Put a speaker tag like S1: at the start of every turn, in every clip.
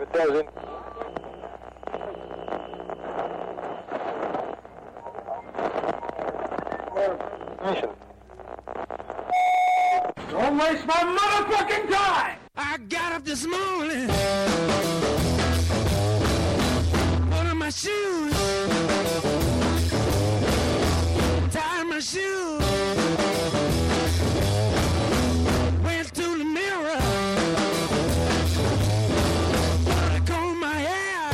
S1: It doesn't. Listen.
S2: Don't waste my motherfucking time!
S3: I got up this morning, put on my shoes, tied my shoes, went to the mirror, I combed my hair,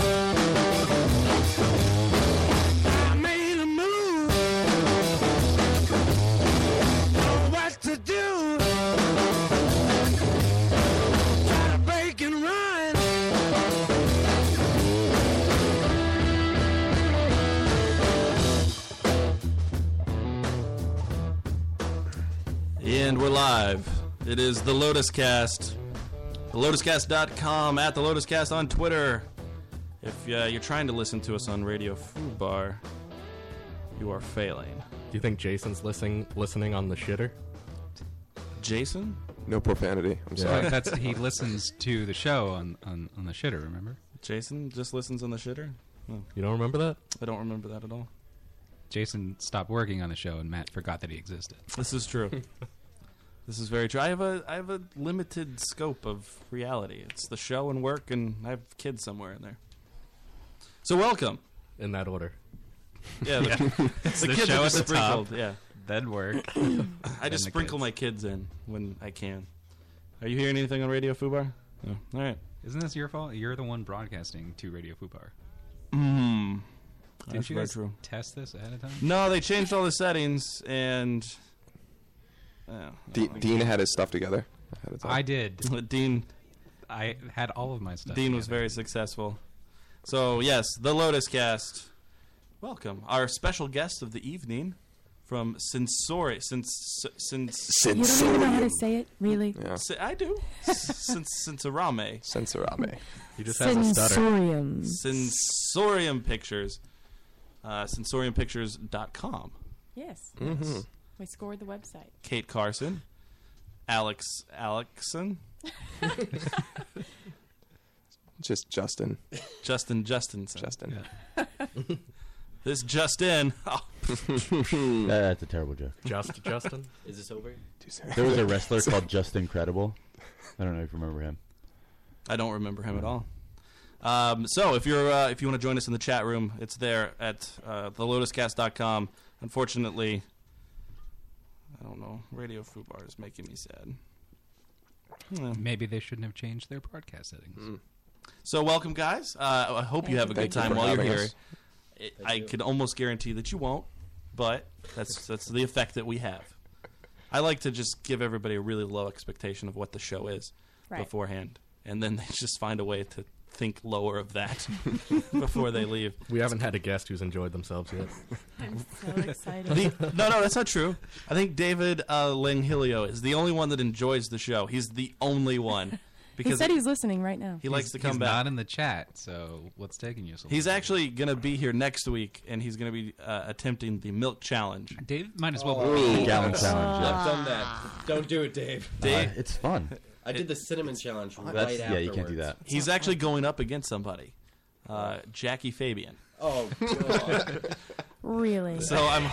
S3: I made a move, know what to do. Try to break and run.
S4: And we're live. It is the Lotus Cast. TheLotusCast.com, at the Lotus Cast on Twitter. If uh, you're trying to listen to us on Radio Food Bar, you are failing.
S5: Do you think Jason's listening listening on the shitter?
S4: Jason?
S6: No profanity. I'm sorry.
S7: Like, that's he listens to the show on, on, on the shitter. Remember,
S4: Jason just listens on the shitter? Hmm.
S5: You don't remember that?
S4: I don't remember that at all.
S7: Jason stopped working on the show, and Matt forgot that he existed.
S4: This is true. this is very true. I have a I have a limited scope of reality. It's the show and work and I have kids somewhere in there. So welcome.
S5: In that order.
S4: Yeah, the, the
S7: the
S4: kids
S7: show
S4: are
S7: at
S4: just
S7: the top.
S4: sprinkled. Yeah.
S7: Then work.
S4: I just
S7: the
S4: sprinkle
S7: kids.
S4: my kids in when I can. Are you hearing anything on Radio Fubar? No. All right.
S7: Isn't this your fault? You're the one broadcasting to Radio Fupar. Did
S4: That's
S7: you
S4: very
S7: guys
S4: true.
S7: test this ahead of time?
S4: No, they changed all the settings and. Oh,
S6: De- Dean had his stuff together. ahead of time.
S7: I did.
S4: Dean
S7: I had all of my stuff.
S4: Dean was
S7: together.
S4: very successful. So yes, the Lotus Cast. Welcome, our special guest of the evening from Sensori. Since since
S8: You don't even know how to say it, really.
S6: Yeah.
S4: I do since Sensorame
S6: Sensorame.
S5: He just has a stutter.
S8: Sensorium.
S4: Sensorium Pictures, uh, sensoriumpictures.com.
S8: Yes.
S6: Mm-hmm.
S8: We scored the website.
S4: Kate Carson, Alex Alexson,
S6: Just Justin.
S4: Justin Justinson.
S6: Justin.
S4: This Justin.
S9: Uh, that's a terrible joke.
S5: Just Justin?
S9: There was a wrestler called Just Incredible. I don't know if you remember him.
S4: I don't remember him at all. Um, so if you're uh, if you want to join us in the chat room, it's there at uh, thelotuscast.com. Unfortunately, I don't know. Radio Fubar is making me sad. Yeah.
S7: Maybe they shouldn't have changed their broadcast settings.
S4: So welcome, guys. Uh, I hope you have a good
S6: Thank you
S4: time
S6: for
S4: while you're
S6: having
S4: here.
S6: us.
S4: It, I can almost guarantee that you won't, but that's that's the effect that we have. I like to just give everybody a really low expectation of what the show is
S8: Right.
S4: beforehand, and then they just find a way to think lower of that before they leave.
S5: We haven't had a guest who's enjoyed themselves yet.
S8: I'm so excited.
S4: The- no, no, that's not true. I think David uh, Langhilio is the only one that enjoys the show. He's the only one
S8: he
S4: because
S8: said he's listening right now.
S4: he likes to come
S7: he's
S4: back.
S7: not in the chat, so what's taking you so long?
S4: He's actually going to be here next week, and he's going to be uh, attempting the milk challenge.
S7: Dave might as well
S9: The
S7: be.
S9: Gallon Oh. Challenge. Yes.
S10: done that. Don't do it, Ah. Dave.
S4: Dave,
S9: Uh, it's fun.
S10: I did the cinnamon challenge right
S9: That's yeah.
S10: afterwards.
S9: You can't do that.
S4: he's actually going up against somebody, uh, Jackie Fabian.
S10: Oh, God.
S8: Really?
S4: So I'm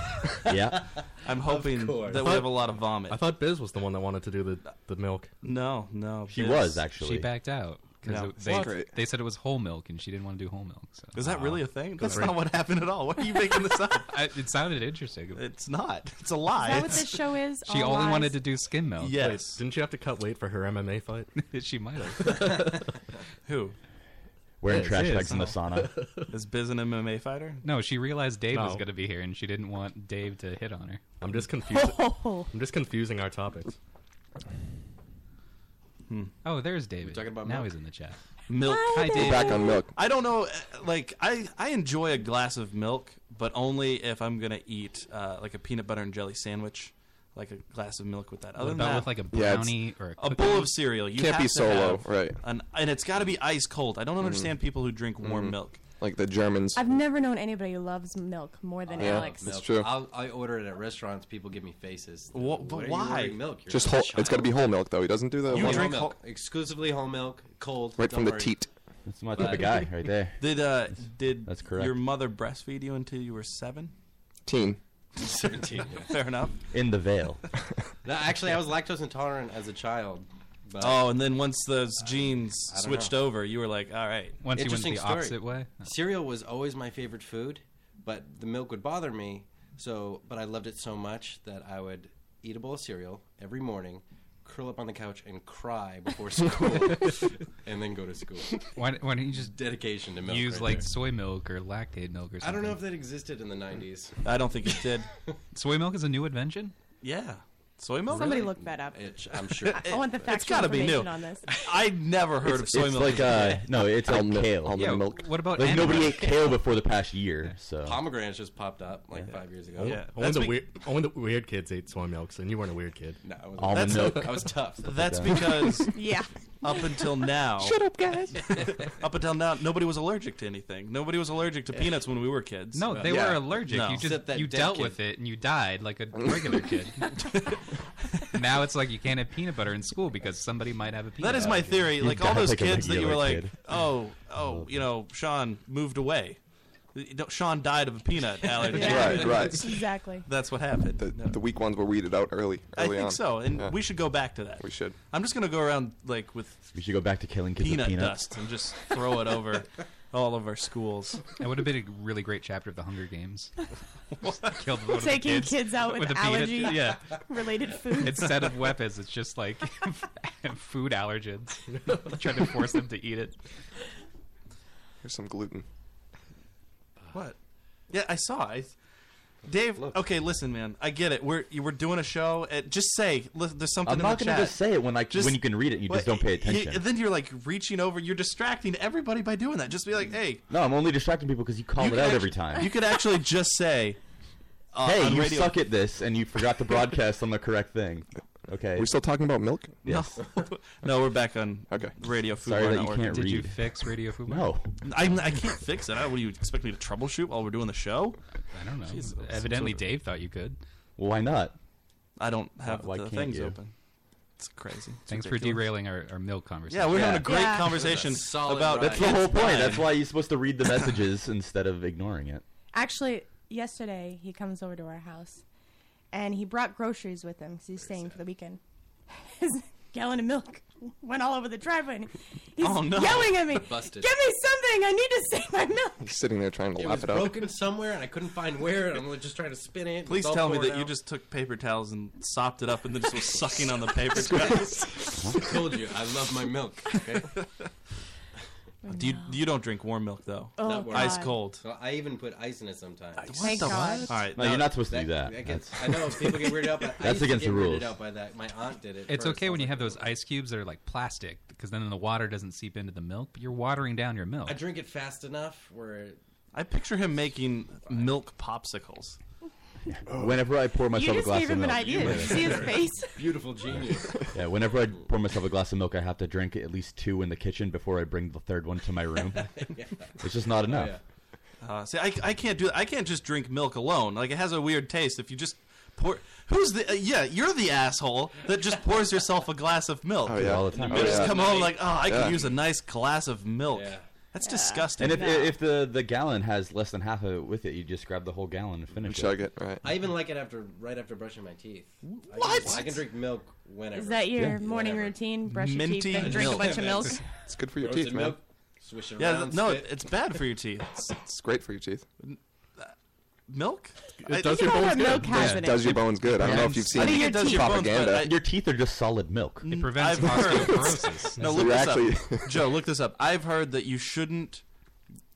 S9: Yeah.
S4: I'm hoping
S10: course.
S4: that we have a lot of vomit.
S5: I thought Biz was the one that wanted to do the, the milk.
S4: no, no,
S9: She
S4: Biz.
S9: was actually.
S7: She backed out because
S4: No.
S7: they,
S6: What?
S7: they said it was whole milk, and she didn't want to do whole milk. So.
S4: Is that really a thing? That's not what happened at all. Why are you making this up?
S7: I, it sounded interesting.
S4: It's not. It's a lie.
S8: Is that what this show is?
S7: She
S8: All
S7: only
S8: lies?
S7: wanted to do skin milk.
S4: yes.
S5: Didn't you have to cut weight for her MMA fight?
S7: she might have.
S4: Who
S9: Wearing
S5: Yes,
S9: trash
S5: yes.
S9: bags in the sauna.
S4: is Biz an MMA fighter?
S7: No, she realized Dave was
S5: No.
S7: going to be here, and she didn't want Dave to hit on her.
S5: I'm just confusing
S8: Oh,
S5: I'm just confusing our topics.
S7: Oh, there's David.
S10: talking about
S7: now
S10: milk?
S7: he's in the chat.
S4: Hmm. Milk.
S7: Hi, Dave.
S6: Back on milk.
S4: I don't know. uh, Like I, I enjoy a glass of milk, but only if I'm gonna eat uh, like a peanut butter and jelly sandwich, like a glass of milk with that. Other
S7: What
S4: than
S7: about with
S4: that,
S7: like a
S6: Yeah, it's-
S7: brownie or a,
S4: a
S7: cookie?
S4: bowl of cereal, you
S6: Can't
S4: have
S6: be
S4: to
S6: solo,
S4: have
S6: right. Mm-hmm.
S4: An, and it's got to be ice cold. I don't understand people who drink warm milk.
S6: Like the Germans.
S8: I've never known anybody who loves milk more
S4: Oh,
S8: than
S6: yeah,
S8: Alex.
S6: that's true.
S10: I'll, I order it at restaurants. People give me faces.
S4: Wha- but
S10: What are you
S4: why?
S10: ordering Milk. You're
S6: Just
S10: a
S6: whole.
S10: child.
S6: It's got to be whole milk though. He doesn't do the
S4: You
S6: one
S10: Whole
S4: drink
S10: milk.
S4: whole-
S10: Exclusively whole milk, cold.
S6: right
S10: Don't
S6: from the
S10: worry.
S6: teat.
S9: That's my type of guy right there.
S4: Did uh did
S9: That's correct.
S4: your mother breastfeed you until you were seven?
S6: Teen.
S10: Seventeen.
S4: Fair enough.
S9: In the veil.
S10: no, actually, I was lactose intolerant as a child. But
S4: Oh, and then once those genes
S10: don't
S4: switched over, you were like, all right.
S7: Once you went
S10: Interesting
S7: the
S10: story.
S7: opposite way. No.
S10: cereal was always my favorite food, but the milk would bother me. So, but I loved it so much that I would eat a bowl of cereal every morning, curl up on the couch and cry before school, and then go to school.
S7: Why, why don't you just
S10: Dedication to milk.
S7: use
S10: right
S7: like
S10: there.
S7: soy milk or lactate milk or something?
S10: I don't know if that existed in the '90s.
S4: I don't think it did.
S7: soy milk is a new invention.
S4: yeah. Soy milk?
S8: Somebody look that up.
S10: It, I'm sure.
S8: I want the factual
S4: gotta be new.
S8: information on this.
S4: I never heard of soy
S9: it's
S4: milk.
S9: like uh no, it's like
S6: Almond-
S9: kale.
S6: almond milk.
S7: What about
S9: Like nobody
S7: animal-
S9: ate kale before the past year, so
S10: Pomegranates just popped up like five years ago.
S4: yeah.
S5: Only
S4: That's,
S5: the,
S4: be-
S5: weird, only the weird kids ate soy milks, and you weren't a weird kid.
S10: No, I wasn't.
S9: almond milk.
S10: I was tough.
S4: that's because
S8: Yeah.
S4: up until now,
S6: Shut up, guys.
S4: up until now, nobody was allergic to anything. Nobody was allergic to peanuts when we were kids.
S7: No, they
S10: Yeah.
S7: were allergic.
S4: No.
S7: You just
S10: Except that
S7: you
S10: dead
S7: dealt
S10: kid.
S7: with it and you died like a regular kid. now it's like you can't have peanut butter in school because somebody might have a peanut.
S4: That is my
S7: allergy.
S4: theory. like all
S9: died
S4: those
S9: like a
S4: kids that you were
S9: regular
S4: like,
S9: kid.
S4: oh, oh, you know, Sean moved away. You don't- Sean died of a peanut allergy.
S8: Yeah.
S6: Right, right.
S8: Exactly.
S4: That's what happened.
S6: The,
S4: No.
S6: the weak ones were weeded out early.
S4: I
S6: early
S4: think
S6: on.
S4: so, and
S6: Yeah.
S4: we should go back to that.
S6: We should.
S4: I'm just gonna go around like with
S9: we should go back to killing kids
S4: peanut,
S9: with peanuts.
S4: dust and just throw it over all of our schools.
S7: That would have been a really great chapter of the Hunger Games. Killed one of the
S8: Taking kids, out with,
S7: with a
S8: allergy
S7: peanut. Yeah,
S8: related food.
S7: instead of weapons, it's just like food allergens. Trying to force them to eat it.
S6: Here's some gluten.
S4: What? Yeah, I saw. I, Dave, okay, listen, man. I get it. We're you, we're doing a show. At, just say li- there's something.
S9: I'm
S4: in
S9: not
S4: the
S9: gonna
S4: chat.
S9: just say it when like
S4: Just-
S9: when you can read it, and you just
S4: Well,
S9: don't pay
S4: y-
S9: attention.
S4: and then you're like reaching over. You're distracting everybody by doing that. Just be like, hey,
S9: no, I'm only distracting people because you call
S4: you
S9: it
S4: could
S9: out
S4: act-
S9: every time.
S4: You could actually just say, uh,
S9: hey,
S4: on
S9: you
S4: radio-
S9: suck at this, and you forgot to broadcast on the correct thing. Okay,
S6: We're still talking about milk?
S4: No,
S9: yes.
S4: no, we're back on
S6: Okay.
S4: Radio Food
S9: Sorry
S4: Bar
S9: that you
S4: Network.
S9: can't
S7: Did you
S9: Read.
S7: fix Radio Food?
S9: No,
S4: I'm, I can't fix it. I- What do you expect me to troubleshoot while we're doing the show?
S7: I don't know.
S4: Jesus.
S7: Evidently, Dave thought you could.
S9: well, why not?
S4: I don't have
S9: Why- why
S4: Oh, the
S9: can't
S4: things
S9: you?
S4: open. It's crazy. It's
S7: Thanks for
S4: ridiculous.
S7: derailing our, our milk conversation.
S4: Yeah, we're having
S9: Yeah.
S4: a great
S8: Yeah.
S4: conversation
S10: That's a solid
S4: about
S10: ride.
S9: That's the whole
S4: It's
S9: point. That's
S4: fine.
S9: why you're supposed to read the messages instead of ignoring it.
S8: Actually, yesterday he comes over to our house, and he brought groceries with him because he's staying for the weekend. His gallon of milk went all over the driveway. And he's
S4: Oh, no.
S8: yelling at me.
S10: Busted.
S8: Give me something! I need to save my milk.
S6: He's sitting there trying to
S10: It
S6: laugh
S10: was
S6: it up.
S10: broken somewhere, and I couldn't find where. And I'm just trying to spin it. and
S4: Please
S10: it's all
S4: tell me
S10: pouring
S4: that you
S10: out.
S4: just took paper towels and sopped it up and then just was sucking on the paper towels.
S10: told you I love my milk. Okay?
S4: Do you, you don't drink warm milk though?
S8: Oh,
S10: That works.
S4: Ice
S8: God.
S4: cold.
S10: So I even put ice in it sometimes.
S8: Thank God.
S4: All right,
S9: No,
S4: now-
S9: you're not supposed to
S10: That-
S9: do that.
S10: that gets-
S9: That's-
S10: I know people get weirded out. But I used
S9: That's
S10: to
S9: against
S10: get
S9: the rules.
S10: weirded out by that. My aunt did it.
S7: It's
S10: first.
S7: okay
S10: I
S7: when
S10: was
S7: you
S10: like,
S7: have those ice cubes that are like plastic because then the water doesn't seep into the milk, but you're watering down your milk.
S10: I drink it fast enough where
S4: I picture him making milk popsicles.
S9: Whenever I pour myself
S8: You
S9: a
S8: just
S9: glass
S8: gave
S9: of
S8: him an
S9: milk,
S8: idea. Did you see his face?
S10: beautiful genius.
S9: yeah, whenever I pour myself a glass of milk, I have to drink at least two in the kitchen before I bring the third one to my room. It's just not enough.
S10: Oh, yeah.
S4: Uh, see, I, I can't do that. I can't just drink milk alone. Like it has a weird taste. If you just pour, who's the? Uh, yeah, you're the asshole that just pours yourself a glass of milk.
S6: Oh, yeah.
S9: All the time.
S6: Oh,
S4: You just
S6: yeah.
S4: come home like, oh, I
S6: Yeah.
S4: could use a nice glass of milk.
S10: Yeah.
S4: That's disgusting.
S9: And if, if the, the gallon has less than half of it with it, you just grab the whole gallon and finish
S6: Chug it, right.
S10: I even like it after right after brushing my teeth. I can- I
S4: What?
S10: can, drink milk whenever.
S8: Is that your
S9: Yeah.
S8: morning
S10: Whatever.
S8: routine? Brush your teeth,
S4: Minty
S8: then drink a
S4: milk.
S8: bunch of milk.
S6: It's good for your
S10: roasted
S6: teeth, man.
S10: milk? Swish it
S4: yeah,
S10: around.
S4: th- no,
S10: spit.
S4: oh, it's bad for your teeth. It's
S6: It's great for your teeth.
S4: milk. I-
S5: It does
S8: You
S5: your
S8: know
S5: bones
S8: what
S5: good.
S8: milk has in it.
S6: Does your bones good. I don't know if you've
S4: I think
S6: seen
S4: it does your bones, but
S6: propaganda.
S4: I-
S9: it. Your teeth are just solid milk.
S7: it prevents
S4: I've heard-
S7: osteoporosis.
S4: No,
S6: So
S4: look
S6: you're
S4: this up.
S6: actually-
S4: Joe, look this up. I've heard that you shouldn't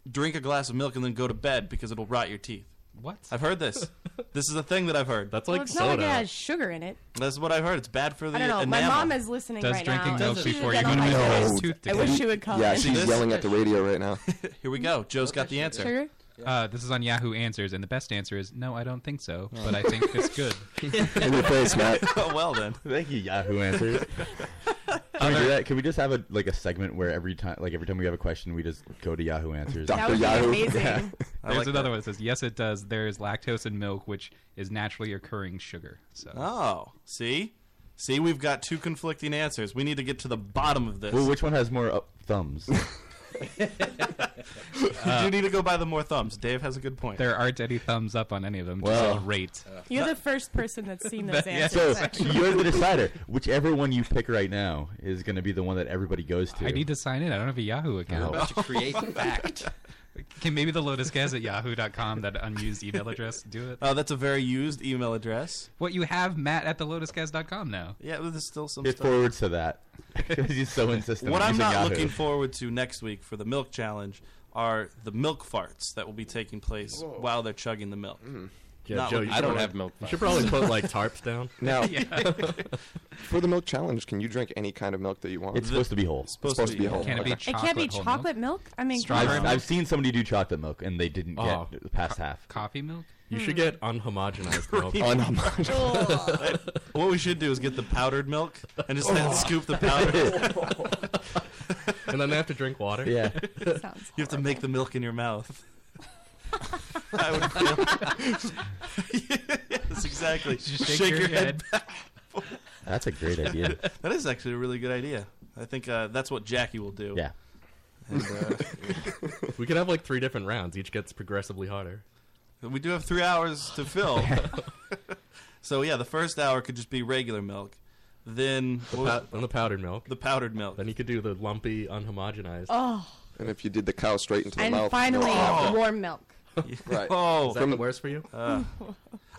S4: drink a glass of milk and then go to bed because it'll rot your teeth.
S7: what?
S4: I've heard this. this is a thing that I've heard.
S5: That's
S8: Well,
S5: like
S8: it's not like
S5: soda.
S8: it has sugar in it.
S4: That's what I've heard. It's bad for the
S8: I don't know.
S4: enamel.
S8: My mom is listening
S7: Does
S8: right
S7: drinking
S8: now.
S7: milk
S8: and she's
S7: before
S8: a
S7: you
S8: dead
S7: go
S8: on
S7: to
S8: my
S7: bed
S8: case.
S7: cause tooth
S8: I
S7: decay?
S8: wish she would call
S6: Yeah,
S8: in.
S6: she's
S4: Oh, this-
S6: yelling at the radio right now.
S4: Here we go. Joe's got the answer.
S8: Sugar?
S7: Uh, this is on Yahoo Answers, and the best answer is no, I don't think so, but I think it's good.
S6: In your face, Matt.
S4: Oh, well then.
S9: Thank you, Yahoo Answers. Can we do that? Can we just have a like a segment where every time, like every time we have a question, we just go to Yahoo Answers?
S8: That would be
S6: Yahoo.
S8: amazing.
S7: There's
S4: like
S7: another one that says, yes, it does. There is lactose in milk, which is naturally occurring sugar. So
S4: Oh, see? See, we've got two conflicting answers. We need to get to the bottom of this.
S9: Well, which one has more up thumbs?
S4: you do need to go buy them more thumbs. Dave has a good point.
S7: uh, There aren't any thumbs up on any of them.
S9: Well.
S7: just a rate.
S8: You're the first person that's seen those
S7: Yeah.
S8: answers.
S9: Uh, So
S8: actually.
S9: you're the decider. Whichever one you pick right now is going to be the one that everybody goes to.
S7: I need to sign in. I don't have a Yahoo account.
S9: Oh.
S10: to create fact.
S7: Can maybe the Lotus Cast at yahoo.com, that unused email address, do it?
S4: Uh, that's a very used email address.
S7: What you have, Matt at the lotuscast.com now.
S4: Yeah, but there's still some
S9: It
S4: stuff.
S9: forwards to that because he's so insistent.
S4: What
S9: on
S4: I'm
S9: using
S4: not
S9: Yahoo.
S4: looking forward to next week for the milk challenge are the milk farts that will be taking place while they're chugging the milk.
S5: Yeah,
S4: Not
S5: Joe,
S4: with-
S5: you
S10: I don't
S5: should
S10: have
S5: probably-
S10: milk.
S5: You should probably put like tarps down.
S6: Now, for the milk challenge, can you drink any kind of milk that you want?
S9: It's supposed to be whole.
S4: Supposed,
S6: supposed to be whole.
S7: Can it be
S8: it
S7: chocolate?
S8: can't be
S7: whole milk?
S8: chocolate milk. I mean, come
S7: Strawberry
S9: I've,
S7: milk?
S8: on.
S9: I've seen somebody do chocolate milk and they didn't get
S7: Oh.
S9: the past half.
S7: Coffee milk?
S5: You
S8: Hmm.
S5: should get unhomogenized milk.
S9: Oh,
S6: Unhomogenized.
S4: Oh. What we should do is get the powdered milk and just then scoop the powder.
S5: and then they have to drink water.
S9: Yeah,
S8: Sounds
S4: You have to make the milk in your mouth. I would feel. yes, exactly.
S7: Just shake, your, head.
S9: that's a great idea.
S4: That is actually a really good idea. I think uh, that's what Jackie will do.
S9: Yeah,
S4: And, uh,
S5: We could have like three different rounds. Each gets progressively harder.
S4: we do have three hours to fill. so yeah, the first hour could just be regular milk. Then
S5: The
S4: what was-
S5: pow- and the powdered milk.
S4: the powdered milk.
S5: Then you could do the lumpy, unhomogenized.
S8: Oh,
S6: and if you did the cow straight into the
S8: and
S6: mouth.
S8: finally,
S4: Oh.
S8: warm milk.
S6: Right.
S4: Oh, Uh.
S5: Is that
S6: From the-
S5: worse for you?
S9: Oh,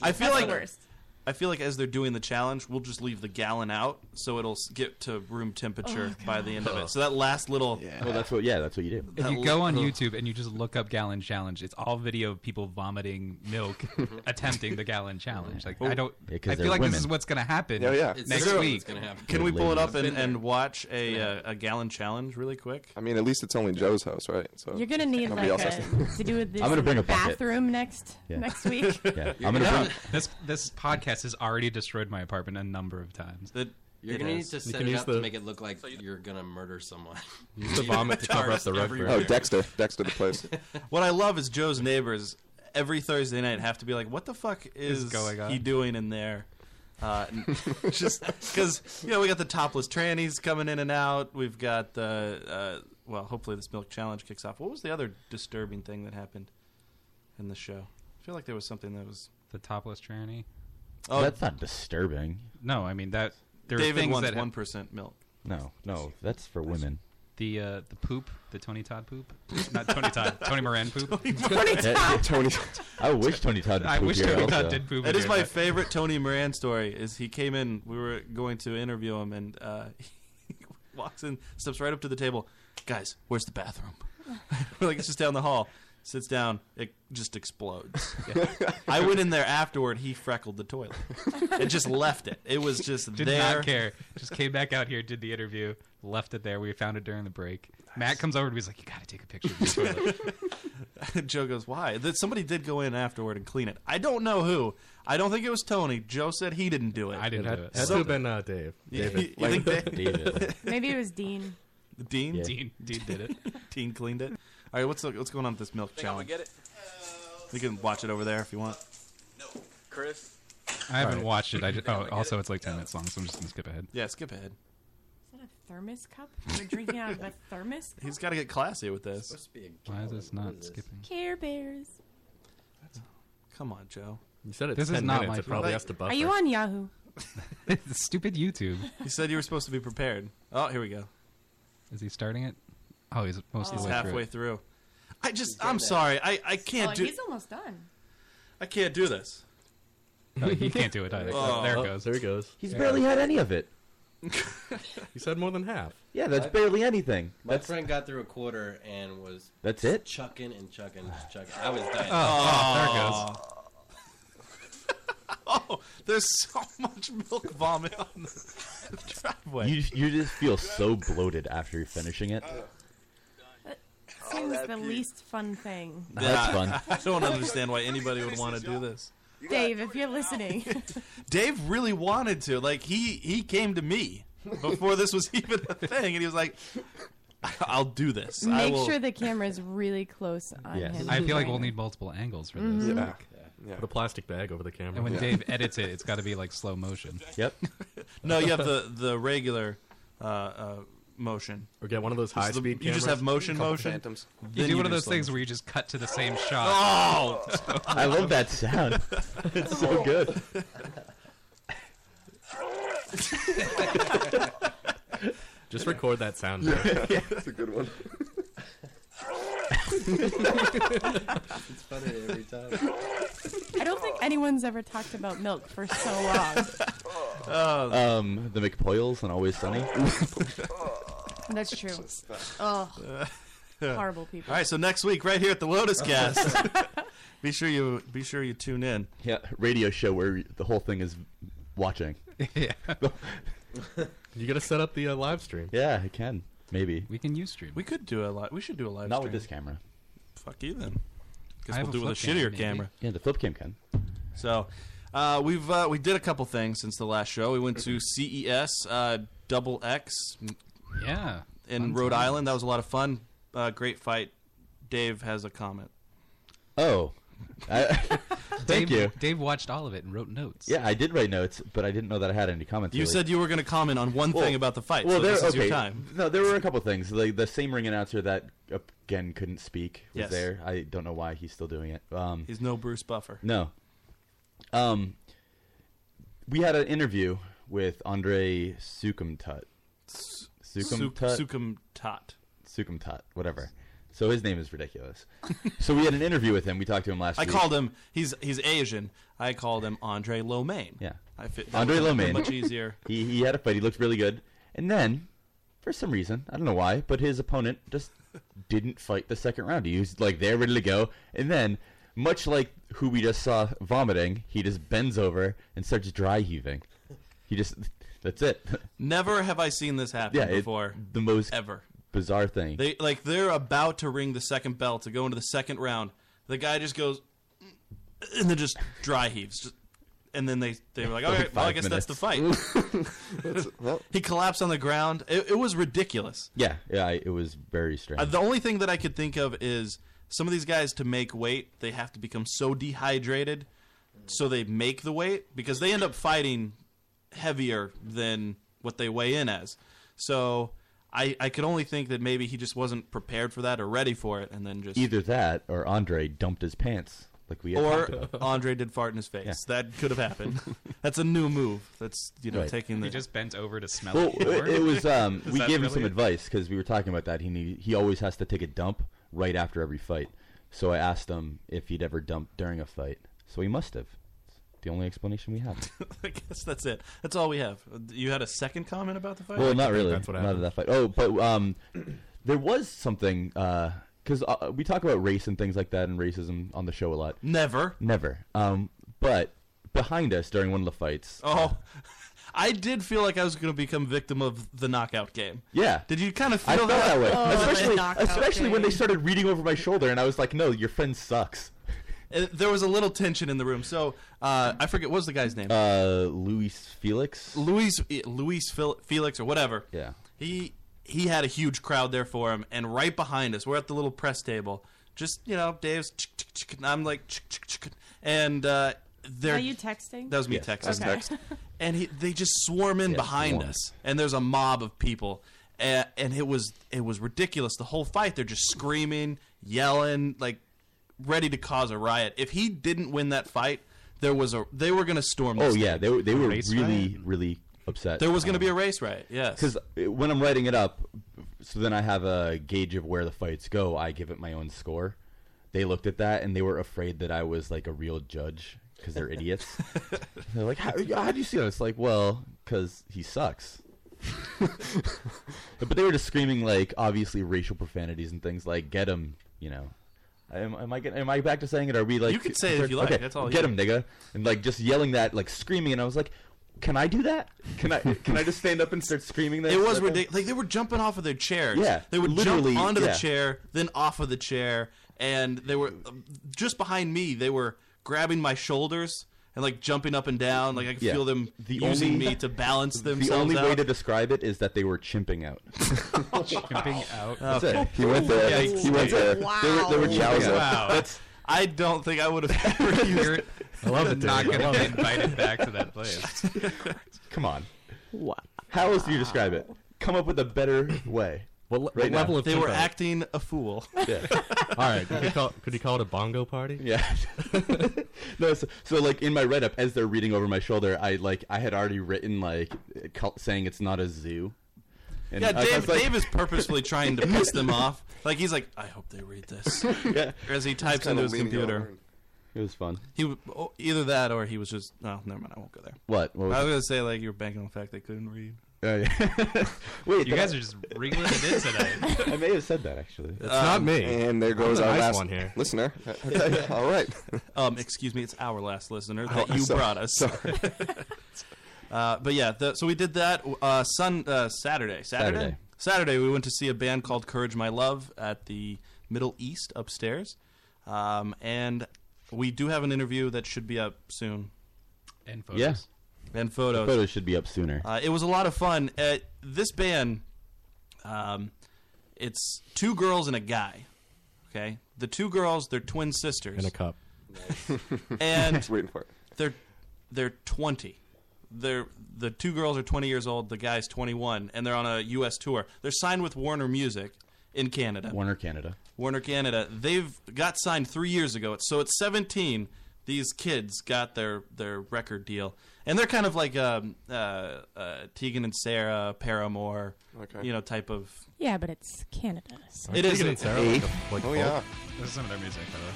S4: I feel
S8: That's
S4: like
S8: the worst.
S4: I feel like as they're doing the challenge, we'll just leave the gallon out, so it'll s- get to room temperature
S8: Oh,
S4: by the end of it. So that last little
S9: well, that's what. Yeah, that's what you do.
S7: If
S4: That
S7: you go on
S4: little-
S7: YouTube and you just look up Gallon Challenge, it's all video of people vomiting milk attempting the Gallon Challenge. Like I don't,
S9: Yeah, 'cause
S7: I
S9: they're
S7: feel like
S9: women.
S7: this is what's going to happen
S6: Yeah, yeah.
S10: Oh, It's
S7: next
S10: literally
S7: week.
S10: what's gonna happen.
S4: Can we pull it up and,
S10: there.
S4: and watch a, uh, a gallon challenge really quick?
S6: I mean, at least it's only Joe's house, right? So
S8: You're gonna need
S6: Nobody
S8: like
S6: else
S8: a, to do with this
S9: I'm gonna bring a bucket.
S8: bathroom next
S9: Yeah.
S8: next week.
S9: Yeah, I'm gonna bring.
S7: This this podcast has already destroyed my apartment a number of times.
S4: That
S10: You're
S4: it
S10: gonna
S4: is.
S10: need to set
S5: can
S10: it
S5: use
S10: up
S5: the-
S10: to make it look like you're gonna murder someone.
S5: Use the vomit to cover up the red
S10: everywhere.
S5: flag.
S6: Oh, Dexter. Dexter the place.
S4: What I love is Joe's neighbors every Thursday night have to be like, "What the fuck is,
S7: going on?"
S4: he doing in there?" Uh, n- just because you know we got the topless trannies coming in and out. We've got the uh, well, hopefully this milk challenge kicks off. What was the other disturbing thing that happened in the show? I feel like there was something that was
S7: The topless tranny.
S4: oh
S9: that's not disturbing.
S7: No, I mean that there are
S4: David
S7: things
S4: wants
S7: that
S4: one percent milk.
S9: No, no, that's for women.
S7: the uh, the poop, the Tony Todd poop, not Tony Todd, Tony Moran poop.
S6: Tony.
S9: I wish Tony Todd. Would
S7: I
S9: poop
S7: wish
S9: here
S7: Tony Todd
S9: also.
S7: did poop.
S4: That
S7: in
S4: is
S7: here,
S4: my
S7: but-
S4: favorite Tony Moran story. Is he came in? We were going to interview him, and uh, he walks in, steps right up to the table. Guys, where's the bathroom? we're like, it's just down the hall. Sits down. It just explodes. I went in there afterward. He freckled the toilet. It just left it. It was just
S7: Did
S4: there.
S7: not care. Just came back out here, did the interview, left it there. We found it during the break. Matt comes over and he's like, "You got to take a picture of this toilet."
S4: Joe goes, "Why?" That somebody did go in afterward and clean it. I don't know who. I don't think it was Tony. Joe said he didn't do it.
S7: I
S5: It
S7: didn't
S5: had,
S7: do it.
S5: had to
S7: So-
S5: have been uh, Dave.
S4: You,
S5: David.
S4: you think they,
S9: David.
S8: Maybe it was Dean.
S4: Dean?
S9: Yeah.
S7: Dean, Dean did it.
S4: Teen cleaned it. All right, what's what's going on with this milk challenge?
S1: get it.
S4: You can watch it over there if you want.
S1: Chris.
S7: I haven't watched it. I just, oh, also it's like ten minutes long, so I'm just gonna skip ahead.
S4: Yeah, skip ahead.
S8: Is that a thermos cup? We're drinking out of a thermos.
S4: He's got to get classy with this.
S10: Supposed to be a
S7: Why is
S10: gallon.
S7: this
S10: What
S7: not
S10: is this?
S7: skipping?
S8: Care Bears.
S4: Come on, Joe.
S5: You said it's
S7: This is
S5: 10
S7: not
S5: minutes.
S7: my
S5: It probably
S4: fault.
S5: has to buffer.
S8: Are you on Yahoo?
S7: Stupid YouTube.
S4: You said you were supposed to be prepared. Oh, here we go.
S7: Is he starting it? Oh, he's most of the way
S4: He's
S7: through.
S4: halfway
S7: it.
S4: through. I just, I'm sorry. I, I
S8: oh,
S4: can't do,
S8: he's almost done.
S4: I can't do this.
S7: Oh, he can't do it. either.
S4: Oh.
S7: there
S5: Oh,
S7: it goes.
S5: There he goes.
S9: He's barely had any of it.
S5: You said more than half.
S9: Yeah, that's barely anything.
S10: My friend got through a quarter and was
S9: That's it.
S10: chucking and chucking, just chucking. I was dying.
S7: Oh,
S4: Oh, there's so much milk vomit on the driveway.
S9: You you just feel so bloated after you're finishing it.
S8: Seems the least fun thing.
S9: That's fun.
S4: I don't understand why anybody would want to do this.
S8: Dave, if you're listening,
S4: Dave really wanted to. Like he he came to me before this was even a thing, and he was like, "I'll do this. I
S8: make
S4: will-
S8: sure the camera's really close on
S9: Yes.
S8: him.
S7: there goes. I feel like
S8: Right.
S7: we'll need multiple angles for this.
S6: Yeah.
S5: Put a plastic bag over the camera.
S7: And when Dave edits it, it's got to be like slow motion.
S9: Yep.
S4: No, you have the the regular uh, uh, motion.
S5: Or get one of those
S4: Just the-
S5: high-speed
S4: You
S5: cameras.
S4: just have motion,
S5: Couple
S4: motion.
S5: phantoms.
S7: You
S4: then
S7: do one of those
S4: slings.
S7: things where you just cut to the same shot.
S4: Oh!
S9: I love that sound. It's so good.
S5: Just record that sound. bite.
S6: That's a good one.
S10: It's funny every time.
S8: I don't think anyone's ever talked about milk for so long.
S4: Oh.
S9: Um, the McPoyles and Always Sunny.
S8: That's true. Oh, horrible people.
S4: All right, so next week, right here at the Lotus Cast, be sure you be sure you tune in.
S9: Yeah, radio show where the whole thing is watching.
S7: yeah.
S5: You gotta set up the uh, live stream.
S9: Yeah, I can. Maybe.
S7: We can use stream.
S4: We could do a lot. We should do a live.
S9: Not
S4: stream.
S9: with this camera.
S4: Fuck you then. Guess
S7: I have
S4: we'll
S7: a
S4: do it with a
S7: flip
S4: shittier
S7: camera, maybe.
S4: camera.
S9: Yeah, the flip cam can.
S4: So, uh, we've uh, we did a couple things since the last show. We went to CES uh, Double X
S7: yeah.
S4: in
S7: Fun
S4: Rhode
S7: time.
S4: Island. That was a lot of fun. Uh, great fight. Dave has a comment.
S9: Oh. I, thank
S7: Dave,
S9: you.
S7: Dave watched all of it and wrote notes.
S9: Yeah, I did write notes, but I didn't know that I had any comments.
S4: You
S9: really.
S4: said you were going to comment on one thing about the fight. so this is your time.
S9: No, there were a couple things. Like the same ring announcer that again couldn't speak was
S4: Yes.
S9: there. I don't know why he's still doing it. Um,
S4: He's no Bruce Buffer.
S9: no. Um, we had an interview with Andre Sukumtut. Sukumtut.
S4: Sukum Tot.
S9: Sukumtut, whatever. So his name is ridiculous. so we had an interview with him. We talked to him last
S4: I
S9: week.
S4: called him. He's he's Asian. I called him Andre Lomain.
S9: Yeah.
S4: I fit, that
S9: Andre
S4: would've been
S9: Lomain.
S4: Much easier.
S9: He he had a fight. He looked really good. And then, for some reason, I don't know why, but his opponent just didn't fight the second round. He was like there, ready to go. And then, much like who we just saw vomiting, he just bends over and starts dry heaving. He just that's it.
S4: Never have I seen this happen
S9: yeah, it-
S4: before,
S9: the most
S4: ever.
S9: bizarre thing.
S4: They like they're about to ring the second bell to go into the second round. The guy just goes and then just dry heaves, just, and then they they were like, okay, well,
S9: five
S4: I guess that's the
S9: minutes.
S4: fight.
S6: well,
S4: he collapsed on the ground. It, it was ridiculous.
S9: yeah, yeah, I, it was very
S4: Uh,
S9: strange.
S4: the only thing that I could think of is some of these guys to make weight, they have to become so dehydrated, so they make the weight because they end up fighting heavier than what they weigh in as. So I I could only think that maybe he just wasn't prepared for that or ready for it, and then just
S9: Either that or Andre dumped his pants like we had talked
S4: or
S9: about.
S4: Andre did fart in his face. That could have happened. That's a new move. That's you know
S9: Right.
S4: taking the
S7: He just bent over to smell
S9: Well,
S7: it. more.
S9: it, it was. Um, we
S7: that
S9: gave him
S7: really
S9: some
S7: it?
S9: advice because we were talking about that. He need, he always has to take a dump right after every fight. So I asked him if he'd ever dumped during a fight. So he must have. It's the only explanation we have.
S4: I guess that's it. That's all we have. You had a second comment about the fight?
S9: well, not really.
S5: that's what
S9: not that fight. Oh, but um, there was something because uh, we talk about race and things like that and racism on the show a lot.
S4: Never.
S9: Never. Um, but behind us during one of the fights.
S4: Oh, I did feel like I was going to become victim of the knockout game.
S9: Yeah.
S4: Did you kind of feel
S9: I felt that way, especially
S8: knockout
S9: especially when they
S8: game.
S9: started reading over my shoulder, and I was like, "No, your friend sucks."
S4: Uh, There was a little tension in the room. So uh, I forget what was the guy's name.
S9: uh, Luis Felix.
S4: Luis eh, Luis Fel- Felix or whatever.
S9: Yeah.
S4: He he had a huge crowd there for him, and right behind us, we're at the little press table. Just you know, Dave's. chick, chick, chick, and I'm like, chick, chick, chick, and uh, they're.
S8: Are you texting?
S4: That was me
S9: Yes,
S4: texting.
S8: okay.
S4: Text. And he, they just swarm in
S9: Yeah,
S4: behind
S9: swarm.
S4: us, and there's a mob of people, and, and it was it was ridiculous. The whole fight, they're just screaming, yelling, like ready to cause a riot. If he didn't win that fight, there was a they were going to storm.
S9: Oh
S4: This
S9: yeah,
S4: thing.
S9: they were, they were
S7: Race
S9: really uh, um, really upset.
S4: there was going to be a race riot. Yes,
S9: because when I'm writing it up, so then I have a gauge of where the fights go. I give it my own score. They looked at that and they were afraid that I was like a real judge because they're idiots. they're like, how, "How do you see that?" It's like, well, because he sucks. but they were just screaming like obviously racial profanities and things like "get him," you know. Am, am I get, am I back to saying it? Are we like
S4: You can say it if you like.
S9: Okay,
S4: That's all
S9: Get
S4: you-
S9: him, nigga, and like just yelling that, like screaming, and I was like, can I do that? Can I can I just stand up and start screaming that?
S4: it was ridiculous. Like they were jumping off of their chairs.
S9: Yeah,
S4: they would
S9: literally,
S4: jump onto the
S9: yeah.
S4: chair, then off of the chair, and they were um, just behind me. They were grabbing my shoulders and like jumping up and down. Like I could
S9: Yeah.
S4: feel them
S9: The
S4: using
S9: only-
S4: me to balance themselves.
S9: The only way
S4: out.
S9: to describe it is that they were chimping out.
S7: Jumping out.
S4: Oh.
S9: That's it. He went there.
S4: Yikes.
S9: He went there. They were, they were chimping out.
S7: Wow.
S4: I don't think I would have ever used.
S7: You're
S5: I love it. Dude.
S7: not going
S5: I
S7: to
S5: love
S7: get
S5: it.
S7: invited back to that place.
S9: Come on. How else do you describe it? come up with a better way.
S5: What, le- what
S9: now.
S5: level of
S4: They were
S5: tempo?
S4: acting a fool.
S9: Yeah.
S5: All right, you could, call, could you call it a bongo party?
S9: Yeah. no, so, so like in my write up, as they're reading over my shoulder, I like I had already written like col- saying it's not a zoo. And
S4: Yeah,
S9: I- I
S4: Dave,
S9: was like-
S4: Dave is purposefully trying to piss them off. Like he's like, I hope they read this.
S9: Yeah.
S4: As he types into his computer,
S9: It was fun.
S4: he w- oh, either that or he was just. No, never mind. I won't go there.
S9: What? What was
S4: I
S9: it?
S4: was gonna say like you were banking on the fact they couldn't read.
S9: Oh, yeah. Wait,
S7: You
S9: did
S7: guys
S9: I-
S7: are just reeling it in tonight.
S9: I may have said that actually.
S5: It's not
S4: Um,
S5: me.
S6: And there goes
S5: the
S6: our
S5: nice
S6: last
S5: one here.
S6: listener. Okay, all right.
S4: Um, excuse me, it's our last listener that
S6: Oh,
S4: you
S6: sorry,
S4: brought us.
S6: sorry.
S4: Uh, but yeah, the, so we did that uh, sun uh, Saturday. Saturday.
S9: Saturday.
S4: Saturday. we went to see a band called Courage My Love at the Middle East upstairs, um, and we do have an interview that should be up soon
S7: And photos.
S9: Yeah.
S4: and photos.
S9: Photos should be up sooner.
S4: Uh, it was a lot of fun. Uh, this band, um, it's two girls and a guy. Okay, the two girls, they're twin sisters,
S5: In a cup.
S4: and
S6: Waiting for it.
S4: they're they're 20 they're the two girls are 20 years old the guy's 21 and they're on a us tour they're signed with warner music in canada
S9: Warner Canada.
S4: warner canada they've got signed three years ago so at 17 these kids got their their record deal and they're kind of like um, uh, uh, tegan and sarah paramore
S6: Okay.
S4: you know type of
S8: Yeah, but it's Canada. so-
S4: It
S5: Aren't
S4: is
S5: Tegan
S4: a-
S5: and Sarah like, a, like
S6: Oh
S5: folk?
S6: yeah.
S7: This is some of their music, by the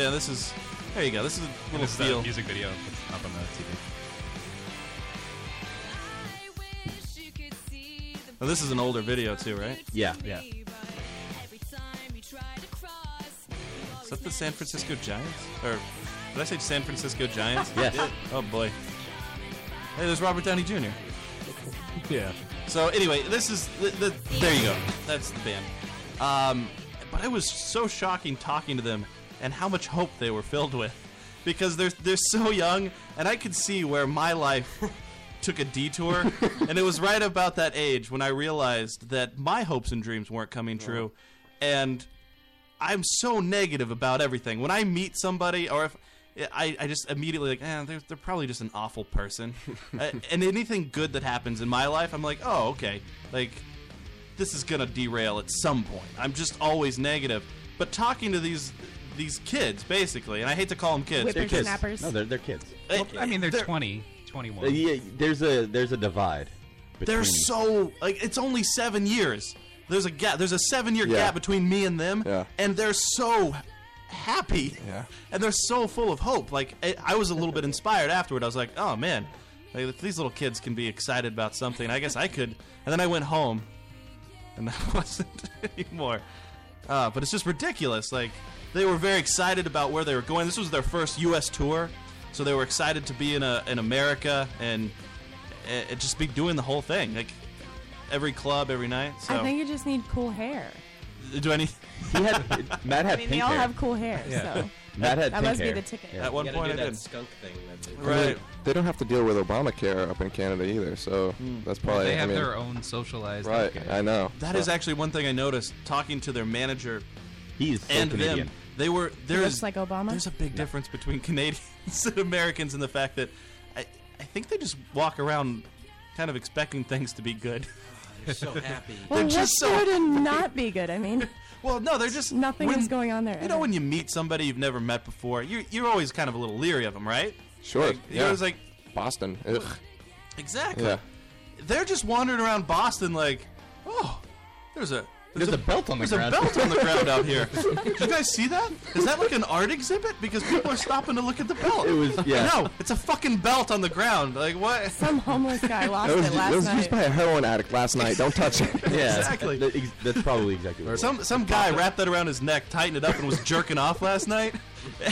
S7: way.
S4: yeah this is there you go this is a little
S7: This is the
S4: feel
S7: music video that's up on the TV.
S4: Now, this is an older video too right
S9: Yeah.
S7: Yeah.
S4: Is that the San Francisco Giants? Or did I say San Francisco Giants?
S9: Yes.
S4: Yeah. Oh boy. Hey, there's Robert Downey Jr.
S5: Yeah.
S4: So anyway, this is the, the, there you go. That's the band. Um, but it was so shocking talking to them and how much hope they were filled with because they're they're so young and I could see where my life took a detour and it was right about that age when I realized that my hopes and dreams weren't coming true and I'm so negative about everything. When I meet somebody, or if I, I just immediately like, eh, they're, they're probably just an awful person. uh, and anything good that happens in my life, I'm like, oh, okay, like this is gonna derail at some point. I'm just always negative. But talking to these these kids, basically, and I hate to call them kids.
S8: Whippers
S4: because-
S8: snappers.
S9: No, they're they're kids.
S7: Well, I mean, they're, 20, 21.
S9: Uh, yeah, there's a there's a divide.
S4: they're
S9: between-
S4: so like it's only seven years. There's a gap. There's a seven year
S6: Yeah.
S4: gap between me and them,
S6: Yeah.
S4: and they're so happy.
S6: Yeah.
S4: And they're so full of hope. Like I, I was a little bit inspired afterward. I was like, oh man, like, if these little kids can be excited about something. I guess I could. And then I went home, and that wasn't anymore. Uh, but it's just ridiculous. Like they were very excited about where they were going. This was their first U.S. tour, so they were excited to be in a, in America and uh, just be doing the whole thing, like every club, every night. So
S8: I think you just need cool hair.
S4: do any
S9: He had Matt had
S8: I mean,
S9: pink
S8: they all
S9: hair.
S8: have cool hair, so
S9: Matt
S8: that
S9: had pink
S8: must
S9: hair.
S8: be the ticket.
S9: Yeah.
S4: at one
S10: You gotta
S4: point I
S10: do that
S4: did.
S10: skunk thing. That they-
S4: Right.
S6: They don't have to deal with Obamacare up in Canada either, so that's probably.
S7: they
S6: I
S7: have
S6: mean,
S7: their own socialized.
S6: right.
S7: healthcare.
S6: I know.
S4: That is actually one thing I noticed talking to their manager
S9: He's so
S4: and
S9: Canadian.
S4: them. They were there's
S8: looks like Obama?
S4: There's a big difference between Canadians and Americans in the fact that I, I think they just walk around kind of expecting things to be good.
S10: They're so happy.
S8: Well,
S4: just
S8: what's
S4: so
S8: there to not be good? I mean,
S4: Well, no, they're just
S8: nothing
S4: when-
S8: is going on there.
S4: You know, when you meet somebody you've never met before, you're you're always kind of a little leery of them, right?
S6: Sure.
S4: Like,
S6: yeah.
S4: You're always like,
S6: Boston. Ugh.
S4: exactly.
S6: Yeah.
S4: They're just wandering around Boston like, oh, there's a
S9: There's a belt on the
S4: There's a
S9: ground.
S4: belt on the ground out here. Did you guys see that? Is that like an art exhibit? Because people are stopping to look at the belt.
S9: It was yeah.
S4: No, it's a fucking belt on the ground. Like what?
S8: some homeless guy lost
S6: That was,
S8: it last
S6: that was used
S8: night.
S6: by a heroin addict last night. Don't touch it.
S9: Yeah,
S4: Exactly.
S9: that- ex- that's probably exactly what it
S4: Some some guy wrapped that around his neck, tightened it up, and was jerking off last night.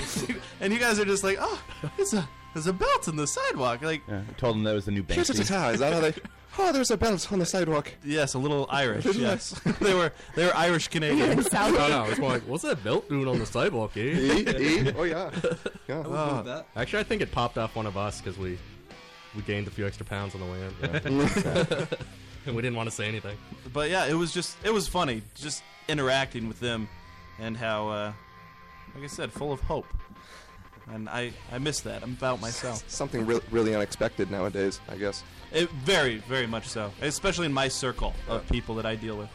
S4: and you guys are just like, oh, it's a there's a belt on the sidewk. Like
S9: was. Yeah, I told him that was the new bank.
S6: Is that how they? Oh, there's a belt on the sidewalk.
S4: yes, a little Irish. Yes, they were they were Irish Canadian.
S5: I don't know. It's more like, what's that belt doing on the sidewalk, eh?
S6: E, e? Oh yeah.
S10: I
S6: Yeah.
S10: would move that.
S5: Actually, I think it popped off one of us because we we gained a few extra pounds on the way in. and we didn't want to say anything.
S4: But yeah, it was just it was funny just interacting with them, and how uh, like I said, full of hope. and I I miss that. I'm about myself.
S6: Something re- really unexpected nowadays, I guess.
S4: It, very, very much so. Especially in my circle of people that I deal with.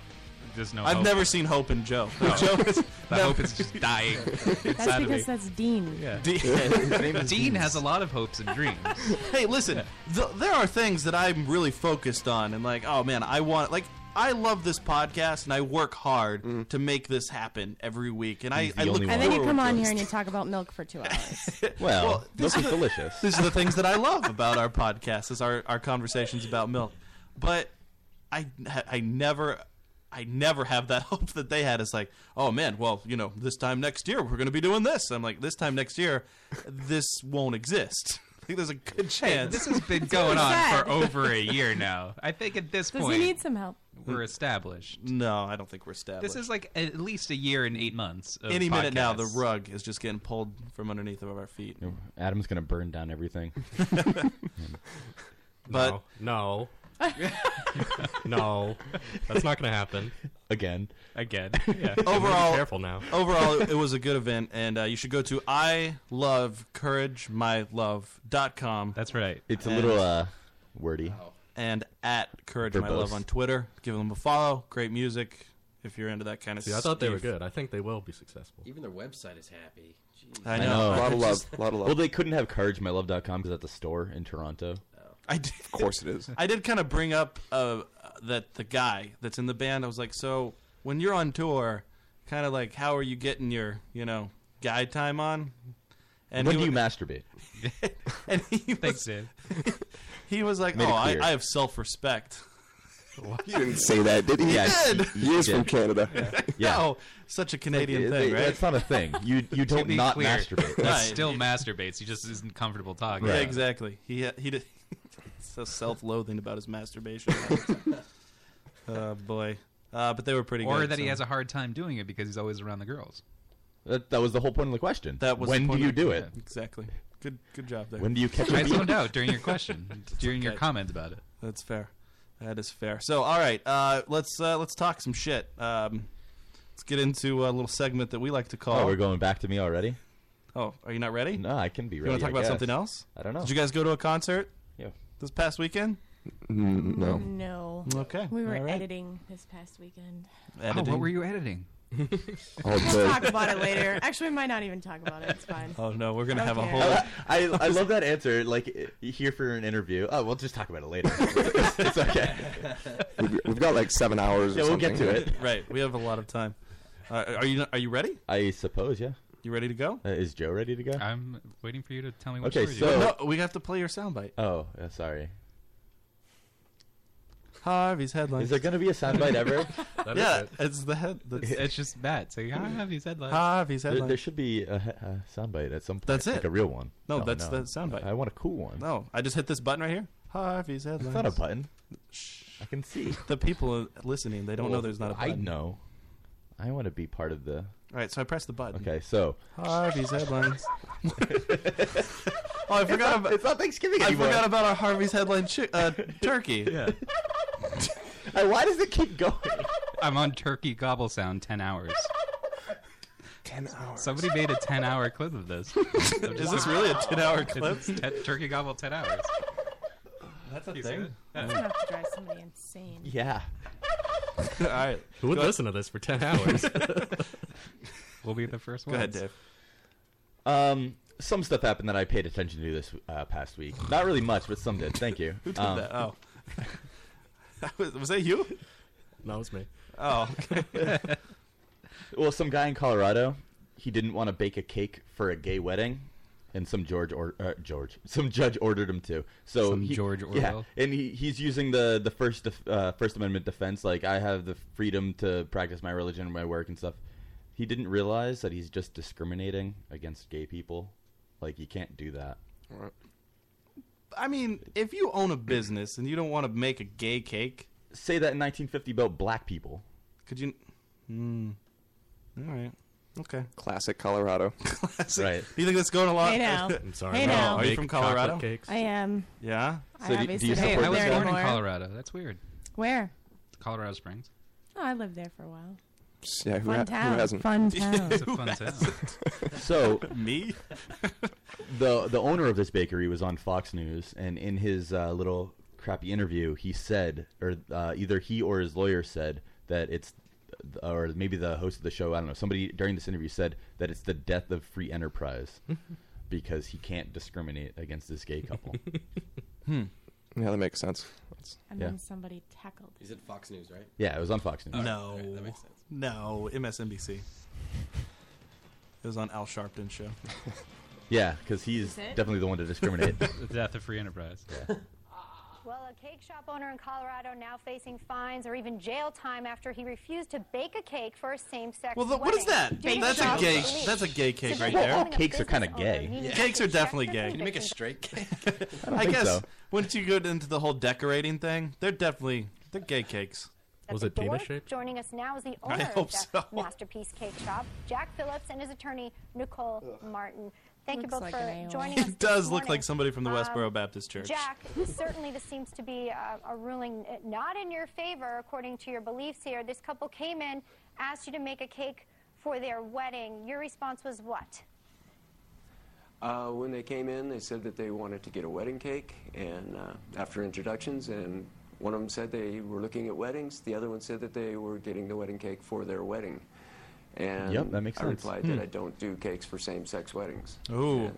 S7: There's
S4: I've
S7: hope.
S4: never seen hope in Joe.
S7: No.
S4: Joe is
S7: The hope is just dying
S8: That's
S7: inside of me.
S8: because that's Dean.
S7: Yeah.
S4: Dean-
S7: Dean has a lot of hopes and dreams.
S4: hey, listen, th- there are things that I'm really focused on, and like, oh man, I want like. I love this podcast, and I work hard
S7: Mm-hmm.
S4: to make this happen every week. And I,
S9: He's the
S4: I look
S9: only
S8: And then you
S4: forward
S8: come on
S4: to
S8: here
S4: it.
S8: and you talk about milk for two hours.
S9: Well,
S4: Well,
S9: this is delicious.
S4: These are the things that I love about our podcast is our, our conversations about milk. But I I never I never have that hope that they had. It's like, oh man, well, you know, this time next year we're going to be doing this. I'm like, this time next year, this won't exist. I think there's a good chance.
S7: This has been going on
S8: sad.
S7: for over a year now. I think at this
S8: Does
S7: point
S8: he need some help?
S7: we're established.
S4: no, I don't think we're established.
S7: This is like at least a year and eight months. Of
S4: any minute now, the
S7: podcasts.
S4: rug is just getting pulled from underneath of our feet.
S9: Adam's gonna burn down everything.
S4: But
S5: no, no, that's not gonna happen
S9: Again,
S7: again.
S5: Yeah,
S4: Overall-
S5: be careful now.
S4: overall, it was a good event, and uh, you should go to I love courage my com.
S7: That's right.
S9: it's a
S4: And-
S9: little uh, wordy.
S4: and at Courage My
S9: Verbose.
S4: Love on Twitter. Give them a follow. Great music if you're into that kind of
S5: See, I
S4: stuff.
S5: thought they were good. I think they will be successful.
S10: Even their website is happy. Jeez.
S4: I
S9: I
S4: know.
S9: know.
S6: A
S4: I,
S6: lot of love.
S4: just-
S6: A lot of love.
S9: Well, they couldn't have courageMyLove.com because that's a store in Toronto.
S4: I did,
S6: Oh. of course it is.
S4: I did kind of bring up uh, that the guy that's in the band. I was like, so when you're on tour, kind of like, how are you getting your, you know, guy time on? And
S9: when
S4: he
S9: do you
S4: wa-
S9: masturbate?
S4: and he
S7: Thanks,
S4: was,
S7: Dave.
S4: he was like,
S9: Made it
S4: oh, I,
S9: clear.
S4: I have self respect.
S6: You didn't say that, did he?
S9: Yeah, he-
S6: Yes.
S9: he
S6: he is
S9: did.
S6: from Canada.
S9: Yeah,
S4: Oh, such a Canadian
S9: It-
S4: thing,
S9: it-
S4: right?
S9: That's not a thing. You you don't
S7: be
S9: not
S7: clear.
S9: masturbate.
S7: He
S4: Right.
S7: still masturbates. He just isn't comfortable talking.
S4: Yeah,
S9: Right.
S4: exactly. He he did so self-loathing about his masturbation. oh boy. Uh, but they were pretty
S7: Or
S4: good.
S7: that he
S4: so-
S7: has a hard time doing it because he's always around the girls.
S9: That, that was the whole point of the question.
S4: That was the
S9: when do
S4: point
S9: you
S4: of-
S9: do it?
S4: Exactly. Good good job there.
S9: When do you catch
S7: I
S9: a beat?
S7: zoned out during your question, during your
S4: okay.
S7: comment about it.
S4: That's fair. That is fair. So all right, uh, let's uh, let's talk some shit. Um, let's get into a little segment that we like to call
S9: Oh, we're going back to me already.
S4: Oh, are you not ready?
S9: No, I can be
S4: you
S9: ready.
S4: want to talk
S9: I
S4: about
S9: guess.
S4: something else?
S9: I don't know.
S4: Did you guys go to a concert
S9: Yeah.
S4: this past weekend?
S6: Mm, No.
S8: No.
S4: Okay.
S8: We were
S4: all right.
S8: editing this past weekend.
S7: Oh,
S4: Editing.
S7: what were you editing?
S4: Oh,
S6: All
S8: We'll
S6: day.
S8: talk about it later. Actually, we might not even talk about it. It's fine.
S4: Oh, no, we're going to have a
S8: Okay.
S4: whole
S9: I, I love that answer. Like i- here for an interview. Oh, we'll just talk about it later. it's, it's okay.
S6: We've, we've got like seven hours.
S9: Yeah,
S6: or
S9: we'll
S6: something.
S9: get to it.
S4: Right. We have a lot of time. Uh, are you are you ready?
S9: I suppose. Yeah.
S4: You ready to go?
S9: Uh, is Joe ready to go?
S7: I'm waiting for you to tell me what
S9: Okay,
S7: story
S9: so-
S7: you
S4: No, we have to play your soundbite.
S9: oh, yeah, sorry.
S4: Harvey's headlines.
S9: Is there gonna be a soundbite ever?
S5: That is
S4: yeah,
S5: it.
S4: it's the head. That's
S7: It's, it's just bad. So you have these headlines.
S4: Harvey's
S9: there,
S4: headlines.
S9: there should be a, he- a soundbite at some point.
S4: That's
S9: like
S4: it.
S9: a real one.
S4: No, that's the soundbite.
S9: I, I want a cool one.
S4: no, I just hit this button right here. Harvey's headlines.
S9: It's not a button. I can see.
S4: The people listening, they don't know there's not a button.
S9: I know. I want to be part of the.
S4: All right, so I press the button.
S9: Okay, so
S4: Harvey's headlines. oh, I forgot about.
S9: it's not Thanksgiving
S4: I
S9: anymore.
S4: forgot about our Harvey's headline chi- uh, turkey. Yeah.
S9: Hey, why does it keep going?
S7: I'm on Turkey Gobble Sound 10 hours. 10 hours. Somebody made a 10 hour clip of this.
S4: Is this really a ten-hour clip?
S7: It's 10 Turkey Gobble 10 hours.
S4: That's a
S7: You see it?
S8: It's going to drive somebody insane.
S9: yeah.
S4: All right,
S5: Who would listen to this for ten hours?
S7: We'll be the first
S4: go
S7: one.
S4: ahead, Dave.
S9: Um, some stuff happened that I paid attention to this uh, past week. Not really much, but some did. Thank you.
S4: Who did
S9: Um,
S4: that? Oh, was, was that you?
S5: no, it's me.
S4: Oh, okay.
S9: Well, some guy in Colorado, he didn't want to bake a cake for a gay wedding, and some George or uh, George, some judge ordered him to. So
S7: Some
S9: he-
S7: George Orwell.
S9: Yeah, and he, he's using the the first def- uh, First Amendment defense, like I have the freedom to practice my religion and my work and stuff. He didn't realize that he's just discriminating against gay people. Like you can't do that.
S4: I mean, if you own a business and you don't want to make a gay cake,
S9: Say that in 1950 about black people.
S4: could you? Hmm. All right. Okay.
S6: Classic Colorado.
S9: Right.
S4: You think that's going a lot?
S8: Hey now.
S5: I'm sorry.
S8: Hey,
S5: No,
S8: now.
S4: Are you
S5: make
S4: from Colorado?
S5: chocolate Cakes.
S8: I am.
S4: Yeah.
S9: So do-
S8: I
S9: do
S8: obviously
S9: you
S8: don't
S7: Hey,
S9: support
S8: live
S7: I was
S8: there
S7: born
S8: anymore.
S7: in Colorado. That's weird.
S8: Where?
S7: Colorado Springs.
S8: Oh, I lived there for a while.
S6: Yeah, who,
S8: Fun
S6: ha-
S8: town.
S6: who hasn't?
S8: Fun town.
S7: It's a fun town.
S9: So
S4: Me?
S9: the the owner of this bakery was on Fox News, and in his uh, little crappy interview, he said, or uh, either he or his lawyer said that it's, uh, or maybe the host of the show, I don't know, somebody during this interview said that it's the death of free enterprise because he can't discriminate against this gay couple.
S6: Hmm. Yeah, that makes sense.
S8: And
S9: yeah.
S8: then somebody tackled.
S10: Is it Fox News, right?
S9: Yeah, it was on Fox News.
S4: No, no, MSNBC. It was on Al Sharpton show.
S9: Yeah, because he's
S11: Is it?
S9: definitely the one to discriminate.
S7: The death of free enterprise.
S11: Well, a cake shop owner in Colorado now facing fines or even jail time after he refused to bake a cake for a same-sex
S4: Well, th- what is that?
S11: wedding.
S4: that's a gay. That's a gay cake right there.
S11: Well, all cakes are kinda gay. Yeah.
S4: Cakes are definitely gay.
S11: Can you make a straight
S10: cake?
S4: I,
S9: don't think
S4: guess
S9: so.
S4: once you go into the whole decorating thing, they're definitely they're gay cakes.
S11: At the door. Joining us now is the
S4: I
S11: owner
S4: hope
S11: of that Masterpiece Cake Shop, Jack Phillips, and his attorney Nicole Martin. Thank you
S8: Looks
S11: both
S8: like an
S11: for
S8: aorta.
S11: joining us.
S4: It
S11: this
S4: does look
S11: morning.
S4: like somebody from the
S11: Um,
S4: Westboro Baptist Church.
S11: Jack, certainly this seems to be uh, a ruling uh, not in your favor, according to your beliefs here. This couple came in, asked you to make a cake for their wedding. Your response was what?
S12: Uh, when they came in, they said that they wanted to get a wedding cake, and uh, after introductions, and one of them said they were looking at weddings, the other one said that they were getting the wedding cake for their wedding. And
S9: Yep, that makes
S12: I
S9: sense.
S12: replied
S9: Hmm.
S12: that I don't do cakes for same-sex weddings.
S4: Ooh,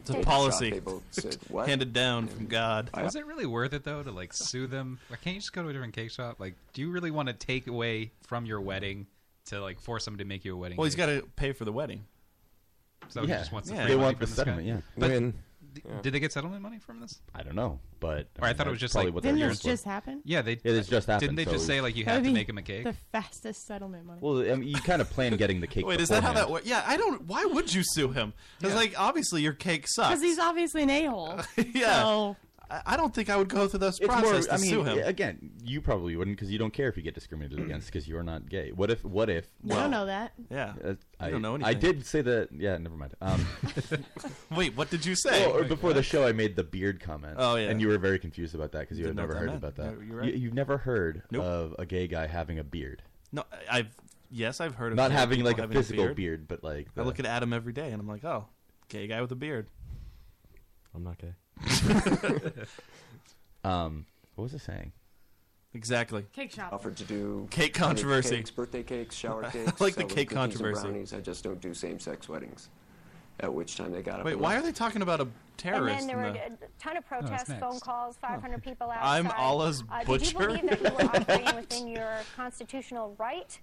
S4: it's
S12: They
S4: a
S12: just
S4: policy
S12: thought They both said, "What?"
S4: handed down from God.
S7: Was it really worth it though to like sue them? Like, can't you just go to a different cake shop? Like, do you really want to take away from your wedding to like force somebody to make you a wedding?
S4: Well, he's
S7: cake?
S4: got to pay for the wedding.
S7: So he Yeah. just wants the
S4: Yeah.
S7: free They money want from the this guy? settlement, yeah. But-
S9: d-
S7: Yeah. did they get settlement money from this?
S9: I don't know, but
S7: Or I thought it was just, like,
S8: Didn't this just happen?
S7: Yeah, they.
S9: Yeah, this just happened.
S7: Didn't they
S9: so
S7: just say like you
S8: That
S7: have
S8: would
S7: to
S8: be
S7: make him a cake?
S8: The fastest settlement money.
S9: Well, I mean, you kind of plan getting the cake.
S4: Wait, is that how that
S9: beforehand.
S4: works? Yeah, I don't. Why would you sue him? Because like obviously your cake sucks.
S8: Because he's obviously an a hole.
S4: Uh, yeah. I, I don't think I would go through this process to
S9: I mean,
S4: sue him.
S9: again, you probably wouldn't because you don't care if you get discriminated against because you're not gay. What if? What if?
S8: I don't know that.
S4: Yeah,
S9: Uh, I
S4: don't know
S9: I
S4: anything.
S9: did say that. Yeah, never mind. Um,
S4: Wait, what did you say?
S9: Well, or before the show, I made the beard comment.
S4: Oh, yeah.
S9: and you were very confused about that because you had
S4: Didn't know
S9: never
S4: what
S9: heard about
S4: that meant.
S9: that.
S4: You're- you're right.
S9: You, have never heard of a gay guy having a beard.
S4: No, I- I've yes, I've heard of
S9: Not
S4: gay
S9: having,
S4: people
S9: like, a physical
S4: beard.
S9: beard, but, like, uh,
S4: I
S9: the-
S4: look at Adam every day and I'm like, oh, gay guy with a beard.
S5: I'm not gay.
S9: Um, what was I saying?
S4: Exactly.
S8: Cake shop.
S12: Offered to do
S4: Cake
S12: honey
S4: controversy.
S12: cakes, birthday cakes, shower
S4: I
S12: cakes.
S4: like the
S12: I love
S4: cake
S12: cookies and
S4: controversy.
S12: brownies. I just don't do same-sex weddings. At which time they got up.
S4: Wait,
S12: and
S4: why are
S12: left.
S4: they talking about a
S11: And
S4: terrorist?
S11: then there
S4: in
S11: were
S4: the- Oh,
S11: a ton of protests,
S4: next.
S11: phone calls, 500 people outside.
S4: I'm Allah's
S11: uh,
S4: butcher?
S11: Did you believe that you were operating within your constitutional right?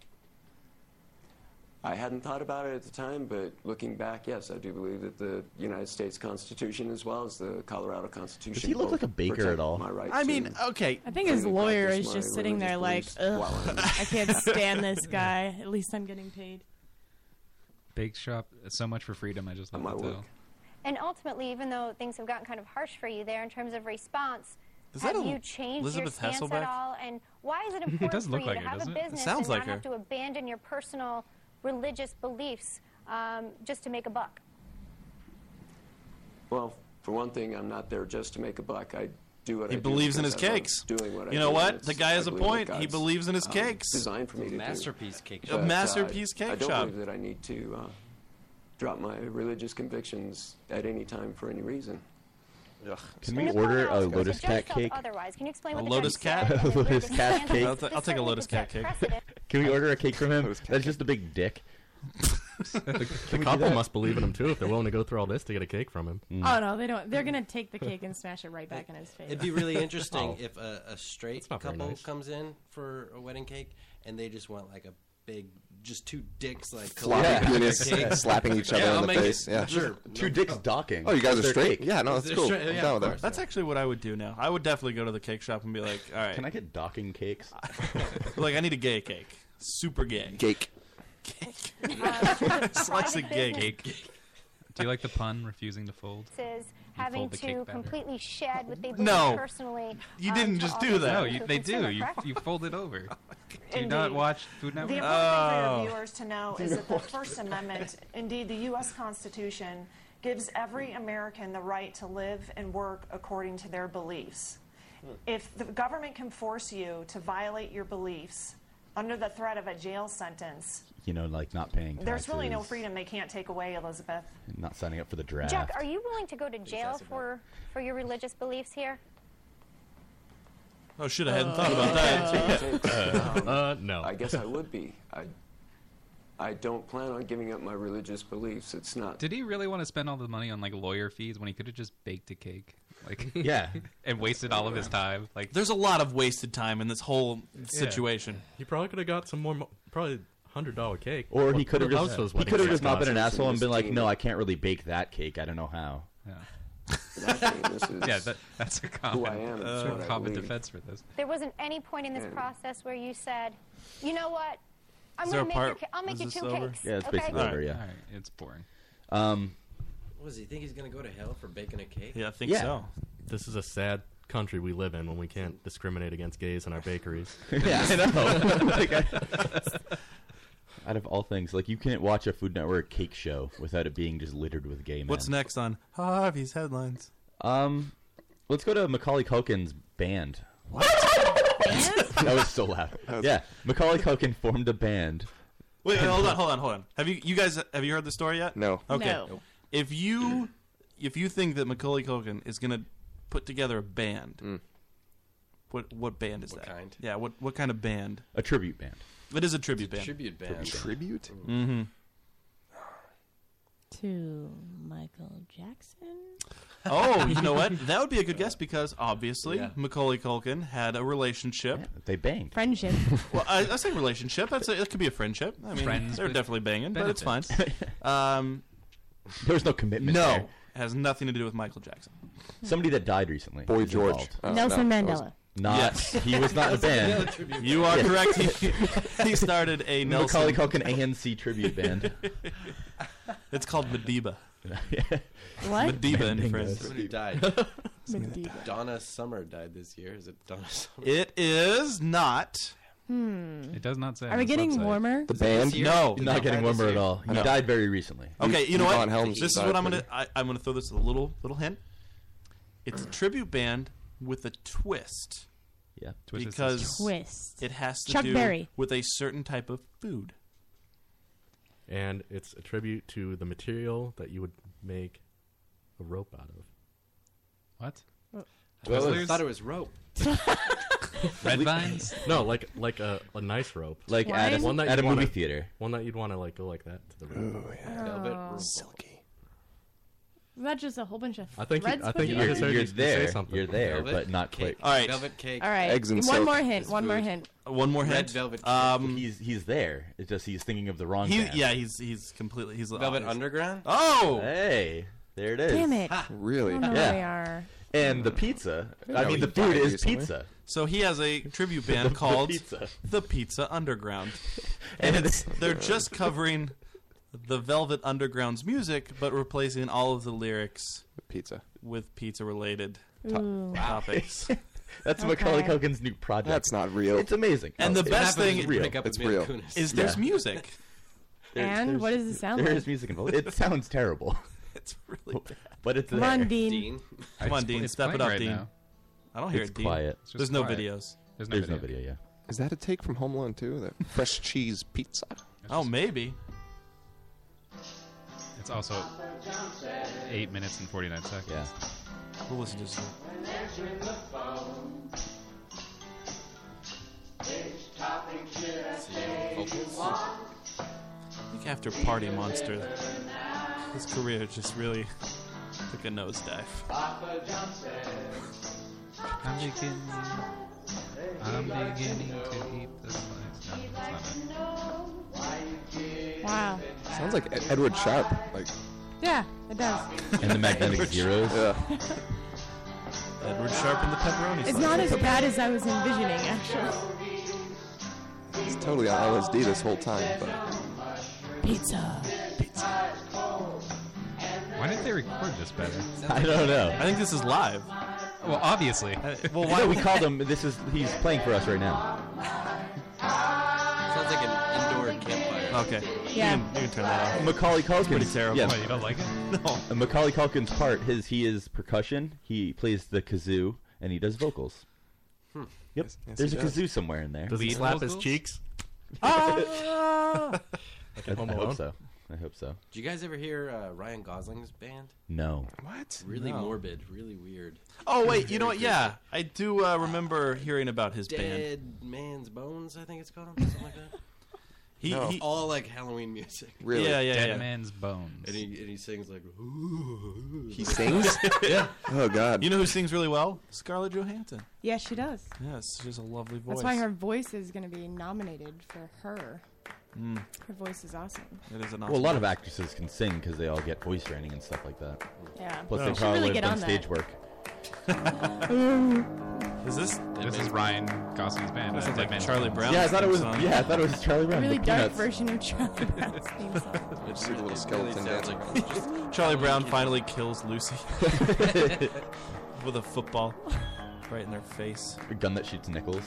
S12: I hadn't thought about it at the time, but looking back, yes, I do believe that the United States Constitution, as well as the Colorado Constitution,
S9: Does he look
S12: both
S9: like a baker
S12: protect
S9: at all?
S12: My right
S4: I mean,
S12: to-
S4: okay.
S8: I think his
S12: freely
S8: lawyer
S12: practice
S8: is
S12: my
S8: just sitting there like,
S12: religious beliefs
S8: ugh,
S12: while I'm-
S8: I can't stand this guy. At least I'm getting paid.
S7: Bake shop, so much for freedom. I just love it though.
S11: And ultimately, even though things have gotten kind of harsh for you there in terms of response,
S7: Is
S11: have
S7: that a
S11: you changed
S4: Elizabeth
S11: your stance
S4: Hasselbeck?
S11: at all? And why is it important
S4: does
S11: for
S4: look
S11: you
S4: like
S11: to
S4: her,
S11: have a
S4: doesn't it? It
S11: business
S4: sounds
S11: and
S4: like
S11: not
S4: her.
S11: have to abandon your personal religious beliefs um, just to make a buck?
S12: Well, for one thing, I'm not there just to make a buck. I do what
S4: He
S12: I do
S4: believes in
S12: because
S4: his
S12: I love
S4: cakes.
S12: Doing what I
S4: You know
S12: do,
S4: what?
S12: and it's-
S4: The guy
S12: I
S4: has a
S12: believe
S4: point.
S12: that
S4: He
S12: God's,
S4: believes in his
S12: um,
S4: cakes.
S12: Designed for me to do.
S10: Masterpiece cake
S12: But,
S4: shop.
S12: uh,
S4: Masterpiece cake
S12: I don't
S4: shop.
S12: believe that I need to uh, drop my religious convictions at any time for any reason.
S9: Can we order a lotus cat cake?
S11: Otherwise, can you explain
S4: A
S11: what
S4: lotus
S11: the judge said and
S4: cat?
S11: then where
S9: Lotus
S11: this
S9: cat
S11: stands?
S9: cake?
S4: I'll, ta- I'll take a lotus cat cake.
S9: Can we order a cake from him? That's just a big dick.
S5: The,
S9: we
S5: the
S9: do
S5: couple
S9: that? Mm.
S5: must believe in him too if they're willing to go through all this to get a cake from him.
S8: Oh no, they don't. They're gonna take the cake and smash it right back in his face.
S10: It'd be really interesting
S5: Oh.
S10: if a, a straight
S5: not very
S10: couple
S5: nice.
S10: comes in for a wedding cake and they just want like a big, just two dicks like
S6: Floppy
S10: colliding on the
S6: penis,
S10: cake.
S6: slapping each other
S10: yeah,
S6: in
S10: I'll
S6: the
S10: make
S6: face,
S10: It,
S6: yeah.
S10: sure.
S9: Two
S10: no
S9: dicks
S10: problem.
S9: docking.
S6: Oh, you guys are
S9: They're
S6: straight?
S9: cake.
S6: Yeah, no, that's
S10: They're
S6: cool.
S10: straight, oh,
S6: I'm
S10: yeah,
S6: down
S10: of
S6: with that.
S4: That's actually what I would do now. I would definitely go to the cake shop and be like, all right.
S9: Can I get docking cakes?
S4: like, I need a gay cake. Super gay.
S6: Cake.
S4: Slice of gay
S11: Private
S4: cake.
S7: Do you like the pun refusing to fold?
S11: Is having
S7: fold the cake
S11: to
S7: better.
S11: completely shed what they believe
S7: No.
S11: personally.
S4: You
S13: um,
S11: uh,
S4: didn't
S11: to
S4: just
S11: all
S4: do
S11: those
S4: that.
S7: No,
S11: people
S7: you,
S11: who
S7: they
S11: consider
S7: do. You,
S11: correct-
S7: you fold it over. do you not
S11: Indeed.
S7: watch Food
S13: The
S7: Network?
S13: important thing for
S4: Oh.
S13: your viewers to know is that the First Amendment, indeed the U.S. Constitution, gives every American the right to live and work according to their beliefs. If the government can force you to violate your beliefs, under the threat of a jail sentence.
S9: You know, like not paying.
S13: There's really no
S9: taxes,
S13: freedom they can't take away, Elizabeth.
S9: Not signing up for the draft.
S11: Jack, are you willing to go to jail for, for your religious beliefs here?
S4: Oh shit! I hadn't thought about that.
S12: Um, Uh, I guess I would be. I, I don't plan on giving up my religious beliefs. It's not.
S7: Did he really want to spend all the money on like lawyer fees when he could have just baked a cake? Like
S9: Yeah.
S7: and wasted all of his time. Like
S4: There's a lot of wasted time in this whole
S7: Yeah.
S4: situation.
S5: He probably could have got some more, mo- probably hundred dollar cake.
S9: Or he
S5: What-
S9: could have
S5: what else
S9: just,
S5: was
S9: he
S5: wedding
S9: could have
S5: cake
S9: just not been an
S5: cost?
S9: asshole and been like, no, I can't really bake that cake. I don't know how.
S7: yeah, that, that's a common,
S9: am,
S7: uh,
S9: that's what I
S7: common
S9: believe.
S7: defense for this.
S11: There wasn't any point in this
S7: Yeah.
S11: process where you said, you know what? I'm
S9: Is
S11: gonna
S9: there a
S11: make your,
S9: part-
S11: ca- I'll make
S9: is
S11: you
S9: this
S11: two
S9: over?
S11: cakes.
S9: Yeah, it's
S11: okay?
S9: basically over. Yeah,
S7: Alright, it's boring.
S9: Um,
S10: What does he think he's going to go to hell for baking a cake?
S5: This is a sad country we live in when we can't discriminate against gays in our bakeries.
S9: yeah, I know. Like, I- out of all things, like you can't watch a Food Network cake show without it being just littered with gay men.
S4: What's next on Harvey's headlines?
S9: Um, let's go to Macaulay Culkin's band. What? that was so loud. Yeah, Macaulay Culkin formed a band.
S4: Wait, wait, hold on, hold on, hold on. Have you you guys have you heard the story yet?
S9: No.
S4: Okay.
S9: No. Nope.
S4: If you if you think that Macaulay Culkin is gonna put together a band, what what band is that? Kind? Yeah. What what kind of band?
S9: A tribute band.
S4: It is a tribute band.
S10: Tribute band.
S6: Tribute?
S4: Mm-hmm.
S8: To Michael Jackson?
S4: Oh, you know what? That would be a good guess because obviously
S8: Yeah.
S4: Macaulay Culkin had a relationship.
S9: they banged.
S8: Friendship.
S4: Well, I, I say relationship. That's a, that could be a friendship. I mean,
S9: Friends
S4: they're
S9: with
S4: definitely banging, but it's
S9: benefits.
S4: fine. Um,
S9: There's no commitment.
S4: no,
S9: there.
S4: it has nothing to do with Michael Jackson.
S9: somebody that died recently.
S4: Boy
S9: was
S4: George.
S9: involved.
S4: Uh, Nelson no, that was- Mandela.
S9: Not
S4: Yes.
S9: he was not in the band.
S4: You are
S9: Yes.
S4: correct. He, he started a Nelson.
S9: Macaulay Culkin ANC tribute band.
S4: it's called Madiba.
S10: What?
S4: Madiba in
S10: Someone who
S4: French.
S10: died.
S8: Medieval.
S10: Donna Summer died this year. Is it Donna Summer?
S4: It is not.
S8: Hmm.
S4: Mm-hmm.
S7: It does not say.
S8: Are we getting warmer?
S6: The band?
S4: No,
S9: Not getting warmer at all. He died very recently.
S4: Okay, you know
S9: Yvonne
S4: what?
S9: Helms
S4: this is
S9: died
S4: what I'm
S9: pretty-
S4: gonna. I, I'm gonna throw this as a little little hint. It's a tribute band with a twist.
S9: Yeah,
S7: Twist is-
S4: because
S8: Twist.
S4: It has to
S8: Chuck
S4: do
S8: Berry.
S4: with a certain type of food.
S5: And it's a tribute to the material that you would make a rope out of.
S7: What?
S10: Well, I thought it was rope.
S5: Red vines? No, like like a, a nice rope,
S9: Like at a- Twine? at
S5: you'd
S9: a movie
S5: wanna-
S9: theater.
S5: one that you'd want to like go like that to the rope.
S8: Velvet Oh. rope. Silky. That's just a whole bunch of
S5: I think you-
S8: threads
S5: I think
S8: put
S5: you- I
S8: together?
S5: just heard
S9: You're
S5: you say
S9: there.
S5: something.
S9: You're there,
S5: Velvet
S9: but not
S5: cake.
S9: quick.
S4: All right.
S10: Velvet cake.
S8: All right.
S9: Eggs and
S8: one
S9: silk.
S8: more hint. One more hint.
S4: One more hint.
S10: Velvet.
S4: Um,
S9: he's he's there. It's just he's thinking of the wrong.
S4: He,
S9: band.
S4: yeah, he's he's completely he's
S10: Velvet
S4: he's-
S10: Underground?
S4: Oh,
S9: hey, there it is.
S4: Damn it. Ha.
S9: Really?
S4: I don't know
S9: yeah.
S4: where we are.
S9: And the pizza. I mean, the food
S4: he died
S9: is
S4: recently.
S9: pizza.
S4: So he has a tribute
S9: The
S4: band called
S9: Pizza.
S4: the Pizza Underground, and it's, they're just covering the Velvet Underground's music, but replacing all of the lyrics
S6: pizza
S4: with pizza-related
S6: To-
S4: Ooh. topics.
S9: That's Macaulay Culkin's new project.
S6: That's not real.
S9: It's amazing.
S4: And the best thing
S6: It's real.
S4: is there's
S9: Yeah.
S4: music.
S8: And what does it sound
S9: There
S8: like?
S9: is music involved. It sounds terrible.
S4: It's really bad.
S9: But it's
S8: Come
S9: there.
S8: on, Dean. Dean.
S4: Come on,
S9: It's-
S4: Dean,
S9: it's
S4: step it
S9: playing
S4: up,
S9: right
S4: Dean.
S9: now.
S4: I don't hear
S9: It's
S4: it, Dean.
S9: quiet. It's
S4: There's
S9: just
S4: no
S9: quiet.
S4: videos.
S7: There's
S9: no There's no video. video, yeah.
S6: Is that a take from Home Alone 2? The fresh cheese pizza?
S4: Oh, maybe.
S7: It's also eight minutes and forty nine seconds.
S9: Yeah.
S4: We'll listen to some. I think after Party Monster, his career just really took a nosedive.
S7: I'm beginning. I'm beginning to eat the slice. No, that's not
S8: Wow.
S6: Sounds like Ed- Edward Sharp. Like,
S8: Yeah, it does.
S9: And the magnetic zeros.
S4: Edward Sharp and the pepperoni.
S8: It's not as bad as I was envisioning, actually.
S6: he's totally on LSD this whole time. But
S8: Pizza.
S7: it. Why didn't they record this better?
S9: I don't know. Uh,
S4: I think this is live.
S7: Well, obviously.
S4: Uh, well,
S9: why no, we called him? This is he's playing for us right now.
S10: Sounds like an indoor campfire.
S4: Okay.
S8: Yeah.
S4: You can, you can turn that off.
S9: Macaulay Culkin.
S4: pretty terrible.
S9: Yes.
S4: Why, you don't like it? No.
S9: Uh, Macaulay Culkin's part, his he is percussion. He plays the kazoo and he does vocals. Yep.
S6: yes,
S4: Hmm.
S9: There's
S6: he
S9: a
S6: does.
S9: kazoo somewhere in there.
S5: Does he slap his cheeks?
S10: Ah!
S9: I hope so. I hope so.
S10: Do you guys ever hear uh, Ryan Gosling's band?
S9: No.
S10: What? Really
S4: No.
S10: morbid, really weird.
S4: Oh wait, you know what? Yeah, I do uh, remember hearing about his band.
S10: Dead Man's Bones, I think it's called. Something like that.
S4: He-
S10: No.
S4: he-
S10: all like Halloween music.
S4: Really? Yeah, yeah,
S7: Dead
S4: yeah.
S7: Man's Bones.
S10: And he, and he sings like.
S4: He
S10: sings?
S4: yeah.
S6: Oh God.
S4: You know who sings really well? Scarlett Johansson.
S8: Yes, she does.
S4: Yes, she has a lovely voice.
S8: That's why her voice is going to be nominated for her.
S9: Mm.
S8: Her voice is awesome.
S4: It is an
S9: Well, a lot of actresses can sing because they all get voice training and stuff like that.
S8: Yeah.
S9: Plus,
S8: Yeah.
S9: they
S8: Should really
S9: probably have
S8: get
S9: done
S8: on that.
S9: stage work.
S4: Is this?
S7: This is Ryan Gosling's band.
S4: That sounds
S7: Dead
S4: like
S7: Man's
S4: Charlie
S7: Bones.
S4: Brown.
S9: yeah, I thought it was.
S4: theme song.
S9: Yeah, I thought it was Charlie Brown.
S8: really
S9: the
S8: dark
S9: Peanuts.
S8: version of Charlie Brown's theme song.
S6: It's a little skeleton dancing.
S4: Charlie Brown finally kills Lucy with a football right in their face.
S9: A gun that shoots nickels.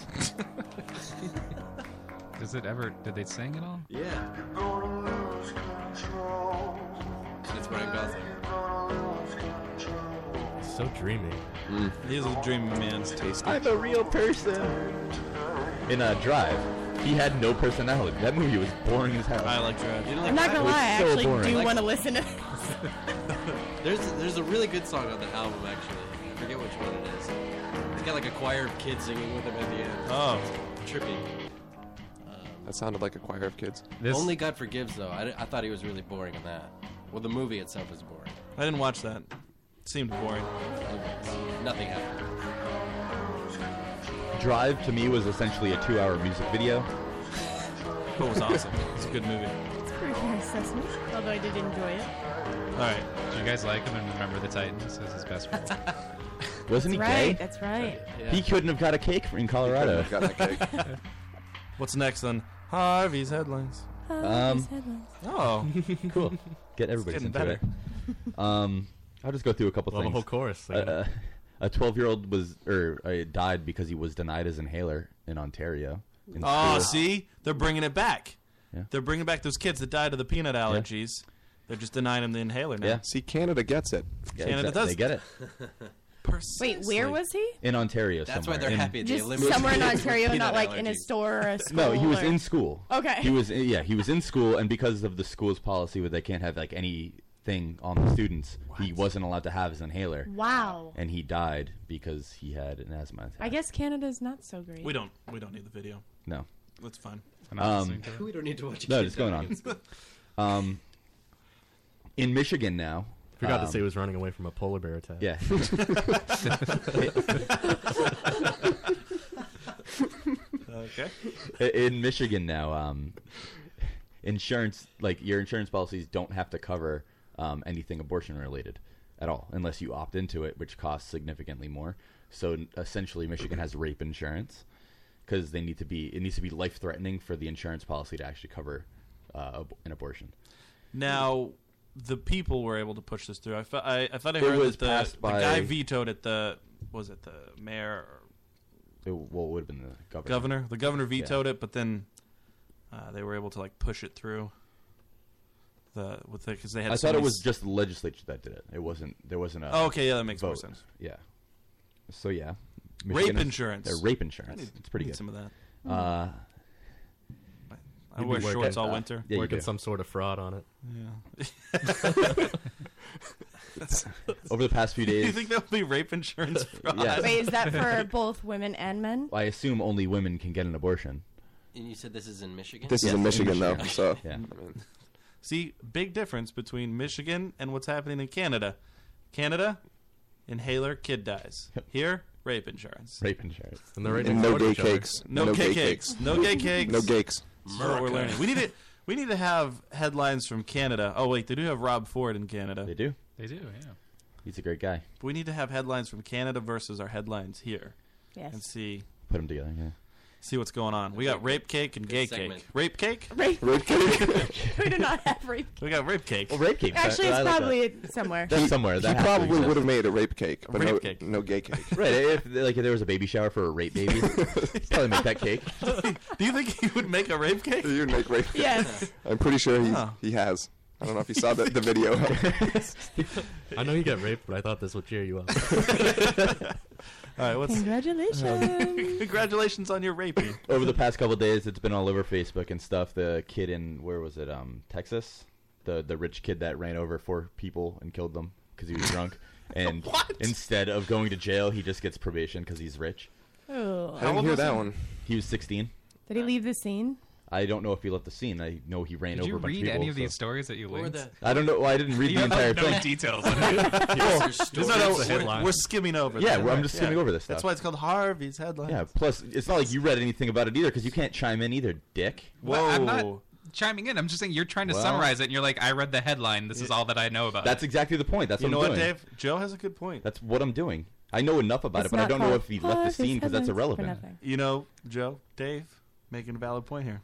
S7: Does it ever? Did they sing at all?
S10: Yeah. And it's Ryan Gosling.
S5: So dreamy.
S4: He's a dreamy man. Tasty.
S9: I'm a real person. In uh, Drive, he had no personality. That movie was boring as hell.
S4: I like Drive.
S8: I'm not going to lie, I
S9: so
S8: actually
S9: boring.
S8: do
S9: Like-
S8: want to listen to this.
S10: There's there's a really good song on the album actually. I forget which one it is. It's got like a choir of kids singing with him at the end.
S4: Oh.
S10: trippy.
S6: That sounded like a choir of kids.
S10: Only God Forgives though. I, I thought he was really boring in that. Well, the movie itself is boring.
S4: I didn't watch that. seemed boring.
S10: Nothing happened.
S9: Drive to me was essentially a two-hour music video.
S4: But it was awesome. It's a good movie.
S8: It's a pretty fair assessment, although I did enjoy it.
S4: All right.
S7: Do you guys like him and remember the Titans as his best friend?
S9: Wasn't
S8: That's
S9: he
S8: right,
S9: gay?
S8: that's right.
S9: He couldn't have got a cake in Colorado.
S4: What's next on Harvey's headlines?
S9: Harvey's
S8: headlines.
S4: Oh,
S9: Um, cool. Get everybody's
S4: getting
S9: into
S4: better.
S9: it. Um, I'll just go through a couple
S5: Well, the
S9: things.
S5: whole chorus,
S9: Uh,
S5: yeah.
S9: uh, a twelve-year-old was or uh, died because he was denied his inhaler in Ontario. in
S4: Oh,
S9: school.
S4: see, they're bringing it back.
S9: Yeah.
S4: They're bringing back those kids that died of the peanut allergies. They're just denying them the inhaler now.
S9: Yeah.
S6: See, Canada gets it.
S9: Yeah,
S4: Canada
S9: exactly.
S4: does.
S9: They get it
S8: Wait, where was he?
S9: in Ontario.
S10: That's why
S9: somewhere.
S10: they're
S9: In-
S10: happy they
S8: Just
S10: eliminated
S8: somewhere in
S10: kids with
S8: Ontario,
S10: peanut
S8: not like in a
S10: allergies.
S8: store or a school.
S9: No, he was
S8: or-
S9: in school.
S8: Okay.
S9: He was in, yeah, he was in school, and because of the school's policy where they can't have like anything on the students, he wasn't allowed to have his inhaler.
S8: Wow.
S9: And he died because he had an asthma attack.
S8: I guess Canada's not so great.
S4: We don't. We don't need the video.
S9: No.
S4: That's fine.
S9: Um,
S10: We don't need to watch. a
S9: no,
S10: kid
S9: just going
S10: die.
S9: on. um, in Michigan now.
S5: Forgot
S9: um,
S5: to say he was running away from a polar bear attack.
S9: Yeah.
S4: Okay.
S9: I- In Michigan now, um, insurance like your insurance policies don't have to cover um, anything abortion related at all, unless you opt into it, which costs significantly more. So n- essentially, Michigan has rape insurance because they need to be it needs to be life threatening for the insurance policy to actually cover uh, ab- an abortion.
S4: Now, the people were able to push this through. I, fe- I, I thought I
S9: It
S4: heard
S9: was
S4: that the,
S9: passed
S4: the
S9: by-
S4: guy vetoed it. The was it the mayor or
S9: It, well, it would have been the governor.
S4: governor? The governor
S9: Yeah.
S4: vetoed it, but then uh, they were able to like push it through. The with because they had.
S9: I
S4: so
S9: thought it
S4: many
S9: was
S4: s-
S9: just the legislature that did it. It wasn't. There wasn't a.
S4: Oh, okay, yeah, that makes more
S9: vote.
S4: sense.
S9: Yeah. So yeah.
S4: Rape
S9: is-
S4: insurance.
S9: uh, rape
S4: I
S9: insurance.
S4: need-
S9: It's pretty
S4: need
S9: good.
S4: some of that.
S9: Uh,
S4: I wear shorts all winter.
S9: Yeah, you
S5: working
S9: do.
S5: some sort of fraud on it.
S9: Over the past few days.
S4: you think that would be rape insurance fraud?
S9: Yeah.
S8: Wait, is that for both women and men?
S9: I assume only women can get an abortion.
S10: And you said this is in Michigan.
S6: This is in Michigan, though, so
S9: Yeah.
S6: I mean,
S4: See, big difference between Michigan and what's happening in Canada. Canada, inhaler, kid dies. Here, rape insurance.
S9: Rape insurance.
S5: And they're right
S6: and
S5: next door
S6: no
S5: to
S6: gay
S5: each other.
S6: cakes.
S4: No, gay cakes. No gay cakes.
S6: No cakes.
S4: That's what we're learning. We need it. We need to have headlines from Canada. Oh wait, they do have Rob Ford in Canada.
S9: They do.
S7: They do, yeah.
S9: He's a great guy.
S4: But we need to have headlines from Canada versus our headlines here.
S8: Yes.
S4: And see
S9: Put them together. Yeah.
S4: see what's going on. We got rape cake and gay
S10: segment.
S4: cake. Rape cake?
S8: Rape.
S6: Rape cake.
S8: we do not have rape.
S4: We got rape cake.
S9: Well, rape cakes.
S8: Actually,
S9: I- I
S8: it's
S9: like
S8: probably
S9: that.
S8: it somewhere.
S9: That's somewhere.
S6: He
S9: That has to
S6: probably
S9: exist.
S6: would have made a rape cake, but
S4: Rape
S6: no,
S4: cake.
S6: no gay cake.
S9: Right. If like if there was a baby shower for a rape baby, probably make that cake.
S4: do you think he would make a rape cake?
S6: You would make rape. Cake.
S8: Yes.
S6: I'm pretty sure he,
S4: Huh.
S6: he has. I don't know if you saw the, the video.
S5: I know you got raped, but I thought this would cheer you up.
S4: All right, what's
S8: Congratulations.
S4: Congratulations on your rapey.
S9: over the past couple days, it's been all over Facebook and stuff. The kid in where was it? Um, Texas. The the rich kid that ran over four people and killed them because he was drunk. And instead of going to jail, he just gets probation because he's rich.
S8: Oh.
S9: He was 16.
S8: Did he leave the scene?
S9: I don't know if he left the scene. I know he ran
S7: Did
S9: over
S7: you
S9: a bunch
S7: read
S9: of people.
S7: any of these
S9: so-
S7: stories that you
S9: Or
S7: linked?
S9: the- I don't know. Well, I didn't read
S7: You
S9: the
S7: have
S9: entire
S7: no
S9: thing.
S7: details on it.
S9: Yeah.
S7: Here's your
S4: Oh, No,
S7: story.
S9: It's
S4: no,
S9: a
S4: we're,
S9: headline.
S4: we're skimming over.
S9: Yeah,
S4: that.
S9: well, I'm just skimming over this
S4: That's
S9: stuff.
S4: why it's called Harvey's headline.
S9: Yeah. Plus, it's not like you read anything about it either because you can't chime in either, Dick.
S7: Well, I'm not chiming in. I'm just saying you're trying to
S9: Well-
S7: summarize it, and you're like, I read the headline. This is all that I know about.
S9: That's exactly the point. That's
S4: Uh, you
S9: what
S4: know
S9: I'm
S4: what,
S9: doing.
S4: Dave? Joe has a good point.
S9: That's what I'm doing. I know enough about
S4: It's
S9: it, but I
S4: not
S9: don't know
S4: called
S9: if he left the
S4: Harvey's
S9: scene because that's
S4: Headlines for
S9: irrelevant.
S8: nothing.
S4: You know, Joe, Dave, making a valid point here.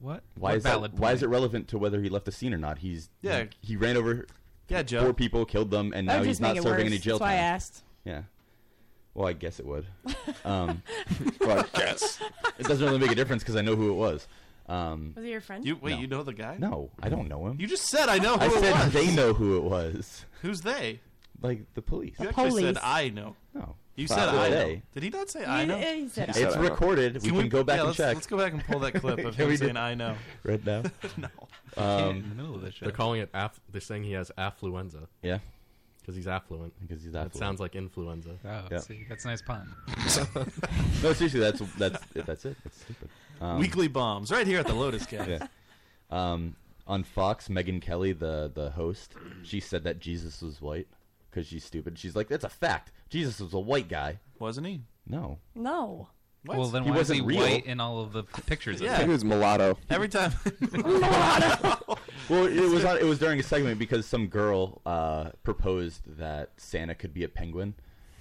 S7: What?
S9: Why is that, Why is it relevant to whether he left the scene or not? He's
S4: Yeah.
S9: He, he ran over
S4: Yeah, Joe.
S9: four people, killed them, and
S8: That
S9: now
S8: would
S9: he's
S8: just make
S9: not
S8: it
S9: serving
S8: worse.
S9: any jail
S8: That's why I
S9: time.
S8: asked.
S9: Yeah. Well, I guess it would. Um, well, I guess it doesn't really make a difference because I know who it was. Um,
S8: Was he your friend?
S4: You wait.
S9: No.
S4: You know the guy?
S9: No, I don't know him.
S4: You just said I know who
S9: I
S4: it
S9: said
S4: was.
S9: they know who it was.
S4: Who's they?
S9: Like the police.
S4: You actually said I know.
S9: No.
S4: You
S9: Well,
S4: said
S9: I
S4: I
S9: would
S4: know.
S9: say.
S4: Did he not say
S9: You-
S4: I know?
S9: he said He I said know. It's recorded. We can go back
S4: yeah,
S9: and
S4: let's-
S9: check.
S4: Let's go back and pull that clip of
S9: Can
S4: him
S9: we
S4: saying
S9: do-
S4: I know.
S9: Right now?
S4: no.
S9: Um,
S4: in the middle of the show.
S5: They're calling it. Aff- they're saying he has affluenza.
S9: Yeah.
S5: Because he's affluent.
S9: Because he's
S5: That
S9: affluent.
S5: sounds like influenza.
S7: Oh,
S9: Yeah.
S7: see, that's a nice pun.
S9: no, seriously, that's that's it, that's it. That's stupid. Um,
S4: Weekly bombs, right here at the Lotus Cast.
S9: Yeah. Um, on Fox, Megan Kelly, the the host, she said that Jesus was white because she's stupid. She's like, that's a fact. Jesus was a white guy,
S4: wasn't he?
S9: No,
S8: No.
S7: Well, then
S9: He
S7: why is
S9: wasn't
S7: he
S9: real.
S7: white in all of the pictures?
S9: Yeah. I think it was mulatto.
S4: Every time.
S9: well, it was on, it was during a segment because some girl uh, proposed that Santa could be a penguin,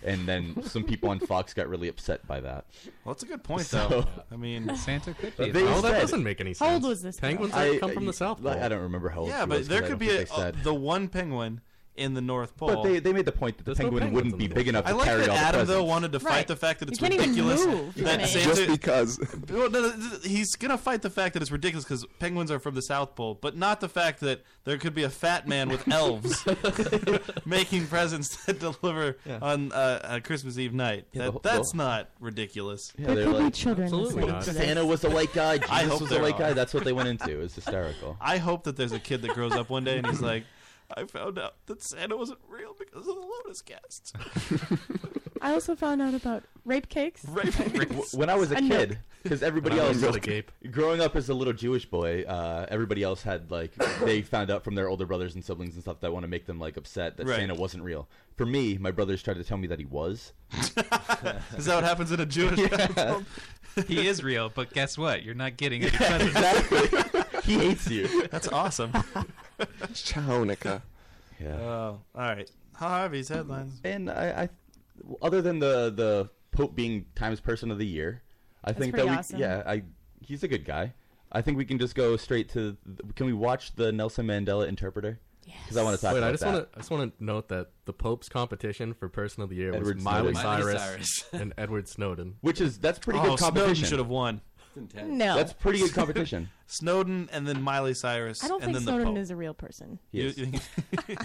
S9: and then some people on Fox got really upset by that.
S4: Well, that's a good point,
S9: So-
S4: though. I mean,
S7: Santa could
S9: be a They penguin.
S5: Oh, that
S9: said-
S5: doesn't make any sense.
S4: How old was this girl?
S5: Penguins
S4: I-
S5: don't come from the South Pole.
S9: Like, I don't remember how old.
S4: Yeah,
S9: she
S4: but
S9: was,
S4: there
S9: 'cause I
S4: could
S9: don't
S4: be a,
S9: think they said.
S4: the one penguin in the North Pole.
S9: But they, they made the point that the
S4: no
S9: penguin
S4: penguins
S9: wouldn't
S4: in
S9: be
S4: the
S9: big enough
S4: North
S9: to
S4: Pole. I like
S9: carry
S4: that
S9: all the
S4: Adam, though,
S9: presents.
S4: wanted to fight
S8: Right.
S4: the fact that
S8: You
S4: it's
S8: can't even
S4: ridiculous.
S8: move from
S4: that
S8: it.
S4: Santa,
S8: Just
S6: because.
S4: Well, no, no, th- he's gonna fight the fact that it's ridiculous because penguins are from the South Pole, but not the fact that there could be a fat man with elves making presents that deliver on uh, uh, Christmas Eve night.
S9: Yeah,
S4: that,
S9: the whole-
S4: that's
S9: the-
S4: not ridiculous.
S9: Yeah, There they're could be like- children
S4: Absolutely
S9: listening
S4: not.
S9: to this. Santa was a white guy,
S4: I
S9: Jesus
S4: hope
S9: was a
S4: there
S9: white guy.
S4: are.
S9: That's what they went into. It was hysterical.
S4: I hope that there's a kid that grows up one day and he's like, I found out that Santa wasn't real because of the Lotus cast.
S8: I also found out about rape cakes.
S4: Rape
S9: W- when I was a
S8: And milk.
S9: kid, because everybody
S5: When I
S9: else,
S5: was a kid.
S9: growing up as a little Jewish boy, uh, everybody else had like they found out from their older brothers and siblings and stuff that want to make them like upset that
S4: Right.
S9: Santa wasn't real. For me, my brothers tried to tell me that he was.
S4: Is that what happens in a Jewish household?
S7: he is real, but guess what? You're not getting any presents.
S9: he hates you.
S4: That's awesome.
S6: Chahonica.
S9: Yeah.
S4: Oh, all right. Harvey's headlines.
S9: And I, I, other than the the Pope being Times Person of the Year, I
S4: That's
S9: think that
S4: pretty
S9: we
S4: awesome.
S9: yeah, I he's a good guy. I think we can just go straight to. th- Can we watch the Nelson Mandela interpreter? Because I want to talk
S5: Wait,
S9: about
S5: I just
S9: that.
S5: want to. I just want to note that the Pope's competition for Person of the Year
S9: Edward
S5: was Miley
S9: Snowden.
S7: Miley
S5: Cyrus,
S7: Cyrus.
S5: and Edward Snowden,
S9: Which is that's pretty
S4: Oh,
S9: good
S4: Snowden
S9: competition.
S4: should have won.
S8: No.
S9: that's pretty good competition.
S4: Snowden and then Miley Cyrus.
S8: I don't
S4: and
S8: think
S4: then
S8: Snowden
S4: the
S8: is a real person.
S9: He is.
S4: You- you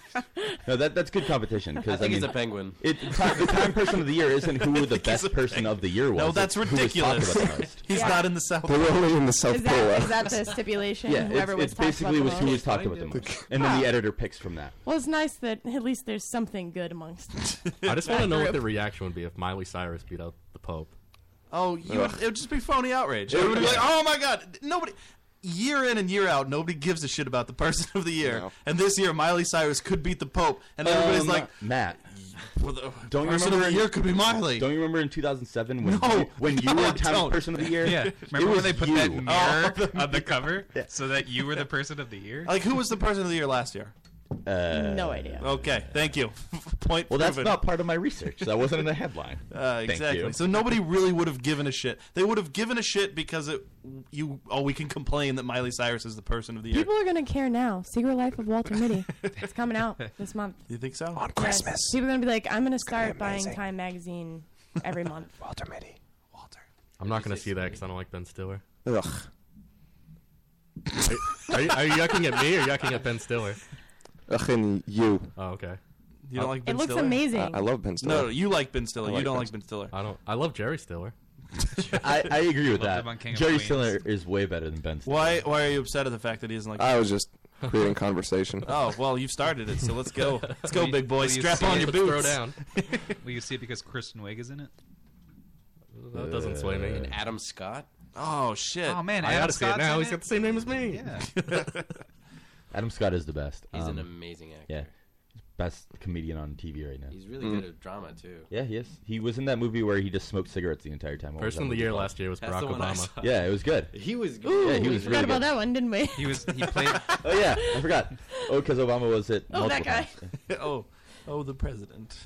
S9: no, that that's good competition. Because
S10: I think
S9: mean,
S10: he's a penguin.
S9: It, ti- the time person of the year isn't who the best person of the year was.
S4: No,
S9: it's
S4: that's
S9: who was talked
S4: ridiculous.
S9: about the most.
S4: He's
S8: Yeah.
S4: not in the South.
S6: They're only in the South
S8: Is that,
S6: Pole.
S8: is that the stipulation?
S9: Yeah,
S8: Whoever
S9: it's,
S8: was
S9: it's
S8: talked
S9: basically
S8: about
S9: was
S8: the
S9: who
S8: most?
S9: was talked about the most, and then the editor picks from that.
S8: Well, it's nice that at least there's something good amongst them.
S5: I just want to
S8: That
S5: know what
S8: group.
S5: the reaction would be if Miley Cyrus beat out the Pope.
S4: Oh, you would,
S5: Ugh.
S4: it would just be phony outrage. It would be like, oh my god, nobody. Year in and year out, nobody gives a shit about the person of the year. And this year, Miley Cyrus could beat the Pope, and everybody's
S9: Um,
S4: like,
S9: Matt.
S4: well, the
S9: Don't you
S4: person
S9: remember
S4: of the year could be Miley.
S9: Don't you remember in 2007 when
S4: No,
S9: you, when you
S4: no, I
S9: were Times
S4: don't.
S9: Person of the Year?
S7: Yeah,
S9: It
S7: remember when
S9: was
S7: they put
S9: you.
S7: that
S4: Oh,
S7: mirror on the cover so that you were the person of the year?
S4: Like, who was the person of the year last year?
S9: Uh,
S8: No idea.
S4: Okay, thank you. Point
S9: Well, that's
S4: proven.
S9: not part of my research. That wasn't in the headline.
S4: Uh,
S9: Thank
S4: exactly.
S9: you.
S4: So nobody really would have given a shit. They would have given a shit because it you oh we can complain that Miley Cyrus is the person of the year.
S8: People are going to care now. Secret Life of Walter Mitty. it's coming out this month.
S4: you think so?
S8: Yes. People are going to be like, I'm going to start buying Time magazine every month.
S6: Walter Mitty.
S5: I'm not going to see that because I don't like Ben Stiller.
S6: Ugh.
S5: Are you, are you yucking at me or yucking at Ben Stiller?
S6: Ugh, and you.
S5: Oh, okay.
S4: You don't like Ben
S8: It looks
S4: Stiller?
S8: amazing.
S6: I love Ben Stiller.
S4: No, no, you like Ben Stiller.
S6: I
S4: you
S6: like
S4: don't
S6: Ben
S4: like Ben Stiller.
S5: I don't. I love Jerry Stiller.
S9: I, I agree with
S4: Love
S9: that.
S4: him on King of
S9: Jerry
S4: Queens.
S9: Stiller is way better than Ben. Stiller.
S4: Why? Why are you upset at the fact that he isn't like?
S6: I was just creating conversation.
S4: Oh well, you've started it, so let's go. Let's go,
S7: Will you-
S4: big boy.
S7: will you
S4: Strap
S7: see
S4: on
S7: it?
S4: your boots.
S7: will you see it because Kristen Wiig is in it?
S5: That doesn't sway me.
S6: Uh,
S10: And Adam Scott.
S4: Oh shit!
S7: Oh man,
S5: I
S7: Adam
S5: gotta see it
S7: Scott's
S5: now.
S7: in
S5: He's got the same name as me.
S7: Yeah.
S9: Adam Scott is the best. Um,
S10: He's an amazing actor.
S9: Yeah, best comedian on TV right now.
S10: He's really
S9: Mm.
S10: good at drama too.
S9: Yeah, he is. He was in that movie where he just smoked cigarettes the entire time. What was
S5: Person of the
S9: that movie
S5: year
S9: called?
S5: last year was
S10: That's
S5: Barack
S10: the one I
S5: Obama.
S10: saw.
S9: Yeah, it was good.
S10: He was
S9: Ooh,
S10: good.
S9: yeah, he
S8: we
S9: was
S8: forgot
S9: really
S8: about
S9: good.
S8: that one, didn't we?
S7: He was he played
S9: Oh yeah, I forgot. Oh, because Obama was it.
S8: Oh, that
S9: multiple
S8: guy.
S9: times.
S4: oh, oh, the president.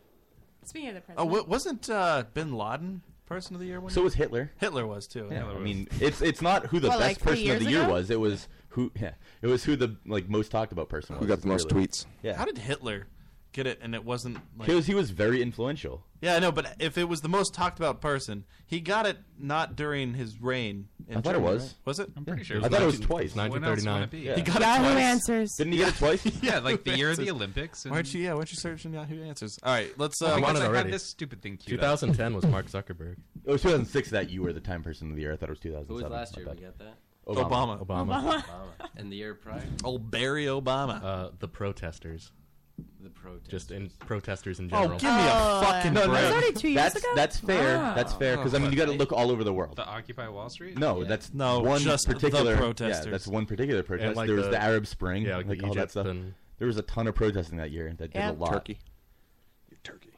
S8: Speaking of the president,
S4: Oh, wa- wasn't uh, Bin Laden Person of the Year one?
S9: So
S4: year?
S9: was Hitler.
S4: Hitler was too.
S9: Yeah,
S4: Hitler
S9: I
S4: was.
S9: mean, it's it's not who the
S4: What, like,
S9: best
S4: three
S9: person of
S4: years
S9: the year
S4: ago?
S9: was. It was who yeah, it was who the like most talked about person was.
S6: Who got the most
S9: really.
S6: tweets?
S9: Yeah,
S4: How did Hitler get it? And it wasn't. Like,
S9: he was he was very influential.
S4: yeah, I know. But if it was the most talked about person, he got it not during his reign. In
S9: I thought it
S4: Germany,
S9: was.
S4: right? Was it?
S7: I'm pretty sure.
S9: I thought it was
S7: 19
S9: twice.
S7: When else would it be?
S9: Yeah.
S4: He got
S8: Yahoo
S4: it twice.
S8: answers.
S9: Didn't he get it twice?
S7: Yeah, like the year of the
S4: Answers.
S7: Olympics. And
S4: Why aren't you? Yeah, why aren't you searching Yahoo Answers? All right, let's.
S7: Oh,
S4: Uh,
S7: I
S4: let's-
S7: guess I had this stupid thing queued up.
S5: 2010 was Mark Zuckerberg.
S9: It was 2006 that you were the time person of the year. I thought it was 2007.
S10: Who was last
S9: My
S10: year? We
S9: bad.
S10: got that.
S4: Obama.
S5: Obama.
S10: Obama. And the year prior,
S4: Old Barry Obama.
S5: Uh, the protesters.
S10: the protest.
S5: Just in protesters in
S4: Oh,
S5: general.
S4: give me a Oh, fucking
S9: no, no,
S4: yeah. break.
S9: no.
S4: Was that
S8: only two years
S9: that's,
S8: ago?
S9: That's fair. That's fair because I mean you got to look all over the world.
S7: the Occupy Wall Street.
S9: No, that's
S4: No,
S9: one
S4: just the
S9: particular
S4: protesters.
S9: Yeah, that's one particular protest.
S5: like
S9: there was
S5: the-
S9: the, Arab Spring,
S5: yeah, like
S9: like,
S5: the
S9: all
S5: Egypt
S9: that stuff.
S5: and-
S9: There was a ton of protesting that year that
S8: Yeah.
S9: did a lot.
S6: Turkey.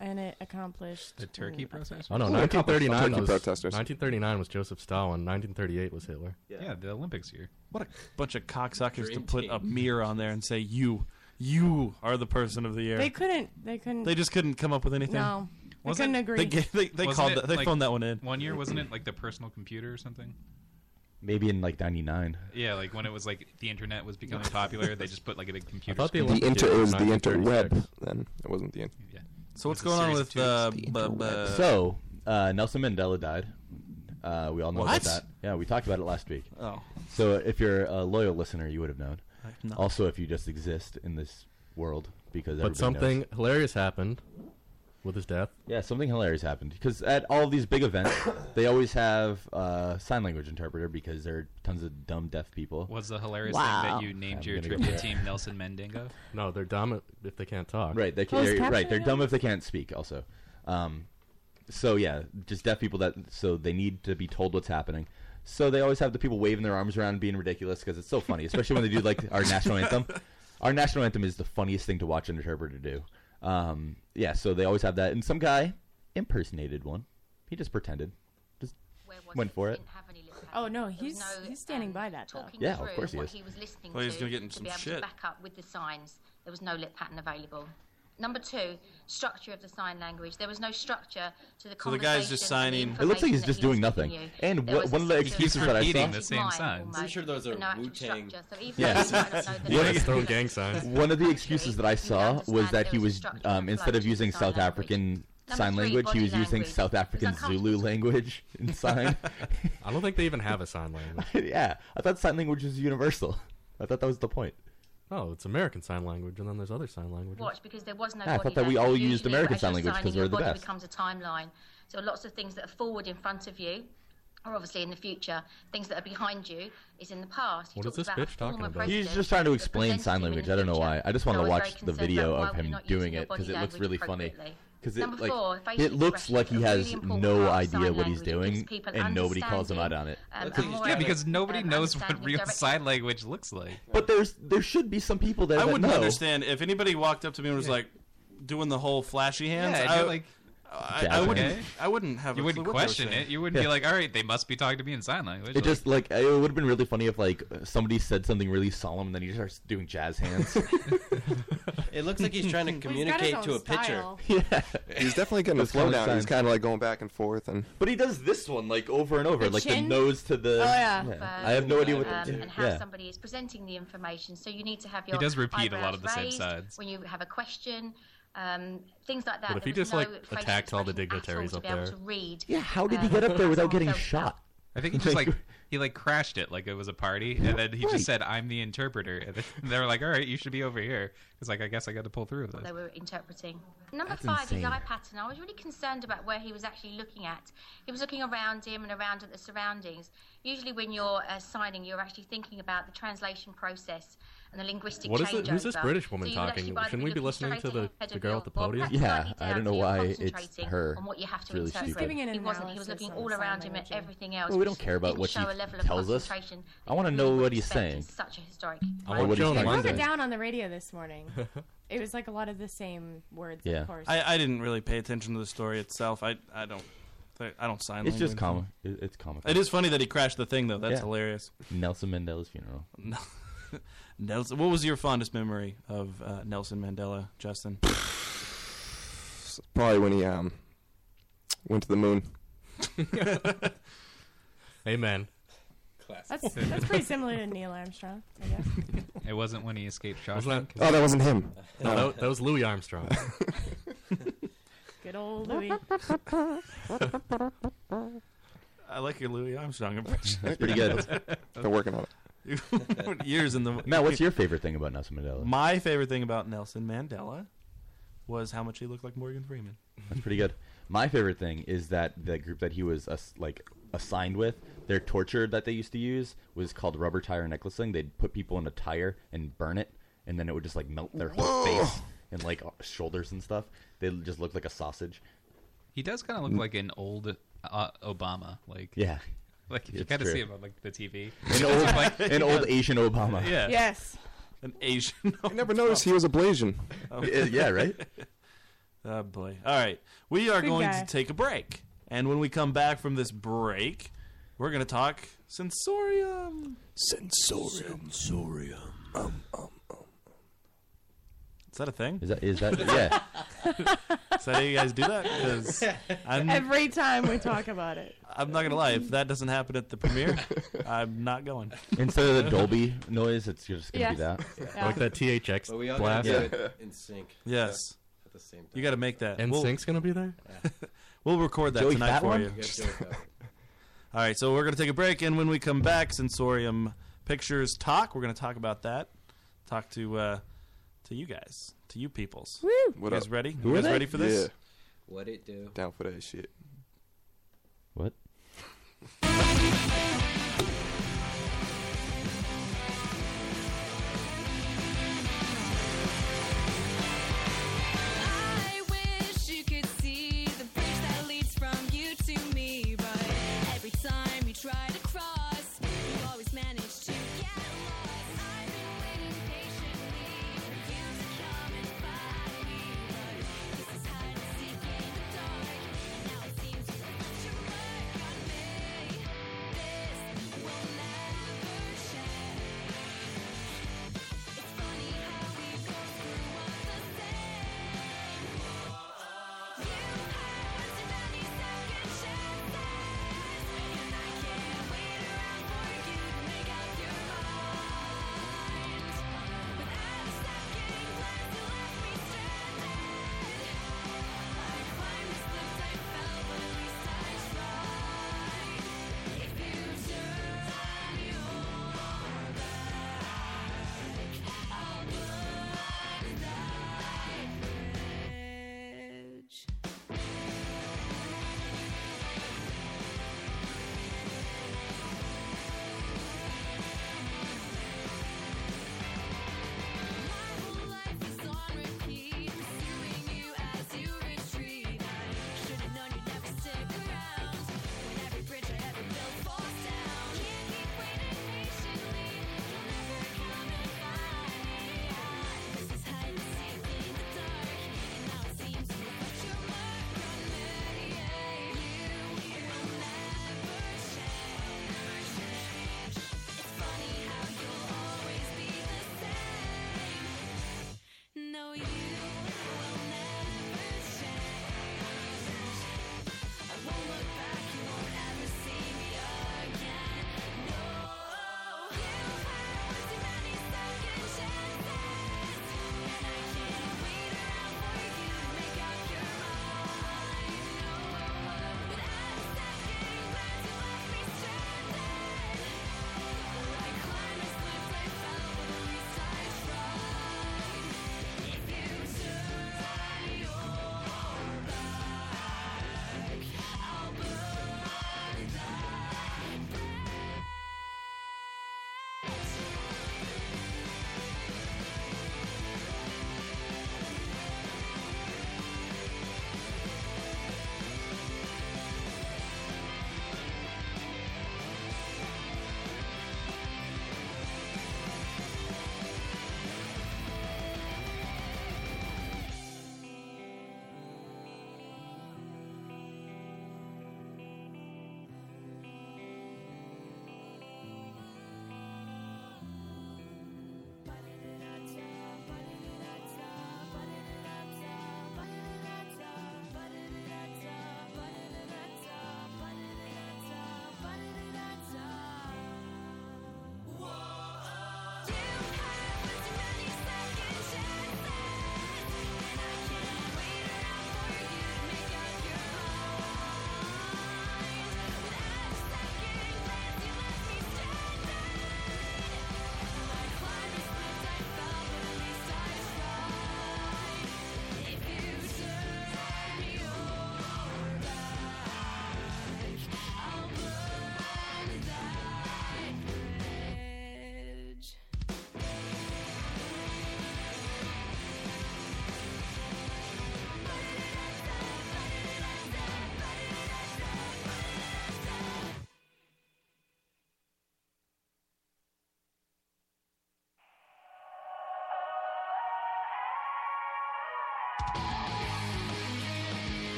S8: and it accomplished Mm.
S7: The Turkey protest.
S5: Oh no,
S6: Ooh, a couple of
S5: 1939
S6: Turkey
S5: was
S6: protesters.
S5: 1939 was Joseph Stalin. 1938 was Hitler.
S7: Yeah, the Olympics year.
S4: What a bunch of cocksuckers to
S10: Dream
S4: put a
S10: team.
S4: mirror on there and say you, you are the person of the
S8: They
S4: year.
S8: couldn't. They couldn't.
S4: They just couldn't come up with anything.
S8: no. They
S7: Wasn't-
S8: couldn't agree.
S4: They ga- they, they
S7: Wasn't
S4: called
S7: it,
S4: that, they
S7: like,
S4: phoned that one in.
S7: One year wasn't it like the personal computer or something?
S9: Maybe in like '99.
S7: Yeah, like when it was like the internet was becoming popular, they just put like a big computer.
S5: thought the
S7: screen.
S5: Olymp-
S6: The inter it was the
S5: 1936.
S6: interweb. Then it wasn't the. In-
S7: yeah.
S4: So what's
S7: It's a
S4: going on
S7: series
S4: with
S7: of
S4: uh,
S7: tubes.
S4: bu- bu-
S9: so uh, Nelson Mandela died. Uh, we all know
S4: What?
S9: about that. Yeah, we talked about it last week.
S4: oh
S9: So if you're a loyal listener, you would have known.
S4: I've not-
S9: Also, if you just exist in this world, because
S5: But
S9: everybody
S5: something
S9: knows.
S5: hilarious happened with his death.
S9: yeah, something hilarious happened. Because at all these big events, they always have uh, sign language interpreter because there are tons of dumb deaf people.
S7: Was the hilarious thing
S8: Wow.
S7: that you named
S9: I'm
S7: your
S9: gonna go
S7: trivia
S9: there.
S7: team Nelson Mendengo?
S5: No, they're dumb if they can't talk.
S9: Right, they
S8: Oh,
S9: can,
S8: is
S9: they're, right.
S8: captioning
S9: They're
S8: on?
S9: dumb if they can't speak. Also, um, so yeah, just deaf people that so they need to be told what's happening. So they always have the people waving their arms around, being ridiculous because it's so funny, especially when they do like our national anthem. Our national anthem is the funniest thing to watch an interpreter do. Um, yeah, so they always have that, and some guy impersonated one. He just pretended. Just went for it.
S8: Oh, no, he's- he's standing by that, though.
S14: um, talking
S9: Yeah, of
S14: through
S9: course he
S14: what
S9: is.
S14: he was listening
S4: Well,
S14: to
S4: he's gonna get in
S14: to
S4: some
S14: be able
S4: shit.
S14: to back up with the signs. There was no lip pattern available. Number two, structure of the sign language. There was no structure to the
S4: So the guy's just
S14: conversation
S4: signing-
S14: and the
S9: It looks like he's
S14: information
S9: just
S14: that he was giving
S9: doing nothing.
S14: you.
S9: And
S14: There
S9: wh-
S14: was
S9: one of the
S14: a
S9: excuses
S14: sense
S9: that I
S7: repeating
S9: saw.
S7: the
S14: of
S7: same
S14: mind
S7: signs.
S14: almost,
S10: Pretty sure those
S14: but
S10: are
S14: no actual
S10: Wu-Tang.
S14: structure. So even
S9: Yeah.
S14: though you might not know the
S9: One
S5: He's
S9: of-
S5: throwing gang signs.
S9: One of the excuses that I saw was that he was um, instead of using South African sign
S14: Number three,
S9: language, he
S14: body
S9: was using
S14: language.
S9: South African
S14: It's uncomfortable.
S9: Zulu language in sign.
S5: I don't think they even have a sign language.
S9: yeah, I thought sign language was universal. I thought that was the point.
S5: Oh, it's American Sign Language, and then there's other sign languages.
S14: watch because there was no.
S9: Yeah, Ah, I
S14: body
S9: thought that we
S14: language.
S9: all
S14: Usually
S9: used American
S14: as
S9: Sign
S14: you're
S9: Language 'cause
S14: signing,
S9: we're
S14: your
S9: the
S14: body
S9: best.
S14: becomes a timeline. So lots of things that are forward in front of you. Are obviously in the future. Things that are behind you is in the past. He
S5: What is
S14: talks
S5: this
S14: about
S5: bitch talking
S14: former
S5: about?
S9: He's
S14: president
S9: just trying to
S14: that
S9: explain
S14: represents him
S9: sign
S14: in the
S9: language. I don't know
S14: future.
S9: why. I just
S14: So
S9: want to
S14: was very
S9: watch the
S14: concerned
S9: video
S14: about why
S9: of
S14: we're
S9: him
S14: not
S9: doing
S14: using your
S9: it because
S14: body
S9: it looks
S14: language
S9: really funny.
S14: appropriately.
S9: Because it
S14: Number
S9: like
S14: four, facial
S9: it looks
S14: expressions
S9: like he
S14: are really
S9: has
S14: important
S9: no
S14: part of sign
S9: idea what he's
S14: language. It gives
S9: doing,
S14: people an
S9: and nobody calls him out on
S14: understanding,
S9: it.
S14: um,
S10: That's what
S14: a
S10: he's
S14: more
S7: Yeah, because
S14: um,
S7: nobody knows what
S14: understanding
S7: real
S14: direction.
S7: sign language looks like.
S9: But there's there should be some people there
S4: I
S9: that
S4: wouldn't
S9: know.
S4: understand if anybody walked up to me and was like doing the whole flashy hands.
S7: Yeah,
S4: I,
S7: you're like
S4: I, I
S9: Jabbering.
S4: wouldn't.
S7: Okay.
S4: I wouldn't have.
S7: you
S4: a
S7: wouldn't
S4: clue what they were
S7: question
S4: saying.
S7: it. You wouldn't be like, all right, they must be talking to me in sign language.
S9: It
S7: Like,
S9: just like it would have been really funny if like somebody said something really solemn, and then he just starts doing jazz hands.
S10: It looks like he's trying to
S8: Well, he's got his
S10: communicate to
S8: own
S10: a pitcher.
S8: style.
S9: yeah,
S6: He's definitely getting a
S9: Just kinda
S6: flow down. He's
S9: signs.
S6: kind of like going back and forth, and
S9: but he does this one like over and over,
S8: The
S9: like
S8: chin?
S9: the nose to the.
S8: Oh, yeah.
S9: I have no idea what.
S14: um,
S9: the,
S14: and how
S9: yeah.
S14: somebody is presenting the information. So you need to have your
S7: does repeat a
S14: eyebrows
S7: lot of the same
S14: raised
S7: sides.
S14: when you have a question, um, things like that.
S5: But if
S14: There
S5: he
S14: was
S5: just,
S14: no
S5: like,
S14: facial
S5: attacked all the
S14: expression at all
S5: dignitaries
S14: to
S5: up
S14: be able
S5: there.
S14: to read.
S9: Yeah. How did he
S14: um,
S9: get up there
S14: how
S9: without
S14: someone
S9: getting
S14: felt.
S9: shot?
S7: I think he just like he like crashed it like it was a party, and then he
S14: Right.
S7: just said, "I'm the interpreter," and then they were like, "All right, you should be over here." It's like I guess I got to pull through with this.
S14: they were interpreting. Number
S7: That's
S14: five is
S7: insane.
S14: eye pattern. I was really concerned about where he was actually looking at. He was looking around him and around at the surroundings. Usually, when you're uh, signing, you're actually thinking about the translation process and the linguistic
S5: What is
S14: changeover.
S5: it? Who's this British woman
S14: so you would actually
S5: talking?
S14: rather
S5: Shouldn't we be
S14: looking
S5: listening to
S14: straight
S5: the,
S14: ahead
S5: the
S14: of
S5: girl
S14: your
S5: at the
S14: book,
S5: podium?
S14: practically
S9: Yeah, I
S14: down
S9: don't know
S14: to your
S9: why it's
S14: concentrating
S9: her.
S14: On what you have to
S9: It's really
S14: interpret.
S9: She's giving
S14: he wasn't. He was looking all around him at everything else.
S9: Well, we
S14: which
S9: don't care about
S14: didn't
S9: what
S14: show
S9: he
S14: a level of
S9: tells us.
S14: concentration
S9: I want to know what he's saying.
S14: in Such a historic.
S9: I want
S5: Joan
S8: They broke
S5: Monday.
S8: it down on the radio this morning. it was like a lot of the same words,
S9: Yeah.
S8: of course.
S4: I, I didn't really pay attention to the story itself. I I don't I don't sign.
S9: It's just comic.
S4: language.
S9: it- It's comic.
S4: It is funny that he crashed the thing though. That's
S9: Yeah.
S4: hilarious.
S9: Nelson Mandela's funeral.
S4: No. Nelson, what was your fondest memory of uh, Nelson Mandela, Justin?
S6: Probably when he um went to the moon.
S5: Amen.
S8: That's that's pretty similar to Neil Armstrong, I guess.
S7: It wasn't when he escaped
S5: Wasn't
S7: Shawshank.
S5: that-
S6: Oh, that wasn't him.
S5: No, that, that was Louis Armstrong.
S8: Good old Louis.
S4: I like your Louis Armstrong impression.
S9: That's pretty good. Been working on
S4: it. Years in the
S9: Matt, what's your favorite thing about Nelson Mandela?
S4: My favorite thing about Nelson Mandela was how much he looked like Morgan Freeman.
S9: That's pretty good. My favorite thing is that the group that he was ass- like assigned with, their torture that they used to use was called rubber tire necklacing. They'd put people in a tire and burn it, and then it would just like melt their whole face and like uh, shoulders and stuff. They just looked like a sausage.
S7: He does kind of look like an old uh, Obama, like
S9: Yeah.
S7: like if you
S9: It's
S7: kind of
S9: true.
S7: see him on like the TV.
S9: An old- an old Asian Obama.
S4: Yeah.
S8: Yes.
S4: An Asian.
S6: I never noticed he was a Blasian.
S9: yeah, right?
S4: Oh boy. All right. We are
S6: Good
S4: going
S6: guy.
S4: to take a break. And when we come back from this break, we're going to talk sensorium. Sensorium. Sensorium. Is that a thing?
S9: Is that is that yeah.
S4: Is that how you guys do that? 'Cause I'm,
S8: Every time we talk about it.
S4: I'm not gonna lie. If that doesn't happen at the premiere, I'm not going.
S9: Instead of the Dolby noise, it's just gonna
S4: Yes.
S9: be that.
S4: Yeah. Like that
S5: THX
S10: But we all gotta do it in sync.
S4: Yes.
S10: At the same time.
S4: You got to make that.
S5: And Sync's gonna be there.
S4: we'll record that
S5: Joey
S4: tonight
S5: Fat
S4: for
S5: one?
S4: you.
S5: You got Joey Fat
S4: All right, so we're gonna take a break, and when we come back, Sensorium Pictures talk. We're gonna talk about that. Talk to uh, to you guys, to you peoples. Woo! You
S6: What
S4: guys
S6: up?
S4: ready?
S6: Who
S4: you
S6: are
S4: guys
S6: they?
S4: ready for this?
S10: What it do?
S6: Down for that shit.
S9: What?
S15: I wish you could see the bridge that leads from you to me, but every time you try to cross, you always manage to get lost. I've been waiting patiently for you to come and find me, but this is hide and seek in the dark, and now it seems you left your mark on me.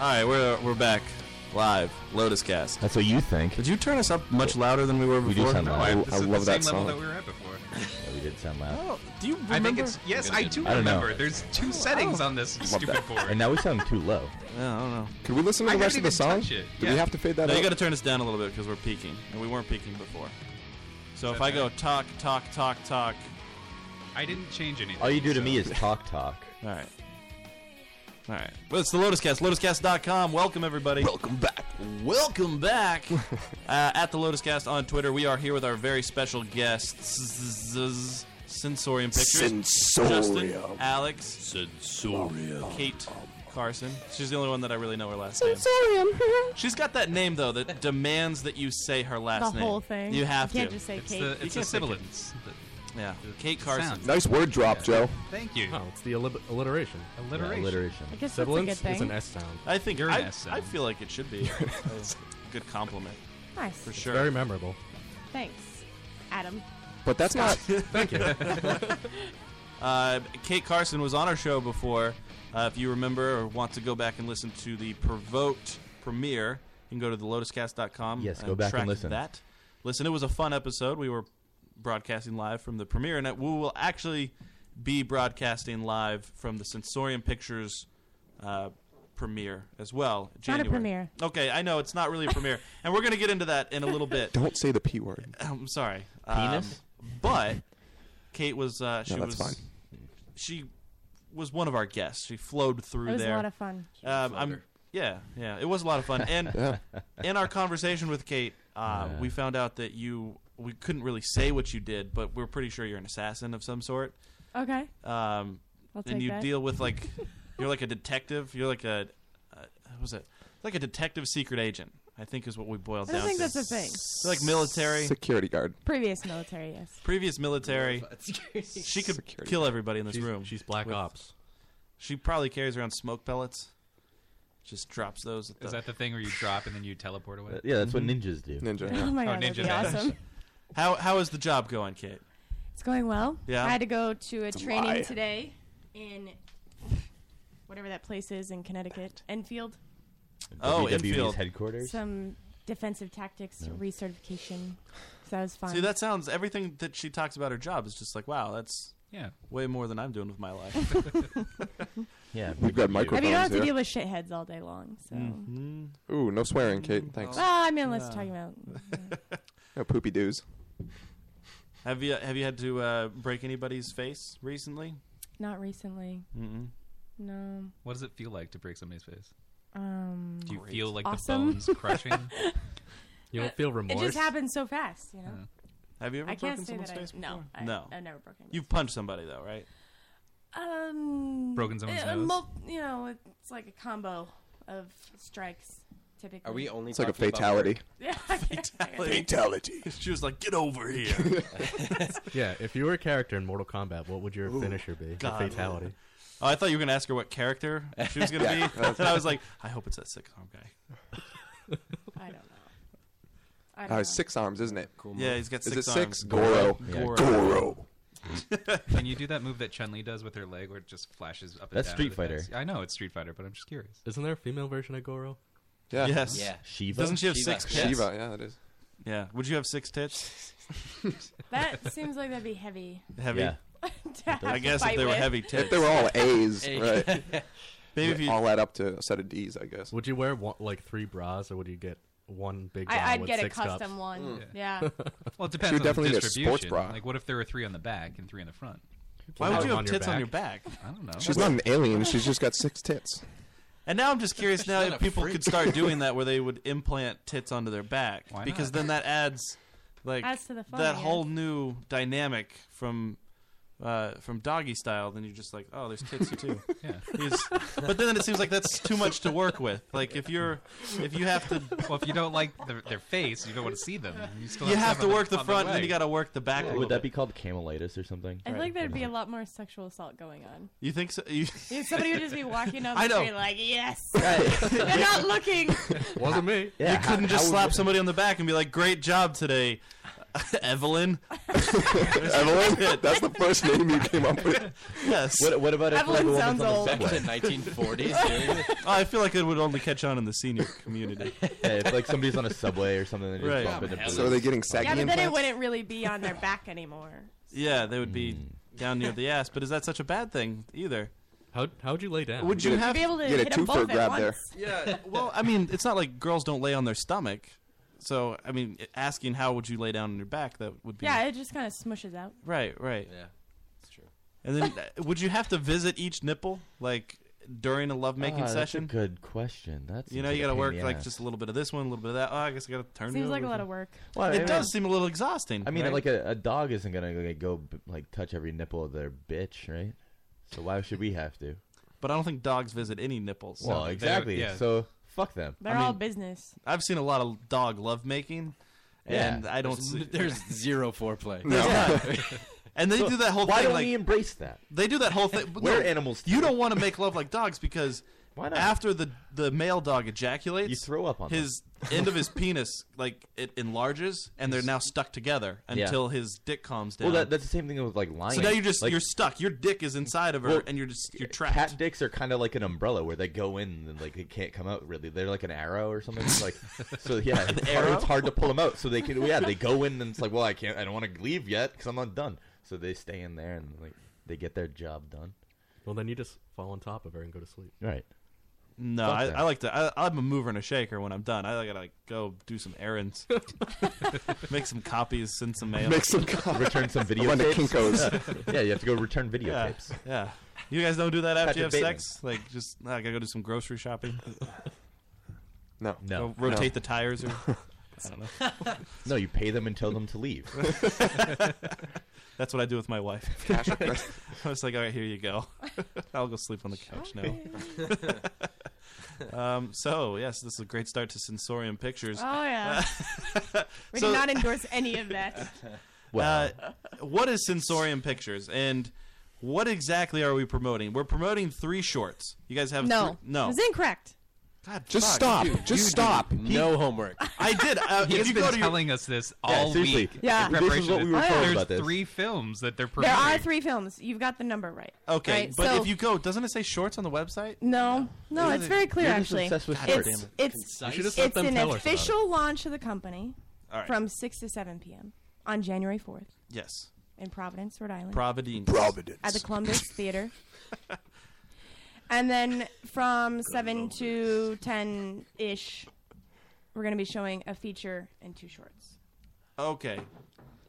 S4: All right, we're we're back live. Lotus Cast.
S9: That's what you think.
S4: Did you turn us up much louder than we were
S9: We
S4: before?
S9: do sound loud. I- I love that song.
S7: at before.
S9: Yeah, we did sound loud.
S4: Oh, do you remember? Oh.
S7: I think it's yes. I do
S9: I don't know.
S7: remember. There's two settings on this
S9: Love
S7: stupid
S9: that.
S7: board.
S9: And now we sound too low.
S4: Yeah, I don't know.
S6: Could we listen to
S7: I
S6: the rest of
S7: couldn't
S6: the
S7: even
S6: song?
S7: touch it.
S6: Do we
S4: Yeah.
S6: have to fade that
S4: No,
S6: out?
S4: you got to turn this down a little bit because we're peaking, and we weren't peaking before. So if I go talk, talk, talk, talk,
S7: I didn't change anything.
S9: All you do to
S7: so-
S9: me is talk, talk.
S4: All right. All right. Well, it's the Lotus Cast, lotuscast.com. Welcome, everybody. Welcome back. Welcome back uh, at the Lotus Cast on Twitter. We are here with our very special guests, Sensorium Pictures. Justin,
S16: Sensorium.
S4: Alex,
S16: Sensorium.
S4: Kate Carson. She's the only one that I really know her last name. She's got that name though that demands that you say her last
S8: The
S4: name.
S8: whole thing?
S4: You have
S8: You can't
S4: to.
S8: just say It's Kate.
S7: the-
S4: You
S7: it's
S4: can't
S7: the
S4: say Kate.
S7: sibilance.
S4: Yeah, Kate Carson.
S7: sound.
S6: Nice word drop, Joe.
S7: Thank you.
S5: Oh, it's the alli- alliteration.
S7: Alliteration.
S9: alliteration.
S7: I guess that's a
S5: Sibilance
S7: good
S5: is
S7: thing.
S5: an S sound.
S4: I think
S7: You're an
S4: I,
S7: S
S4: I
S7: sound.
S4: feel like it should be a good compliment.
S8: Nice.
S4: For
S8: It's
S4: sure.
S5: very memorable.
S8: Thanks, Adam.
S6: But that's not.
S5: Thank you.
S4: uh, Kate Carson was on our show before. Uh, if you remember or want to go back and listen to the Provoked premiere, you can go to thelotuscast.com.
S9: Yes, go back and
S4: track
S9: listen.
S4: That. Listen, it was a fun episode. We were broadcasting live from the premiere, and we will actually be broadcasting live from the Sensorium Pictures uh, premiere as well.
S8: not a
S4: January.
S8: premiere.
S4: Okay, I know it's not really a premiere, and we're going to get into that in a little bit.
S6: Don't say the p word.
S4: I'm sorry.
S6: Penis?
S4: Um, but Kate was uh, she
S6: No, that's
S4: was she was one of our guests. She flowed through
S8: It was a
S4: there.
S8: lot of fun. She was
S4: Um, I'm, yeah, yeah, it was a lot of fun. And
S6: Yeah.
S4: in our conversation with Kate, uh,
S9: Yeah.
S4: we found out that you we couldn't really say what you did, but we're pretty sure you're an assassin of some sort.
S8: Okay.
S4: Um,
S8: I'll
S4: and
S8: take
S4: you
S8: that.
S4: deal with like you're like a detective. You're like a uh, what was it like a detective secret agent? I think is what we boiled
S8: I don't
S4: down
S8: think
S4: to.
S8: that's a thing.
S4: You're like military
S6: Security guard.
S8: Previous military, yes.
S4: previous military.
S8: Security.
S4: She could
S8: Security.
S4: kill everybody in this
S5: She's-
S4: room. She's black ops. She probably carries around smoke pellets. Just drops those. At the,
S7: Is that the thing where you drop and then you teleport away?
S9: Uh, Yeah, that's what ninjas do.
S8: Oh my god, that'd be
S7: ninja dash.
S8: awesome.
S4: How how is the job going, Kate?
S8: It's going well.
S4: Yeah?
S8: I had to go to a
S4: It's a
S8: training
S4: lie.
S8: today in whatever that place is in Connecticut, Enfield.
S4: Oh,
S9: WWE's
S4: infield
S9: headquarters.
S8: Some defensive tactics
S9: No.
S8: recertification. So that was fun.
S4: See, that sounds everything that she talks about her job is just like, wow, that's
S7: Yeah.
S4: way more than I'm doing with my life.
S9: yeah,
S6: We've got
S8: I mean, you don't have
S6: microphones
S8: to
S6: here.
S8: deal with shitheads all day long. So,
S4: Mm-hmm.
S6: Ooh, no swearing, Kate. Thanks.
S8: well, I mean, unless
S4: Yeah.
S8: you're talking about
S6: No poopy doos.
S4: have you have you had to uh, break anybody's face recently?
S8: not recently.
S4: Mm-mm.
S8: No.
S7: What does it feel like to break somebody's face?
S8: Um,
S7: Do you feel like
S8: awesome.
S7: the bones crushing?
S5: You don't feel
S8: Uh, It
S5: remorse?
S8: just happened so fast, you know.
S4: Have you ever
S8: I can't
S4: broken
S8: say
S4: someone's
S8: that I-
S4: face?
S8: no,
S4: before?
S8: I-
S4: no,
S8: I've never broken
S4: You've punched somebody though, right?
S8: Um,
S4: Broken someone's
S8: uh,
S4: nose?
S8: mul- you know, it's like a combo of strikes. Typically,
S10: Are we only?
S6: It's like a
S10: talking about
S6: fatality.
S8: Yeah.
S6: Fatality.
S4: she was like, "Get over here."
S5: yeah, if you were a character in Mortal Kombat, what would your finisher be? Your
S4: God.
S5: fatality.
S4: Oh, I thought you were gonna ask her what character she was gonna
S5: Yeah.
S4: be, and I was like, I hope it's that six arm guy.
S8: I don't know. I don't
S6: Uh,
S8: know.
S6: six arms, isn't it?
S4: Yeah, he's got
S6: Is
S4: six
S6: it six?
S4: arms.
S6: Goro.
S4: Goro.
S6: Goro.
S7: Can you do that move that Chun Li does with her leg, where it just flashes up and
S9: That's
S7: down?
S9: Street
S7: to the fence?
S9: Fighter.
S7: I know it's Street Fighter, but I'm just curious.
S5: Isn't there a female version of Goro?
S6: Yeah.
S4: Yes.
S7: Yeah.
S9: Shiva?
S4: Doesn't she have
S7: Shiva.
S4: six tits?
S6: Shiva, yeah, that is.
S4: Yeah. Would you have six tits?
S8: That seems like that'd be heavy.
S4: Heavy.
S9: Yeah.
S8: To have
S4: I
S8: to
S4: guess if
S8: fight
S4: they were
S8: with.
S4: heavy tits.
S6: If they were all A's,
S4: Hey.
S6: right?
S4: Maybe if you-
S6: all add up to a set of D's, I guess.
S5: Would you wear one, like three bras, or would you get one big? Bra
S8: I, I'd
S5: with
S8: get a
S5: six
S8: custom
S5: cups?
S8: one. Yeah.
S7: Mm. Well, it depends
S6: She would
S7: on
S6: definitely
S7: the
S6: get a
S7: distribution.
S6: sports bra.
S7: Like, what if there were three on the back and three on the front?
S4: Why
S7: Can
S4: would
S7: I
S4: you
S7: have
S4: have
S7: them
S4: tits on your back?
S7: I don't know.
S6: She's not an alien. She's just got six tits.
S4: And now I'm just curious now
S7: not
S4: if
S7: a
S4: people
S7: freak.
S4: could start doing that where they would implant tits onto their back
S7: not?
S4: because then that adds like
S8: Adds to the fun,
S4: that
S8: yeah.
S4: whole new dynamic from uh, from doggy style. Then you're just like, oh, there's tits here too.
S7: Yeah.
S4: You just- but then it seems like that's too much to work with. Like if you're if you have to
S7: Well, if you don't like their, their face, you don't want to see them. You, still
S4: you have
S7: have
S4: to work the front and then
S7: way.
S4: you got to work the back. a
S9: Would
S4: little
S9: that be
S4: bit.
S9: called camelitis or something?
S8: I feel like there'd be a lot more sexual assault going on.
S4: You think so? You,
S8: If somebody would just be walking down
S4: I
S8: the
S4: know.
S8: street like, yes, they're not looking.
S5: Wasn't me.
S4: you couldn't just slap somebody on the back and be like, "Great job today, Evelyn.
S6: Evelyn? That's the first name you came up with.
S4: Yes.
S9: What- what about if, like, a Evelyn woman sounds from the old. subway?
S4: Back in 1940s. oh, I feel like it would only catch on in the senior community.
S9: Yeah, if like somebody's on a subway or something, they just
S4: Right.
S9: bump into.
S6: So are they getting saggy
S8: yeah, but then it
S6: implants?
S8: wouldn't really be on their back anymore.
S4: Yeah, they would be
S9: Hmm.
S4: down near the ass. But is that such a bad thing either?
S5: How how would you lay down?
S4: Would you
S8: You'd
S4: have
S8: be able to Get a hit 'em both twofer at grab there. once.
S4: Yeah. Well, I mean, it's not like girls don't lay on their stomach. So I mean, asking how would you lay down on your back that would be
S8: Yeah, it just kind of smushes out.
S4: Right, right. Yeah, that's true. And then, uh, would you have to visit each nipple like during a lovemaking
S9: Ah, that's a
S4: session?
S9: good question. That
S4: you
S9: seems
S4: know,
S9: like
S4: you
S9: a
S4: got to
S9: pain
S4: work
S9: in the
S4: like
S9: ass.
S4: just a little bit of this one, a little bit of that. Oh, I guess I got to turn.
S8: Seems
S4: it
S8: like a
S4: over.
S8: lot of work.
S9: Well,
S4: it
S9: I mean-
S4: does seem a little exhausting.
S9: I mean,
S4: right?
S9: like a, a dog isn't gonna like, go b- like touch every nipple of their bitch, right? So why should we have to?
S4: But I don't think dogs visit any nipples.
S9: Well,
S4: so they-
S9: exactly.
S4: yeah.
S9: So fuck them.
S8: They're all business.
S4: I've seen a lot of dog love making, and
S9: Yeah.
S4: I don't
S9: There's
S4: see
S9: n- there's
S10: zero foreplay.
S4: There's
S9: No.
S4: none. and they
S9: So
S4: do that whole
S9: why
S4: thing.
S9: don't
S4: like,
S9: we embrace that?
S4: They do that whole thing. but
S9: We're
S4: no,
S9: animals
S4: You don't want to make love like dogs because
S9: Why not?
S4: after the the male dog ejaculates, you
S9: throw up on them.
S4: his end of his penis like it enlarges, and they're now stuck together
S9: Yeah.
S4: until his dick calms down.
S9: Well, that, that's the same thing with like lions.
S4: so now you're just
S9: Like,
S4: you're stuck. Your dick is inside of her,
S9: Well,
S4: and you're just you're trapped.
S9: cat dicks are kind of like an umbrella where they go in and like they can't come out really. They're like an arrow or something. It's like so, yeah, it's hard,
S4: arrow?
S9: it's hard to pull them out. So they can yeah they go in and it's like well I can't I don't want to leave yet because I'm not done. So they stay in there and like they get their job done.
S5: Well, then you just fall on top of her and go to sleep.
S9: Right.
S4: No,
S9: Fuck
S4: I,
S9: that.
S4: I like to. I, I'm a mover and a shaker when I'm done. I gotta like, go do some errands, make some copies, send some mail,
S9: Make some copies. Return some
S4: video.
S9: videotapes. I'm into Kinko's. Yeah, you have to go return videotapes.
S4: Yeah, yeah. you guys don't do that after you have
S9: Patrick
S4: sex. Like, just "Ah, I gotta go do some grocery shopping.
S6: No.
S4: Go rotate the tires, or I don't know.
S9: no, you pay them and tell them to leave.
S4: That's what I do with my wife.
S9: Cash
S4: I
S9: request.
S4: was like, all right, here you go. I'll go sleep on the couch now. um, so yes, this is a great start to Sensorium Pictures. Uh,
S8: Oh, yeah. We do not endorse any of that.
S4: Well, uh, what is Sensorium Pictures and what exactly are we promoting? We're promoting three shorts. You guys have
S8: No,
S4: three- no.
S8: it's incorrect.
S4: God,
S6: Just
S4: fuck.
S6: stop. Just stop.
S10: No homework.
S4: I did. Uh,
S7: He
S4: if
S7: has
S4: you
S7: been
S4: go to your-
S7: telling us this
S4: Yeah,
S7: all
S4: seriously.
S7: week.
S8: Yeah.
S7: In
S8: This is
S7: preparation
S8: what we were
S7: to-
S8: told
S7: There's
S4: about this.
S7: three films that they're
S8: There
S7: promoting.
S8: are three films. You've got the number right.
S4: Okay,
S8: Right,
S4: but
S8: so-
S4: if you go, doesn't it say shorts on the website?
S8: No, no,
S4: You're
S8: it's
S4: the-
S8: very clear
S4: you're just
S8: actually.
S4: obsessed with shorts.
S8: it's
S4: Damn it.
S8: it's
S4: Concise. You should
S8: it's
S4: just let them
S8: an
S4: tell us about it.
S8: official launch of the company
S4: All right.
S8: from six to seven p.m. on January fourth
S4: Yes,
S8: in Providence, Rhode Island.
S4: Providence.
S8: at the Columbus Theater. And then from seven to ten ish, we're going to be showing a feature and two shorts.
S4: Okay.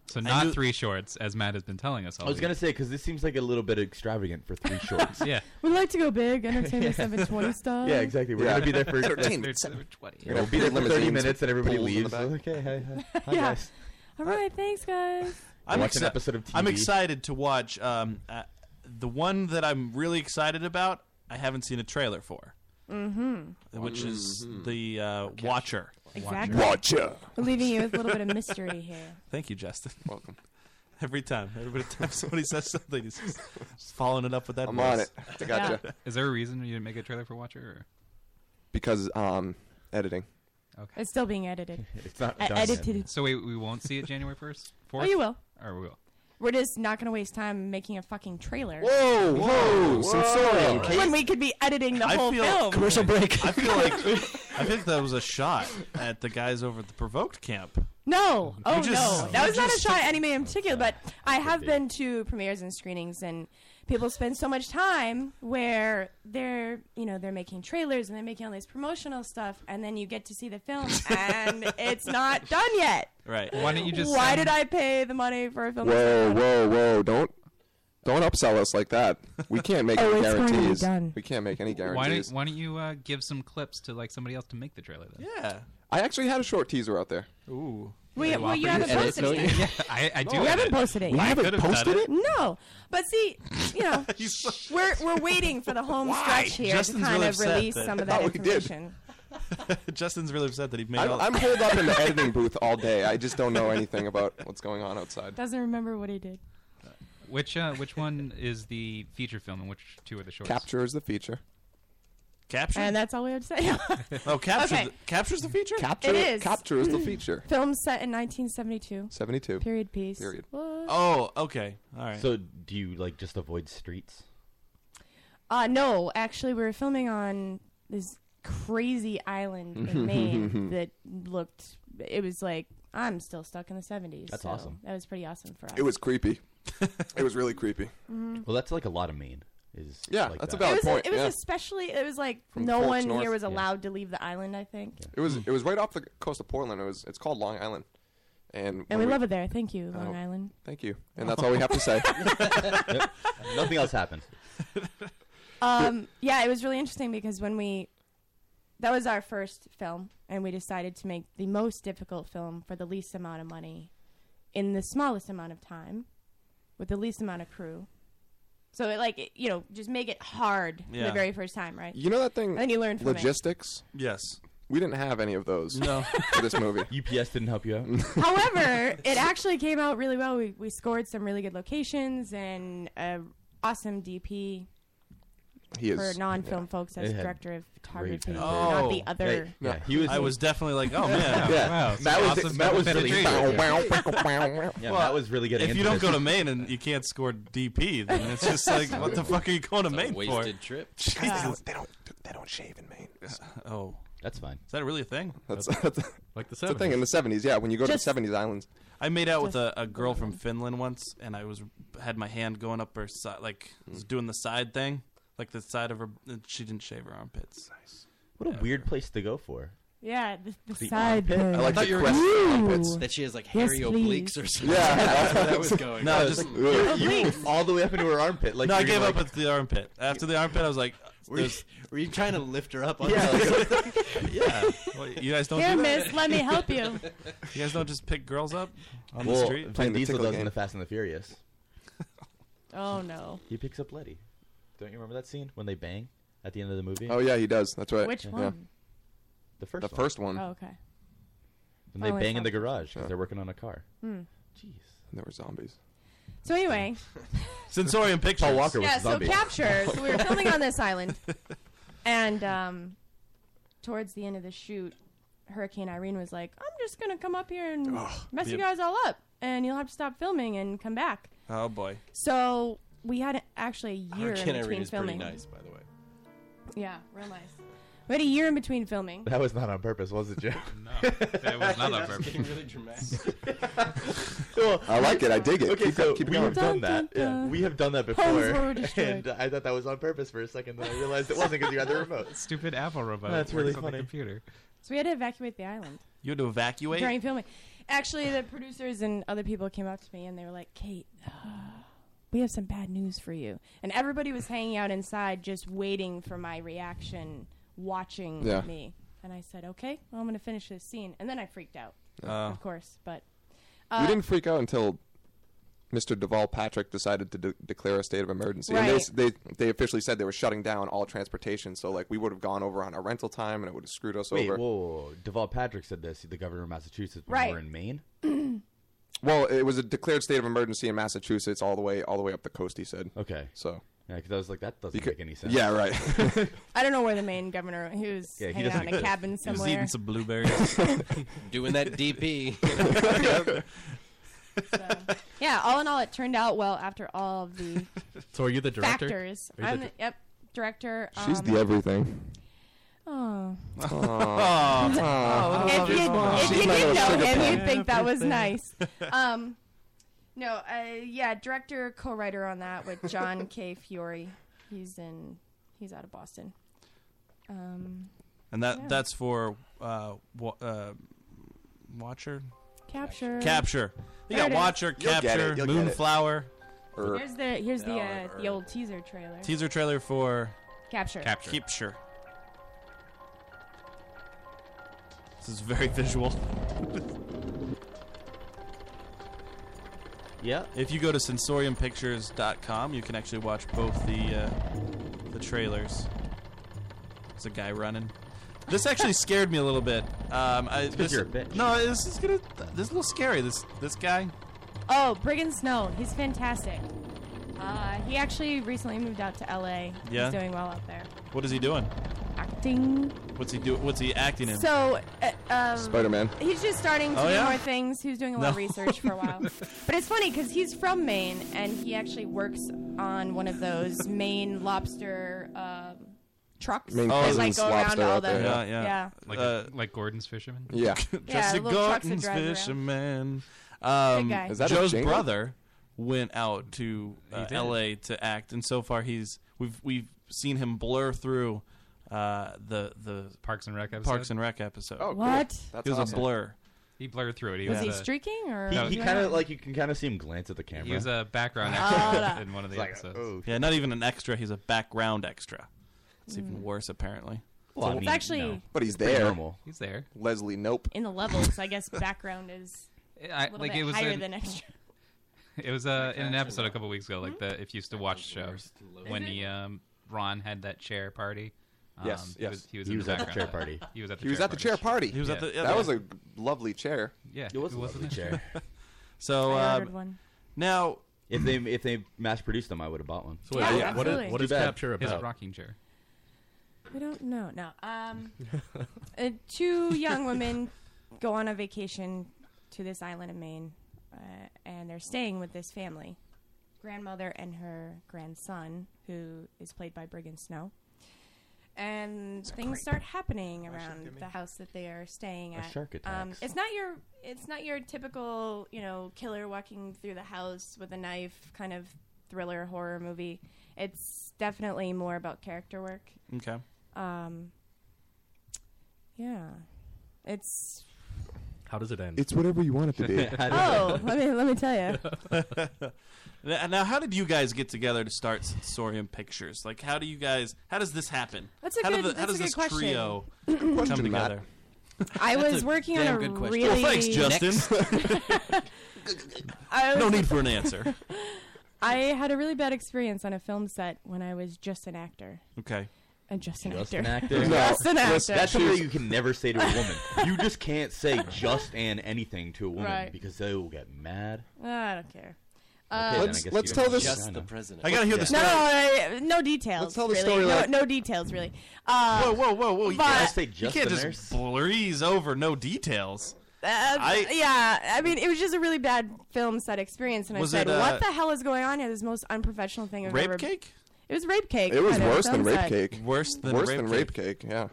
S7: So not three shorts, as Matt has been telling us all
S9: I was
S7: week.
S9: gonna say because this seems like a little bit extravagant for three shorts.
S7: Yeah.
S8: We like to go big, entertainment seven twenty style.
S9: Yeah, exactly. We're
S7: Yeah.
S9: gonna be there for
S7: Entertainment,
S9: We're
S7: 7:20.
S9: gonna be there for thirty
S6: Limousines
S9: minutes, and everybody
S6: pools in the
S9: leaves. okay, hi, hi, hi
S8: Yeah.
S9: guys.
S8: All right, thanks guys.
S9: Watch an episode of
S4: I'm
S9: TV.
S4: excited to watch um, uh, the one that I'm really excited about. I haven't seen a trailer for,
S8: Mm-hmm.
S4: which is
S7: Mm-hmm.
S4: the uh, Watcher.
S8: Exactly. We're leaving you with a little bit of mystery here.
S4: Thank you, Justin. Welcome. Every time, every time somebody says something, he's just, just following it up with that.
S6: I'm on
S4: voice.
S6: it. I gotcha.
S7: Is there a reason you didn't make a trailer for Watcher? Or?
S6: Because um, editing.
S8: It's still being edited.
S6: It's not
S8: E-
S6: done yet.
S8: edited.
S7: So we, we won't see it January 1st?
S8: Oh, you will.
S7: Or we will.
S8: We're just not going to waste time making a fucking trailer.
S9: Oh,
S6: Whoa, whoa,
S4: sensorium, Kate.
S8: When we could be editing the
S4: I
S8: whole
S4: feel-
S8: film.
S4: Commercial break. I feel like I think that was a shot at the guys over at the Provoked camp.
S8: No. Oh
S4: just-
S8: no. That
S4: you
S8: was not a
S4: just-
S8: shot at anime in particular, but I have been to premieres and screenings and people spend so much time where they're you know, they're making trailers and they're making all this promotional stuff and then you get to see the film and it's not done yet.
S4: Right.
S7: Why don't you just
S8: Why
S7: send-
S8: did I pay the money for a film? that's
S6: Whoa,
S8: not done?
S6: whoa, whoa! Don't don't upsell us like that. We can't make
S8: Oh,
S6: any
S8: it's going to be
S6: guarantees.
S8: done.
S6: We can't make any
S7: Why don't,
S6: guarantees.
S7: why don't you uh, give some clips to like somebody else to make the trailer then?
S4: Yeah.
S6: I actually had a short teaser out there.
S4: Ooh.
S8: Well, yeah, well, you haven't posted it.
S7: Yeah, I, I do.
S8: You
S7: have
S8: haven't posted it.
S7: We
S8: yet.
S7: could've done
S8: No, Oh, but see, you know, we're we're waiting for the home stretch here
S4: Justin's
S8: to kind
S4: really
S8: of
S4: upset
S8: release
S4: that-
S8: some of
S4: I
S8: that
S4: thought we did.
S8: information.
S4: Justin's really upset that he made.
S6: I'm,
S4: all...
S6: I'm holed up in the editing booth all day. I just don't know anything about what's going on outside.
S8: Doesn't remember what he did.
S7: Which uh, which one is the feature film and which two are the shorts?
S6: Capture is the feature.
S4: Capture?
S8: And that's all we have to say.
S4: oh, capture
S8: Okay.
S4: the, captures the feature.
S6: Capture
S8: it is.
S6: capture is the feature.
S8: Film set in 1972.
S6: 72.
S8: Period piece.
S6: Period.
S8: What?
S4: Oh, okay. All right.
S9: So do you like just avoid streets?
S8: Uh, no, actually, we were filming on this crazy island in Maine that looked. It was like I'm still stuck in the 70s.
S9: That's
S8: so
S9: awesome.
S8: That was pretty awesome for us.
S6: It was creepy. it was really creepy.
S8: Mhm.
S9: Well, that's like a lot of Maine. Is
S6: Yeah,
S9: like
S6: that's
S9: that.
S6: a valid
S8: it was,
S6: point.
S8: it was
S6: yeah.
S8: especially. It was like
S6: From
S8: no
S6: Forks
S8: one
S6: North.
S8: here was
S6: Yeah.
S8: allowed to leave the island. I think,
S6: It
S7: Hmm.
S6: was it was right off the coast of Portland. It was it's called Long Island, and when
S8: and we, love it there. Thank you,
S6: Oh,
S8: Long Island.
S6: Thank you, and that's all we have to say.
S9: Yep. Nothing else happened.
S8: Um, yeah, it was really interesting because when we that was our first film, and we decided to make the most difficult film for the least amount of money, in the smallest amount of time, with the least amount of crew. So it like it, you know just make it hard for
S6: Yeah.
S8: the very first time, right?
S6: You know that thing?
S8: I think you learned from it.
S6: logistics.
S4: Yes.
S6: We didn't have any of those.
S4: No.
S6: For this movie,
S9: UPS didn't help you out.
S8: However, it actually came out really well. We we scored some really good locations and a awesome DP.
S4: He is-
S8: for non-film
S4: yeah.
S8: folks
S4: It
S8: as
S4: had
S8: director of
S4: great
S8: photography,
S4: talent.
S8: not
S4: Oh.
S8: the other.
S4: Hey, yeah, he was- I was definitely like, oh, man, Yeah. wow, it's
S9: Matt was
S4: awesome
S9: Matt was
S4: benefit
S9: really
S4: of
S9: yeah.
S4: Yeah.
S9: yeah, Matt was really good.
S4: If you don't go to Maine and you can't score DP, then it's just like, what the fuck are you going to
S9: It's a
S4: Maine for?
S9: wasted trip.
S4: Jesus.
S9: They don't-
S6: they don't they don't shave in Maine.
S4: Oh,
S9: that's fine.
S4: Is that really a thing?
S6: That's, that's
S4: Like the
S6: it's a thing in the seventies. Yeah, when you go to the seventies islands.
S4: I made out with a, a girl from Finland once, and I was had my hand going up her side, like was doing the side thing, like the side of her. and She didn't shave her armpits. Nice.
S9: What a weird place to go for.
S8: Yeah, the, the
S9: The
S8: side
S9: armpit?
S8: thing.
S9: I like the quest armpits.
S10: That she has like
S8: Yes,
S10: hairy
S8: please.
S10: obliques or something.
S9: Yeah.
S10: that's where that was going.
S4: No,
S10: I was
S4: just
S10: like, "Ugh."
S9: all the way up into her armpit. Like
S4: no, I
S9: you're
S4: gave
S9: like-
S4: up at the armpit. After the armpit, I was like,
S10: Were you,
S4: there's-
S10: were you trying to lift her up? On
S4: Yeah,
S10: the-
S4: yeah. Well, you guys don't.
S8: Here,
S4: do that?
S8: miss, let me help you.
S4: You guys don't just pick girls up on
S9: well,
S4: the street.
S9: Vin Diesel does in the Fast and the Furious.
S8: Oh no.
S9: He picks up Letty. Don't you remember that scene when they bang at the end of the movie?
S6: Oh yeah, he does. That's right.
S8: Which
S6: Yeah.
S8: one?
S9: The first.
S6: The first
S4: Mm.
S6: one.
S8: Oh, okay.
S9: And they
S10: Oh,
S8: Only
S9: bang in
S8: some.
S9: the garage because they're working on a car.
S8: Hmm.
S6: And there were zombies.
S8: So anyway,
S4: Sensorium pictures.
S9: Paul Walker was
S8: yeah.
S9: a
S8: So
S9: zombie.
S8: capture. so we were filming on this island, and um, towards the end of the shoot, Hurricane Irene was like, "I'm just gonna come up here and mess you
S4: Yeah.
S8: guys all up, and you'll have to stop filming and come back."
S4: Oh boy.
S8: So we had a- actually a year
S10: Hurricane
S8: in between
S10: Irene is pretty
S8: filming.
S10: nice, by the way.
S8: Yeah, real nice. We had a year in between filming.
S9: That was not on purpose, was it, Joe?
S10: No, that was not on purpose. Getting really dramatic. I like it. I dig it.
S9: Okay,
S10: Keep
S9: so
S10: go- keep
S9: we
S10: going.
S9: have done
S10: Dun,
S9: that.
S10: dun, dun.
S9: Yeah, we have done that
S10: Homes
S9: before,
S10: were destroyed.
S9: and uh, I thought that was on purpose for a second. Then I realized it wasn't because you had the remote.
S7: Stupid Apple remote.
S9: That's really
S7: works on the
S9: funny.
S7: computer.
S8: So we had to evacuate the island.
S4: You had to evacuate.
S8: during filming. Actually, the producers and other people came up to me and they were like, "Kate, uh, we have some bad news for you." And everybody was hanging out inside, just waiting for my reaction, watching
S4: Yeah.
S8: me. And I said, "Okay, well, I'm going to finish this scene." And then I freaked out,
S6: Oh.
S8: of course. But
S6: we
S8: uh,
S6: didn't freak out until Mr. Deval Patrick decided to de- declare a state of emergency. And they, s- they they officially said they were shutting down all transportation. So like we would have gone over on our rental time, and it would have screwed us
S9: Wait,
S6: over.
S9: whoa, whoa, whoa. Deval Patrick said this. The governor of Massachusetts when we
S6: Right.
S9: were in Maine.
S6: Well, it was a declared state of emergency in Massachusetts all the way all the way up the coast. He said.
S9: Okay.
S6: So.
S9: Yeah, because I was like, that doesn't make any sense.
S6: Yeah, right.
S8: I don't know where the main governor. He was
S9: Yeah, he
S8: hanging out
S9: doesn't
S8: in a
S9: exist.
S8: cabin
S9: He was
S8: somewhere.
S9: eating some
S4: blueberries.
S10: Doing that DP.
S8: yeah. All in all, it turned out well after all of the
S5: So are you the director?
S8: factors.
S5: Are you
S8: I'm
S5: the
S8: the, yep director.
S6: She's
S8: um,
S6: the everything.
S8: Oh.
S6: Aw.
S15: Oh,
S4: Aw.
S8: if you,
S4: Aw.
S8: if you
S4: She's my
S8: did
S4: little
S8: know
S4: sugar
S8: him,
S4: plum.
S8: you'd think that was
S4: Everything.
S8: nice. Um, no, uh, yeah, director, co-writer on that with John K. Fiore. He's in. He's out of Boston. Um,
S4: And that
S8: Yeah.
S4: that's for uh, wa- uh, Watcher.
S8: Capture.
S4: Capture.
S8: There
S4: You got
S8: it is.
S4: Watcher,
S8: You'll get
S4: Capture,
S8: it, Er, you'll get it.
S4: Moonflower.
S8: here's the here's the uh, the old teaser trailer.
S4: teaser trailer for
S8: Capture.
S4: Capture. This is very visual.
S9: yeah.
S4: If you go to sensoriumpictures.com, you can actually watch both the uh, the trailers. There's a guy running. This actually scared me a little bit. Um, I,
S9: because
S4: this,
S9: you're a bitch.
S4: No, this is gonna. This is a little scary. This this guy.
S8: Oh, Brigham Snow. He's fantastic. Uh, he actually recently moved out to L.A.
S4: Yeah?
S8: He's doing well out there.
S4: What is he doing?
S8: acting.
S4: What's he do? What's he acting in?
S8: So, uh, um,
S4: Spider-Man.
S8: He's just starting to
S4: Oh,
S8: do
S4: yeah?
S8: more things. He was doing a lot of
S4: No.
S8: research for a while, but it's funny because he's from Maine and he actually works on one of those Maine lobster um, trucks
S7: Maine
S8: that like
S7: Cousins
S8: go around
S7: lobster
S8: all
S7: out
S8: the
S7: there, yeah.
S4: Yeah. Uh,
S7: Like a- like Gordon's fisherman.
S4: Yeah. Jesse
S8: little trucks that
S4: Gordon's
S8: drive around.
S4: fisherman. Um,
S8: guy. Is that a
S4: Joe's
S8: jingle?
S4: brother went out to uh,
S7: He did.
S4: L.A. to act, and so far he's we've we've seen him blur through uh, the the
S7: Parks and Rec episode.
S4: Parks and Rec episode.
S8: Oh, cool. What?
S4: it
S7: That's
S4: was
S7: awesome.
S4: a blur.
S7: He blurred through it.
S8: Was he streaking or?
S9: He,
S7: No,
S9: he
S7: yeah.
S9: kind of like you can kind of see him glance at the camera.
S7: He was a background
S8: Oh,
S7: actor
S8: no.
S7: in one of the
S9: It's like,
S7: episodes.
S6: oh.
S4: Yeah, not even an extra. He's a background extra. It's
S8: Mm.
S4: even worse, apparently.
S8: Well, I It's mean, actually- no.
S6: But he's
S4: Pretty
S6: there.
S4: normal.
S7: He's there.
S6: Leslie, nope.
S8: in the levels, I guess background is
S7: I-
S8: a little
S7: like,
S8: bit
S7: it was
S8: higher
S7: an-
S8: than extra.
S7: It was uh, in an episode a couple weeks ago, like the if you used to watch show when he um, Ron had that chair party. Um,
S6: Yes,
S7: he
S6: yes.
S7: was, he was, in the background. He was at the chair party.
S6: party.
S4: He was at
S7: Yeah.
S4: the. yeah,
S6: that
S4: the-
S6: was a lovely chair.
S7: Yeah, It was a it was a lovely lovely chair. chair.
S4: so
S9: I
S4: uh,
S9: ordered
S8: one.
S4: now,
S9: if they if they mass produced them, I would have bought one.
S5: So wait, Yeah, what- what is- absolutely. what is
S9: Too bad.
S5: Capture
S7: His
S5: about?
S7: rocking chair.
S8: We don't know. No. Um, uh, two young women go on a vacation to this island in Maine, uh, and they're staying with this family grandmother and her grandson, who is played by Brigham Snow. And things start happening around the house that they are staying
S9: A
S8: at.
S9: shark
S8: Um,
S9: attacks.
S8: it's not your it's not your typical you know killer walking through the house with a knife kind of thriller horror movie. It's definitely more about character work.
S4: Okay.
S8: Um, yeah, it's
S5: How does it end?
S6: It's whatever you want it to be.
S8: oh let me let me tell you.
S4: Now, now, how did you guys get together to start Sensorium Pictures? Like, how do you guys? How does this happen?
S8: That's a
S4: how do
S8: good-
S4: the- how
S8: that's a
S4: does
S8: good
S4: this
S8: question.
S4: trio
S6: question,
S4: come
S6: Matt.
S4: together?
S8: I
S4: That's
S8: was
S4: a
S8: working on
S4: damn
S8: a
S4: good question.
S8: really
S4: Well, thanks, Justin.
S8: I
S4: no
S8: was-
S4: need for an answer.
S8: I had a really bad experience on a film set when I was just an actor.
S4: Okay.
S8: Uh, just an
S9: Just
S8: actor.
S9: an actor.
S8: just an actor.
S9: That's something you can never say to a woman. you just can't say just and anything to a woman
S8: Right.
S9: because they will get mad.
S8: Uh, I don't care. Uh,
S9: Okay, then I Let's- guess you let's don't tell have to this- just the president.
S4: I gotta hear the
S8: No, no,
S4: story.
S8: no, no details.
S4: Let's tell the
S8: really.
S4: story
S8: No,
S4: like-
S8: no details, really. Uh,
S4: whoa, whoa, whoa, whoa! You
S8: but-
S4: can't, you can't just breeze over no details.
S8: Uh,
S4: I-
S8: yeah, I mean, it was just a really bad film set experience, and I
S4: Was
S8: said,
S4: it, uh,
S8: "What the hell is going on here? This is the most unprofessional thing I've
S4: Rape
S8: ever."
S4: cake?
S8: It was rape cake.
S6: It was
S8: kind of
S6: worse than
S8: film
S6: rape
S8: set.
S6: cake.
S4: Worse than
S6: worse
S4: rape
S6: than rape cake. Yeah.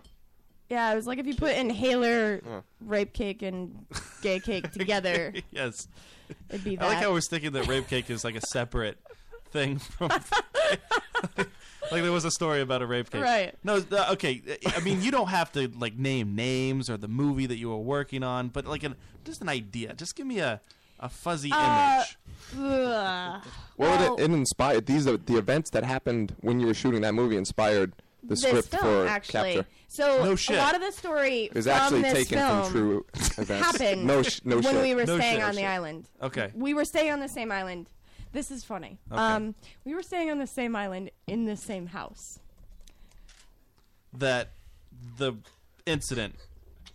S8: Yeah, it was like if you put inhaler,
S6: Yeah.
S8: rape cake, and gay cake together,
S4: yes.
S8: it'd be
S4: I like
S8: that.
S4: how we're thinking that rape cake is like a separate thing from. like there was a story about a rape cake.
S8: Right.
S4: No. uh, okay. I mean, you don't have to like name names or the movie that you were working on, but like an just an idea. Just give me a a fuzzy
S8: Uh,
S4: image.
S8: ugh.
S6: Well,
S8: Well,
S6: it, it inspired these are the events that happened when you were shooting that movie inspired the
S8: this
S6: script
S8: film
S6: for
S8: actually.
S6: Capture.
S8: So
S6: No shit.
S8: a lot of the story
S6: It was
S8: from
S6: actually
S8: this
S6: taken
S8: film
S6: from true events.
S8: happened
S6: No, sh- no
S8: when
S6: shit.
S8: we were
S6: No
S8: staying
S6: shit.
S8: on the island.
S4: Okay.
S8: We were staying on the same island. This is funny.
S4: Okay.
S8: Um, we were staying on the same island in the same house.
S4: that the incident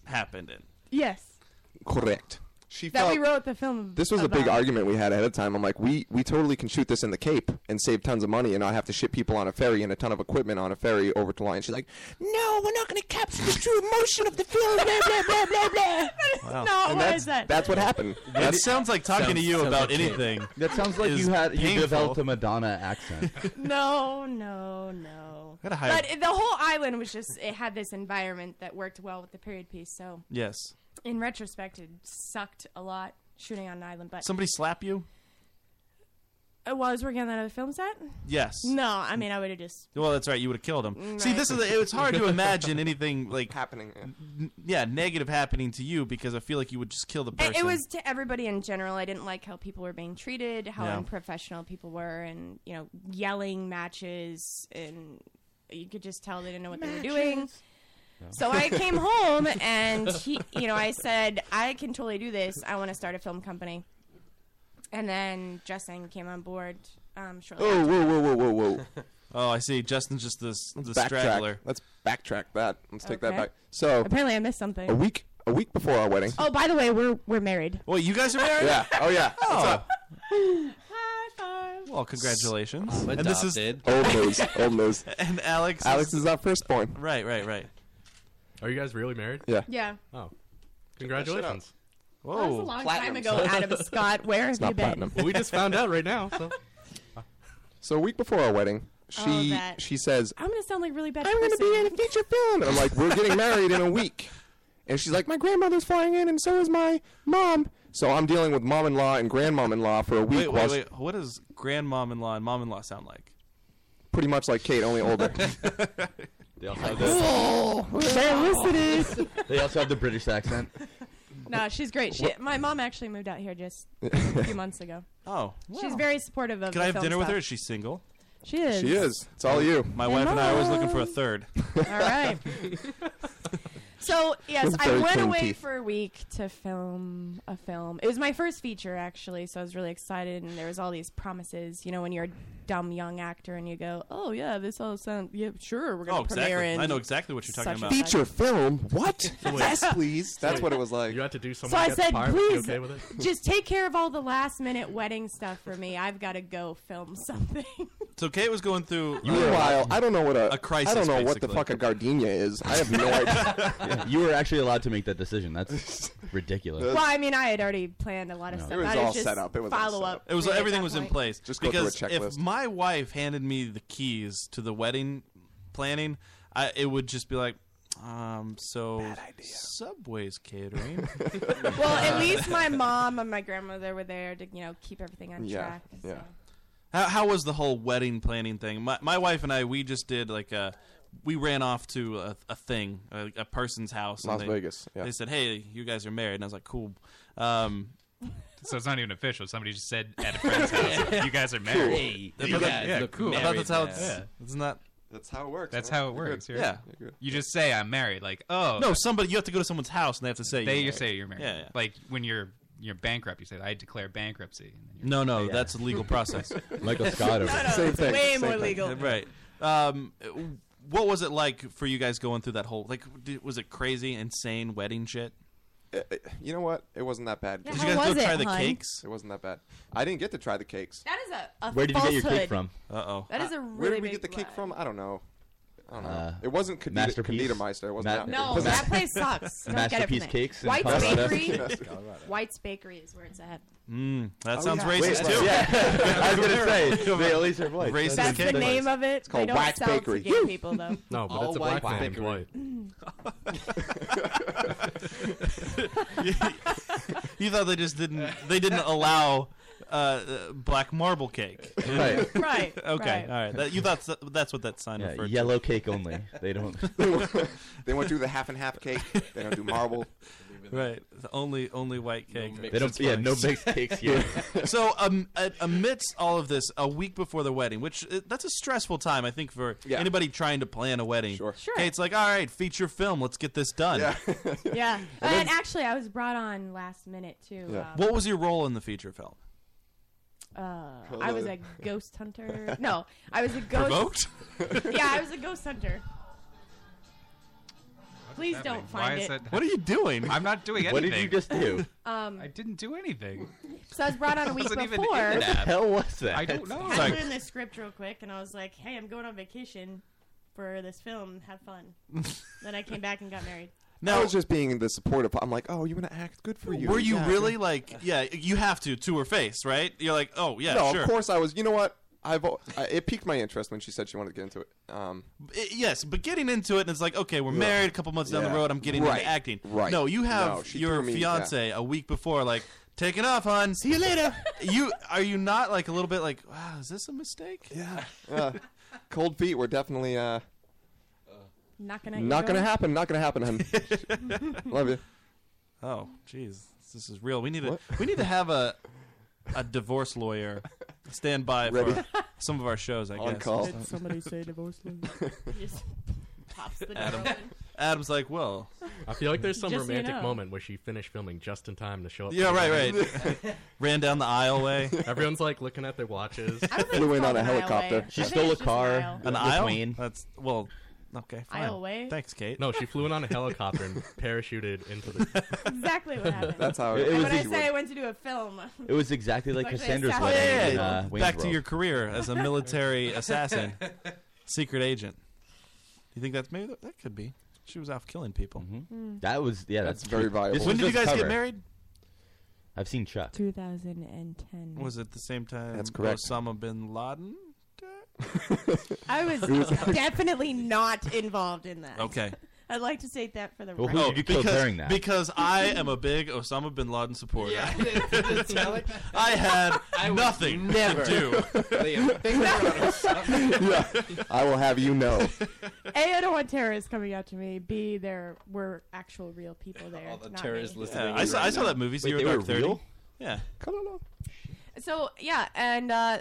S4: happened in.
S8: Yes,
S6: Correct. She
S8: that
S6: felt
S8: we wrote the film.
S6: This was a big
S8: about.
S6: argument we had ahead of time. I'm like, we, we totally can shoot this in the Cape and save tons of money and not have to ship people on a ferry and a ton of equipment on a ferry over to Lyon. She's like,
S3: No, we're not going to capture the true emotion of the film. Blah blah blah blah blah.
S4: Wow.
S8: No,
S6: And
S8: what
S6: that's,
S8: is that?
S6: That's what happened.
S4: That
S6: That's-
S4: sounds like talking to you about anything.
S9: That sounds like
S4: is
S9: you had you
S4: painful.
S9: developed a Madonna accent.
S8: Oh, No, no, no.
S4: Gotta hire-
S8: But the whole island was just it had this environment that worked well with the period piece. So
S4: Yes.
S8: in retrospect, it sucked a lot shooting on an island. But
S4: Somebody slap you?
S8: Uh, while I was working on that other film set.
S4: Yes.
S8: No, I mean I would have just
S4: Well, that's right. You would have killed him. See,
S8: Right.
S4: this is it's hard to imagine anything like
S6: Mm, happening. Yeah.
S4: N- yeah, negative happening to you because I feel like you would just kill the person.
S8: It, it was to everybody in general. I didn't like how people were being treated, how
S4: Yeah.
S8: unprofessional people were, and you know, yelling matches, and you could just tell they didn't know what they were doing. So I came home and he, you know, I said I can totally do this. I want to start a film company. And then Justin came on board um, shortly.
S6: Oh, whoa, whoa, whoa, whoa, whoa.
S4: Oh, I see. Justin's just this the
S6: backtrack.
S4: straggler.
S6: Let's backtrack that. Let's take that
S8: Okay.
S6: back. So
S8: Apparently, I missed something.
S6: a week a week before our wedding.
S8: Oh, by the way, we're we're married.
S4: Well, you guys are married.
S6: Yeah. Oh yeah. What's up?
S4: Well, congratulations. and this is
S6: Oh, old news. Old news.
S4: and Alex.
S6: Alex
S4: is,
S6: is our firstborn.
S4: right, right, right.
S5: Are you guys really married?
S6: Yeah.
S8: Yeah.
S5: Oh,
S6: that shit out.
S5: congratulations.
S8: Whoa. That was a long time ago, Adam Scott. Where
S6: It's
S8: have you
S6: not
S8: been?
S6: platinum.
S5: Well, we just found out right now. So.
S6: So a week before our wedding,
S8: Oh,
S6: she
S8: that-
S6: she says,
S8: I'm gonna sound like really bad.
S6: I'm going to be in a feature film. And I'm like, we're getting married in a week. And she's like, my grandmother's flying in, and so is my mom. So I'm dealing with mom-in-law and grandmom-in-law for a week.
S4: Wait,
S6: while
S4: wait, wait. What does grandmom-in-law and mom-in-law sound like?
S6: Pretty much like Kate, only older.
S9: They also have
S8: Oh,
S9: the, they also have the British accent.
S8: No, she's great. She,
S9: What-
S8: my mom actually moved out here just a few months ago.
S4: Oh,
S8: She's
S4: wow.
S8: very supportive of.
S4: Can
S8: the
S4: I have
S8: film
S4: dinner with
S8: stuff.
S4: her? Is she single?
S8: She is.
S6: She is. It's all you.
S4: My wife and I are always looking for a third.
S8: All right. so yes,
S4: With
S8: I
S4: very
S8: went
S4: clean
S8: away
S4: teeth.
S8: for a week to film a film. It was my first feature actually, so I was really excited, and there was all these promises. You know, when you're a dumb young actor and you go, "Oh yeah, this all sounds yeah, sure, we're gonna
S4: Oh, exactly.
S8: premiere in."
S4: I know exactly what you're talking
S8: such a
S4: about.
S8: such."
S6: Feature film? What? yes, please. That's what it was like.
S5: You have to do
S8: So I said, please,
S5: okay with it?
S8: just take care of all the last minute wedding stuff for me. I've got to go film something.
S4: So Kate was going through. uh,
S6: Meanwhile, I don't know what a,
S4: a crisis,
S6: I don't know what the
S4: basically.
S6: fuck a gardenia is. I have no idea.
S9: Yeah, you were actually allowed to make that decision. That's ridiculous.
S8: well, I mean, I had already planned a lot of
S9: No.
S8: stuff.
S9: It was
S8: I
S9: all
S8: just
S9: set up. It was all
S8: follow
S9: set
S8: up.
S9: up.
S4: It was
S8: really at
S4: everything
S8: that
S4: was in
S8: point.
S4: place.
S6: Just go through a
S4: because if
S6: checklist.
S4: my wife handed me the keys to the wedding planning, I, it would just be like, um, so Subway's catering.
S8: Well, at least my mom and my grandmother were there to you know keep everything on
S4: Yeah,
S8: track.
S4: yeah. How, how was the whole wedding planning thing? My, my wife and I, we just did like a, we ran off to a, a thing, a, a person's house. and
S6: Las
S4: they-
S6: Vegas, yeah.
S4: They said, "Hey, you guys are married," and I was like, "Cool." Um,
S7: So it's not even official. Somebody just said at a friend's house, "You guys are married." Hey,
S4: I
S7: you
S4: thought that-
S7: guys look
S4: I thought that's how
S7: married
S4: it's.
S7: now. Yeah.
S4: It's not.
S6: That's how it works.
S7: That's how it works.
S4: Yeah.
S7: right? You just say I'm married. Like, oh,
S4: No, somebody you have to go to someone's house and they have to say
S7: they
S4: you're
S7: you
S4: married.
S7: say you're married.
S4: Yeah, yeah.
S7: Like when you're you're bankrupt, you say I declare bankruptcy. And then you're
S4: No, no, that's a legal process.
S7: Michael Scott over No, no, there.
S8: Same thing, way same more thing. legal.
S4: Right. Um, what was it like for you guys going through that whole like? Did, was it crazy, insane wedding shit?
S6: You know what? It wasn't that bad.
S8: Yeah, Did you how guys go was it, try the hun?
S4: cakes?
S6: It wasn't that bad. I didn't get to try the cakes.
S8: That is a, a falsehood.
S4: Uh oh.
S8: That is a
S6: Where
S8: really
S6: did we
S8: big
S6: get the cake
S8: lie.
S6: from? I don't know. I don't know.
S9: Uh,
S6: it wasn't Candida,
S9: Masterpiece?
S6: Candida Meister. It wasn't
S9: Ma-
S6: that.
S8: No,
S6: it was
S8: that place sucks. Don't get it from
S9: Masterpiece
S8: there.
S9: Cakes in
S8: White's
S9: Colorado.
S8: Bakery.
S9: Colorado.
S8: White's Bakery is where it's at.
S4: Mm, that
S9: Oh,
S4: sounds
S9: yeah.
S4: racist
S9: Wait,
S4: too.
S9: yeah. I was gonna say, they at least are white.
S4: Racist
S8: That's the
S4: cake place.
S8: name of it. It's
S4: called
S8: they don't
S4: Wax
S8: sell
S4: Bakery.
S8: To gay people though.
S5: No, but it's a black man in white.
S4: you thought they just didn't they didn't allow uh, uh, black marble cake.
S9: Right.
S8: Right,
S4: okay.
S8: right.
S4: All right. That, you thought s- that's what that sign
S9: Yeah,
S4: referred
S9: yellow cake only. They don't.
S6: they won't do the half and half cake. They don't do marble.
S4: to. Right. The only only white cake.
S9: They don't. Yeah, no mixed cakes here.
S4: so um, a- amidst all of this, a week before the wedding, which uh, that's a stressful time, I think, for
S6: Yeah.
S4: anybody trying to plan a wedding. Sure.
S8: Sure.
S4: Kate's like, all right, feature film, let's get this done.
S8: yeah.
S4: then-
S8: And actually, I was brought on last minute too. Um,
S4: What was your role in the feature film?
S8: Uh, I was a ghost hunter. No, I was a
S4: Provoked?
S8: ghost. yeah, I was a ghost hunter. Please don't
S7: Why
S8: find
S7: is
S8: it.
S7: that?
S4: What are you doing?
S7: I'm not doing anything.
S9: What did you just do?
S8: Um,
S7: I didn't do anything.
S8: So I was brought on a week
S7: Wasn't even
S8: before.
S7: in
S9: What the
S7: that.
S9: hell was that?
S7: I don't know.
S8: I had to put in the script real quick, and I was like, "Hey, I'm going on vacation for this film. Have fun." then I came back and got married. Oh,
S6: I was just being the supportive. I'm like, oh, you want to act good for you.
S4: Were you
S6: Yeah.
S4: really like, yeah, you have to, to her face, right? You're like, oh, yeah,
S6: no,
S4: sure.
S6: of course I was. You know what? I've al- I, it piqued my interest when she said she wanted to get into it. Um,
S4: I- yes, but getting into it, and it's like, okay, we're married a couple months down
S6: Yeah.
S4: the road, I'm getting
S6: Right,
S4: into acting.
S6: right.
S4: No, you have
S6: No, she
S4: your
S6: threw me-
S4: fiance a week before, like, taking off, hon. See you later. you Are you not, like, a little bit like, wow, is this a mistake?
S6: Yeah. uh, cold feet were definitely uh,
S8: Knocking at your
S6: not going to
S8: door.
S6: happen. Not going to happen. hun. Love you.
S4: Oh, jeez, this is real. We need to we need to have a a divorce lawyer stand by
S6: Ready.
S4: for some of our shows. I
S6: On
S4: guess.
S6: call.
S4: Did
S3: somebody say divorce
S8: Just pops the door
S4: Adam,
S8: open.
S4: Adam's like, well,
S5: I feel like there's some
S8: Just so you
S5: romantic
S8: know.
S5: moment where she finished filming just in time to show up. to
S4: Yeah,
S5: the
S4: right,
S5: wedding.
S4: right. Ran down the aisleway.
S5: Everyone's like looking at their watches.
S6: Flew in on a helicopter.
S5: She stole a car.
S4: an aisle. That's well, okay. Fine.
S8: Aisle way?
S4: Thanks, Kate.
S5: No, she flew in on a helicopter and parachuted into the.
S8: Exactly what happened.
S6: That's how
S9: It
S8: and
S9: was-
S8: when I
S9: you
S8: say I went to do a film,
S9: It was exactly like
S8: It's actually
S9: Cassandra's
S8: a
S9: wedding.
S8: salad.
S9: in, uh, Wayne's
S4: Back to
S9: World.
S4: your career as a military assassin, secret agent. Do you think that's maybe that, that could be? She was out killing people.
S6: Hmm.
S9: Mm. That was yeah. That's, true. This
S4: When
S9: was
S4: did you
S9: just
S4: guys
S9: cover.
S4: get married?
S9: I've seen Chuck.
S8: 2010.
S4: Was it the same time
S9: That's correct.
S4: Osama bin Laden?
S8: I was
S4: It was-
S8: definitely not involved in that.
S4: Okay. Oh,
S8: I'd like to state that for the
S9: Well,
S8: record.
S9: who did you kill
S4: because,
S9: during that?
S4: Because I am a big Osama bin Laden supporter.
S10: did smell it?
S4: I had nothing
S10: never.
S4: to do.
S6: yeah, I will have you know.
S8: A, I don't want terrorists coming out to me. B, there were actual real people there.
S10: All the
S8: not
S10: terrorists
S8: me.
S10: listening.
S4: Yeah, I saw- I saw that movie, Wait, Zero they Dark were Thirty. real? Yeah.
S8: So yeah, and uh,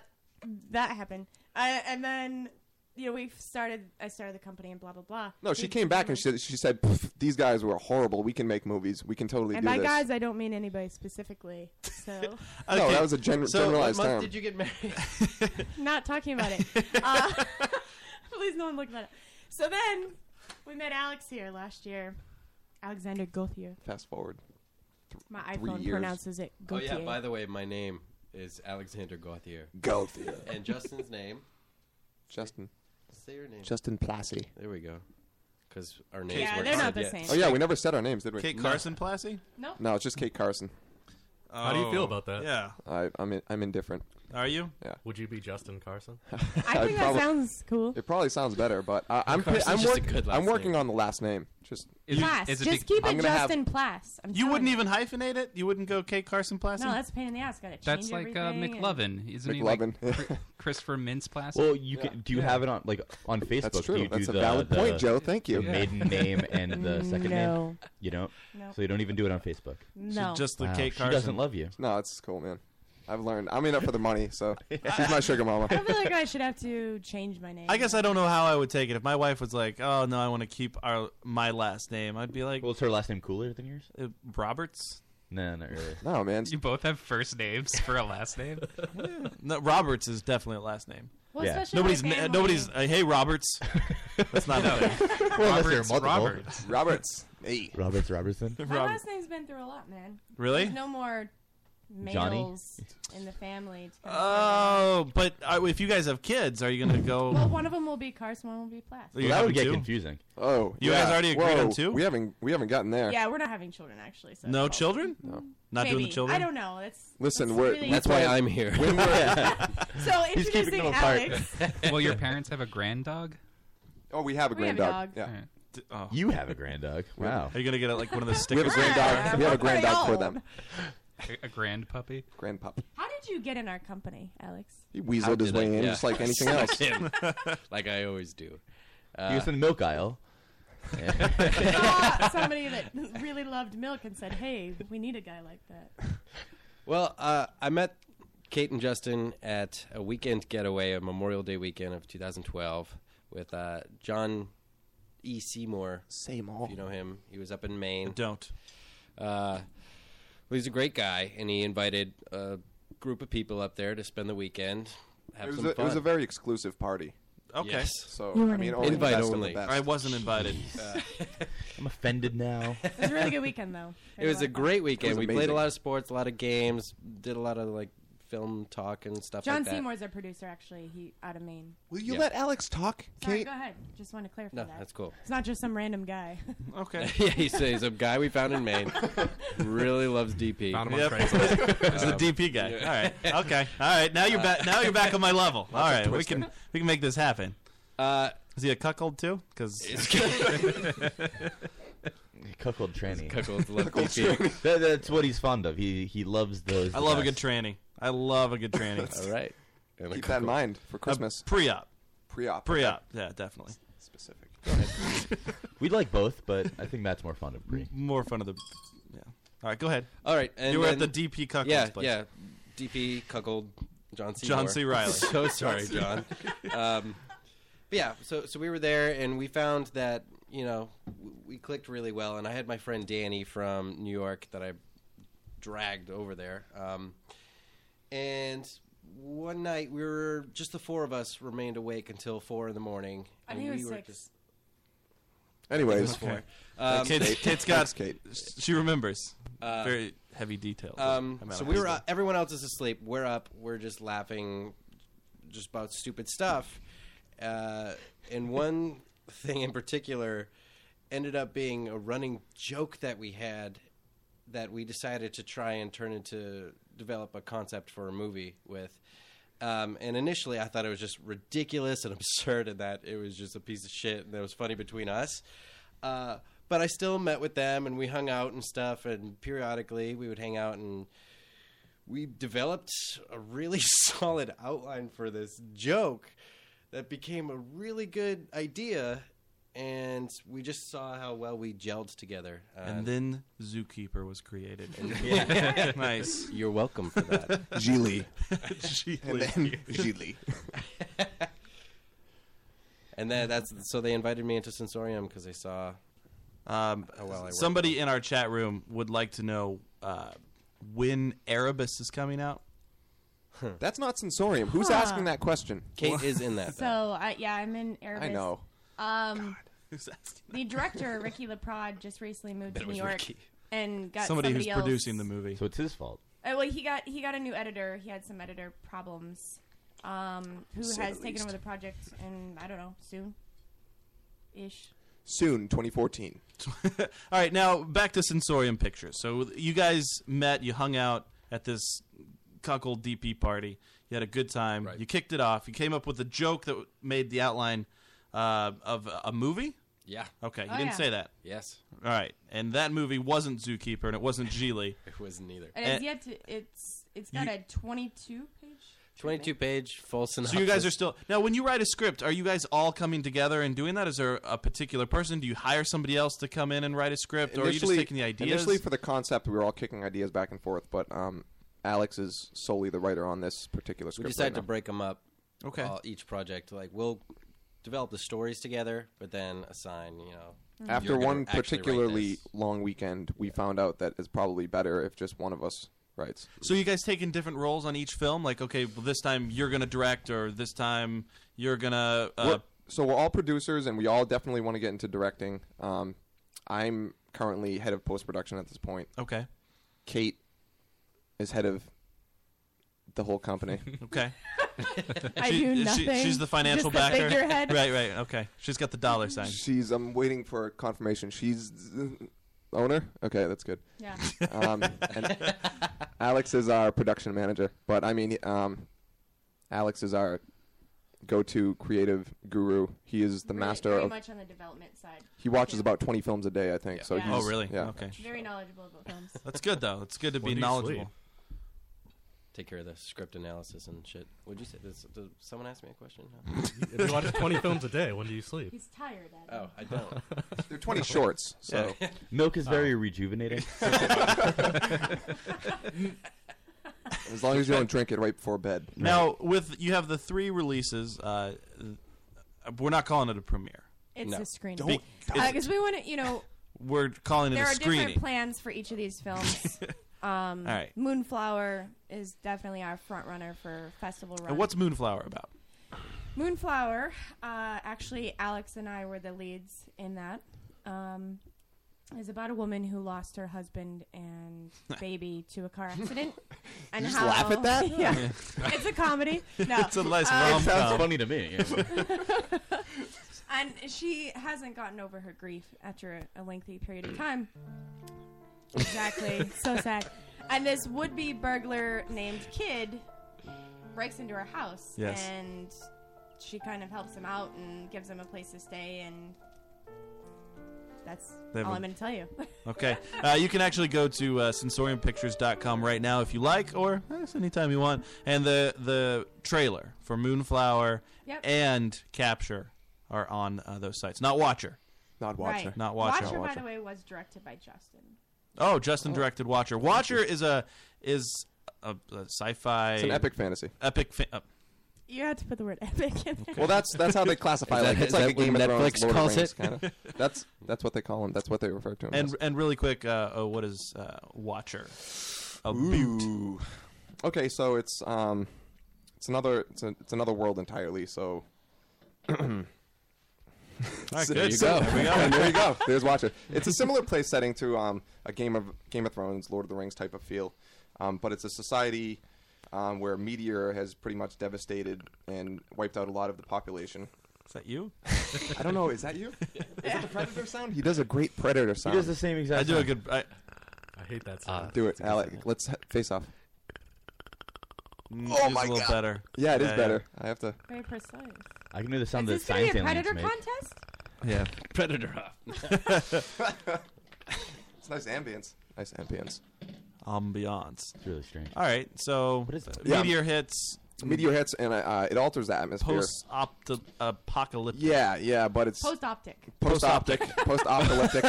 S8: that happened. I, and then you know we started. I started the company and blah blah blah.
S6: No, she
S8: We-
S6: came back and she, she said, "Pff, "These guys were horrible. We can make movies. We can totally
S8: And
S6: do
S8: by
S6: this."
S8: guys, I don't mean anybody specifically. So
S6: No, that was a gen- generalized term.
S10: you get married?
S8: not talking about it. Uh, please, no one look that up. So then we met Alex here last year. Alexander Gauthier.
S6: Fast forward.
S8: My
S10: Three
S8: iPhone
S10: years.
S8: pronounces it
S10: Oh
S8: Gauthier.
S10: yeah. By the way, my name is Alexander Gauthier.
S6: Gauthier.
S10: and Justin's name.
S6: Justin.
S10: Say your name.
S6: Justin Plassey.
S10: There we go. Because our names.
S8: Yeah,
S10: weren't
S8: they're not
S10: said
S8: the
S10: yet.
S8: same.
S6: Oh yeah, we never said our names, did we?
S4: Kate Carson Plassey?
S8: No.
S6: No, it's just Kate Carson.
S4: How do you feel about that? yeah.
S6: I, I'm in, I'm indifferent.
S4: Are you?
S6: Yeah.
S5: Would you be Justin Carson?
S8: I think that sounds cool.
S6: It probably sounds better, but I, I'm
S5: Carson's
S6: I'm,
S5: just a
S6: work-
S5: good last
S6: I'm working on the last name. Just
S8: Plass. Just keep
S6: I'm
S8: it
S6: gonna have-
S8: Justin Plass. I'm
S4: You wouldn't
S8: telling
S4: even hyphenate it? You wouldn't go Kate Carson Plassey?
S8: No, that's a pain in the ass. Got to change
S7: That's like uh,
S8: everything and-
S7: McLovin, isn't he?
S6: McLovin.
S7: Like Chr- Christopher Mintz Plasse.
S9: Well, you can, do you have it on like on Facebook?
S6: true.
S9: Do you
S6: That's
S9: do
S6: a
S9: the,
S6: valid
S9: the-
S6: point, Joe. Thank you.
S9: The
S6: Yeah.
S9: maiden name and the second
S6: No.
S9: name. You don't.
S6: No.
S9: So you don't even do it on Facebook.
S8: No.
S6: just
S9: the Wow, Kate she Carson. doesn't love you.
S6: No, it's cool, man. I've learned. I'm in it for the money, so she's my sugar mama.
S8: I feel like I should have to change my name.
S4: I guess I don't know how I would take it. If my wife was like, "Oh no, I want to keep our my last name," I'd be like, Uh,
S9: "Well, is her last name cooler than yours?"
S4: Roberts.
S9: No, not really.
S6: No, man.
S7: You both have first names for a last name.
S4: No, Roberts is definitely a last name.
S7: Well, Yeah. especially
S4: nobody's
S7: my
S4: ma-
S7: family.
S4: nobody's. Uh, hey, Roberts. That's not
S7: No.
S4: a thing.
S7: Well, unless you're Roberts, multiple. Roberts.
S6: Roberts. Hey.
S9: Roberts Robertson.
S8: My last name's been through a lot, man.
S4: Really?
S8: There's no more
S4: Johnny?
S8: males in the family. to kinda
S4: Oh, but uh, if you guys have kids, are you gonna go?
S8: Well, one of them will be Carson, one will be Plass.
S4: You have two?
S6: Oh,
S4: You
S6: yeah.
S4: guys already agreed
S6: Whoa,
S4: on two?
S6: We haven't we haven't gotten there.
S8: Yeah, we're not having children actually. So
S4: No children?
S6: No.
S4: Not doing the
S8: Maybe.
S4: children?
S8: I don't know. It's
S6: Listen,
S8: it's
S6: we're
S8: really-
S6: that's why I'm
S10: here.
S6: When we're,
S8: So introducing Alex.
S7: Will your parents have a grand dog? oh.
S6: oh, we have a
S8: We have
S6: grand
S8: a
S6: dog.
S8: dog.
S6: Yeah.
S9: You have a grand dog. Wow.
S4: Are you gonna get like one of those
S6: We have a
S4: stickers?
S6: grand dog. We have a
S8: we're
S6: grand
S8: pretty
S6: dog for
S8: old.
S6: them.
S7: A grand puppy.
S6: Grand pup.
S8: How did you get in our company, Alex?
S6: He weaseled his way in just like anything else.
S10: Him. like I always do. Uh,
S9: He was in the milk aisle.
S8: Saw somebody that really loved milk and said, "Hey, we need a guy like that."
S10: Well, uh, I met Kate and Justin at a weekend getaway, a Memorial Day weekend of 2012, with uh, John E. Seymour.
S6: Seymour.
S10: If you know him, he was up in Maine.
S4: don't.
S10: Uh, well, he's a great guy, and he invited a group of people up there to spend the weekend, have
S6: It was,
S10: some
S6: a, it
S10: fun.
S6: was a very exclusive party.
S4: Okay.
S10: Yes.
S6: So
S10: You
S6: I
S10: weren't
S6: mean,
S10: invited.
S6: only the
S10: Invite
S6: best of the
S10: only.
S6: best.
S4: I wasn't invited.
S9: I'm offended now.
S8: It was a really good weekend, though.
S10: It was a great weekend. We
S6: was
S10: played a
S6: amazing.
S10: lot of sports, a lot of games, did a lot of like film talk and stuff
S8: John
S10: like that.
S8: Seymour's our producer, actually. He out of Maine.
S6: Will you
S10: Yeah.
S6: let Alex talk,
S8: Sorry,
S6: Kate?
S8: go ahead. Just want to clarify
S10: No,
S8: that.
S10: that's cool.
S8: It's not just some random guy.
S4: Okay.
S10: yeah, he's a, he's a guy we found in Maine. really loves DP.
S4: Found him on Yep. Craigslist. He's the DP guy. All right. Okay. All right. Now you're back. Now you're back on my level. All right. We can we can make this happen.
S10: Uh,
S4: Is he a cuckold too? Because
S9: Cuckold tranny.
S10: Cuckolds love
S9: Cuckold
S10: DP.
S9: tranny. That- that's what he's fond of. He he loves those.
S4: I
S9: the
S4: love a good
S9: best.
S4: tranny. I love a good tranny.
S10: All right. And a
S6: Keep that in
S10: cuckold.
S6: mind for Christmas.
S4: Pre-op.
S6: Pre-op.
S4: Pre-op. Yeah, definitely.
S6: Specific.
S9: We like both, but I think Matt's more fond of Bree.
S4: More fun of the. Yeah. All right. Go ahead.
S10: All right. And
S4: you were
S10: then-
S4: at the DP cuckold's
S10: yeah,
S4: place.
S10: Yeah. DP cuckold John C.
S4: John
S10: Moore.
S4: C. Reilly.
S10: so sorry,
S4: John
S10: John. um, but yeah. So so we were there, and we found that you know w- we clicked really well, and I had my friend Danny from New York that I dragged over there. Um, and one night we were just the four of us remained awake until four in the morning.
S8: I
S10: and
S8: think it
S10: we
S8: was
S10: were
S8: six.
S10: just
S6: Anyways,
S10: Okay.
S4: Uh,
S10: Um,
S4: Kate's, Kate's got.
S6: Kate.
S4: She remembers
S10: Uh,
S4: very heavy details.
S10: Um,
S4: Amount
S10: so
S4: of
S10: we were
S4: people.
S10: uh, everyone else is asleep. We're up. We're just laughing, just about stupid stuff. Uh, and one thing in particular, ended up being a running joke that we had that we decided to try and turn into develop a concept for a movie with. Um, and initially, I thought it was just ridiculous and absurd, and that it was just a piece of shit that was funny between us. Uh, but I still met with them, and we hung out and stuff. And periodically, we would hang out and we developed a really solid outline for this joke that became a really good idea. And we just saw how well we gelled together. Uh,
S4: And then Zookeeper was created.
S10: Yeah.
S4: nice.
S10: You're welcome for that.
S4: Geely.
S10: And then Geely. and then that's so they invited me into Sensorium because they saw
S4: um,
S10: how well I worked.
S4: Somebody in our chat room Um, would like to know uh, when Erebus is coming out.
S6: That's not Sensorium. Who's
S8: Huh.
S6: asking that question?
S10: Kate is in that.
S8: So I, yeah, I'm in Erebus.
S6: I know.
S8: Um,
S4: Who's asking?
S8: the director Ricky LaPrade just recently moved
S4: Bet
S8: to
S4: it
S8: New
S4: was
S8: York
S4: Ricky.
S8: and got
S4: somebody,
S8: somebody,
S4: who's
S8: else.
S4: producing the movie.
S9: So it's his fault.
S8: Uh, well, he got he got a new editor. He had some editor problems. Um, who
S6: Say
S8: has
S6: the
S8: taken
S6: least.
S8: over the project? And I don't know soon, ish.
S6: Soon, 2014.
S4: All right, now back to Sensorium Pictures. So you guys met, you hung out at this cuckold DP party. You had a good time. You kicked it off. You came up with a joke that w- made the outline uh, of a- a movie.
S10: Yeah.
S4: Okay, you
S8: Oh,
S4: didn't
S8: yeah.
S4: say that.
S10: Yes.
S4: All right, and that movie wasn't Zookeeper, and it wasn't Geely.
S10: it wasn't either.
S8: And
S4: Eh,
S8: it's yet to it's it's got a 22 page.
S10: 22 page full synopsis.
S4: So you guys are still now. When you write a script, are you guys all coming together and doing that? Is there a particular person? Do you hire somebody else to come in and write a script, or are you just taking the ideas?
S6: Initially, for the concept, we were all kicking ideas back and forth, but um, Alex is solely the writer on this particular
S10: we
S6: script.
S10: decided
S6: right
S10: to
S6: now.
S10: break them up.
S4: Okay.
S10: all- each project, like we'll develop the stories together, but then assign, you know.
S6: After
S10: Mm. you're gonna
S6: one
S10: actually write
S6: particularly
S10: this.
S6: long weekend, we found out that it's probably better if just one of us writes.
S4: So you guys taking different roles on each film? Like, okay, well, this time you're gonna direct, or this time you're gonna. Uh,
S6: We're- so we're all producers, and we all definitely want to get into directing. Um, I'm currently head of post production at this point.
S4: Okay.
S6: Kate is head of the whole company.
S4: okay.
S8: I do nothing,
S4: she's the financial
S8: just the
S4: backer.
S8: figurehead.
S4: Right, right. Okay, she's got the dollar sign.
S6: Mm-hmm. She's. I'm waiting for confirmation. She's the owner. Okay, that's good.
S8: Yeah.
S6: Um, and Alex is our production manager, but I mean, um, Alex is our go-to creative guru. He is the master
S8: very
S6: of.
S8: much on the development side.
S6: He watches about 20 films a day, I think. So.
S8: Yeah.
S4: Oh,
S6: He's,
S4: really?
S6: Yeah.
S4: Okay.
S8: Very knowledgeable about films.
S4: That's good though. It's good to
S10: When
S4: be
S10: do you
S4: knowledgeable.
S10: Take care of the script analysis and shit. Would you say this? Did someone ask me a question?
S5: If you watch 20 films a day, when do you sleep?
S8: He's tired.
S10: Oh, I don't.
S6: They're 20 shorts.
S9: Yeah.
S6: So.
S9: Milk
S4: Oh.
S9: is very rejuvenating.
S6: as long as you don't drink it right before bed.
S4: Now, with you have the three releases. Uh, uh, we're not calling it a premiere.
S8: It's a screening.
S4: Be- it's-
S8: Because we want to, you know,
S4: we're calling it
S8: there
S4: a
S8: are
S4: screening.
S8: different plans for each of these films. um,
S4: All right.
S8: Moonflower is definitely our front runner for festival run.
S4: And what's Moonflower about?
S8: Moonflower? Uh, actually, Alex and I were the leads in that. Um, is about a woman who lost her husband and baby to a car accident. and
S9: just
S8: how,
S9: laugh at that?
S8: Yeah. it's a comedy. No,
S9: It's a nice
S8: Um,
S9: rom-com. It sounds funny to me, yeah.
S8: and she hasn't gotten over her grief after a, a lengthy period of time. Exactly. so sad. And this would-be burglar named Kid breaks into her house,
S4: Yes.
S8: and she kind of helps him out and gives him a place to stay, and that's
S4: They have
S8: all
S4: a-
S8: I'm going to tell you.
S4: Okay. Uh, you can actually go to uh, sensoriumpictures.com right now if you like, or I guess anytime you want. And the the trailer for Moonflower
S8: Yep.
S4: and Capture are on uh, those sites. Not Watcher.
S6: Not
S8: Right.
S4: Not Watcher.
S8: Watcher, by the way, was directed by Justin.
S4: Oh, Justin directed Watcher. Watcher is a is a, a sci-fi.
S6: It's an epic fantasy.
S4: Epic. Fa- uh,
S8: You had to put the word epic in there.
S6: Well, that's that's how they classify.
S4: Is
S6: like
S4: that-
S6: it's
S4: is
S6: like
S4: that
S6: a Game
S4: what
S6: of
S4: Netflix
S6: Thrones, Lord
S4: calls
S6: of Rings
S4: it?
S6: kind of. That's that's what they call them. That's what they refer to them.
S4: and and really quick, uh, oh, what is uh, Watcher? A boot.
S6: Okay, so it's um, it's another it's, a, it's another world entirely. So. So-
S4: right, good. There you
S6: so-
S4: go. There we go.
S6: and there you go. There's Watcher. It's a similar place setting to um, a Game of Game of Thrones, Lord of the Rings type of feel, um, but it's a society um, where a meteor has pretty much devastated and wiped out a lot of the population,
S4: Is that you?
S6: I don't know. Is that you? Is it the predator sound? He does a great predator sound.
S9: does the same exact
S4: I do a
S9: sound.
S4: good. I, Uh,
S5: I hate that
S4: sound.
S6: Do it, Alec. Let's ha- face off.
S4: oh my a little better.
S6: Yeah, it is better. I have to.
S8: Very precise.
S9: I can do the sound
S8: Is this
S9: that
S8: gonna
S9: science
S8: be a
S9: aliens
S8: predator
S9: make.
S8: contest?
S4: Yeah, predator off.
S6: it's nice ambience. Nice ambience.
S4: Ambiance.
S9: It's really strange.
S4: All right, so
S6: Yeah.
S4: meteor hits.
S6: Meteor hits and uh, it alters the atmosphere.
S4: Post uh, apocalyptic.
S6: yeah, yeah, but it's
S8: Post optic.
S6: post optic, post apocalyptic.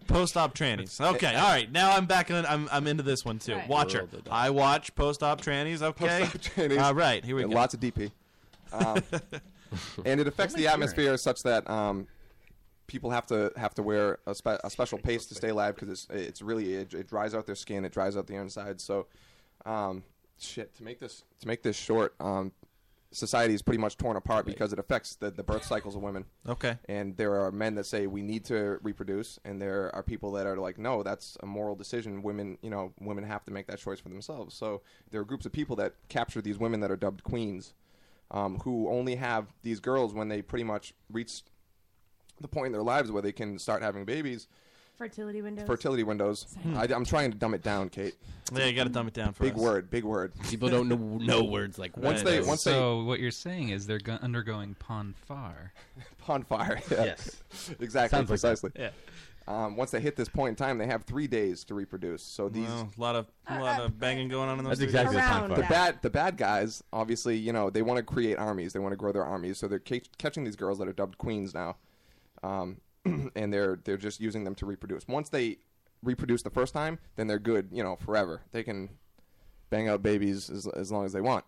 S4: Post op trannies. Okay, all right. Now I'm back in. I'm I'm into this one too.
S8: Right.
S4: Watcher. I watch post op trannies. Okay.
S6: Post-op trannies.
S4: All right. Here we
S6: And
S4: go.
S6: Lots of DP. Um, and it affects the atmosphere such that um, people have to have to wear a, spe- a special paste to stay alive because it's it's really it, it dries out their skin, it dries out the inside. So, um, shit. To make this to make this short, um, society is pretty much torn apart because it affects the, the birth cycles of women.
S4: Okay.
S6: And there are men that say we need to reproduce, and there are people that are like, no, that's a moral decision. Women, you know, women have to make that choice for themselves. So there are groups of people that capture these women that are dubbed queens, um, who only have these girls when they pretty much reach the point in their lives where they can start having babies.
S8: Fertility windows.
S6: Fertility windows.
S8: Hmm.
S6: I, am trying to dumb it down, Kate.
S4: Yeah, you gotta dumb it down for
S6: big
S4: us.
S6: word. Big word.
S10: People don't know- know words like
S6: once they
S10: windows.
S6: once they
S7: so what you're saying is they're go- undergoing ponfar.
S6: Ponfire. Yeah.
S7: Yes.
S6: exactly.
S7: Sounds like that.
S6: precisely. yeah. Um, once they hit this point in time, they have three days to reproduce. So these
S4: Well, a lot of a lot of banging going on in those. studios.
S6: the bad. The bad guys, obviously, you know, they want to create armies. They want to grow their armies. So they're ca- catching these girls that are dubbed queens now, um, and they're they're just using them to reproduce. Once they reproduce the first time, then they're good. You know, forever. They can bang out babies as, as long as they want.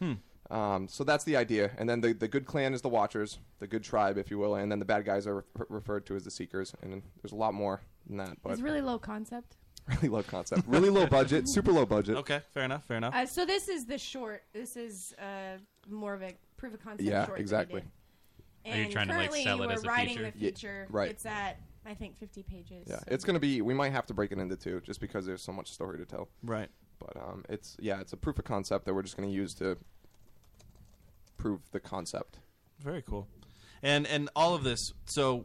S4: Hmm.
S6: Um, so that's the idea. And then the, the good clan is the Watchers, the good tribe, if you will, and then the bad guys are re- referred to as the Seekers. And then there's a lot more than that, but
S8: It's really low concept.
S6: really low concept, really low budget, super low budget.
S4: Okay, fair enough. Fair enough.
S8: Uh, so this is the short. This is uh, more of a proof of concept.
S6: Yeah,
S8: short that we
S6: exactly.
S8: did.
S6: Are you
S8: And
S6: trying to, like,
S8: currently
S6: sell it
S8: you
S6: as a
S8: were writing
S6: feature?
S8: the
S6: Ye-
S8: feature.
S6: right.
S8: It's at I think 50 pages.
S6: Yeah, it's gonna be. We might have to break it into two, just because there's so much story to tell.
S4: Right.
S6: But um, it's yeah, it's a proof of concept that we're just gonna use to prove the concept.
S4: Very cool. And and all of this, so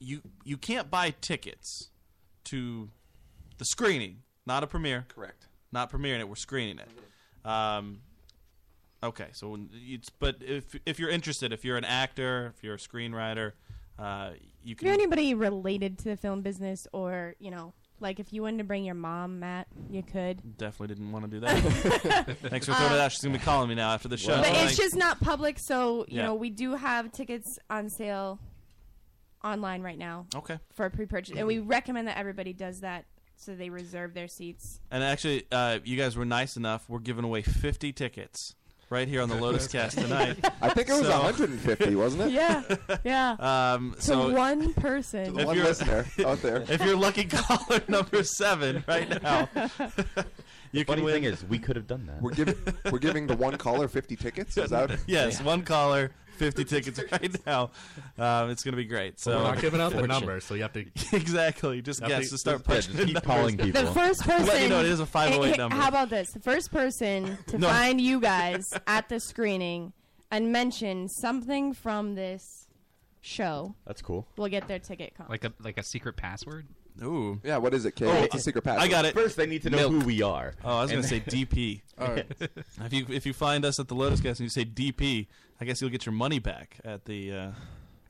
S4: you you can't buy tickets to the screening, not a premiere.
S6: Correct.
S4: Not premiering it, we're screening it. Um, okay, so when it's but if if you're interested, if you're an actor, if you're a screenwriter, uh, you
S8: If
S4: can
S8: you're anybody related to the film business, or you know, like if you wanted to bring your mom, Matt, you could.
S4: Definitely didn't want to do that. Thanks for throwing it out. She's gonna be calling me now after the show.
S8: but
S4: Thanks.
S8: it's just not public, so you
S4: Yeah.
S8: know we do have tickets on sale online right now.
S4: Okay.
S8: For pre-purchase, and we recommend that everybody does that so they reserve their seats.
S4: And actually, uh, you guys were nice enough. We're giving away 50 tickets right here on the Lotus Cast tonight.
S6: I think it was
S4: So-
S6: 150, wasn't it?
S8: Yeah, yeah.
S4: Um,
S8: to
S4: so
S8: one person.
S6: To the one listener out there.
S4: if you're lucky caller number seven right now,
S9: the funny
S4: you can win.
S9: thing is, we could have done that.
S6: We're giving we're giving the one caller 50 tickets. Is that
S4: yes, one caller, 50 tickets right now. Um, it's going to be great. So
S5: Well, we're not giving out the number, so you have to.
S4: exactly. Just
S5: Have to-
S4: guess to start
S5: yeah, just
S4: pushing. the
S5: keep
S4: numbers.
S5: calling people.
S8: The first
S4: Let
S8: person.
S4: me know it is a 508
S8: Hey, hey,
S4: number.
S8: How about this? The first person to
S4: No.
S8: find you guys at the screening and mention something from this show
S9: That's cool.
S8: will get their ticket. Comp.
S7: Like a like a secret password. Oh,
S4: Ooh.
S6: Yeah. What is it, Kate? What's the secret password?
S4: Oh, I got it.
S9: First, they need to know who we are.
S4: Oh, I was going
S9: And
S4: to say DP.
S9: All right.
S4: If you if you find us at the Lotus Cast and you say DP, I guess you'll get your money back at the uh,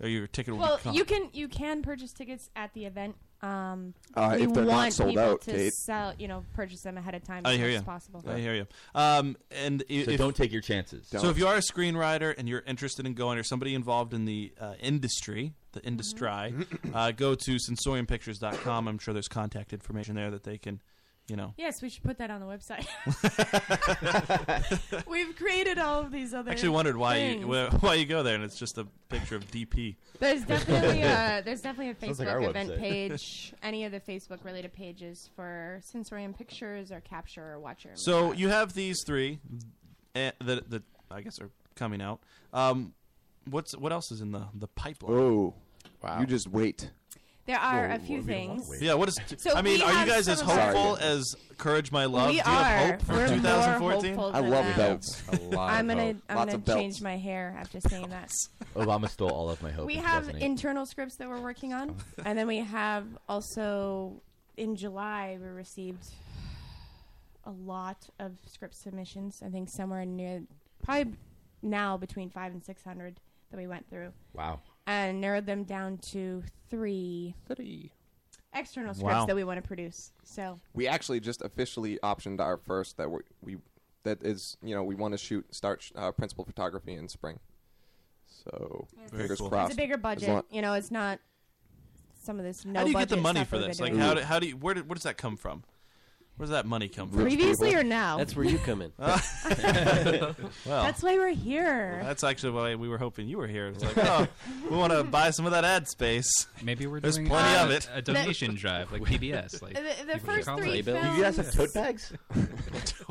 S4: or your ticket will
S8: Well,
S4: be gone.
S8: you can you can purchase tickets at the event. Um,
S4: Uh,
S8: we
S4: if they're not
S8: want
S4: sold
S8: people
S4: out,
S8: to
S4: Kate.
S8: sell, you know, purchase them ahead of time.
S4: I
S8: as
S4: hear
S8: much
S4: you.
S8: As possible.
S4: I hear you. Um, and i-
S9: So
S4: if-
S9: don't take your chances.
S4: So
S9: Don't.
S4: if you are a screenwriter and you're interested in going, or somebody involved in the uh, industry,
S8: Mm-hmm.
S4: the industry, uh, go to sensoriumpictures.com. I'm sure there's contact information there that they can, you know.
S8: Yes, we should put that on the website. We've created all of these other.
S4: I actually wondered why
S8: things.
S4: you wh- why you go there, and it's just a picture of DP.
S8: There's definitely a there's definitely a
S4: Sounds like our
S8: Facebook event
S4: website.
S8: page. Any of the Facebook related pages for Sensorium Pictures or Capture or Watcher.
S4: So you have these three eh, that that I guess are coming out. Um, what's what else is in the the pipeline?
S6: Oh, wow! You just wait.
S8: There are a few what do we want things.
S4: Wait. Yeah, what is?
S8: So
S4: I mean,
S8: we
S4: are you
S8: have
S4: guys
S8: some
S4: as
S8: of our-
S4: hopeful as Courage My Love?
S8: We
S4: Do you have
S8: are.
S4: hope for
S8: We're more
S4: 2014?
S8: hopeful than that. I'm gonna I'm
S9: Lots
S8: gonna
S9: of belts.
S8: change my hair after saying that.
S9: Obama stole all of my hope.
S8: we
S9: in
S8: have
S9: 2008.
S8: internal scripts that we're working on, and then we have also in July we received a lot of script submissions. I think somewhere near probably now between five and six hundred that we went through.
S9: Wow.
S8: And narrowed them down to three.
S9: Three.
S8: External scripts
S6: Wow.
S8: that we want to produce. So
S6: We actually just officially optioned our first that we, we that is you know we want to shoot start sh- uh, principal photography in spring. So
S4: Very
S6: fingers
S4: cool.
S6: crossed.
S8: It's a bigger
S6: As
S8: budget.
S6: long-
S8: you know, it's not some of this no
S4: how do you get the
S8: budget
S4: money
S8: stuff
S4: for
S8: we've
S4: this?
S8: been
S4: Like,
S8: doing.
S4: how do, how do you, where, did, where does that come from? Where does that money come from?
S8: Previously or now?
S10: That's where you come in.
S4: well,
S8: That's why we're here.
S4: Well, that's actually why we were hoping you were here. It's like, oh, we want to buy some of that ad space.
S7: Maybe we're
S4: There's
S7: doing
S4: plenty
S7: a-
S4: of it.
S7: a donation drive, like PBS, like-
S8: The- the
S7: You can
S8: first
S7: call it
S8: three
S7: a bill.
S8: films- You guys have tote bags?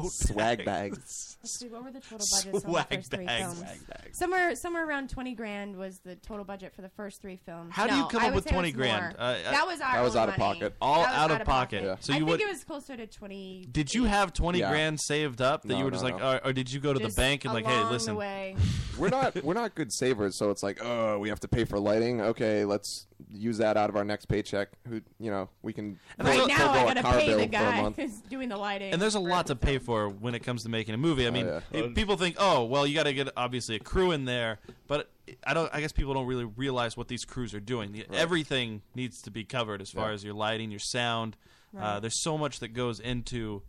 S6: Swag bags.
S8: Let's see, what were the total budgets on the
S4: Swag
S8: first three
S4: bags.
S8: films?
S4: Swag bags.
S8: Somewhere, somewhere around twenty grand was the total budget for the first three films.
S4: How do you
S8: No,
S4: come
S8: I
S4: up
S8: would
S4: with
S8: say it was
S4: twenty grand? Uh,
S8: more. that was our own money.
S4: All
S8: That was
S4: out of pocket. So
S8: I
S4: you
S8: think
S4: would,
S8: it was closer to twenty.
S4: Did you have twenty
S6: Yeah.
S4: grand saved up that
S6: No,
S4: you were
S6: no,
S4: just like,
S6: no.
S4: or, or did you go to
S8: Just
S4: the bank and like, hey,
S8: along the
S4: listen,
S8: way.
S6: we're not we're not good savers, so it's like, oh, we have to pay for lighting. Okay, let's use that out of our next paycheck. Who you know we can.
S8: right
S6: forego
S8: now,
S6: a
S8: I gotta
S6: car
S8: pay
S6: bill
S8: the
S6: for a
S8: guy
S6: month.
S8: who's doing the lighting.
S4: And there's a lot to pay for when it comes to making a movie. I mean,
S6: yeah.
S4: it- people think, oh, well, you got to get obviously a crew in there, but I don't. I guess people don't really realize what these crews are doing. The- Everything needs to be covered as far
S9: Yeah.
S4: as your lighting, your sound. Uh,
S9: Right.
S4: there's so much that goes into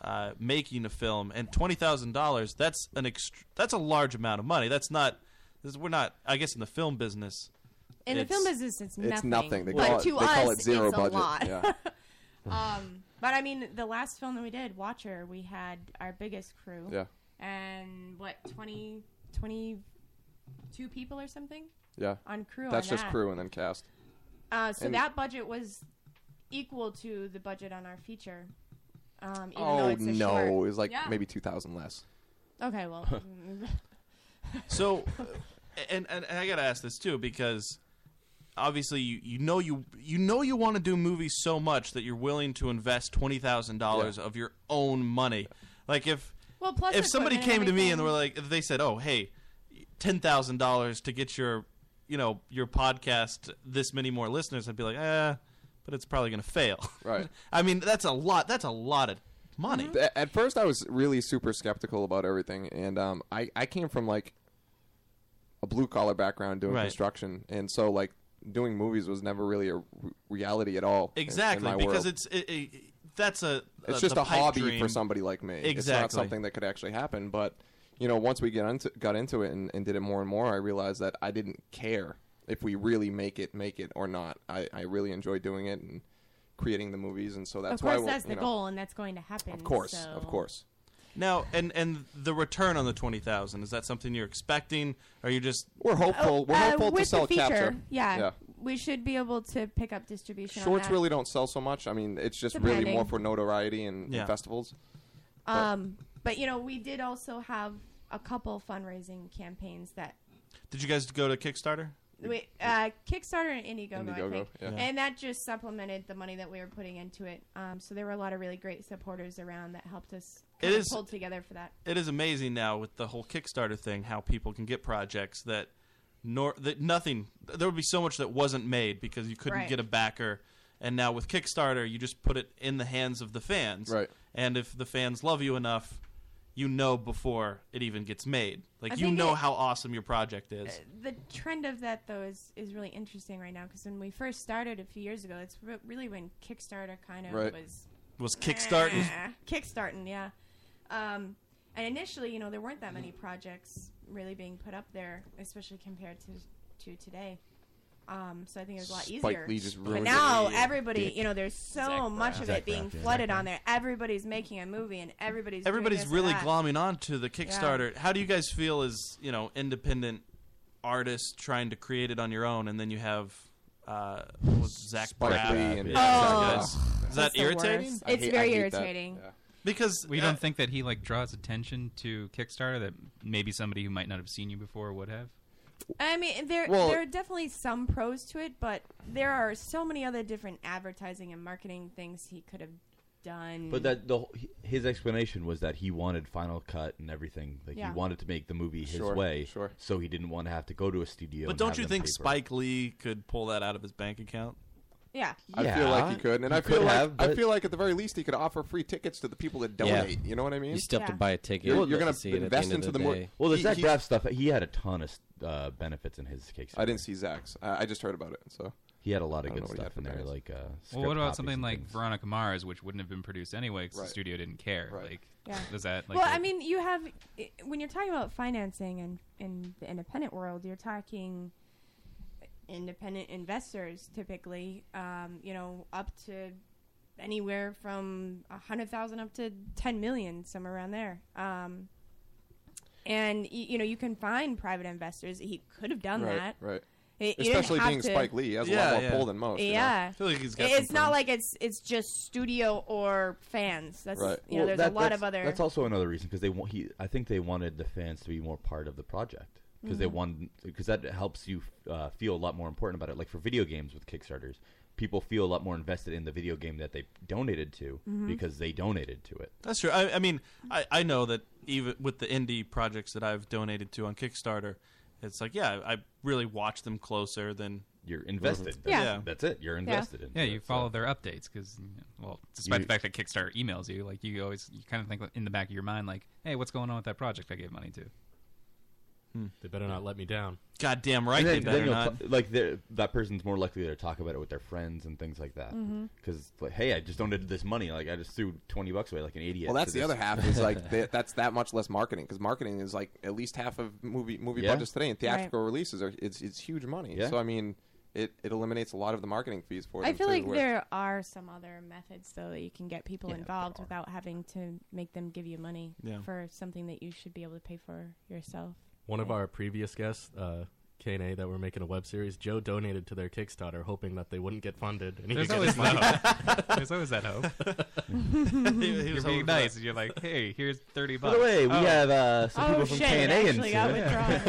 S4: uh, making a film, and twenty thousand dollars. That's an ext- That's a large amount of money. That's not. This, we're not. I guess in the film business.
S8: In the
S4: it's-
S8: film business, it's nothing.
S6: It's nothing. They
S8: but
S6: call it-
S8: to
S6: they
S8: us,
S6: call it zero
S8: it's
S6: budget.
S8: A lot.
S6: Yeah.
S8: um, but I mean, the last film that we did, Watcher, we had our biggest crew.
S6: Yeah.
S8: And what 20, 22 people or something?
S6: Yeah.
S8: On crew.
S6: That's
S8: on
S6: just
S8: that.
S6: crew and then cast.
S8: Uh, so
S6: And-
S8: that budget was equal to the budget on our feature. Um, even though
S6: oh
S8: it's a
S6: no,
S8: short.
S6: it was like
S8: Yeah.
S6: maybe two thousand less.
S8: Okay, well. mm,
S4: So, uh, and, and and I gotta ask this too because obviously you, you know you you know you want to do movies so much that you're willing to invest twenty thousand dollars of your own money. Like if
S8: Well, plus
S4: if somebody
S8: equipment
S4: came to me and
S8: everything.
S4: were like if they said, oh hey, ten thousand dollars to get your you know your podcast this many more listeners, I'd be like, eh, but it's probably gonna fail.
S6: Right.
S4: I mean that's a lot. That's a lot of money.
S6: Th- At first, I was really super skeptical about everything, and um, I I came from like a blue collar background doing
S4: Right.
S6: construction, and so like doing movies was never really a r- reality at all. in- in
S4: Exactly,
S6: my
S4: because
S6: world.
S4: it's it, it- that's a
S6: it's
S4: uh,
S6: just
S4: the
S6: a
S4: pipe
S6: hobby
S4: dream.
S6: for somebody like me. It's
S4: Exactly,
S6: not something that could actually happen. But you know, once we get into got into it and, and did it more and more, I realized that I didn't care if we really make it, make it or not. I, I really enjoy doing it and creating the movies, and so that's
S8: of course,
S6: why we're-
S8: that's
S6: you
S8: the
S6: know,
S8: goal, and that's going to happen.
S6: Of course,
S8: so-
S6: of course.
S4: Now, and and the return on the twenty thousand is that something you're expecting? Are you just
S6: we're hopeful?
S8: Uh, with the feature, Yeah, we should be able to pick up distribution.
S6: Shorts
S8: on that.
S6: really don't sell so much. I mean, it's just really
S8: Depending.
S6: more for notoriety and, and
S4: Yeah.
S6: festivals.
S8: Um, but you know, we did also have a couple fundraising campaigns that
S4: Did you guys go to Kickstarter?
S8: we uh, Kickstarter and Indiegogo, I
S4: Indiegogo,
S8: think,
S4: yeah.
S8: and that just supplemented the money that we were putting into it. Um, so there were a lot of really great supporters around that helped us
S4: It
S8: kind of
S4: is-
S8: pull together for that.
S4: It is amazing now with the whole Kickstarter thing how people can get projects that nor that nothing there would be so much that wasn't made because you couldn't
S9: Right.
S4: get a backer, and now with Kickstarter you just put it in the hands of the fans.
S6: Right.
S4: And if the fans love you enough, you know before it even gets made. Like
S8: I
S4: you
S8: think
S4: know
S8: it- Uh,
S4: how awesome your project is.
S8: the trend of that though is is really interesting right now because when we first started a few years ago, it's re- really when Kickstarter kind of
S4: Right.
S8: was
S4: Was kickstarting.
S8: Ah, kickstarting, yeah. Um, and initially, you know, there weren't that many projects really being put up there, especially compared to to today. Um, so I think it was a lot
S6: Spike
S8: easier.
S6: Lee just
S8: but
S6: ruined
S8: now
S6: it.
S8: everybody,
S6: Dick.
S8: you know, there's so
S6: Zach
S8: much
S6: Braff.
S8: of
S6: Zach
S8: it being
S6: Braff, yeah.
S8: flooded on there. Everybody's making a movie, and everybody's doing
S4: everybody's
S8: this and
S4: really
S8: that.
S4: glomming on to the Kickstarter. How do you guys feel as you know independent artists trying to create it on your own, and then you have uh, what was it, Zach
S6: Spike
S4: Braff
S6: Lee
S4: and
S6: and
S4: these
S6: Oh,
S4: guys?
S6: that's
S4: Is that
S6: the
S4: irritating?
S8: worst. It's very irritating.
S4: Because uh,
S7: we don't think that he like draws attention to Kickstarter that maybe somebody who might not have seen you before would have.
S8: I mean, there
S6: Well-
S8: there are definitely some pros to it, but there are so many other different advertising and marketing things he could have done.
S9: But that the whole- his explanation was that he wanted Final Cut and everything. Like
S8: Yeah.
S9: he wanted to make the movie his
S6: Sure,
S9: way, sure. so he didn't want to have to go to a studio.
S4: But
S9: and
S4: don't
S9: have
S4: you
S9: them
S4: think
S9: pay for it.
S4: Spike Lee could pull that out of his bank account?
S8: yeah,
S6: I feel like he
S9: Yeah.
S6: could, and
S9: He
S6: I feel
S9: could
S6: like
S9: have,
S6: I
S9: but-
S6: feel like at the very least he could offer free tickets to the people that
S9: Yeah.
S6: donate. You know what I mean?
S16: You still have to Yeah. buy a ticket
S6: You're,
S16: to
S6: you're gonna
S16: see it at the
S6: invest
S16: end of
S6: into
S16: the
S6: the, more.
S16: day.
S9: Well, the
S6: He-
S9: Zach
S6: he-
S9: Braff stuff, he had a ton of uh, benefits in his case.
S6: I didn't see Zach's. I, I just heard about it. So
S9: He had a lot of
S6: I don't
S9: good
S6: know what he had
S9: stuff in
S6: for
S9: there,
S6: benefits.
S9: like uh,
S7: Well, what
S9: script
S7: about
S9: copies
S7: something
S9: and
S7: like
S9: things.
S7: Veronica Mars, which wouldn't have been produced anyway because
S6: Right.
S7: the studio didn't care? Like,
S8: Yeah.
S7: does that like?
S8: well,
S7: a-
S8: I mean, you have i- when you're talking about financing and in the independent world, you're talking independent investors typically, um, you know, up to anywhere from a hundred thousand up to ten million, somewhere around there. Um, and y- you know, you can find private investors. He could have done
S6: right,
S8: that,
S6: Right.
S8: It- you didn't
S6: Especially
S8: have
S6: being
S8: to-
S6: Spike Lee, he has a
S4: Yeah,
S6: lot more
S4: yeah.
S6: pull than most. you know?
S8: yeah,
S4: I feel like he's got
S8: it's
S4: some
S8: not
S4: friends.
S8: like it's it's just studio or fans. That's
S9: Right.
S8: you know,
S9: Well,
S8: there's
S9: that-
S8: a lot
S9: that's-
S8: of other.
S9: That's also another reason because they want. He, I think they wanted the fans to be more part of the project because they
S8: Mm-hmm.
S16: Mhm.
S9: want because that helps you uh, feel a lot more important about it. Like for video games with Kickstarters, people feel a lot more invested in the video game that they donated to
S8: Mm-hmm.
S4: Mhm.
S9: because they donated to it.
S4: That's true. I, I mean, I, I know that even with the indie projects that I've donated to on Kickstarter, it's like, yeah, I, I really watch them closer than
S9: you're invested.
S7: That's- Yeah. that's
S9: it. You're invested in
S7: Yeah,
S9: it,
S7: you
S9: so-
S7: follow their updates because, well, despite
S9: You-
S7: the fact that Kickstarter emails you, like you always you kind of think in the back of your mind, like, hey, what's going on with that project I gave money to?
S9: Hmm.
S5: They better not let me down.
S4: God damn right
S9: And
S4: they better
S9: you'll
S4: not.
S9: t- like they're- that person's more likely to talk about it with their friends and things like that.
S8: Mm-hmm.
S6: Mhm.
S9: Because like, hey, I just donated this money. Like I just threw twenty bucks away like an idiot.
S6: Well, that's
S9: to
S6: the
S9: this.
S6: other half. Is like th- that's that much less marketing because marketing is like at least half of movie movie
S9: Yeah.
S6: budgets today, and
S9: Right.
S6: theatrical releases are it's it's huge money.
S9: Yeah.
S6: So I mean, it, it eliminates a lot of the marketing fees for.
S8: I
S6: them,
S8: feel
S6: too,
S8: like
S6: where-
S8: there are some other methods though that you can get people
S6: Yeah, there
S8: involved without having to make them give you money
S5: Yeah.
S8: for something that you should be able to pay for yourself.
S5: One
S6: Hmm.
S5: of our previous guests, uh, K and A, that were making a web series, Joe donated to their Kickstarter, hoping that they wouldn't get funded. And he
S7: There's
S5: could
S7: always
S5: get his
S7: that
S5: money.
S7: hope. There's always that hope.
S5: he
S7: you're
S5: was
S7: being
S5: hoping for
S7: nice,
S5: that.
S7: and you're like, hey, here's thirty
S9: By
S7: bucks.
S9: the way, we
S7: Oh.
S9: have uh, some people from K and A in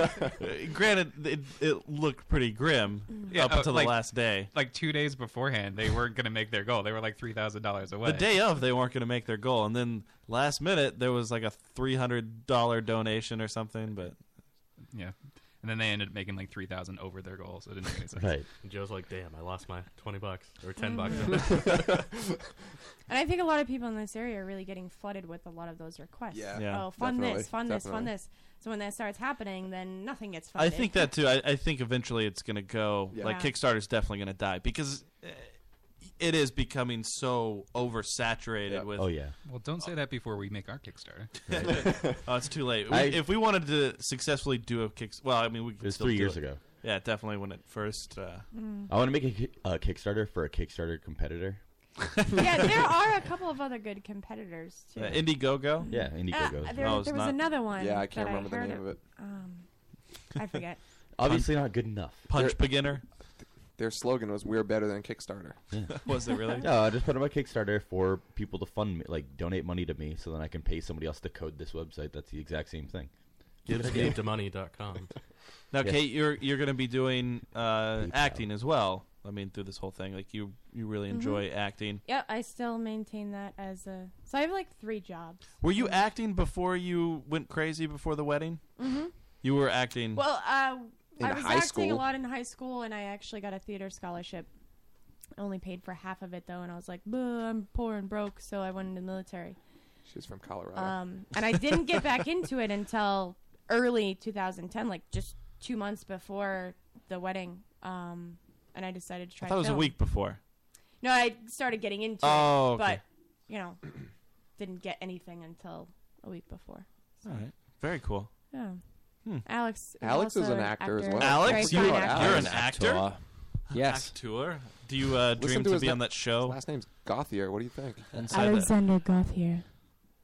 S4: Granted, it, it looked pretty grim up
S7: oh,
S4: until
S7: like-
S4: the last day.
S7: Like two days beforehand, they weren't going to make their goal. They were like three thousand dollars away.
S4: The day of, they weren't going to make their goal, and then last minute there was like a three hundred dollar donation or something. But
S7: yeah, and then they ended up making like three thousand over their goal, so it didn't make any sense.
S9: Right.
S5: And Joe's like, damn, I lost my twenty bucks or 10 bucks.
S8: Mm-hmm. And I think a lot of people in this area are really getting flooded with a lot of those requests.
S4: Yeah. Yeah,
S8: oh, fund
S4: definitely,
S8: this, fund this, fund
S4: definitely.
S8: this. So when that starts happening, then nothing gets
S4: I
S8: funded.
S4: think that too. I, I think eventually it's going to go
S8: Yeah.
S4: like
S8: Yeah.
S4: Kickstarter's definitely going to die because uh, it is becoming so oversaturated with.
S9: Oh,
S7: Well, don't say that before we make our Kickstarter.
S4: oh, it's too late. We,
S7: I-
S4: if we wanted to successfully do a kick, well, I mean, we could
S9: was
S4: still
S9: three
S4: do
S9: years
S4: it.
S9: ago.
S4: Yeah, definitely when it first. Uh,
S9: I want to make a, ki- a Kickstarter for a Kickstarter competitor.
S8: yeah, there are a couple of other good competitors too.
S4: uh, Indiegogo.
S9: Yeah, Indiegogo.
S8: Ah, there,
S4: No, Oh, it's
S8: there was
S4: not-
S8: another one.
S4: Yeah, I can't
S8: that
S4: remember the
S8: heard
S4: name of it.
S8: Um, I forget.
S9: Obviously not good enough.
S4: Punch beginner.
S6: Their slogan was "We're better than Kickstarter."
S4: Was it really?
S9: No, I just put on my Kickstarter for people to fund me, like donate money to me, so then I can pay somebody else to code this website. That's the exact same thing.
S5: Givesgametomoney.com.
S4: Now,
S9: Yeah.
S4: Kate, you're you're going to be doing uh, acting as well. I mean, through this whole thing, like you you really
S8: Mm-hmm.
S4: enjoy acting.
S8: Yeah, I still maintain that as a. So I have like three jobs.
S4: Were you acting before you went crazy before the wedding?
S8: Mhm.
S4: You were acting.
S8: Well, uh,
S4: Mm-hmm. In
S8: I was
S4: high
S8: acting a
S4: school?
S8: lot in high school, and I actually got a theater scholarship. I only paid for half of it though, and I was like, "Boo, I'm poor and broke," so I went into the military.
S6: She's from Colorado.
S8: Um, and I didn't get back into it until early 2010, like just two months before the wedding. Um, and I decided to
S4: I
S8: try.
S4: thought it was a
S8: film.
S4: week before.
S8: No, I started getting into
S4: Oh,
S8: it,
S4: okay.
S8: but you know, didn't get anything until a week before. So,
S4: All right, very cool.
S8: Yeah.
S4: Hmm.
S8: Alex.
S6: Alex is
S8: also
S6: an actor as well.
S4: Alex,
S8: Very
S4: you,
S8: fine actor.
S4: you're an actor.
S16: Yes.
S4: Actor. Do you uh,
S6: Listen
S4: dream
S6: to
S4: to
S6: his
S4: be
S6: na-
S4: on that show?
S6: Last name's Gothier. What do you think?
S8: Alexander Gauthier.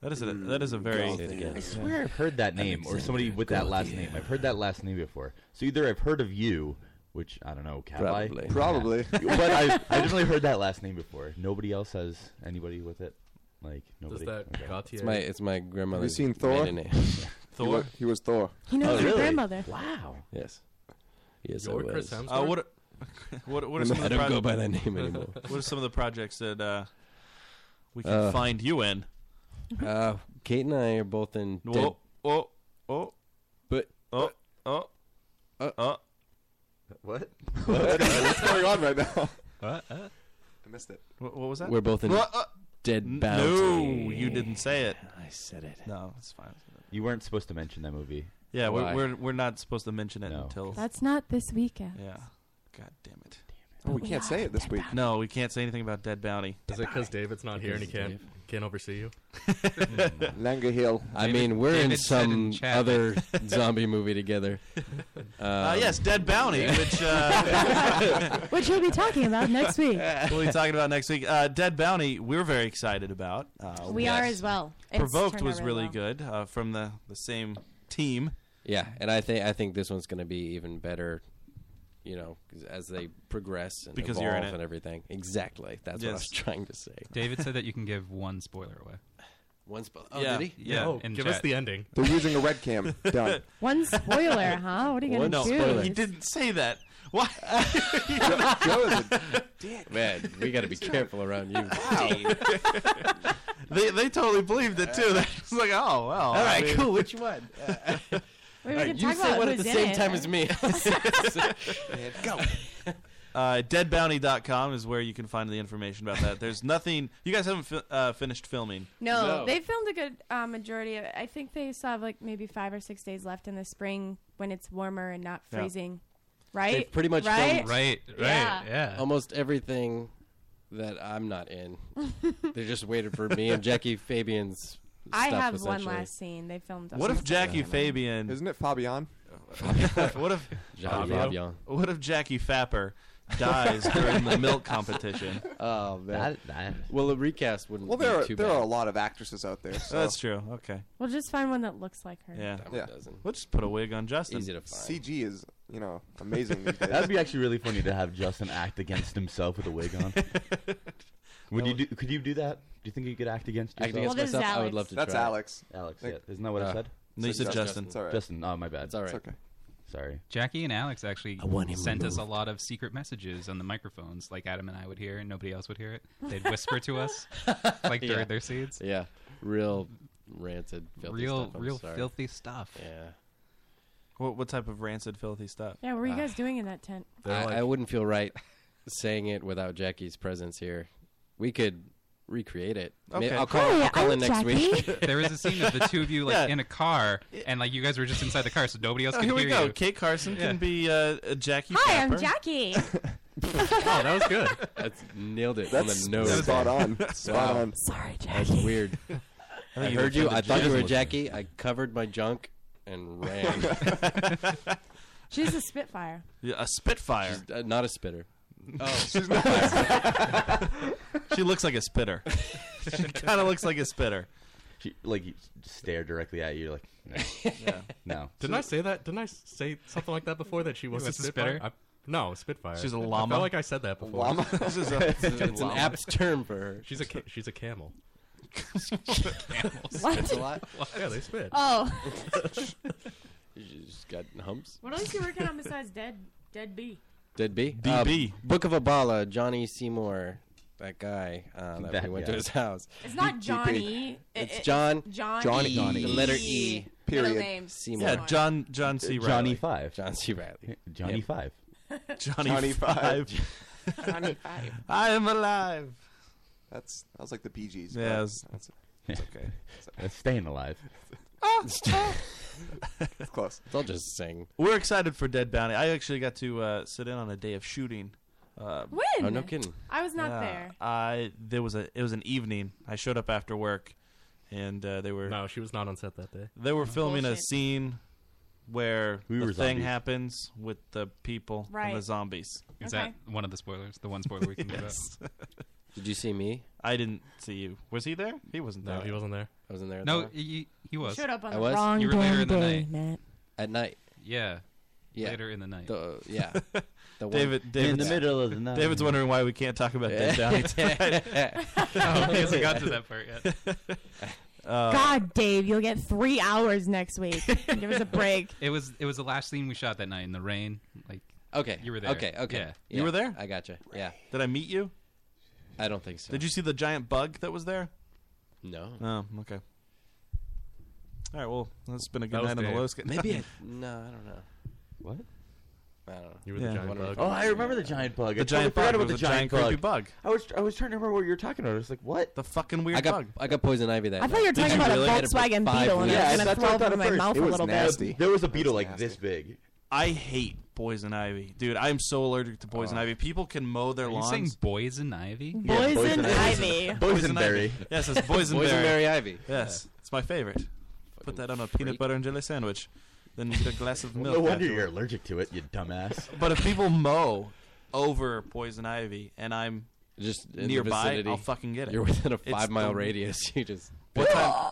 S4: That is a that is a very.
S9: Say it again. I swear I've heard that name or somebody with that last name. I've heard that last name before. So either I've heard of you, which I don't know, Cat
S6: Probably. Probably.
S9: but I've, I've definitely heard that last name before. Nobody else has anybody with it. Like nobody.
S5: that Gautier-
S9: It's
S10: It's my it's my grandmother's.
S6: seen Thor?
S10: maiden name.
S5: Oh,
S6: He wa- He was Thor.
S8: He knows your grandmother.
S9: Wow.
S10: Yes.
S16: Yes,
S5: You're
S16: I was.
S5: Chris Hemsworth.
S4: Uh, what, what, what are some
S16: I
S4: of the
S16: don't go
S4: proje-
S16: by that name anymore.
S4: what are some of the projects that uh, we can
S16: Uh,
S4: find you in?
S10: Uh, Kate and I are both in.
S4: Whoa,
S10: Dead-
S4: oh, oh,
S10: but
S4: oh, oh,
S10: oh,
S4: oh.
S6: What? What's going on right now?
S4: What? Uh,
S6: I missed it.
S4: What, what was that?
S16: We're both in
S4: What? Uh,
S16: Dead
S4: n- No,
S16: Bounty.
S4: you didn't say it.
S16: I said it.
S4: No, it's fine.
S9: You weren't supposed to mention that movie.
S4: Yeah,
S9: Why?
S4: we're, we're we're not supposed to mention it until
S8: That's not this weekend.
S4: Yeah. God damn it.
S6: Oh, we can't say it this week.
S4: No, we can't say anything about Dead Bounty.
S5: Is it because David's not here and he can't can't oversee you?
S6: Langer Hill.
S16: I
S5: David-
S16: mean, we're in
S5: David said in
S16: some
S5: chat.
S16: other zombie movie together.
S4: Uh, yes, Dead Bounty, which uh,
S8: Which we'll be talking about next week.
S4: we'll be talking about next week. Uh, Dead Bounty, we're very excited about. Uh,
S8: We are as well. It's
S4: Provoked
S8: turned out
S4: was
S8: really
S4: really
S8: well.
S4: good uh, from the the same team.
S16: Yeah,
S9: and I think I think this one's going to be even better. You know,
S16: 'cause
S9: as they progress
S16: and
S9: because
S16: evolve
S9: you're in it.
S16: and
S9: everything. Exactly, that's what I was
S7: Yes.
S9: trying to say.
S7: David said that you can give one spoiler away.
S10: One spoiler. Oh,
S7: Yeah.
S10: did he?
S7: Yeah. Oh,
S10: In
S7: give us the ending.
S6: They're using a red cam. Done.
S8: One spoiler, huh? What are you
S4: Well,
S8: going
S4: no,
S8: to do?
S4: he didn't say that. Why?
S9: Man, we got to be careful around you.
S4: they they totally believed it too. They're just like, oh well.
S9: All right, cool. Which one?
S8: We
S9: All
S8: were
S9: right,
S8: going to
S9: you
S8: talk
S9: say
S8: about
S9: one at
S8: who's
S9: the
S8: in
S9: same
S8: it.
S9: time as me.
S10: Go.
S4: Uh, deadbounty.com is where you can find the information about that. There's nothing. You guys haven't fi- uh, finished filming.
S8: No, they filmed a good uh, majority of. I think they still have like maybe five or six days left in the spring when it's warmer and not
S9: Yeah.
S8: freezing, right?
S9: They've pretty much
S8: right,
S9: filmed
S8: Yeah.
S9: Almost everything that I'm not in. they just waited for me and Jackie Fabian's
S8: I
S9: stuff,
S8: have one
S9: essentially.
S8: last scene. They filmed.
S4: What if
S8: almost
S4: Jackie
S8: everything.
S4: Fabian?
S6: Isn't it Fabian?
S4: what if
S9: Jackie
S4: Fabio?
S9: Fabian.
S4: What if Jackie Fapper dies during the milk competition?
S9: Oh man. Well, a recast wouldn't
S6: Well,
S9: be
S6: there are,
S9: too
S6: there
S9: bad.
S6: are a lot of actresses out there. So.
S4: That's true. Okay.
S8: We'll just find one that looks like her.
S4: Yeah.
S9: That one doesn't.
S4: We'll just put a wig on Justin.
S9: Easy to find.
S6: CG is, you know, amazing these days.
S9: That'd be actually really funny to have Justin act against himself with a wig on. Would you do? Could you do that? Do you think you could act against yourself? Acting against myself, I would love to.
S6: That's
S9: try it.
S6: Alex.
S9: Alex,
S6: Like-
S9: yeah. Isn't that what I
S6: Uh,
S9: said?
S4: no, you said Justin. Justin.
S6: It's all right.
S9: Justin. Oh, my bad.
S7: It's all
S6: It's right. okay.
S9: Sorry.
S7: Jackie and Alex actually
S9: want him
S7: sent us a
S9: removed.
S7: lot of secret messages on the microphones, like Adam and I would hear, and nobody else would hear it. They'd whisper to us, like during
S9: Yeah.
S7: their scenes.
S9: Yeah. Real ranted. Filthy
S7: Real-
S9: stuff. I'm
S7: real
S9: sorry.
S7: filthy stuff.
S9: Yeah.
S4: What, what type of rancid, filthy stuff?
S8: Yeah, what were you
S9: Ah.
S8: guys doing in that tent?
S9: I, I wouldn't feel right saying it without Jackie's presence here. We could recreate it. May-
S7: Okay.
S9: I'll call,
S7: Hi,
S9: I'll
S8: oh,
S9: call in
S7: I'm
S9: next week.
S7: there was a scene of the two of you like in a car, and like you guys were just inside the car, so nobody else
S4: Oh,
S7: could
S4: here we
S7: hear
S4: go.
S7: you.
S4: Kate Carson
S7: Yeah.
S4: can be uh, a Jackie.
S8: Hi,
S4: Fapper.
S8: I'm Jackie.
S7: Oh, that was good.
S9: That's nailed it
S6: That's-
S9: on the nose.
S6: that's spot on.
S9: there.
S6: Spot on.
S8: Sorry,
S9: That's
S8: Jackie.
S9: weird.
S4: I
S9: I,
S4: think you
S9: heard you. I
S4: offended
S9: thought you were
S4: Jasmine.
S9: Jackie. I covered my junk and ran.
S8: She's a Spitfire.
S4: Yeah, a Spitfire.
S9: She's, uh, not a spitter.
S4: Oh, she's not. she looks like a spitter. she kind of looks like a spitter.
S9: She like you stare directly at you, like no, no.
S5: Didn't I say that? Didn't I s- say something like that before? That she was a
S7: was a
S5: spitfire?
S7: spitter?
S5: I- no, Spitfire.
S4: She's a
S5: I
S4: llama.
S5: felt like I said that before.
S4: Llama? This is a-
S5: it's
S4: It's an
S5: llama.
S4: apt
S9: term for her.
S5: She's a ca- she's a camel.
S9: Camels What? spit a lot?
S5: Yeah, they spit.
S8: Oh.
S9: She just got humps.
S8: What else you working on besides Dead Dead Bee?
S9: Did B? Uh,
S4: DB.
S9: Book of Abala, Johnny Seymour, that guy uh, that,
S10: That
S9: we went
S10: guy.
S9: to his house.
S8: It's not Johnny. I-
S9: It's
S8: I-
S9: John.
S8: John Johnny.
S9: The letter E.
S8: Middle Period. name,
S9: Seymour.
S4: Yeah, John John C. Riley.
S9: Johnny Five. John C. Riley. Johnny Five.
S4: Johnny,
S6: Johnny
S4: Five.
S6: Johnny
S8: Five.
S4: I am alive.
S6: That's that was like the Bee Gees.
S4: Yeah,
S6: but
S4: it was-
S6: that's,
S9: It's Ah,
S4: okay.
S9: That's staying alive.
S6: that's close.
S9: I'll just sing.
S4: We're excited for Dead Bounty. I actually got to uh, sit in on a day of shooting. Uh,
S8: When? Oh, no kidding. I was not there.
S4: I there was a it was an evening. I showed up after work, and uh, they were
S5: No, she was not on set that day.
S8: Oh,
S4: they were filming a
S5: Bullshit.
S4: scene where
S5: We
S4: the
S5: were
S4: thing
S5: zombies.
S4: happens with the people and the
S8: Right.
S4: zombies.
S7: Is that one of the spoilers? The one spoiler we can give
S4: Yes.
S7: out.
S9: Did you see me?
S4: I didn't see you. Was he there? He wasn't there.
S5: No, he wasn't there.
S9: I wasn't there. at the
S7: No,
S9: time.
S7: he, he was.
S8: showed up on
S9: I
S8: the
S9: was?
S8: wrong
S7: You were later
S8: damn
S7: in the
S8: day,
S7: night.
S8: Matt.
S9: At night.
S7: Yeah.
S9: Yeah.
S7: Later in the night.
S9: The- yeah. The one-
S4: David, David's, David's wondering why we can't talk about Dead Bounty tonight.
S7: Oh, he hasn't got to that part yet.
S4: Uh,
S8: God, Dave, you'll get three hours next week. Give us a break.
S7: It was it was the last scene we shot that night in the rain. Like
S16: Okay.
S7: You were there.
S16: Okay. Okay.
S7: Yeah.
S4: You were there?
S16: I gotcha. Yeah.
S4: Did I meet you?
S16: I don't think so.
S4: Did you see the giant bug that was there?
S16: No.
S4: Oh, okay. All right. Well, that's been a
S16: That
S4: good
S16: was
S4: night on the
S16: Dave.
S4: low scale.
S16: Maybe I- no, I don't know. What? I don't know.
S4: You were the Yeah. giant
S16: Wonder if
S4: bug.
S16: you-
S9: Oh, I remember the giant bug.
S4: The
S9: I totally
S4: giant
S9: forgot
S4: bug
S9: about the
S4: was a
S9: giant,
S4: giant creepy
S9: bug. I was I was trying to remember what you were talking about. I was like, what?
S4: The fucking weird
S16: I got
S9: bug.
S16: I got poison ivy that.
S8: I thought you were talking about a Volkswagen Beetle, and I was going to throw up in my mouth a little bit.
S9: There was a beetle like this big.
S4: I hate poison ivy, dude. I'm so allergic to poison ivy. People can mow their
S7: Are you
S4: lawns.
S7: saying poison ivy?
S4: Yeah,
S8: Poison ivy.
S4: Boysenberry. Yes, it's boysenberry.
S16: Boysenberry ivy.
S4: Yes, it's my favorite. Put that on a peanut butter and jelly sandwich. Then get a glass of milk.
S9: No wonder
S4: afterward.
S9: you're allergic to it, you dumbass.
S4: But if people mow over poison ivy and I'm
S16: just in the
S4: nearby,
S16: vicinity.
S4: I'll fucking get it.
S16: You're within a
S4: It's
S16: five-mile
S4: the-
S16: radius. You just-
S4: One time,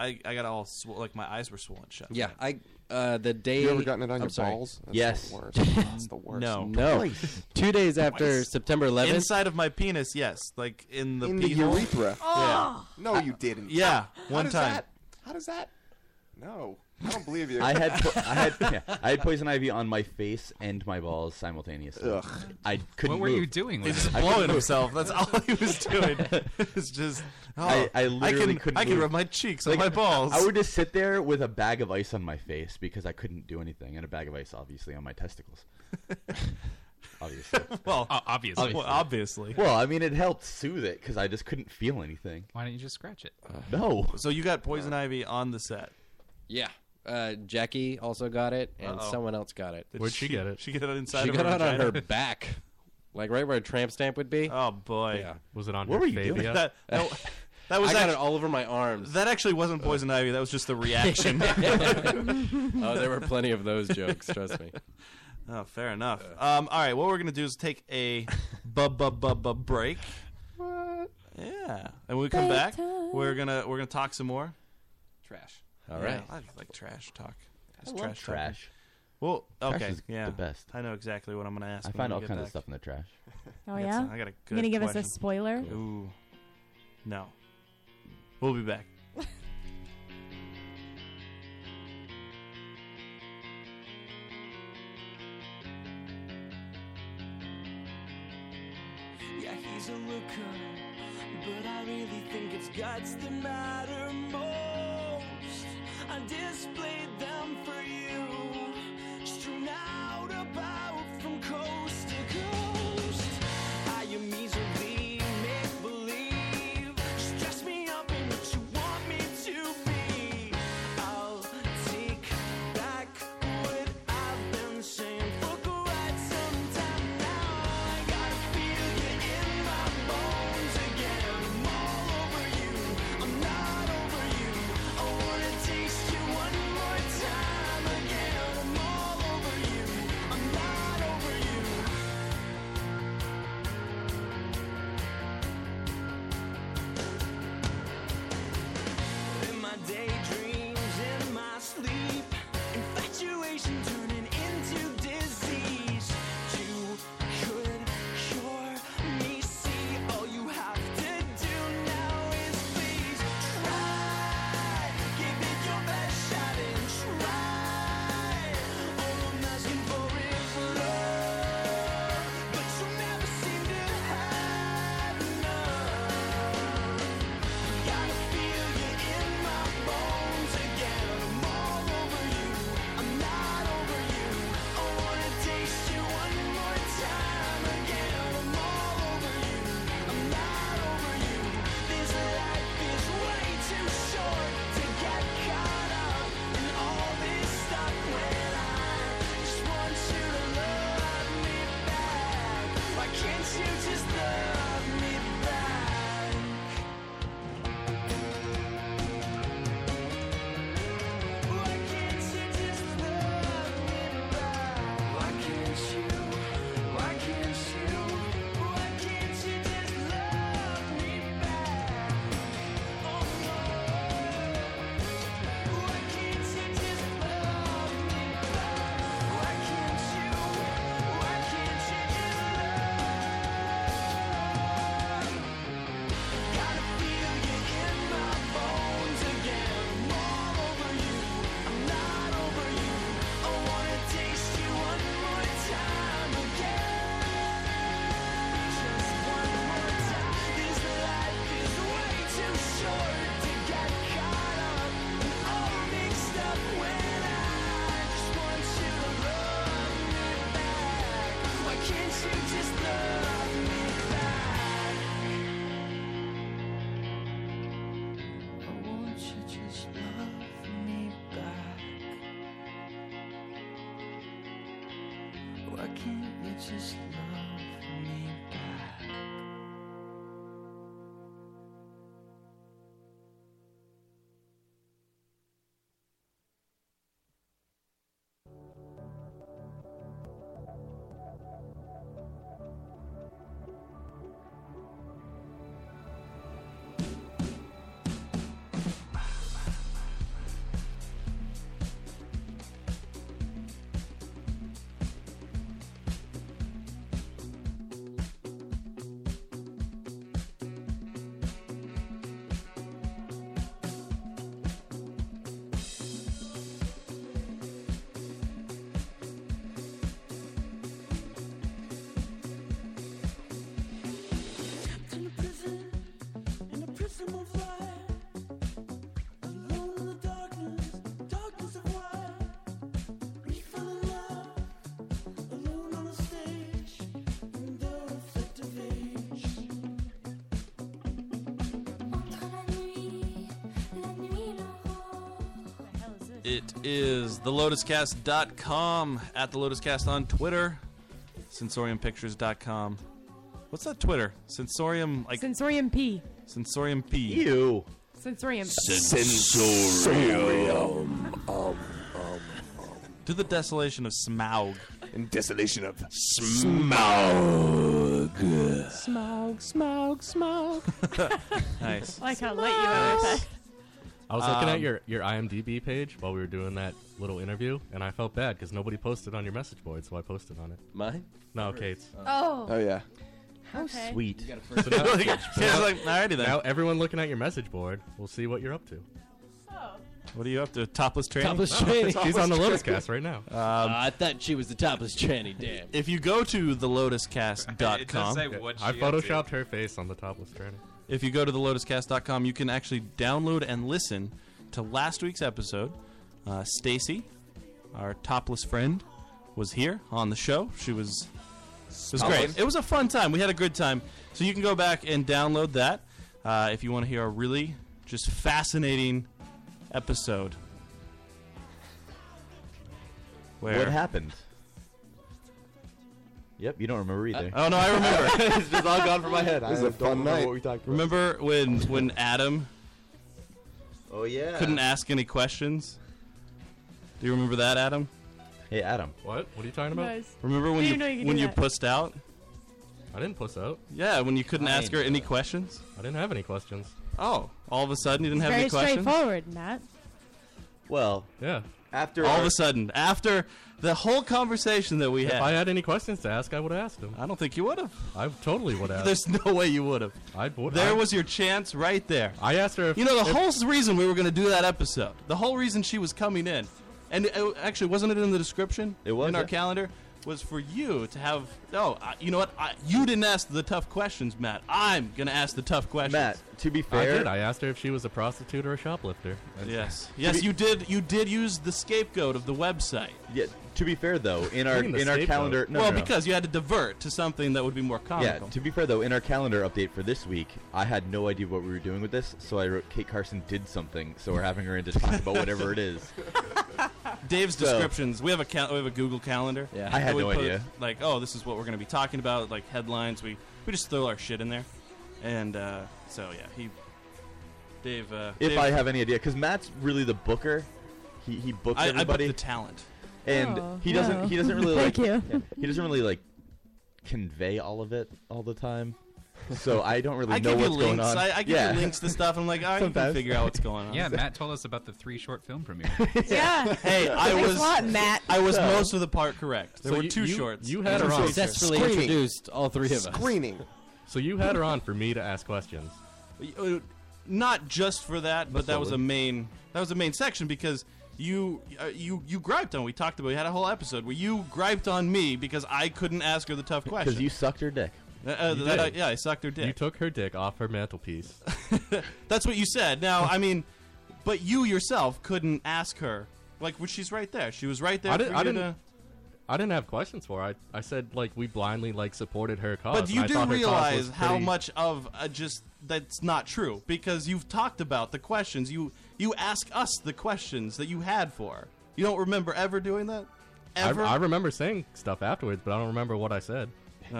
S4: I, I got all sw- like my eyes were swollen shut.
S16: Yeah, I uh, the day
S4: ever gotten it on
S16: I'm
S4: your
S16: sorry.
S4: balls? That's
S16: yes.
S4: the worst. That's the worst. No.
S16: no.
S4: Twice.
S16: Two days after
S4: Twice.
S16: September 11th,
S4: Inside of my penis, yes, like in the
S6: In the
S4: penile.
S6: urethra.
S4: Yeah.
S8: Oh.
S6: No, you didn't.
S4: Yeah,
S6: How
S4: one
S6: does
S4: time.
S6: that- how does that? No, I don't believe you.
S9: I had po- I had yeah, I had poison ivy on my face and my balls simultaneously.
S6: Ugh.
S9: I couldn't.
S7: What were you
S9: move.
S7: doing with He's it? just
S9: I couldn't
S4: blowing
S9: move.
S4: himself. That's all he was doing. It's just oh,
S9: I, I literally
S4: can
S9: couldn't.
S4: I can
S9: move.
S4: rub my cheeks on my balls.
S9: I would just sit there with a bag of ice on my face because I couldn't do anything, and a bag of ice obviously on my testicles. obviously.
S4: well,
S7: obviously.
S4: Well, obviously.
S9: Well, I mean, it helped soothe it because I just couldn't feel anything.
S7: Why don't you just scratch it?
S9: No.
S4: Uh,
S9: Uh,
S4: So you got poison ivy on the set.
S16: Yeah. Uh, Jackie also got it, and
S4: Uh-oh.
S16: someone else got it.
S4: Did Where'd she she- get it? she get it inside
S16: She
S4: of
S16: got
S4: her
S16: it on her
S4: vagina?
S16: back, like right where a tramp stamp would be.
S4: Oh boy!
S16: Yeah.
S5: Was it on
S4: What her were you doing?
S16: Doing?
S4: labia? That- that- that was
S16: I got
S4: actu-
S16: it all over my arms. Uh.
S4: That actually wasn't poison ivy. That was just the reaction.
S16: oh, there were plenty of those jokes. Trust me. Uh.
S4: Oh, fair enough. Um, all right, what we're gonna do is take a bub bub bub bub break. Yeah, and when we come back, we're gonna we're gonna talk some more trash.
S16: All
S4: Yeah,
S16: right.
S4: I like- like trash talk. Just
S9: love
S4: talking.
S9: trash.
S4: Well,
S9: Trash
S4: okay,
S9: is the
S4: yeah,
S9: best.
S4: I know exactly what I'm gonna ask.
S9: I
S4: when
S9: find
S4: we
S9: all
S4: get
S9: kinds of
S4: back.
S9: stuff in the trash.
S8: Oh,
S4: I got
S8: yeah?
S4: some- I got a
S8: You
S4: good.
S8: gonna give us a
S4: question.
S8: spoiler? Cool.
S4: Ooh, no. We'll be back.
S15: Yeah, he's a looker, but I really think it's guts that matter most. I displayed them for you, strewn out about from coast to coast. I am easily make believe. Just dress me up in what you want me to be. I'll take back what I've been saying for quite some time now. I got feel you in my bones again. I'm all over you. I'm not over you. I wanna taste you one more
S17: Why can't you just love me back?
S15: In a prison, in a prison of light, alone in the darkness, darkness of white. We fell in love, alone on a stage, in the reflective age. Entre la nuit, la nuit
S4: It is thelotuscast.com at the lotuscast on Twitter, sensoriumpictures.com. What's that Twitter? Sensorium like
S8: Sensorium P.
S4: Sensorium P.
S9: Ew.
S8: Sensorium.
S4: Um, um, Do the desolation of Smaug.
S6: And desolation of
S4: Smaug.
S3: Smog, smog, smog.
S4: nice.
S3: I like how light you are with that.
S5: I was looking
S4: Um,
S5: at your, your IMDb page while we were doing that little interview, and I felt bad because nobody posted on your message board, so I posted on it.
S10: Mine?
S5: No, Kate's.
S10: Oh. Oh, yeah.
S5: How
S10: Okay.
S5: sweet.
S10: You got a first
S5: So now-
S10: message.
S5: so
S10: Kate's
S5: now-
S10: like, "Alrighty then."
S5: Now everyone looking at your message board will see what you're up to. Oh.
S4: What are you up to? Topless training?
S5: Topless Oh, training. She's on the Lotus Cast right now.
S4: I
S16: Uh, thought she was the topless tranny. Damn.
S4: If you go to thelotuscast.com,
S5: It does say what I she up to. photoshopped her face on the topless tranny.
S4: If you go to thelotuscast.com, you can actually download and listen to last week's episode. Uh, Stacy, our topless friend, was here on the show. She was. It was
S6: Topless.
S4: great. It was a fun time. We had a good time. So you can go back and download that uh, if you want to hear a really just fascinating episode. Where
S9: What happened? Yep, you don't remember either.
S4: Oh no, I remember.
S9: it's just all gone from my head. I don't remember what we talked about.
S4: Remember when when Adam
S9: Oh yeah.
S4: couldn't ask any questions? Do you remember that, Adam?
S9: Hey, Adam.
S5: What? What are you talking about?
S4: Nice. Remember when you, when you pussed out?
S5: I didn't puss out.
S4: Yeah, when you couldn't
S5: I
S4: ask her
S5: didn't
S4: any questions.
S5: I didn't have any questions.
S4: Oh, all of a sudden you didn't have
S8: Very
S4: any questions.
S8: straightforward, Matt.
S9: Well,
S5: yeah.
S9: After
S4: all
S9: our-
S4: of a sudden, after the whole conversation that we
S5: If
S4: had,
S5: I had any questions to ask, I would have asked him.
S4: I don't think you would have.
S5: I totally would have.
S4: There's no way you would have.
S5: I would.
S4: there
S5: I-
S4: was your chance right there.
S5: I asked her. If,
S4: You know the
S5: if-
S4: whole reason we were going to do that episode, the whole reason she was coming in, and uh, actually wasn't it in the description? It was in our
S9: yeah.
S4: calendar. Was for you to have. Oh, I, you know what? I, you didn't ask the tough questions, Matt. I'm going to ask the tough questions.
S9: Matt, to be
S5: I
S9: fair,
S5: did. I asked her if she was a prostitute or a shoplifter.
S4: Yes. Yes, you did. You did use the scapegoat of the website.
S9: Yeah. To be fair, though, in our
S4: What do you mean
S9: in
S4: the
S9: our
S4: scapegoat?
S9: calendar, no,
S4: well,
S9: no, no.
S4: because you had to divert to something that would be more
S9: yeah.
S4: comical.
S9: To be fair, though, in our calendar update for this week, I had no idea what we were doing with this, so I wrote Kate Carson did something, so we're having her in to talk about whatever it is.
S4: Dave's
S9: So-
S4: descriptions. We have a cal- we have a Google calendar.
S9: Yeah. I had
S4: And we
S9: no
S4: put,
S9: idea.
S4: Like, oh, this is what we're going to be talking about. Like headlines. We we just throw our shit in there, and uh, so yeah, he, Dave. Uh,
S9: If
S4: Dave-
S9: I have any idea, because Matt's really the booker. He he books
S4: I- I book
S9: everybody.
S4: the talent.
S9: and
S4: Oh,
S9: he doesn't
S4: wow.
S9: he doesn't really like
S4: Thank you.
S9: yeah, he doesn't really like convey all of it all the time. So I don't really
S4: I
S9: know
S4: give you
S9: what's going
S4: links.
S9: on.
S4: I- I give you
S9: yeah.
S4: links to stuff, and I'm like, all right, you can
S9: Sometimes.
S4: figure out what's going on.
S7: Yeah, Matt told us about the three short film premiere.
S4: Yeah. Hey, I
S7: Thanks a
S4: was
S7: lot, Matt.
S4: I was
S7: So-
S4: most of the part correct. There
S5: So
S4: were
S5: you-
S4: two
S5: you-
S4: shorts.
S5: You had
S4: And
S5: her on.
S4: successfully
S16: introduced all three of us. Screening.
S5: So you had her on for me to ask questions.
S4: Uh, not just for that, but
S5: That's
S4: that was a
S5: solid.
S4: main that was a main section because you uh, you you griped on. We talked about. We had a whole episode where you griped on me because I couldn't ask her the tough question.
S9: Because you sucked her dick.
S4: Uh, uh,
S5: You
S4: that-
S5: did.
S4: yeah, I sucked her
S5: You
S4: dick.
S5: took her dick off her mantelpiece.
S4: That's what you said. Now, I mean, but you yourself couldn't ask her. Like, well, she's right there. She was right there.
S5: I didn't.
S4: for
S5: I
S4: you
S5: didn't,
S4: to-
S5: I didn't have questions for. her. I I said like we blindly like supported her cause.
S4: But
S5: and
S4: you
S5: I
S4: do
S5: thought her cause
S4: realize
S5: was
S4: how
S5: pretty-
S4: much of uh, just that's not true because you've talked about the questions. You you ask us the questions that you had for. her. You don't remember ever doing that.
S5: I,
S4: ever?
S5: I remember saying stuff afterwards, but I don't remember what I said.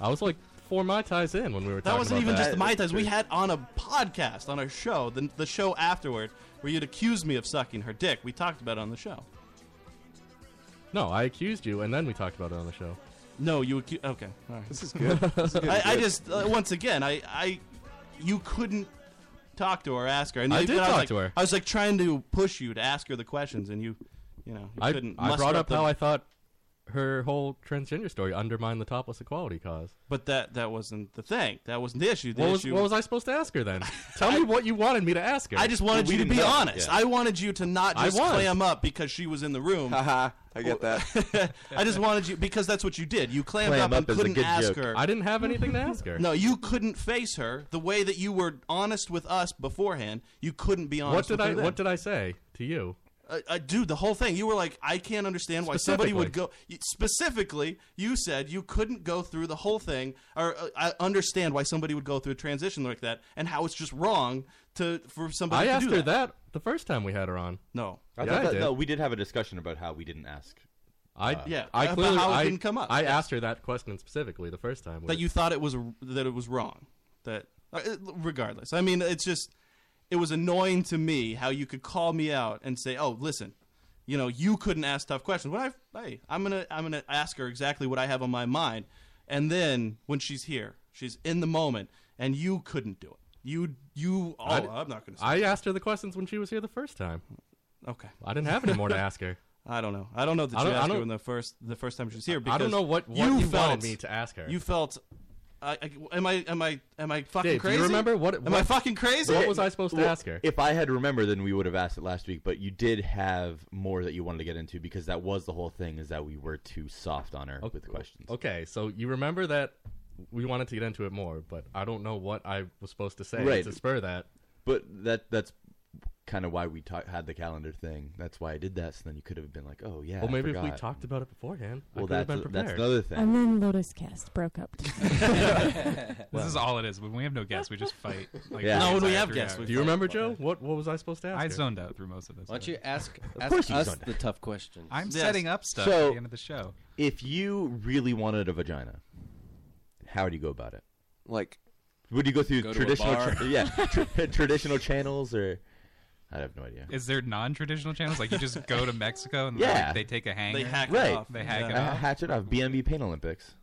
S5: I was like four Mai Tais in when we were
S4: that
S5: talking about
S4: wasn't even
S5: that.
S4: just the Mai Tais. We had on a podcast, on our show, the, the show afterward, where you'd accuse me of sucking her dick. We talked about it on the show.
S5: No, I accused you, and then we talked about it on the show.
S4: No, you accu- okay. All right.
S5: This is good. This is getting
S4: I, I
S5: good.
S4: just uh, once again, I, I, you couldn't talk to her, ask her. And
S5: I
S4: even
S5: did
S4: was
S5: talk
S4: like-
S5: to her.
S4: I was like trying to push you to ask her the questions, and you, you know, you
S5: I,
S4: couldn't.
S5: I
S4: muster
S5: brought up
S4: the-
S5: how I thought her whole transgender story undermined the topless equality cause.
S4: But that that wasn't the thing. That wasn't the issue. The
S5: What was,
S4: issue
S5: what was I supposed to ask her then? Tell me what you wanted me to ask her.
S4: I just wanted you to be honest. I wanted you to not
S5: I
S4: just
S5: was.
S4: clam up because she was in the room. Haha,
S6: I get
S4: that. I just wanted you because that's what you did. You clammed
S5: Clam
S4: up,
S5: up
S4: and
S5: is a
S4: couldn't
S5: good
S4: ask
S5: joke.
S4: her.
S5: I didn't have anything to ask her.
S4: No, you couldn't face her the way that you were honest with us beforehand. You couldn't be honest.
S5: What did
S4: with her
S5: I
S4: then.
S5: What did I say to you?
S4: Uh, uh, dude, the whole thing. You were like, I can't understand why somebody would go. you- Specifically, you said you couldn't go through the whole thing, or uh, I understand why somebody would go through a transition like that, and how it's just wrong to for
S5: I
S4: somebody to
S5: asked
S4: do
S5: her that the first time we had her on.
S4: No,
S9: I
S5: yeah,
S9: thought
S5: I
S9: that,
S5: did.
S9: no, we did have a discussion about how we didn't ask.
S5: I
S9: uh,
S4: Yeah,
S5: I
S4: about
S5: clearly
S4: how it
S5: I,
S4: didn't come up.
S5: I
S4: Yeah.
S5: asked her that question specifically the first time.
S4: that you thought it was that it was wrong. That uh, it- regardless, I mean, it's just it was annoying to me how you could call me out and say, "Oh, listen, you know, you couldn't ask tough questions." When I hey, I'm gonna I'm gonna ask her exactly what I have on my mind, and then when she's here, she's in the moment, and you couldn't do it. You you oh,
S5: I d-
S4: I'm not gonna. Say
S5: I asked her the questions when she was here the first time.
S4: Okay.
S5: I didn't have any more to ask her.
S4: I don't know. I don't know that
S5: I
S4: you
S5: don't- I
S4: asked her
S5: don't-
S4: when the first the first time she was here.
S5: I
S4: Because
S5: don't know what- what you wanted me to ask her.
S4: You felt. I, I, am I am I am I fucking
S5: Dave, do you
S4: crazy?
S5: remember what-
S4: am I
S5: what-
S4: fucking crazy?
S5: What was I supposed to
S9: Well,
S5: ask her?
S9: If I had remembered, then we would have asked it last week. But you did have more that you wanted to get into because that was the whole thing: is that we were too soft on her with questions.
S5: Okay, so you remember that we wanted to get into it more, but I don't know what I was supposed to say
S9: Right.
S5: to spur that.
S9: But that that's kind of why we ta- had the calendar thing. That's why I did that. So then you could have been like, "Oh yeah."
S5: well,
S9: I
S5: maybe if we
S9: forgot.
S5: talked about it beforehand,
S9: Well,
S5: I could have
S9: that's
S5: been
S9: that's
S5: prepared.
S9: another thing.
S8: And then Lotus Cast broke up.
S7: this is all it is. When we have no guests, we just fight. Like,
S9: Yeah.
S7: the
S9: No, when we
S7: entire
S9: have
S7: three
S9: guests,
S7: hours.
S9: we
S5: Do you remember, Joe? What what was I supposed to ask?
S7: I
S5: her?
S7: zoned out through most of this.
S10: Why don't you ask,
S9: Of
S10: ask
S9: course you
S10: us
S9: zoned
S10: the tough questions?
S7: I'm setting up stuff
S9: So,
S7: at the end of the show.
S9: If you really wanted a vagina, how would you go about it?
S6: Like,
S9: would you go through
S7: Go to a
S9: traditional,
S7: bar.
S9: cha- yeah, tra- traditional channels, or I have no idea.
S7: Is there non-traditional channels? Like you just go to Mexico and
S9: Yeah.
S7: like, they take a hanger.
S9: right.
S7: They hack it
S9: Uh,
S7: off.
S9: Hatch it off. BMB Pain Olympics.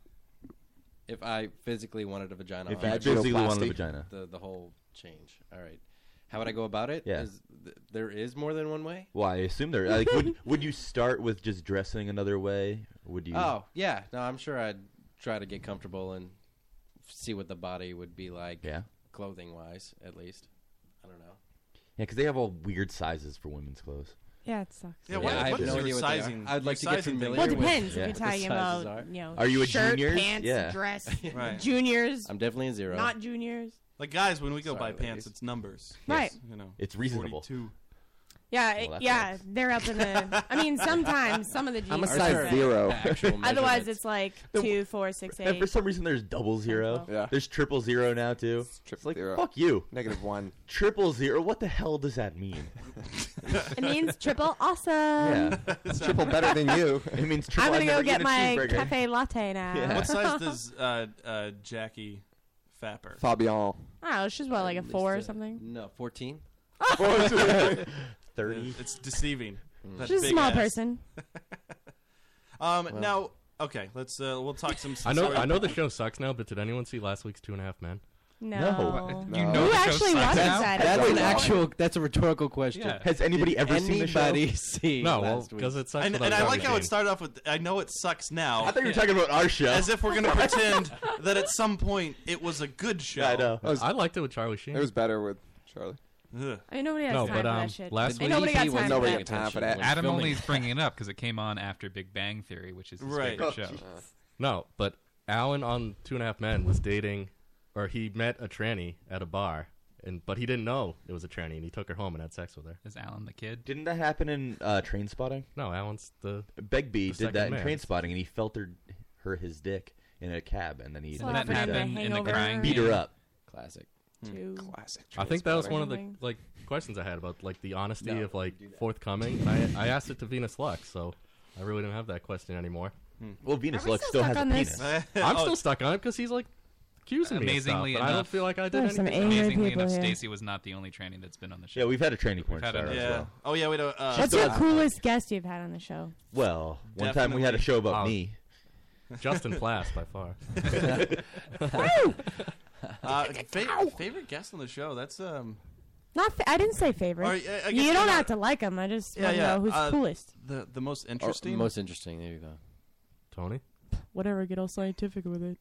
S10: If I physically wanted a vagina,
S9: If
S10: I
S9: you
S10: would
S9: physically
S10: do
S9: wanted a vagina.
S10: the the whole change. All right, how would I go about it?
S9: Yeah.
S10: Is th- there is more than one way.
S9: Well, I assume there. Like, would would you start with just dressing another way? Would you?
S10: Oh yeah, no, I'm sure I'd try to get comfortable and see what the body would be like.
S9: Yeah.
S10: clothing wise, at least. I don't know.
S9: Yeah, because they have all weird sizes for women's clothes.
S8: Yeah, it sucks.
S10: Yeah, what-
S9: I
S10: what
S9: have
S10: is
S9: no
S10: your
S9: idea what they are.
S10: sizing- I'd like your to get sizing thing? familiar
S8: Well, it
S10: with-
S8: depends
S10: Yeah.
S8: if
S10: the
S8: you're talking
S10: sizes
S8: about
S10: are.
S8: you know.
S9: Are you a
S8: shirt,
S9: junior?
S8: Pants,
S9: Yeah.
S8: dress,
S4: Right.
S8: juniors.
S9: I'm definitely a zero.
S8: Not juniors.
S4: Like guys, when we go buy pants, it's numbers.
S8: Right.
S4: You know,
S9: It's reasonable.
S4: 42.
S8: Yeah,
S9: Well,
S8: it-
S9: that
S8: yeah, they're up in the. I mean, sometimes some of the jeans.
S9: I'm a
S8: are
S9: size
S8: different.
S9: zero. Actual
S8: Otherwise,
S9: measurements.
S8: it's like two, four, six,
S9: And
S8: eight.
S9: for some reason, there's double zero. Yeah. There's triple zero now too. It's like fuck you.
S6: Negative one.
S9: Triple zero. What the hell does that mean?
S8: it means triple awesome.
S9: yeah.
S6: It's triple better than you.
S9: It means
S8: Um, I'm gonna
S9: triple. I've
S8: go
S9: never
S8: get
S9: eaten a
S8: my
S9: cheeseburger.
S8: cafe latte now.
S4: What size does uh, uh, Jackie Fapper?
S6: Fabian.
S8: Oh, she's what, like a
S10: At least,
S8: four or
S10: uh,
S8: something.
S10: No, fourteen.
S9: 30.
S4: It's deceiving. That
S8: Mm. She's a
S4: big
S8: small
S4: ass.
S8: person.
S4: Um,
S5: Well.
S4: now okay, let's uh, we'll talk some.
S5: I know
S4: sorry.
S5: I know the show sucks now, but did anyone see last week's Two and a Half Men?
S8: No. No.
S7: You know the show sucks now?
S10: That's an actual. That's a rhetorical question.
S5: Yeah. Has anybody
S10: Did
S5: ever seen the show?
S10: anybody see
S5: No, well,
S10: last week?
S5: 'cause it sucks
S4: And,
S5: without
S4: and I
S5: John
S4: like how it
S5: McCain.
S4: started off with "I know it sucks now."
S9: I thought you were talking about our show.
S4: as if we're going to pretend that at some point it was a good show.
S9: I know.
S5: I liked it with Charlie Sheen.
S6: It was better with Charlie.
S8: I mean, nobody has
S5: No,
S8: time
S5: but,
S8: for
S5: um,
S8: that shit.
S5: last
S8: Ain't
S5: week-
S8: nobody got
S5: He
S8: time
S5: wasn't
S8: for
S5: paying
S8: that.
S5: attention. Time for that.
S7: Adam
S5: Filming.
S7: only is bringing it up because it came on after Big Bang Theory, which is his
S4: Right.
S7: favorite
S4: Oh,
S7: show.
S5: No, but Alan on Two and a Half Men was dating, or he met a tranny at a bar, and but he didn't know it was a tranny, and he took her home and had sex with her.
S7: Is Alan the kid?
S9: Didn't that happen in uh, Train Spotting?
S5: No, Alan's the
S9: Begbie
S5: the
S9: did that
S5: second
S9: in
S5: man.
S9: Train Spotting, and he felt her, her his dick in a cab, and then he
S5: So that happened in the
S9: freaked out.
S5: crying
S9: beat her
S5: game?
S9: up.
S10: Classic.
S8: Hmm.
S6: Classic.
S5: I think that was
S6: Trainspotting.
S5: one of the like questions I had about like the honesty
S6: No,
S5: of like forthcoming. I I asked it to Venus Lux, so I really don't have that question anymore.
S9: Well, Venus Are we Lux still still has stuck a on this? penis.
S5: I'm
S9: Oh.
S5: still stuck on it because he's like accusing me.
S7: Amazingly
S5: of stuff,
S7: enough,
S5: and I don't feel like I did
S7: There's some
S5: anything.
S7: angry Amazingly
S8: people
S7: enough,
S8: here.
S7: Stacy was not the only tranny that's been on the show.
S9: Yeah, we've had a training
S7: We've
S9: porn
S7: had
S9: star
S7: a-
S9: as
S7: yeah.
S9: well.
S4: Oh yeah, we don't. Uh,
S8: That's your coolest guest you've had on the show.
S9: Well, one time we had a show about
S5: Wow.
S9: me.
S5: Justin Plass by far.
S4: uh, fa- favorite guest on the show? That's um.
S8: Not, fa- I didn't say favorite.
S4: All right, I- I guess
S8: you
S4: I'm
S8: don't
S4: not-
S8: have to like him. I just
S4: Yeah,
S8: want to
S4: yeah.
S8: know who's
S4: uh,
S8: coolest.
S4: The the
S9: Oh,
S4: most interesting.
S10: Oh, most interesting. There you go.
S5: Tony.
S8: Whatever, get all scientific with it.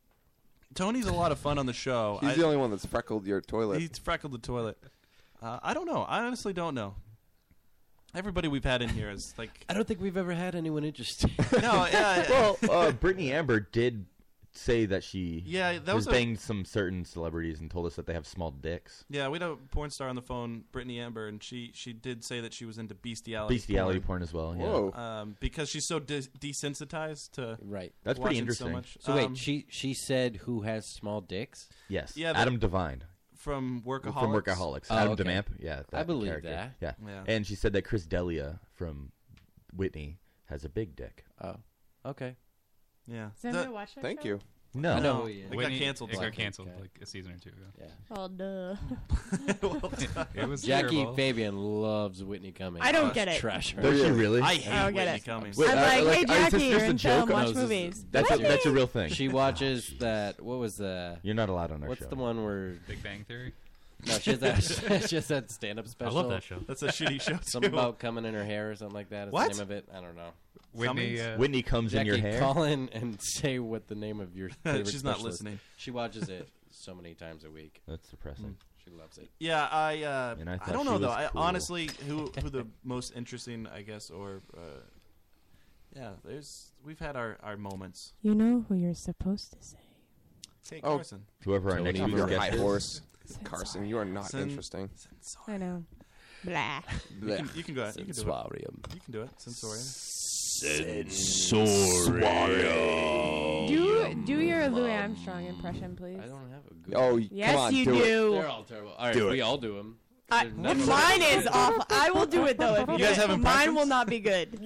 S4: Tony's a lot of fun on the show.
S6: He's
S4: I-
S6: the only one that's freckled your toilet.
S4: He's freckled the toilet. Uh, I don't know. I honestly don't know. Everybody we've had in here is like.
S10: I don't think we've ever had anyone interesting.
S4: no, yeah,
S9: well, uh, Brittany Amber did say that she
S4: Yeah, that
S9: has
S4: was a-
S9: banged some certain celebrities and told us that they have small dicks.
S4: Yeah, we had a porn star on the phone, Brittany Amber, and she she did say that she was into bestiality.
S9: Bestiality porn as well, yeah. Whoa.
S4: Um, because she's so de- desensitized to
S10: right.
S9: That's pretty interesting.
S4: So, much.
S10: So wait,
S4: Um,
S10: she she said who has small dicks?
S9: Yes.
S4: Yeah,
S9: Adam
S4: that-
S9: Devine.
S4: from workaholics.
S9: From Workaholics.
S10: Oh,
S9: Adam
S10: okay.
S9: Demamp. Yeah.
S10: I believe
S9: character.
S10: that.
S9: Yeah.
S4: Yeah.
S9: And she said that Chris Delia from Whitney has a big dick.
S10: Oh. Okay.
S4: Yeah.
S8: Does anybody watch that Thank show? you.
S9: No.
S10: No.
S4: It got
S7: Whitney-
S4: canceled.
S7: It got
S4: like-
S7: canceled like a season or two ago.
S10: Yeah.
S8: Oh, duh.
S7: It was
S10: Jackie
S7: terrible.
S10: Fabian loves Whitney Cummings.
S8: I don't
S10: Loves
S8: get it.
S10: Trash her.
S9: Does she really?
S4: I hate
S8: I don't get
S4: Whitney
S8: it.
S4: Cummings.
S9: Wait,
S8: I'm
S9: I- I-
S8: like, hey,
S9: like, is this
S8: Jackie, you're
S9: just a
S8: in
S9: joke
S8: film,
S9: or
S8: watch
S9: no, is this-
S8: movies.
S9: That's a,
S8: Whitney!
S9: that's a real thing.
S10: She watches that. What was the?
S9: You're not allowed on our
S10: What's
S9: show.
S10: the one where
S7: Big Bang Theory.
S10: No, she has that. she has that stand-up
S5: I
S10: special.
S5: love that show.
S4: That's a shitty show,
S10: Something
S4: too.
S10: about coming in her hair or something like that. Is
S4: What?
S10: the name of it? I don't know.
S7: Whitney, Cummings? uh,
S9: Whitney comes in your
S10: Jackie,
S9: hair?
S10: Call in and say what the name of your. favorite
S4: She's not
S10: special is.
S4: listening.
S10: She watches it so many times a week.
S9: That's depressing.
S10: She loves it.
S4: Yeah, I uh,
S9: And I
S4: I,
S9: thought
S4: don't
S9: she
S4: know though.
S9: was
S4: I
S9: cool.
S4: honestly who who the most interesting I guess or uh, yeah, there's we've had our, our moments.
S8: You know who you're supposed to say.
S4: Hey
S6: Oh.
S4: Carson.
S9: Whoever our
S6: Tony,
S9: next
S6: you're
S9: week's
S6: a
S9: guest
S6: high
S9: is.
S6: horse. Carson, you are not
S4: Sen-
S6: interesting.
S8: I know. Blah.
S4: You can, you can go ahead. You can do it.
S10: Sensorium.
S4: You can do it. Sensorium.
S10: Sensorium.
S8: Do do your Louis Armstrong impression, please. I don't
S10: have a good.
S6: Oh, y-
S8: Yes,
S6: come on,
S8: you
S6: do it.
S8: do.
S10: They're all terrible. All right,
S6: Do
S10: we
S6: it.
S10: all do them.
S8: I, mine is awful. I will do it though. If you,
S4: You guys
S8: do it.
S4: have
S8: mine will not be good.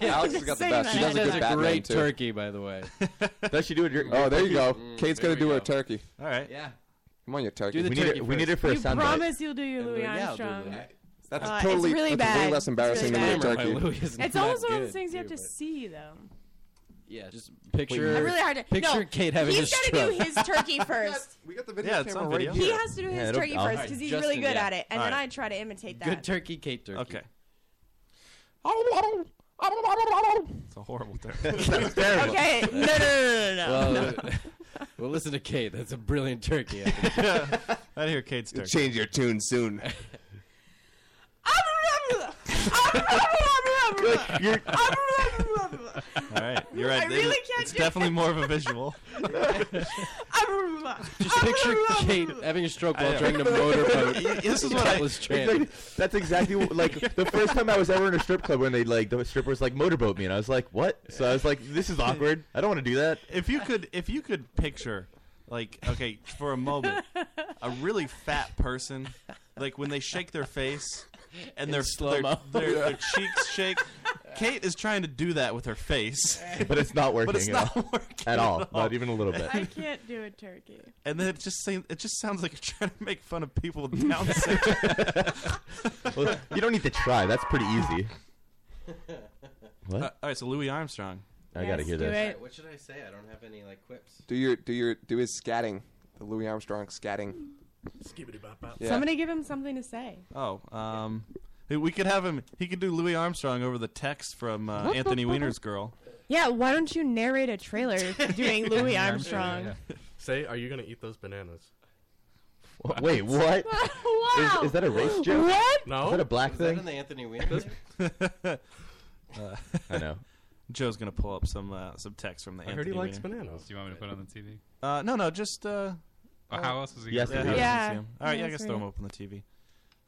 S6: Alex has
S8: Just
S6: got the
S8: saying
S6: best. She
S8: that.
S6: does a good
S10: a
S6: Batman
S10: great
S6: too.
S10: turkey, by the way.
S9: Does she do it?
S6: Oh, there you go.
S10: Mm,
S6: Kate's
S10: there
S6: gonna
S10: we
S6: do her
S10: go.
S6: turkey.
S4: All right.
S10: Yeah.
S6: Come on, your turkey.
S10: Do the
S9: We need,
S10: turkey
S9: it, we need it for a
S8: You
S9: soundbite.
S8: promise you'll do your Louis
S10: Yeah, I'll do
S8: Armstrong.
S10: that.
S6: That's
S8: Uh, it's
S6: totally
S8: really
S6: that's way
S8: bad.
S6: less
S8: It's
S6: embarrassing
S8: really
S6: than your
S8: bad.
S6: turkey.
S8: It's almost one of those things you have to see though.
S10: Yeah, just picture.
S8: I'm really hard to
S10: picture
S8: no,
S10: Kate having
S8: He's
S10: a
S8: got to
S10: stroke.
S8: do his turkey first.
S6: We got the
S4: video Yeah, it's camera on right video.
S8: He
S4: here.
S8: has to do
S9: Yeah,
S8: his
S9: it'll-
S8: turkey
S9: I'll-
S8: first because he's
S10: Justin,
S8: really good
S10: yeah.
S8: at it, and then I
S4: Alright.
S8: try to imitate
S10: Good
S8: that.
S10: turkey, Kate turkey.
S4: Okay. It's a horrible term.
S9: That's terrible.
S8: Okay, no, no, no, no, no, no.
S10: Well, uh, well, listen to Kate. That's a brilliant turkey. I think.
S4: I hear Kate's turn.
S6: Change your tune soon.
S9: You're-
S4: All right, you're right.
S8: I really
S4: It-
S8: can't
S4: it's
S8: do
S4: definitely more of a visual.
S10: Just picture Kate having a stroke
S4: I
S10: while
S4: know.
S10: trying to motorboat.
S4: this is what I-
S10: was
S9: It's like, that's exactly what, like the first time I was ever in a strip club when they like the stripper was like motorboat me and I was like what so I was like this is awkward I don't want to do that
S4: if you could, if you could picture, like, okay, for a moment, a really fat person, like when they shake their face and their, their,
S10: slow-mo.
S4: their their cheeks shake. Kate is trying to do that with her face,
S9: but it's not working
S4: but it's
S9: at,
S4: not
S9: all.
S4: working
S9: At all not even a little bit
S8: I can't do a turkey.
S4: And then it just seems, it just sounds like you're trying to make fun of people with Down syndrome.
S9: well, you don't need to try that's pretty easy what
S4: Uh, all right, so Louis Armstrong.
S9: I gotta
S8: Yes,
S9: hear
S8: do
S9: this
S8: it.
S10: What should I say? I don't have any like quips.
S6: Do your do your do his scatting. The Louis Armstrong scatting. Yeah.
S8: Somebody give him something to say.
S4: Oh, um, hey, we could have him. He could do Louis Armstrong over the text from uh, Anthony Weiner's girl.
S8: Yeah, why don't you narrate a trailer doing Louis Armstrong?
S5: Say, are you gonna eat those bananas?
S9: Wh- wait what is,
S8: wow.
S9: is that a race joke
S8: What?
S5: No.
S9: is that a black
S10: Is that in
S9: thing
S10: the Anthony Weiner?
S9: I know
S4: Uh, Joe's gonna pull up some uh, some text from the.
S5: I
S4: Anthony
S5: heard he likes
S4: Weiner.
S5: bananas.
S7: Do you want me to put it on the TV?
S4: Uh, no, no, just. Uh,
S7: Or how else is he?
S9: Yes,
S7: gonna-
S9: it
S4: I
S9: is.
S8: Yeah.
S4: can see 'em. All right, yeah, I
S8: That's
S4: guess throw
S8: right.
S4: them up on the TV.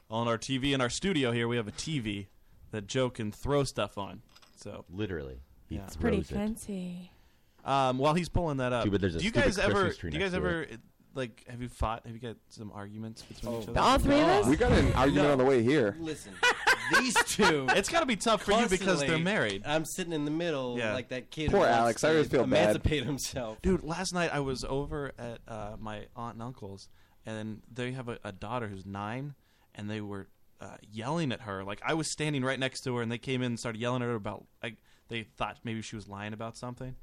S4: On our TV in our studio here, we have a TV that Joe can throw stuff on. So
S9: literally he
S4: Yeah. It's
S8: Pretty
S9: throws it.
S8: fancy.
S4: um, while he's pulling that up,
S9: Dude, but there's a
S4: do you guys
S9: stupid
S4: ever?
S9: Christmas
S4: Do
S9: tree
S4: you
S9: next
S4: guys
S9: to
S4: ever like? Have you fought? Have you got some arguments between each other?
S8: All three of us?
S6: We got in an argument on the way here.
S10: Listen, these two.
S4: It's got to be tough for you because they're married.
S10: I'm sitting in the middle,
S4: Yeah.
S10: like that kid.
S4: Poor
S10: who wants
S4: Alex, I
S10: to
S4: always feel bad.
S10: Emancipate himself.
S4: Dude, last night I was over at uh, my aunt and uncle's, and they have a, a daughter who's nine, and they were uh, yelling at her. Like I was standing right next to her, and they came in and started yelling at her about like they thought maybe she was lying about something.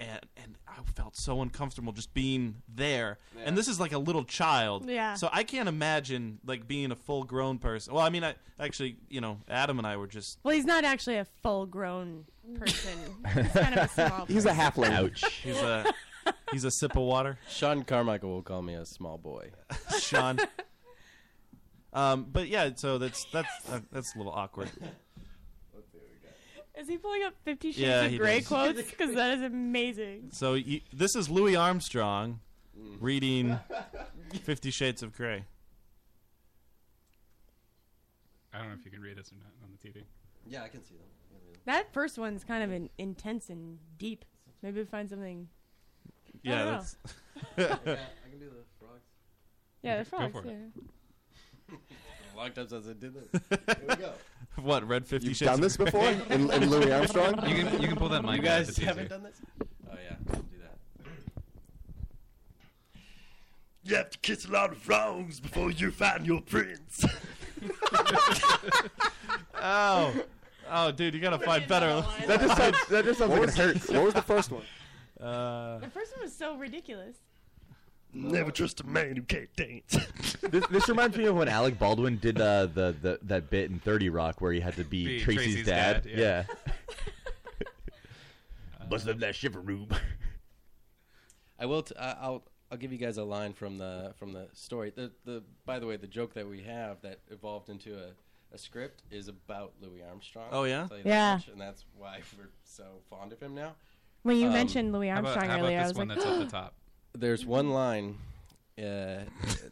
S4: And and I felt so uncomfortable just being there. And this is like a little child.
S18: Yeah.
S4: So I can't imagine like being a full grown person. Well, I mean, I actually, you know, Adam and I were just
S8: Well, he's not actually a full-grown person. he's kind of a small. person.
S4: Ouch. He's a he's a sip of water.
S10: Sean Carmichael will call me a small boy.
S4: Sean. Um, but yeah, so that's that's uh, that's a little awkward.
S8: Is he pulling up Fifty Shades
S4: Yeah,
S8: of
S4: he
S8: Grey
S4: does.
S8: quotes? Because that is amazing.
S4: So you, this is Louis Armstrong
S9: Mm.
S4: reading Fifty Shades of Grey.
S7: I don't know if you can read this or not on the TV.
S10: Yeah, I can see them.
S8: That first one's kind of in, intense and deep. Maybe we find something. I
S4: Yeah,
S8: don't know.
S4: that's.
S10: I can do the frogs.
S8: Yeah, the
S10: Go
S8: frogs.
S10: for it.
S8: yeah.
S10: A long time since I did this. Here we go.
S4: What read Fifty
S6: You've
S4: Shades?
S6: done
S4: of
S6: this
S4: Grey?
S6: before in, in Louis Armstrong?
S10: You can- you can pull that mic
S6: money.
S10: You guys up, it's haven't easier. done this? Oh yeah, I'll do that.
S19: You have to kiss a lot of frogs before you find your prince.
S4: Oh, oh, dude, you gotta find better.
S6: That just sounds- that just sounds What like it was- hurts. what was the first one?
S4: Uh,
S8: The first one was so ridiculous.
S19: Never trust a man who can't dance.
S9: this, this reminds me of when Alec Baldwin did uh, the, the that bit in Thirty Rock where he had to be,
S19: Be
S9: Tracy's,
S19: Tracy's
S9: dad.
S19: dad,
S9: yeah.
S19: yeah. Must have that shiver room.
S10: I will. T- I- I'll. I'll give you guys a line from the from the story. The the. By the way, the joke that we have that evolved into a, a script is about Louis Armstrong.
S4: Oh, yeah?
S10: I'll tell you that
S8: Yeah.
S10: much, and that's why we're so fond of him now.
S8: When you
S10: Um,
S8: mentioned Louis
S10: how about-
S8: Armstrong
S10: how about
S8: earlier, I
S10: this
S8: was
S10: one
S8: like,
S10: that's up the top? There's one line uh,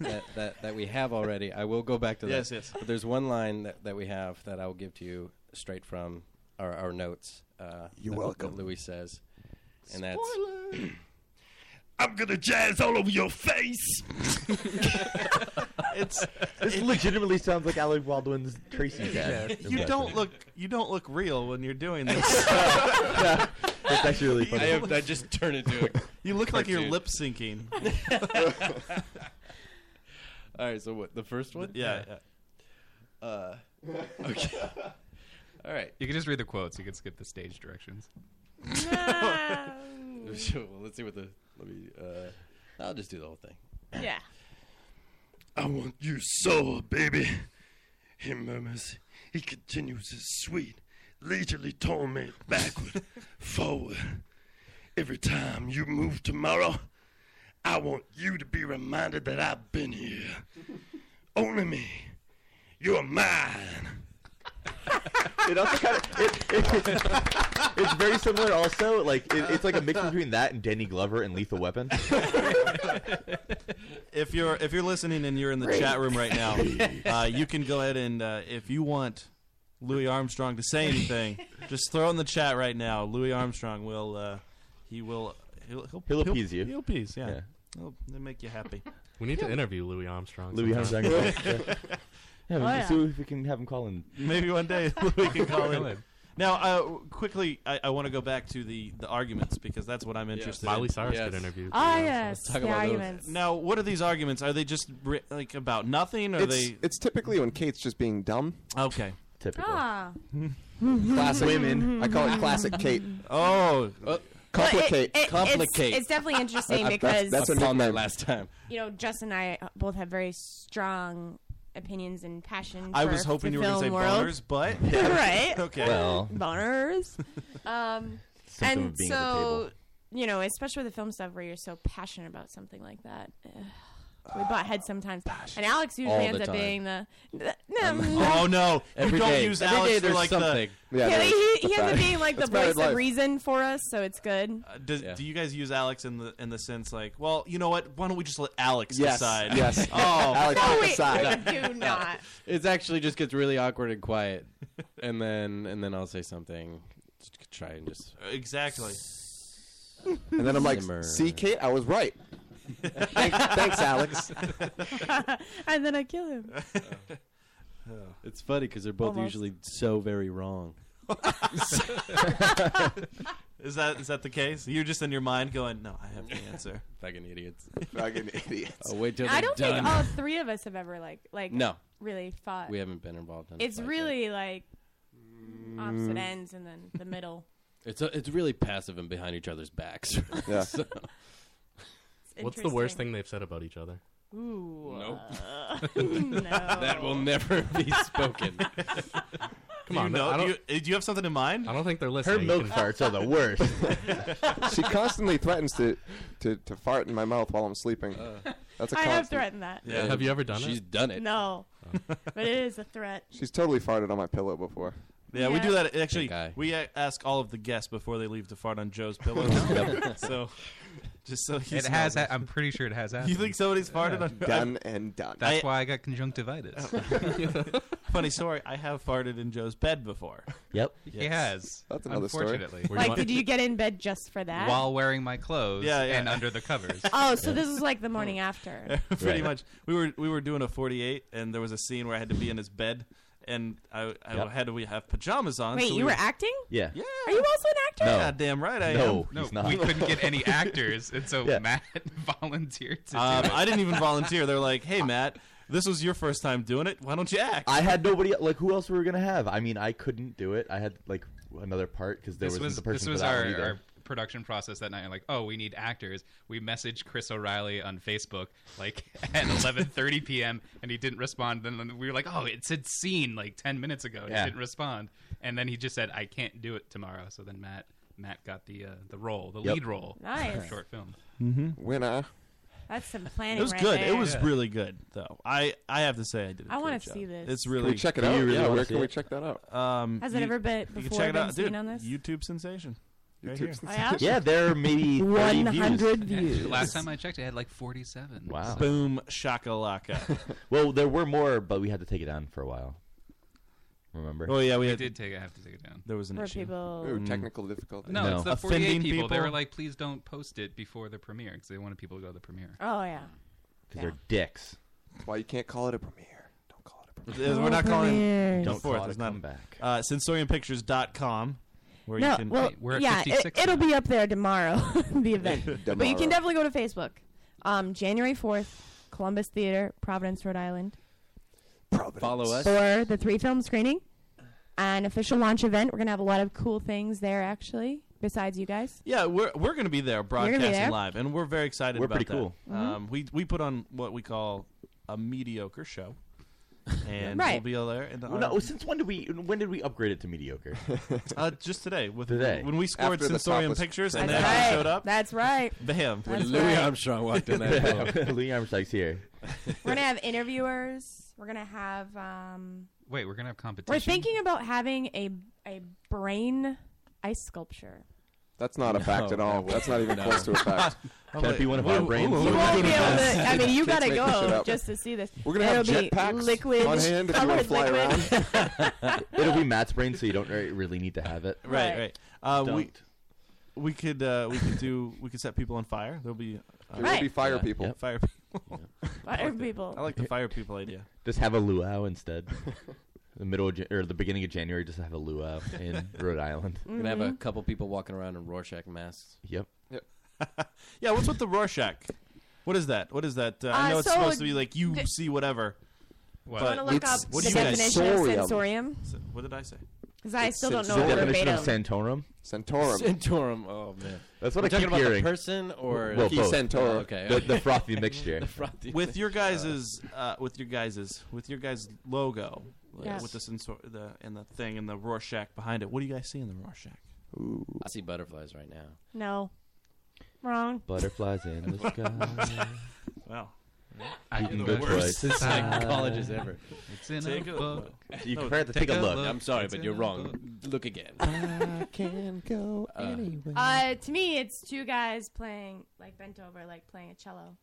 S10: that, that that we have already. I will go back to that.
S4: Yes, yes.
S10: But there's one line that, that we have that I will give to you straight from our, our notes. Uh, You're welcome. That Louis says, and that's.
S19: I'm gonna jazz all over your face.
S4: it's
S9: This legitimately sounds like Alec Baldwin's Tracy's dad.
S4: you don't look you don't look real when you're doing this.
S9: That's actually really funny.
S10: I, have, I just turn into. A
S4: You look like you're
S10: cartoon.
S4: lip syncing.
S10: All right, so what the first one?
S4: Yeah,
S10: yeah. Uh, okay. All right.
S7: You can just read the quotes. You can skip the stage directions.
S10: well, let's see what the. Let me. Uh, I'll just do the whole thing.
S8: Yeah.
S19: I want you so, baby. He murmurs. He continues his sweet, leisurely torment backward, forward. Every time you move tomorrow, I want you to be reminded that I've been here. Only me. You're mine.
S9: it also kind of it, it- it's very similar. Also, like it, it's like a mix between that and Danny Glover and Lethal Weapon.
S4: if you're if you're listening and you're in the
S9: Great.
S4: chat room right now, uh, you can go ahead and uh, if you want Louis Armstrong to say anything, just throw in the chat right now. Louis Armstrong will uh, he will he'll he'll,
S9: He'll appease you.
S4: He'll appease, yeah.
S9: Yeah.
S4: He'll, they'll make you happy.
S5: We need to interview Louis Armstrong.
S9: Louis
S5: sometime.
S9: Armstrong. yeah, yeah we
S4: Oh,
S9: can
S4: yeah.
S9: see if we can have him call in.
S4: Maybe one day we can call in. Now, uh, quickly, I, I want to go back to the, the arguments because that's what I'm interested in.
S5: Miley Cyrus Yes. got interviewed.
S8: Ah, yes, the arguments.
S4: Now, what are these arguments? Are they just ri- like about nothing? Or are
S6: It's,
S4: they
S6: it's typically when Kate's just being dumb.
S4: Okay.
S6: Typical.
S8: Ah.
S6: Classic women. I call it classic Kate.
S4: Oh.
S6: complicate.
S8: It- it- it's-
S6: complicate.
S8: It's, definitely interesting
S6: That- that's-
S8: because
S6: that's a I found that nickname. last
S10: time.
S8: You know, Justin and I both have very strong opinions and passion.
S4: I
S8: for
S4: was hoping
S8: the
S4: you were going to
S8: film
S4: say
S8: world.
S4: boners, but
S8: right?
S4: okay.
S8: boners. Um,
S4: Symptom
S8: and
S4: of being at the
S8: so you know, especially with the film stuff where you're so passionate about something like that. Ugh. We butt heads sometimes, and Alex usually
S4: All
S8: ends
S4: the
S8: up
S4: time.
S8: being the.
S4: oh no!
S10: Every
S4: you don't
S10: day.
S4: use
S10: Every
S4: Alex
S10: day
S4: for
S10: there's
S4: like
S10: something.
S15: oh,
S4: the.
S8: Yeah, he, he ends up being like the voice of reason for us, so it's good.
S4: Uh, Does, Do you guys use Alex in the in the sense like, well, you know what? Why don't we just let Alex
S10: Yes,
S4: decide?
S10: yes.
S4: oh,
S10: Alex, No, we-
S8: We
S10: decide.
S8: do not.
S10: It actually just gets really awkward and quiet, and then and then I'll say something. Just try and just.
S4: Exactly.
S6: And then I'm like,
S10: Simmer.
S6: see, Kate, I was right. Thank- thanks, Alex.
S8: and then I kill him.
S16: It's funny because they're both
S4: Almost.
S16: usually so very wrong.
S4: is that is that the case? You're just in your mind going, "No, I have the answer."
S16: Fucking idiots.
S6: Fucking idiots.
S16: Oh, wait till
S8: I
S16: they're
S8: don't
S16: done.
S8: think all three of us have ever like like
S16: No.
S8: really fought.
S16: We haven't been involved in a
S8: It's
S16: fight
S8: really like opposite
S16: Mm.
S8: ends and then the middle.
S16: It's a, it's really passive and behind each other's backs.
S6: Yeah.
S16: So-
S5: What's the worst thing they've said about each other?
S8: Ooh.
S16: Nope.
S8: uh, no.
S16: That will never be spoken.
S4: Come on,
S5: I
S4: no.
S5: don't-
S4: Do you, eh, do you have something in mind?
S5: I don't think they're
S4: listening. You
S9: milk
S4: can-
S9: farts are the worst.
S6: she constantly threatens to, to, to fart in my mouth while I'm sleeping.
S4: Uh,
S6: That's a
S8: I
S6: constant. Oh.
S8: have threatened that.
S16: Yeah. Have you ever done it? She's done
S8: No, but it is a threat.
S6: She's totally farted on my pillow before.
S4: Yeah, we
S8: Yeah.
S4: do that. eh, Actually, we a- ask all of the guests before they leave to fart on Joe's pillow. so, just so he's
S7: It has. Ha- I'm pretty sure it has happened.
S4: You think somebody's farted on- Done
S6: and done.
S7: That's
S4: I- Oh.
S7: why I got conjunctivitis.
S4: Funny story. I have farted in Joe's bed before.
S9: Yep.
S7: He has.
S4: That's
S9: another story.
S7: unfortunately.
S8: Like, did you get in bed just for that?
S7: While wearing my clothes
S4: Yeah, yeah.
S7: and under the covers.
S8: oh, so this is like the morning after.
S4: pretty much. We were we were doing a 48, and there was a scene where I had to be in his bed, and I, I
S8: Yep.
S4: had to we have pajamas on.
S8: Wait,
S4: so
S8: you
S4: we
S8: were acting?
S9: Yeah.
S4: Yeah.
S8: Are you also an actor?
S4: No. Goddamn right I No, am.
S7: No,
S4: he's not.
S7: we couldn't get any actors, and so
S4: Yeah.
S7: Matt volunteered to
S9: Uh,
S4: Um,
S7: do it.
S4: I didn't even volunteer. They're like, "Hey, Matt, this was your first time doing it. Why don't you act?"
S9: I had nobody. Like, who else were we gonna have? I mean, I couldn't do it. I had like another part because there
S7: This
S9: wasn't
S7: was
S9: the person
S7: this was
S9: for that
S7: our,
S9: one either.
S7: our production process that night. Like, oh, we need actors. We messaged Chris O'Reilly on Facebook like at 11:30 p.m. and he didn't respond. Then we were like, oh, it said scene like 10 minutes ago. And
S9: Yeah.
S7: He didn't respond, and then he just said, I can't do it tomorrow. So then Matt Matt got the uh, the role, the
S9: Yep.
S7: lead role, for
S8: Nice.
S7: a short film.
S9: Mhm.
S6: Winner.
S8: That's some planning.
S4: It was
S8: right
S4: good.
S8: There.
S4: It was really good, though. I, I have to say, I did. a
S8: I wanna
S4: great job.
S8: see this.
S4: It's
S8: Can
S4: really.
S6: we check it Do you out? really Yeah, wanna where see can we it? check that out?
S4: Um,
S8: Has it ever been-
S4: you can
S8: before
S4: check it
S8: been
S4: out,
S8: seen
S4: Dude,
S8: on this?
S4: YouTube sensation.
S8: YouTube
S4: here.
S8: sensation. Oh, yeah?
S9: Yeah, there are maybe 30
S8: 100
S9: views.
S7: Last time I checked, it had like 47.
S9: Wow.
S7: So-
S4: Boom shakalaka.
S9: well, there were more, but we had to take it down for a while. Remember? Mm.
S4: Oh yeah, we,
S7: We
S4: had,
S7: did take. I have to take it down.
S4: There was an
S8: Were
S4: issue.
S8: people-
S6: Ooh, technical difficulty.
S7: No, it's the 48
S4: Mm. Offending
S7: people. They were
S4: people.
S7: like, please don't post it before the premiere because they wanted people to go to the premiere.
S8: Oh yeah.
S9: Because they're dicks.
S6: Why you can't call it a premiere?
S4: Uh, We're not
S8: Over
S4: calling
S8: there.
S4: the
S9: Don't
S4: fourth.
S9: call it a
S4: It's not
S9: comeback.
S4: Uh, sensoriumpictures.com, where you
S8: no,
S4: can.
S8: well, yeah, it, it'll be up there tomorrow, the event. But you
S4: Tomorrow.
S8: can definitely go to Facebook. Um, January fourth, Columbus Theater, Providence, Rhode Island.
S16: Follow us.
S8: for the three film screening, an official launch event. We're gonna have a lot of cool things there, actually. Besides you guys,
S4: Yeah, we're we're going to be there
S8: gonna be
S4: broadcasting
S8: there?
S4: live, and we're very excited.
S9: We're
S4: about
S9: pretty
S4: that.
S9: cool.
S8: Mhm.
S4: Um, we we put on what we call a mediocre show, and
S9: Right.
S4: we'll be all there. And
S9: Well, no, since when did we when did we upgrade it to mediocre?
S4: uh, just today with
S9: Today.
S4: when we scored
S9: After the
S4: Sensorium
S9: topless
S4: Pictures, and
S8: That's
S4: then everyone
S8: right.
S4: showed up.
S8: That's right.
S4: Bam!
S8: That's Louis right.
S16: Armstrong walked in
S9: there.
S16: that
S9: Louis Armstrong's here.
S8: we're gonna have interviewers. We're gonna have. Um,
S7: Wait, we're gonna have
S8: we're
S7: competition.
S8: thinking about having a a brain ice sculpture.
S6: That's not a fact
S16: No,
S6: at all.
S16: that
S6: That's not even
S16: wouldn't-
S6: close to a fact.
S9: Can it be one of our brains?
S6: Oh
S8: You won't be able to. I mean, you gotta go just to see this.
S6: We're gonna have
S8: It'll be
S6: jetpacks
S8: liquid
S6: on hand if you wanna fly
S8: colored liquid.
S6: around.
S9: It'll be Matt's brain, so you don't re- really need to have it.
S4: Right, right. Uh, we
S9: Don't.
S4: we could uh, we could do we could set people on fire. There'll be uh,
S6: There will Right. be fire people.
S9: Yep.
S4: Fire people.
S8: Fire
S4: I like the-
S8: people.
S4: I like the fire people idea.
S9: Just have a luau instead. the middle of, Jan- or the beginning of January, just have a luau in Rhode Island.
S16: We're gonna have
S8: Mm-hmm.
S16: a couple people walking around in Rorschach masks.
S9: Yep.
S4: Yeah, what's with the Rorschach? What is that? What is that? Uh,
S8: Uh,
S4: I know it's
S8: so
S4: supposed to be like you
S8: th-
S4: see whatever.
S8: Do you
S4: but-
S8: want to look up
S4: what
S8: the
S4: do you guys-
S8: definition of sensorium?
S4: So- What did I say?
S8: Because I
S4: It's
S8: still don't know
S9: The
S8: verbatim.
S9: definition of santorum.
S6: Santorum.
S16: Santorum. Oh man,
S9: That's what
S16: We're
S9: I
S16: talking
S9: keep
S16: about
S9: hearing.
S16: The person or
S9: well,
S16: the
S9: both.
S16: Santorum? Okay,
S9: The,
S16: okay.
S9: the frothy mixture.
S16: The frothy
S4: With your guys's, uh, with your guys's, with your guys' logo, like,
S16: Yes.
S4: with the sensor, the and the thing and the Rorschach behind it. What do you guys see in the Rorschach?
S16: I see butterflies right now.
S8: No, wrong.
S9: Butterflies in the sky.
S4: Wow.
S9: I You can am the go worst twice.
S16: psychologist ever.
S7: It's in a book.
S9: You can have to take a look.
S16: I'm sorry,
S9: It's
S16: but
S9: in
S16: you're
S9: a
S16: wrong. Look again.
S9: I can go
S16: Uh,
S9: anywhere.
S8: Uh, to me, it's two guys playing like bent over, like playing a cello.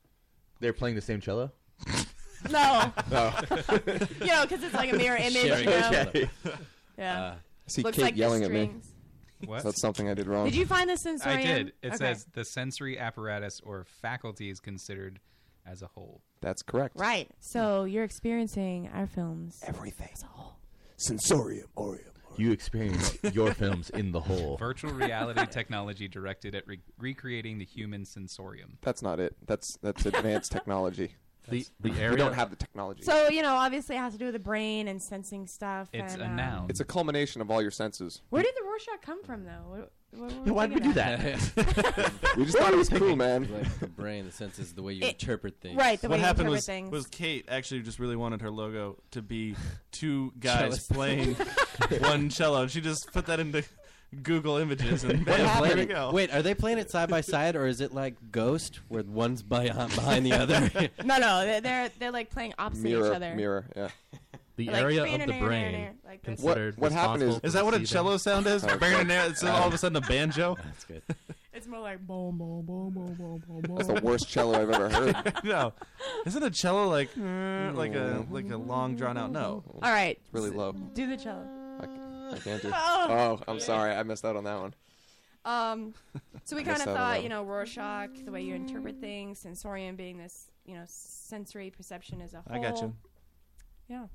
S9: They're playing the same cello.
S8: No,
S9: Oh.
S8: you know, because it's like a mirror image.
S6: Sharing Uh,
S8: you know?
S6: okay.
S8: Yeah.
S6: I see
S8: Looks
S6: Kate
S8: like the
S6: yelling at me.
S8: strings.
S7: What?
S6: That's something I did wrong.
S8: Did you find this
S7: I
S8: sensorium?
S7: did. It
S8: Okay.
S7: says the sensory apparatus or faculties considered as a whole.
S6: That's correct.
S8: Right. So you're experiencing our films.
S6: Everything.
S8: As a whole.
S9: Sensorium, Oreo. You experience your films in the whole.
S7: Virtual reality technology directed at re- recreating the human sensorium.
S6: That's not it. That's that's advanced technology.
S7: The- the
S6: we
S7: area-
S6: don't have the technology.
S8: So, you know, obviously it has to do with the brain and sensing stuff. and, uh,
S6: It's a culmination of all your senses.
S8: Where did the Rorschach come from, though? What, what were
S9: why'd we
S8: thinking
S9: do
S8: of?
S6: we just thought it was cool, man.
S16: Like the brain, the senses, the way you
S8: It-
S16: interpret things.
S8: right, the
S4: what
S8: way you
S4: happened
S8: interpret
S4: was,
S8: things.
S4: was Kate actually just really wanted her logo to be two guys
S16: Cellos.
S4: playing one cello. She just put that into Google Images
S16: What
S4: and bam, there
S16: happened?
S4: you go.
S16: Wait, are they playing it side by side, or is it like Ghost, where one's by, behind the other?
S8: No, no, they're, they're, they're like playing opposite each
S6: mirror,
S8: other.
S6: mirror, yeah.
S5: The
S8: Like,
S5: area of the
S8: "Banana,
S5: brain
S8: banana," like that.
S5: considered
S6: What- what happened
S5: responsible
S6: is- Um,
S5: for
S4: Is that what a
S5: receiving-
S4: cello sound is?
S5: Okay.
S4: Burning air, it's all of a sudden a banjo.
S16: That's good.
S8: It's more like boom, boom, boom, boom, boom, boom, boom.
S6: That's the worst cello I've ever heard.
S4: no, isn't a cello like eh, like a like a long drawn out? No.
S8: All right.
S6: It's really low.
S8: Do the cello.
S6: I can't do.
S8: Oh.
S6: Oh, I'm sorry. I missed out on that one.
S8: Um, so we
S6: I
S8: kind
S6: guess
S8: of
S6: I don't know.
S8: thought, you know, Rorschach, the way you interpret things, sensorium being this, you know, sensory perception as a whole.
S4: I got you.
S8: Yeah.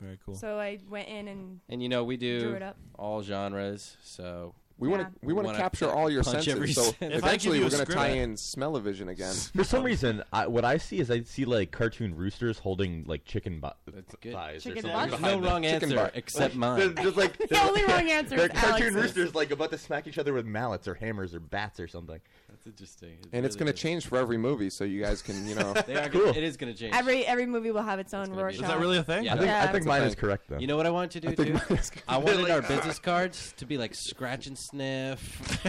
S4: Very cool.
S8: So I went in and
S16: And you know we
S8: Drew
S16: do
S8: it up.
S16: all genres, so
S6: We want to we want to
S16: wanna
S6: capture
S16: pu-
S6: all your
S16: punch
S6: senses.
S16: every
S6: so
S16: sense.
S6: eventually
S4: you
S6: we're
S4: a
S6: going to
S4: script-
S6: tie in smell-o-vision again.
S9: For some reason, I, what I see is I see like cartoon roosters holding like chicken bu- thighs
S8: Chicken
S9: or something.
S8: butt?
S16: There's no wrong
S6: Chicken
S16: answer
S6: butt.
S16: except mine.
S9: They're just like
S8: the only wrong answer
S9: they're
S8: is
S9: cartoon
S8: Alex's.
S9: roosters like about to smack each other with mallets or hammers or bats or something.
S16: That's interesting.
S6: and it's going to
S16: change.
S6: change for every movie, so you guys can you know.
S16: They are
S9: Cool.
S16: gonna, it is going to change.
S8: Every every movie will have its own
S16: gonna be-
S8: Rorschach.
S16: Is that really a thing?
S9: I think,
S8: Yeah.
S9: I think
S8: That's
S9: mine
S6: a
S9: is
S6: thing.
S9: correct though.
S16: you know what I want to do
S6: I think
S16: too?
S6: mine is-
S16: I wanted
S9: Like,
S16: our business cards to be like scratch and sniff.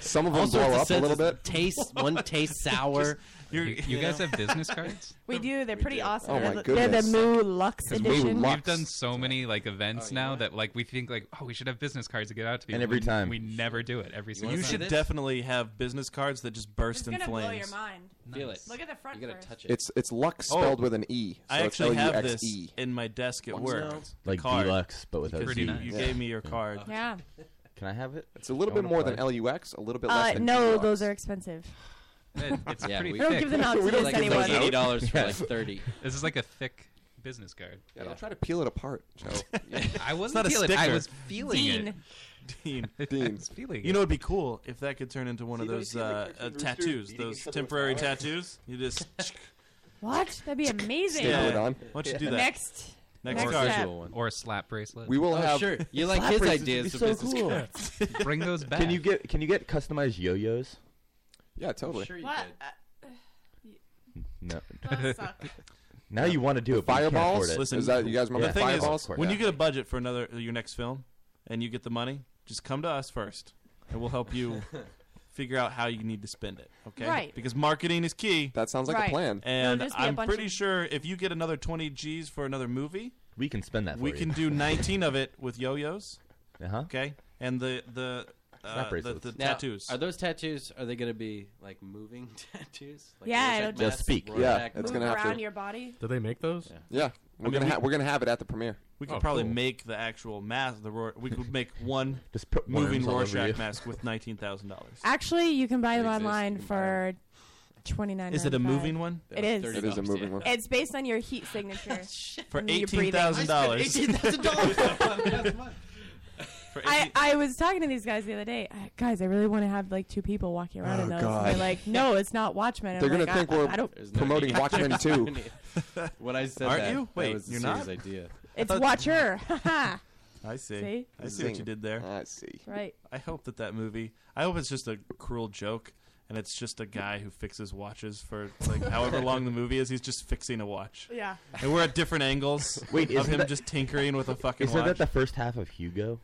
S6: Some of
S16: All
S6: them
S16: sorts of
S6: blow up a little
S16: senses.
S6: bit.
S16: Taste one tastes sour.
S4: You're,
S7: You, you guys have business cards?
S8: We do. They're pretty awesome.
S6: Oh
S8: they're,
S6: my
S8: the, they're the
S6: goodness.
S8: Moo Lux
S6: 'Cause Moo
S8: edition. Oh,
S6: Lux-
S7: We've done so many like events now that like we think like oh we should have business cards to get out to people
S9: And every
S7: we-
S9: time.
S7: we never do it every single
S4: You
S7: time.
S4: should definitely have business cards that just burst
S8: It's
S4: in
S8: gonna
S4: flames.
S8: blow your mind.
S16: Feel it.
S8: Look at the front
S16: You got
S8: first.
S16: to touch it.
S6: It's it's Lux
S4: Oh.
S6: spelled with an e. So
S4: I
S6: it's
S4: actually have this
S6: L-U-X-E.
S4: in my desk at
S6: What's
S4: work.
S6: now?
S4: The
S9: like
S4: card.
S9: deluxe, but without
S4: Pretty
S9: Z.
S4: You
S6: Yeah.
S4: gave me your card.
S8: Yeah.
S9: Can I have it? Oh,
S6: It's a little
S9: I
S6: bit
S9: wanna
S6: more
S9: buy
S6: than
S9: it.
S6: LUX, a little bit less
S8: Uh,
S6: than
S8: no,
S6: Lux.
S8: those are expensive.
S7: It- it's
S16: Yeah,
S7: pretty
S16: we-
S8: I don't
S7: thick.
S8: give them out to
S16: It's
S8: this
S16: like
S8: anyone.
S16: like eighty dollars for
S9: Yeah.
S16: like thirty.
S7: This is like a thick business card.
S6: Yeah, I'll try to peel it apart, Joe.
S7: I
S4: not
S7: wasn't
S4: a
S7: feeling it. I
S4: sticker.
S7: was feeling
S8: Dean.
S7: it.
S4: Dean.
S7: I was feeling it.
S4: You know, it'd be cool if that could turn into one of
S9: don't
S4: those
S9: see, like,
S4: uh,
S9: cartoon
S4: uh,
S9: roosters
S4: tattoos,
S9: beating
S4: those
S9: each other with
S4: temporary
S9: fire.
S4: tattoos. You just
S8: What? That'd be amazing.
S6: Staple it on.
S4: why don't you do that
S8: Next.
S4: next
S8: next
S4: card?
S8: step.
S16: Visual one.
S7: or a slap bracelet.
S6: We will
S16: Oh
S6: have
S16: sure. You like his ideas for business cards?
S7: Bring those back.
S9: Can you get can you get customized yo-yos?
S6: Yeah, totally.
S16: Sure you
S8: What? Uh,
S16: could.
S9: No.
S8: Those Oh, suck.
S9: Now you want to do it. but you can't afford
S6: Fireballs?
S9: it.
S4: Listen,
S6: is that you guys remember
S4: The thing is,
S6: fireballs?
S4: when you get a budget for another your next film, and you get the money, just come to us first, and we'll help you figure out how you need to spend it. Okay?
S8: Right.
S4: Because marketing is key.
S6: that sounds like
S8: Right.
S6: a plan.
S4: And
S8: There'll just be a
S4: I'm
S8: bunch
S4: pretty
S8: of-
S4: sure if you get another 20 G's for another movie,
S9: We can spend that.
S4: we
S9: for
S4: can do 19 of it with yo-yos.
S9: You. Uh-huh.
S4: Okay, and the the uh,
S9: Snap
S4: the, the
S9: bracelets.
S16: Now,
S4: tattoos.
S16: Are those tattoos? Are they going to be like moving tattoos? Like
S8: Yeah,
S16: Rorschach
S8: it'll
S16: masks,
S9: Just speak.
S16: Rorschach
S6: Yeah, it's
S16: masks?
S8: Move
S6: gonna have to-
S8: around your body.
S5: Do they make those?
S6: Yeah, we're
S4: mean,
S6: gonna
S4: we-
S6: ha- we're gonna have it at the premiere.
S4: we could
S5: Oh,
S4: probably
S5: cool.
S4: make the actual mask. The Ror- we could make one
S9: Just put worms
S4: moving
S9: all over you.
S4: Rorschach mask with nineteen thousand dollars.
S8: Actually, you can buy them
S16: exists.
S8: online
S16: You can buy
S8: for twenty nine.
S4: Is it a moving one
S16: That
S8: It
S16: was
S8: is.
S6: It is a
S16: $30,
S6: moving
S16: yeah.
S6: one.
S8: It's based on your heat signature.
S4: for
S8: And you're
S4: eighteen
S8: breathing.
S4: thousand dollars?
S8: I, I was talking to these guys the other day. I, guys, I really want to have like two people walking around in those.
S6: Oh, God.
S8: And they're like, no, it's not Watchmen.
S6: They're
S8: I'm
S6: gonna
S8: like,
S6: think
S8: I,
S6: we're
S8: I don't.
S16: There's no
S6: promoting
S16: need.
S6: Watchmen
S16: There's
S6: 2.
S16: no need. when I said
S4: Aren't
S16: that,
S4: you?
S16: that
S4: Wait,
S16: was the
S4: you're not?
S16: serious idea.
S8: It's
S4: thought-
S8: Watcher. Haha.
S4: I see.
S8: See?
S4: I see what you
S6: Zing.
S4: did there.
S6: I see.
S8: right.
S4: I hope that that movie. I hope it's just a cruel joke, and it's just a guy who fixes watches for like however long the movie is. He's just fixing a watch,
S8: Yeah.
S4: and we're at different angles
S9: Wait,
S4: of
S9: isn't
S4: him
S9: that-
S4: just tinkering with a fucking
S9: Isn't
S4: watch.
S9: that the first half of Hugo?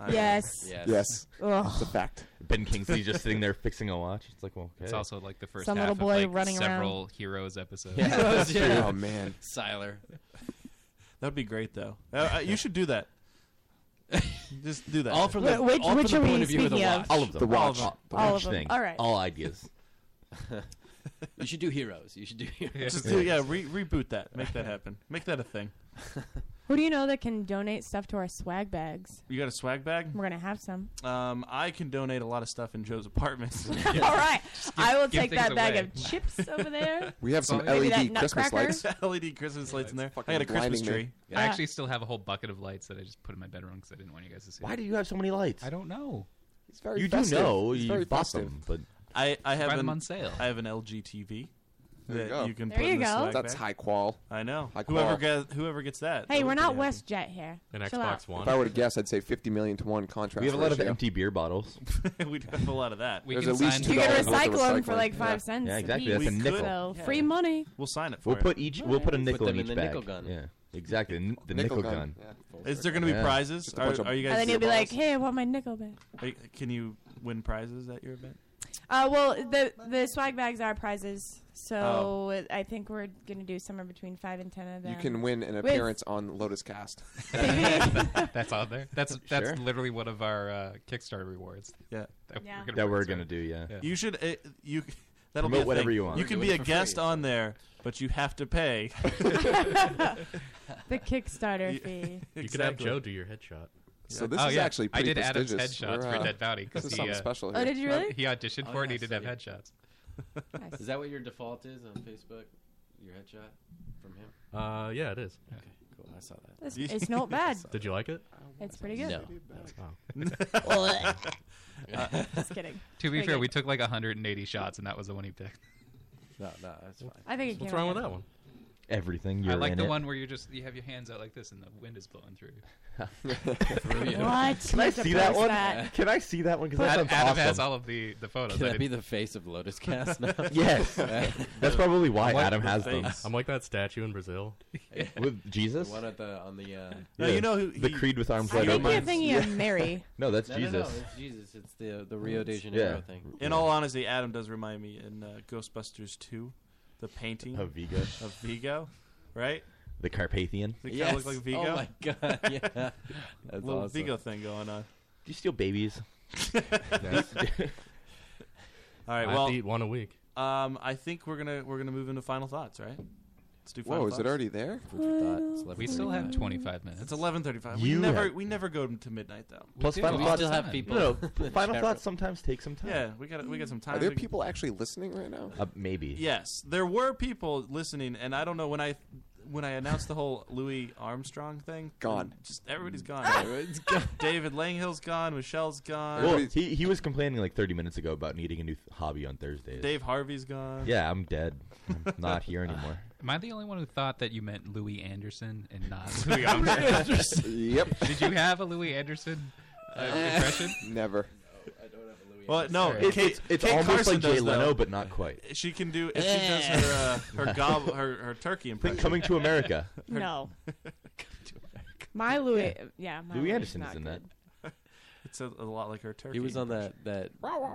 S4: I don't know.
S8: Yes.
S16: Yes.
S6: Yes,
S8: Ugh.
S6: it's a fact.
S9: Ben Kingsley just sitting there fixing a watch. It's like, well, okay.
S7: It's also like the first
S8: Some
S7: half
S8: little boy
S7: of like
S8: running around.
S7: several heroes episodes.
S16: Yeah, that's true.
S6: Oh man,
S16: Siler.
S4: That'd be great, though. Uh, uh, you should do that. Just do that.
S16: All from
S8: Wh-
S16: the
S8: which-
S16: all from
S8: which
S16: the
S8: are we
S16: point of view of the
S8: speaking of?
S16: watch.
S9: all of them.
S6: The watch.
S9: All,
S8: All of
S9: watch
S8: them.
S9: thing.
S8: All right.
S9: All ideas.
S16: You should do heroes. You should do heroes.
S4: Just do, yeah, re- reboot that. Make that happen. Make that a thing.
S8: Who do you know that can donate stuff to our swag bags?
S4: You got a swag bag?
S8: We're gonna have some.
S4: Um, I can donate a lot of stuff in Joe's apartment.
S8: All right, I will
S4: give
S8: take
S4: things
S8: that bag
S4: away.
S8: of chips over there.
S6: We have some
S8: Maybe that
S6: LED Christmas
S8: nutcracker?
S6: lights.
S4: LED Christmas lights in there. I
S6: fucking
S4: got a Christmas
S6: blinding me.
S4: tree.
S7: I
S4: Uh,
S7: actually still have a whole bucket of lights that I just put in my bedroom because I didn't want you guys to see.
S9: Why
S7: it.
S9: do you have so many lights?
S7: I don't know. It's
S6: very
S9: you do know you bought them, but
S4: I, I have
S7: Buy
S4: an,
S7: them on sale.
S4: I have an LG TV
S6: There you
S4: that
S6: go.
S4: you, can
S8: There
S4: put
S8: you
S4: in the
S8: go.
S4: swag
S6: That's
S4: bag.
S6: high qual.
S4: I know.
S6: High
S4: whoever
S6: qual.
S4: gets whoever gets that.
S8: Hey,
S4: they'll
S8: we're
S4: be
S8: not
S4: pretty
S8: WestJet
S4: happy.
S8: here. Chill out.
S6: If I were to guess, I'd say 50 million to one contract.
S9: we have a lot of
S6: ratio.
S9: empty beer bottles.
S4: we do have a lot of that.
S6: We There's can at least sign- $2
S8: You can
S6: worth of
S8: recycle them for
S6: recycling.
S8: like
S6: Yeah.
S8: five cents.
S9: Yeah,
S8: a
S9: exactly.
S8: piece.
S9: That's a nickel.
S8: So free money.
S4: We'll sign it. For
S9: We'll
S4: it.
S9: put each. We'll put a
S4: Alright.
S9: nickel
S4: them
S9: in each
S4: in the
S9: bag.
S4: nickel gun.
S9: Yeah, exactly. N- The
S4: nickel
S9: nickel,
S4: gun.
S9: gun.
S4: Is there going to be
S9: Yeah.
S4: prizes?
S9: Just a bunch
S4: Are,
S9: of-
S4: are you
S8: And
S4: guys?
S8: then you'll be like, "Hey, I want my nickel back."
S4: Are you- can you win prizes at your event?
S8: Uh, well, the the swag bags are prizes, so
S4: Oh.
S8: it- I think we're gonna do somewhere between five and ten of them.
S6: You can win an
S8: With-
S6: appearance on Lotus Cast.
S7: that's out there. That's that's literally one of our uh, Kickstarter rewards.
S4: Yeah,
S7: that
S8: Yeah.
S7: we're gonna,
S9: That we're gonna do. Yeah.
S4: You should. Uh, you. That'll be
S9: Promote
S4: a
S9: whatever
S4: thing.
S9: you want.
S4: You
S9: We're
S4: can
S9: doing
S4: be a
S9: it for
S4: guest
S9: free,
S4: on there, but you have to pay.
S8: the Kickstarter fee.
S5: You could have Joe do your headshot.
S6: So this is actually
S7: I
S6: pretty
S7: did Adam's
S6: prestigious.
S7: headshots
S6: We're,
S7: for
S6: uh,
S7: Dead Bounty
S6: this
S7: because
S6: is
S7: he
S6: something
S7: uh,
S6: special
S8: Oh, here. did you really?
S7: He auditioned
S10: Oh,
S7: for it. He
S10: yeah,
S7: did
S10: so
S7: have
S10: you-
S7: headshots.
S10: Is that what your default is on Facebook? Your headshot from him?
S5: Uh, yeah, it is.
S10: Okay, cool. I saw that.
S8: It's- it's not bad.
S5: Did you like it?
S8: It's pretty good.
S5: No.
S8: Oh. Just kidding.
S7: To be
S8: Pretty
S7: fair,
S8: good.
S7: we took like 180 shots, and that was the one he picked.
S10: No, no, that's fine.
S8: I think it
S5: What's
S8: came
S5: wrong
S8: out
S5: with
S8: good.
S5: that one?
S9: Everything. You're
S7: I like
S9: in
S7: the
S9: it.
S7: one where you just you have your hands out like this, and the wind is blowing through you.
S9: Through
S8: you. What?
S9: Can I
S8: Need to
S9: see that
S8: post
S9: one?
S8: that.
S9: Can I see that one? Because that
S7: Adam,
S9: sounds
S7: Adam
S9: awesome.
S7: has all of the the photos.
S10: Can
S7: I
S10: that be
S7: didn't-
S10: the face of Lotus Cast now?
S9: Yes. That's probably why Adam has them.
S5: I'm like that statue in Brazil.
S9: With Jesus?
S10: The one at the on the. Uh,
S9: Yeah. the Creed with arms
S8: I
S9: wide
S8: think
S9: open.
S8: you're thinking of Mary.
S9: No, that's
S10: no, No, no,
S9: Jesus.
S10: it's Jesus. It's the the Rio de Janeiro thing.
S4: In all honesty, Adam does remind me in uh, Ghostbusters 2, the painting
S9: Of Vigo.
S4: Of Vigo, right?
S9: The Carpathian.
S4: They
S9: Do
S4: kind of
S10: Yes.
S4: look like Vigo.
S10: Oh my God, yeah. That's
S4: little
S10: awesome.
S4: Vigo thing going on.
S9: you steal babies?
S4: All right,
S5: I have to
S4: well,
S5: eat one a week.
S4: Um, I think we're gonna we're gonna move into final thoughts, right? Let's do final
S6: Whoa, is
S4: thoughts.
S6: it already there?
S7: We still have 25 minutes.
S4: It's eleven thirty-five. We
S9: You
S4: never
S9: have-
S4: we never go to midnight though.
S9: Plus
S7: do.
S9: final
S7: We
S9: thoughts.
S7: still have people.
S9: No,
S7: The
S9: no. final
S7: chat
S9: thoughts sometimes take some time.
S4: Yeah, we got we got some time.
S6: Are there
S4: to-
S6: people actually listening right now?
S9: Uh, maybe.
S4: Yes, there were people listening, and I don't know when I when I announced the whole Louis Armstrong thing.
S6: Gone. Mm.
S4: Just everybody's gone.
S6: Everybody's gone.
S4: David Langhill's gone. Michelle's gone.
S9: Well, he, he was complaining like 30 minutes ago about needing a new th- hobby on Thursdays.
S4: Dave Harvey's gone.
S9: Yeah, I'm dead. I'm not here anymore.
S7: Am I the only one who thought that you meant Louis Anderson and not Louis Armstrong?
S6: Yep.
S7: Did you have a Louis Anderson uh,
S10: Eh.
S7: impression?
S6: Never.
S4: Well, no,
S9: It's-
S4: Kate,
S9: it's- it's
S4: Kate
S9: almost
S4: Carson
S9: like
S4: does,
S9: Jay Leno,
S4: though.
S9: but not quite.
S4: She can do if she does her uh, her gob her, her turkey impression.
S9: Coming to America.
S8: No. My Louis. Yeah, my
S9: Louis
S8: Louis
S9: Anderson
S8: not
S9: is in
S8: good.
S9: that.
S4: It's a, a lot like her turkey.
S10: He was on that that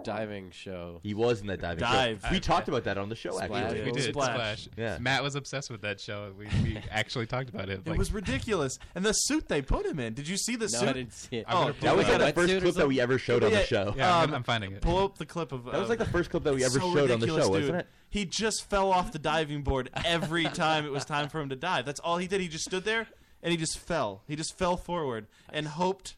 S10: diving show.
S9: He was in that diving
S4: Dive.
S9: show. We talked about that on the show,
S10: Splash.
S9: actually.
S7: We did
S4: Splash.
S7: Splash.
S9: Yeah.
S7: Matt was obsessed with that show. We, we actually talked about it.
S4: It was ridiculous, and the suit they put him in. Did you see the
S10: No, I
S4: suit?
S10: didn't see it.
S4: Oh,
S10: I'm gonna
S9: That was
S10: Yeah,
S9: like the
S10: wetsuit or
S9: first clip that we
S10: something?
S9: ever showed on
S4: Yeah, um,
S9: the show.
S7: Yeah, I'm- I'm finding it.
S4: Pull up the clip of.
S9: That was like the first clip that we ever
S4: so
S9: showed on the
S4: ridiculous,
S9: show,
S4: dude.
S9: wasn't it?
S4: He just fell off the diving board every time it was time for him to dive. That's all he did. He just stood there and he just fell. He just fell forward and hoped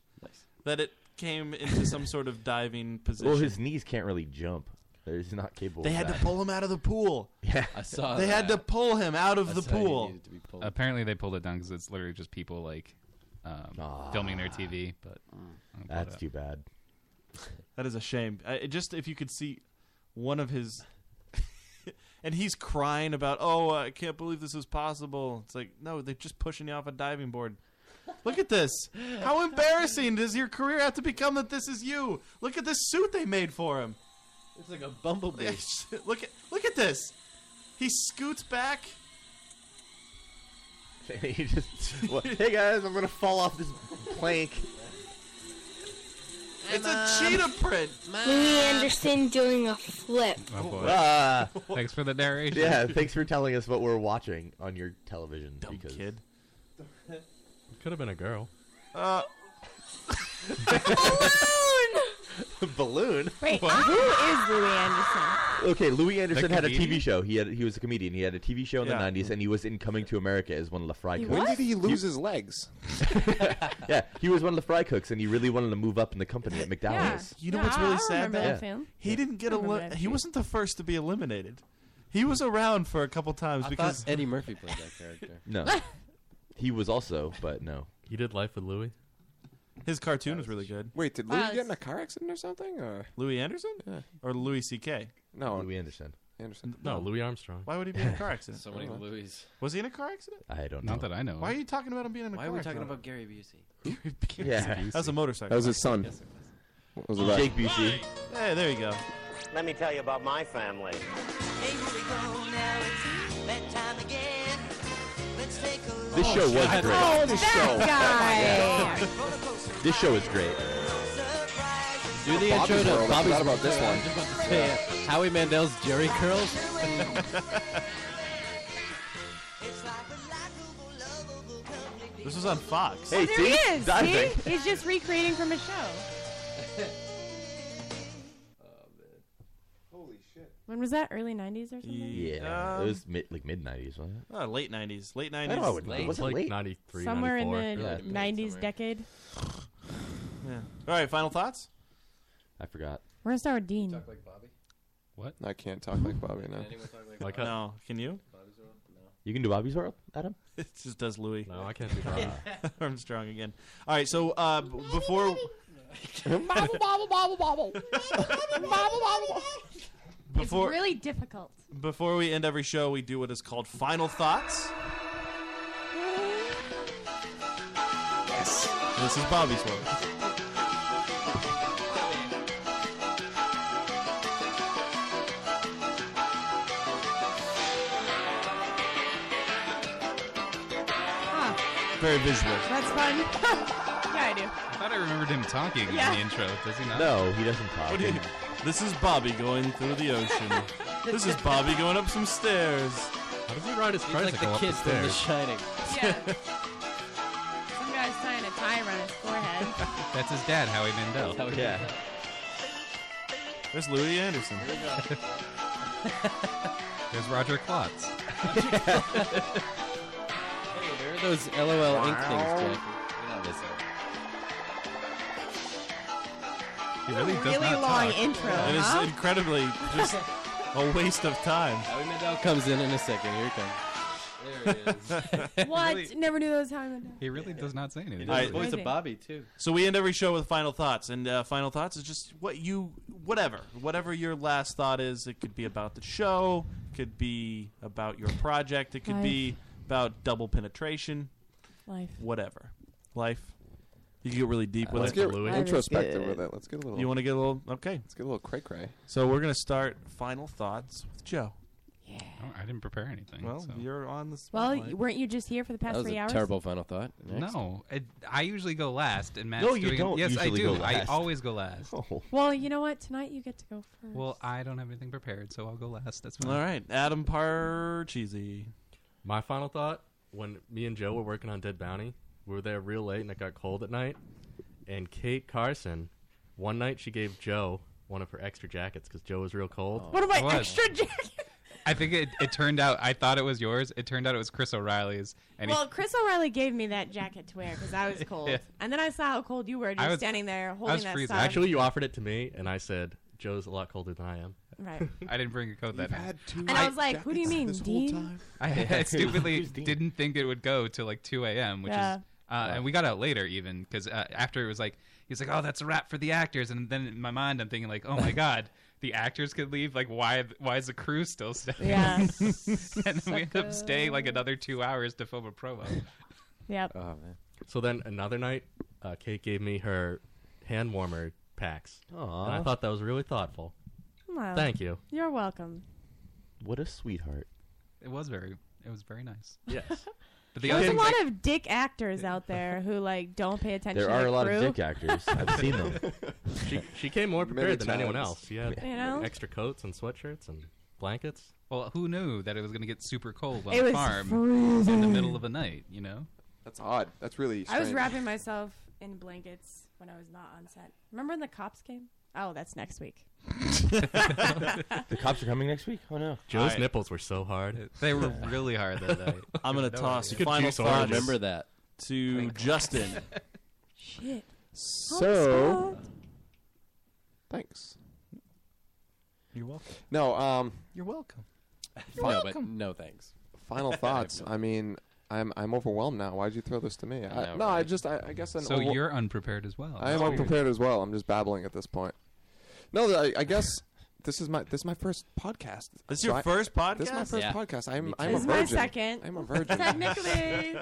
S4: that it came into some sort of diving position.
S9: Well, his knees can't really jump. They're just not capable.
S4: they
S9: of
S4: had to
S9: that.
S4: pull him out of the pool.
S9: Yeah.
S10: I saw.
S4: They had to
S10: that.
S4: pull him out of the
S10: That's how you
S4: pool.
S10: needed to be pulled.
S7: Apparently, they pulled it down because it's literally just people like um,
S10: Ah.
S7: filming their TV. But
S10: Mm.
S7: I'll pull it
S9: That's
S7: up.
S9: too bad.
S4: That is a shame. I, it just if you could see one of his, and he's crying about, oh, I can't believe this is possible. It's like, no, they're just pushing you off a diving board. Look at this. How embarrassing does your career have to become that this is you? Look at this suit they made for him.
S10: It's like a bumblebee.
S4: look at look at this. He scoots back.
S9: he just, well, hey guys, I'm gonna fall off this plank.
S4: It's a cheetah print.
S18: Louis Anderson doing a flip.
S7: Oh, boy.
S9: Ah,
S7: Thanks for the narration.
S9: yeah, thanks for telling us what we're watching on your television.
S4: Dumb
S9: because
S4: kid.
S5: Could have been a girl.
S4: Uh,
S9: balloon.
S8: Wait, who is Louis Anderson?
S9: Okay, Louis Anderson had a TV
S8: comedian?
S9: show. He had he was a comedian. He had a TV show in
S6: Yeah.
S9: the '90s, and he was in Coming to America as one of the fry
S6: When
S9: cooks.
S6: did he lose his legs?
S9: yeah, he was one of the fry cooks, and he really wanted to move up in the company at McDonald's.
S4: You know what's really sad?
S9: remember
S4: though?
S9: that film.
S4: He didn't get
S9: I remember
S4: eliminated.
S9: that
S4: He wasn't the first to be eliminated. He was around for a couple times
S16: I
S4: because
S16: thought Eddie Murphy played that character.
S9: No, he was also, but no.
S5: You did Life with Louis.
S4: His cartoon was really good.
S6: Wait, did Louis get in a car accident or something? Or?
S4: Louis Anderson? Or Louis C.K.?
S6: No.
S9: Louis Anderson.
S6: Anderson.
S5: No, Louis Armstrong.
S4: Why would he be in a car accident?
S16: So many Louis.
S4: Was he in a car accident?
S9: I don't
S7: Not know. that I know
S4: Why are you talking about him being in a
S16: Why
S4: car
S16: are we
S4: accident?
S16: talking about Gary Busey?
S4: Yeah. That was a motorcycle.
S6: That was his son.
S4: Yes,
S6: What was it about?
S9: Jake Busey.
S4: Hey, there you go.
S20: Let me tell you about my family.
S17: Hey, here we go now. It's bedtime again. Let's take a look.
S9: This show was
S17: God.
S9: great.
S17: Oh,
S9: this
S17: that
S9: show. this show is great.
S16: Do the
S9: Bobby's
S16: intro to
S9: World. I
S16: Bobby's
S9: forgot about this
S16: Yeah, I was just
S9: one.
S16: about to say, uh, Howie Mandel's Jerry Curls.
S4: This was on Fox.
S8: Oh, there he is. See? He's just recreating from a show.
S6: Holy shit.
S8: When was that? Early 90s or something?
S9: Yeah, it was mid, like mid '90s, wasn't it?
S4: Uh, late 90s. Late 90s.
S9: I don't know. It was it
S5: Like
S9: late?
S5: 93,
S8: Somewhere in
S5: 94.
S8: the 90s decade.
S4: Yeah. All right, final thoughts?
S9: I forgot.
S8: We're going to start with Dean.
S7: What?
S6: I can't talk like Bobby now.
S5: Like a-
S4: no. Can you?
S9: You can do Bobby's World, Adam.
S4: It just does Louis. No,
S5: I can't do Bobby.
S4: Armstrong again. All right, so uh, b- before.
S17: Bobble, bobble, bobble, bobble.
S4: Before-
S8: it's really difficult.
S4: Before we end every show, we do what is called final thoughts. Yes. This is Bobby's work. Very visual.
S8: That's fun. yeah, I do.
S7: I thought I remembered him talking
S8: Yeah.
S7: in the intro. Does he not?
S9: No, he doesn't talk.
S4: What do you- this is Bobby going through the ocean. this is Bobby going up some stairs. How
S5: does he ride his
S16: He's like the kid from The Shining.
S8: Yeah. Some guy's tying a tie around his forehead.
S7: That's his dad, Howie Mandel.
S16: Howie Oh, Yeah. Mandel.
S4: There's Louis Anderson.
S7: There's Roger Klotz.
S16: Hey, there are those LOL ink things, Jack. You're not listening.
S7: He really does
S8: Really
S7: not
S8: long
S7: talk.
S8: intro,
S4: It is
S8: huh?
S4: incredibly just a waste of time.
S16: Howie Mandel comes in in a second. Here he comes.
S8: what?
S7: Really-
S8: Never knew that was how I went down.
S7: He really does not say anything.
S4: All right. So we end every show with final thoughts, and uh, final thoughts is just what you, whatever, whatever your last thought is. It could be about the show, could be about your project, it could be about double penetration,
S8: Life.
S4: whatever, life. You can get really deep with
S6: Let's
S4: it.
S6: get introspective with it. Let's get a little.
S4: You want to get a little okay?
S6: Let's get a little cray cray.
S4: So we're gonna start final thoughts with Joe.
S7: Oh, I didn't prepare anything.
S4: Well,
S7: so.
S4: you're on the spot.
S8: Well, weren't you just here for the past three hours?
S9: Oh,
S16: final thought.
S7: No, it, I usually go last, and Matt's
S9: No, you
S7: doing.
S9: don't
S7: Yes, I
S9: usually
S7: do.
S9: go
S7: I
S9: last.
S7: always go last.
S4: Oh.
S8: Well, you know what? Tonight you get to go first.
S7: Well, I don't have anything prepared, so I'll go last. That's fine.
S4: All right, Adam Parcheesi.
S5: My final thought when me and Joe were working on Dead Bounty, we were there real late and it got cold at night. And Kate Carson, one night she gave Joe one of her extra jackets because Joe was real cold.
S8: What am I,
S7: I was.
S8: extra jacket?
S7: I think it, it turned out. I thought it was yours. It turned out it was Chris O'Reilly's. And he-
S8: Well, Chris O'Reilly gave me that jacket to wear because I was cold.
S7: Yeah.
S8: And then I saw how cold you were
S5: I
S8: just
S5: was-
S8: standing there holding that stuff.
S5: Actually, you offered it to me, and I said, Joe's a lot colder than I am.
S8: Right.
S7: I didn't bring a coat that night.
S8: and I was like, who do you mean, Dean?
S7: I, I stupidly didn't think it would go till like 2 a.m., which
S8: Yeah.
S7: is. Uh, And we got out later, even because uh, after it was like he's like, "Oh, that's a wrap for the actors." And then in my mind, I'm thinking like, "Oh my god, the actors could leave. Like, why? Why is the crew still staying?"
S8: Yeah.
S7: and then we ended up staying like another two hours to film a promo.
S8: Yep.
S5: Oh, man. So then another night, uh, Kate gave me her hand warmer packs.
S9: Aw.
S5: And I thought that was really thoughtful.
S8: Well,
S5: Thank you.
S8: You're welcome.
S9: What a sweetheart.
S7: It was very, it was very nice.
S5: Yes.
S7: But the
S8: There's
S7: other
S8: a
S7: thing-
S8: lot of dick actors out there who like don't pay attention.
S9: There
S8: to
S9: are
S8: the
S9: a lot
S8: crew.
S9: of dick actors. I've seen them.
S5: She she came more
S9: Many
S5: prepared than anyone
S9: times.
S5: else. She had
S8: You know?
S5: extra coats and sweatshirts and blankets.
S7: Well, who knew that it was going to get super cold on
S8: It
S7: the
S8: was
S7: farm in the
S8: freezing.
S7: middle of the night? You know,
S6: that's odd. That's really.
S8: I was wrapping myself in blankets when I was not on set. Remember when the cops came? Oh, that's next week.
S9: the cops are coming next week. Oh no,
S5: Joe's nipples were so hard.
S7: They were really hard that night.
S4: I'm gonna
S5: No
S4: toss
S5: idea. You could
S4: final
S5: juice oranges.
S4: thoughts.
S5: Remember that.
S4: to Justin.
S8: Shit.
S6: So- Thanks.
S10: You're welcome.
S6: No, um,
S10: You're welcome.
S6: Final-
S10: no thanks.
S6: final thoughts. I mean, I'm I'm overwhelmed now. Why'd you throw this to me? I,
S7: know,
S6: no, I
S7: right?
S6: just I, I guess an
S7: So
S6: over-
S7: you're unprepared as well.
S6: I am
S7: That's weird.
S6: unprepared as well. I'm just babbling at this point. No, I, I guess this is my this is my first podcast.
S4: This is
S6: So
S4: your
S6: I-
S4: first
S6: This is my
S4: podcast?
S6: first
S4: Yeah.
S6: podcast.
S4: Me
S6: I'm
S4: too.
S6: I'm
S4: This
S6: a
S4: is my
S6: virgin.
S8: second.
S6: I'm a virgin.
S8: Technically.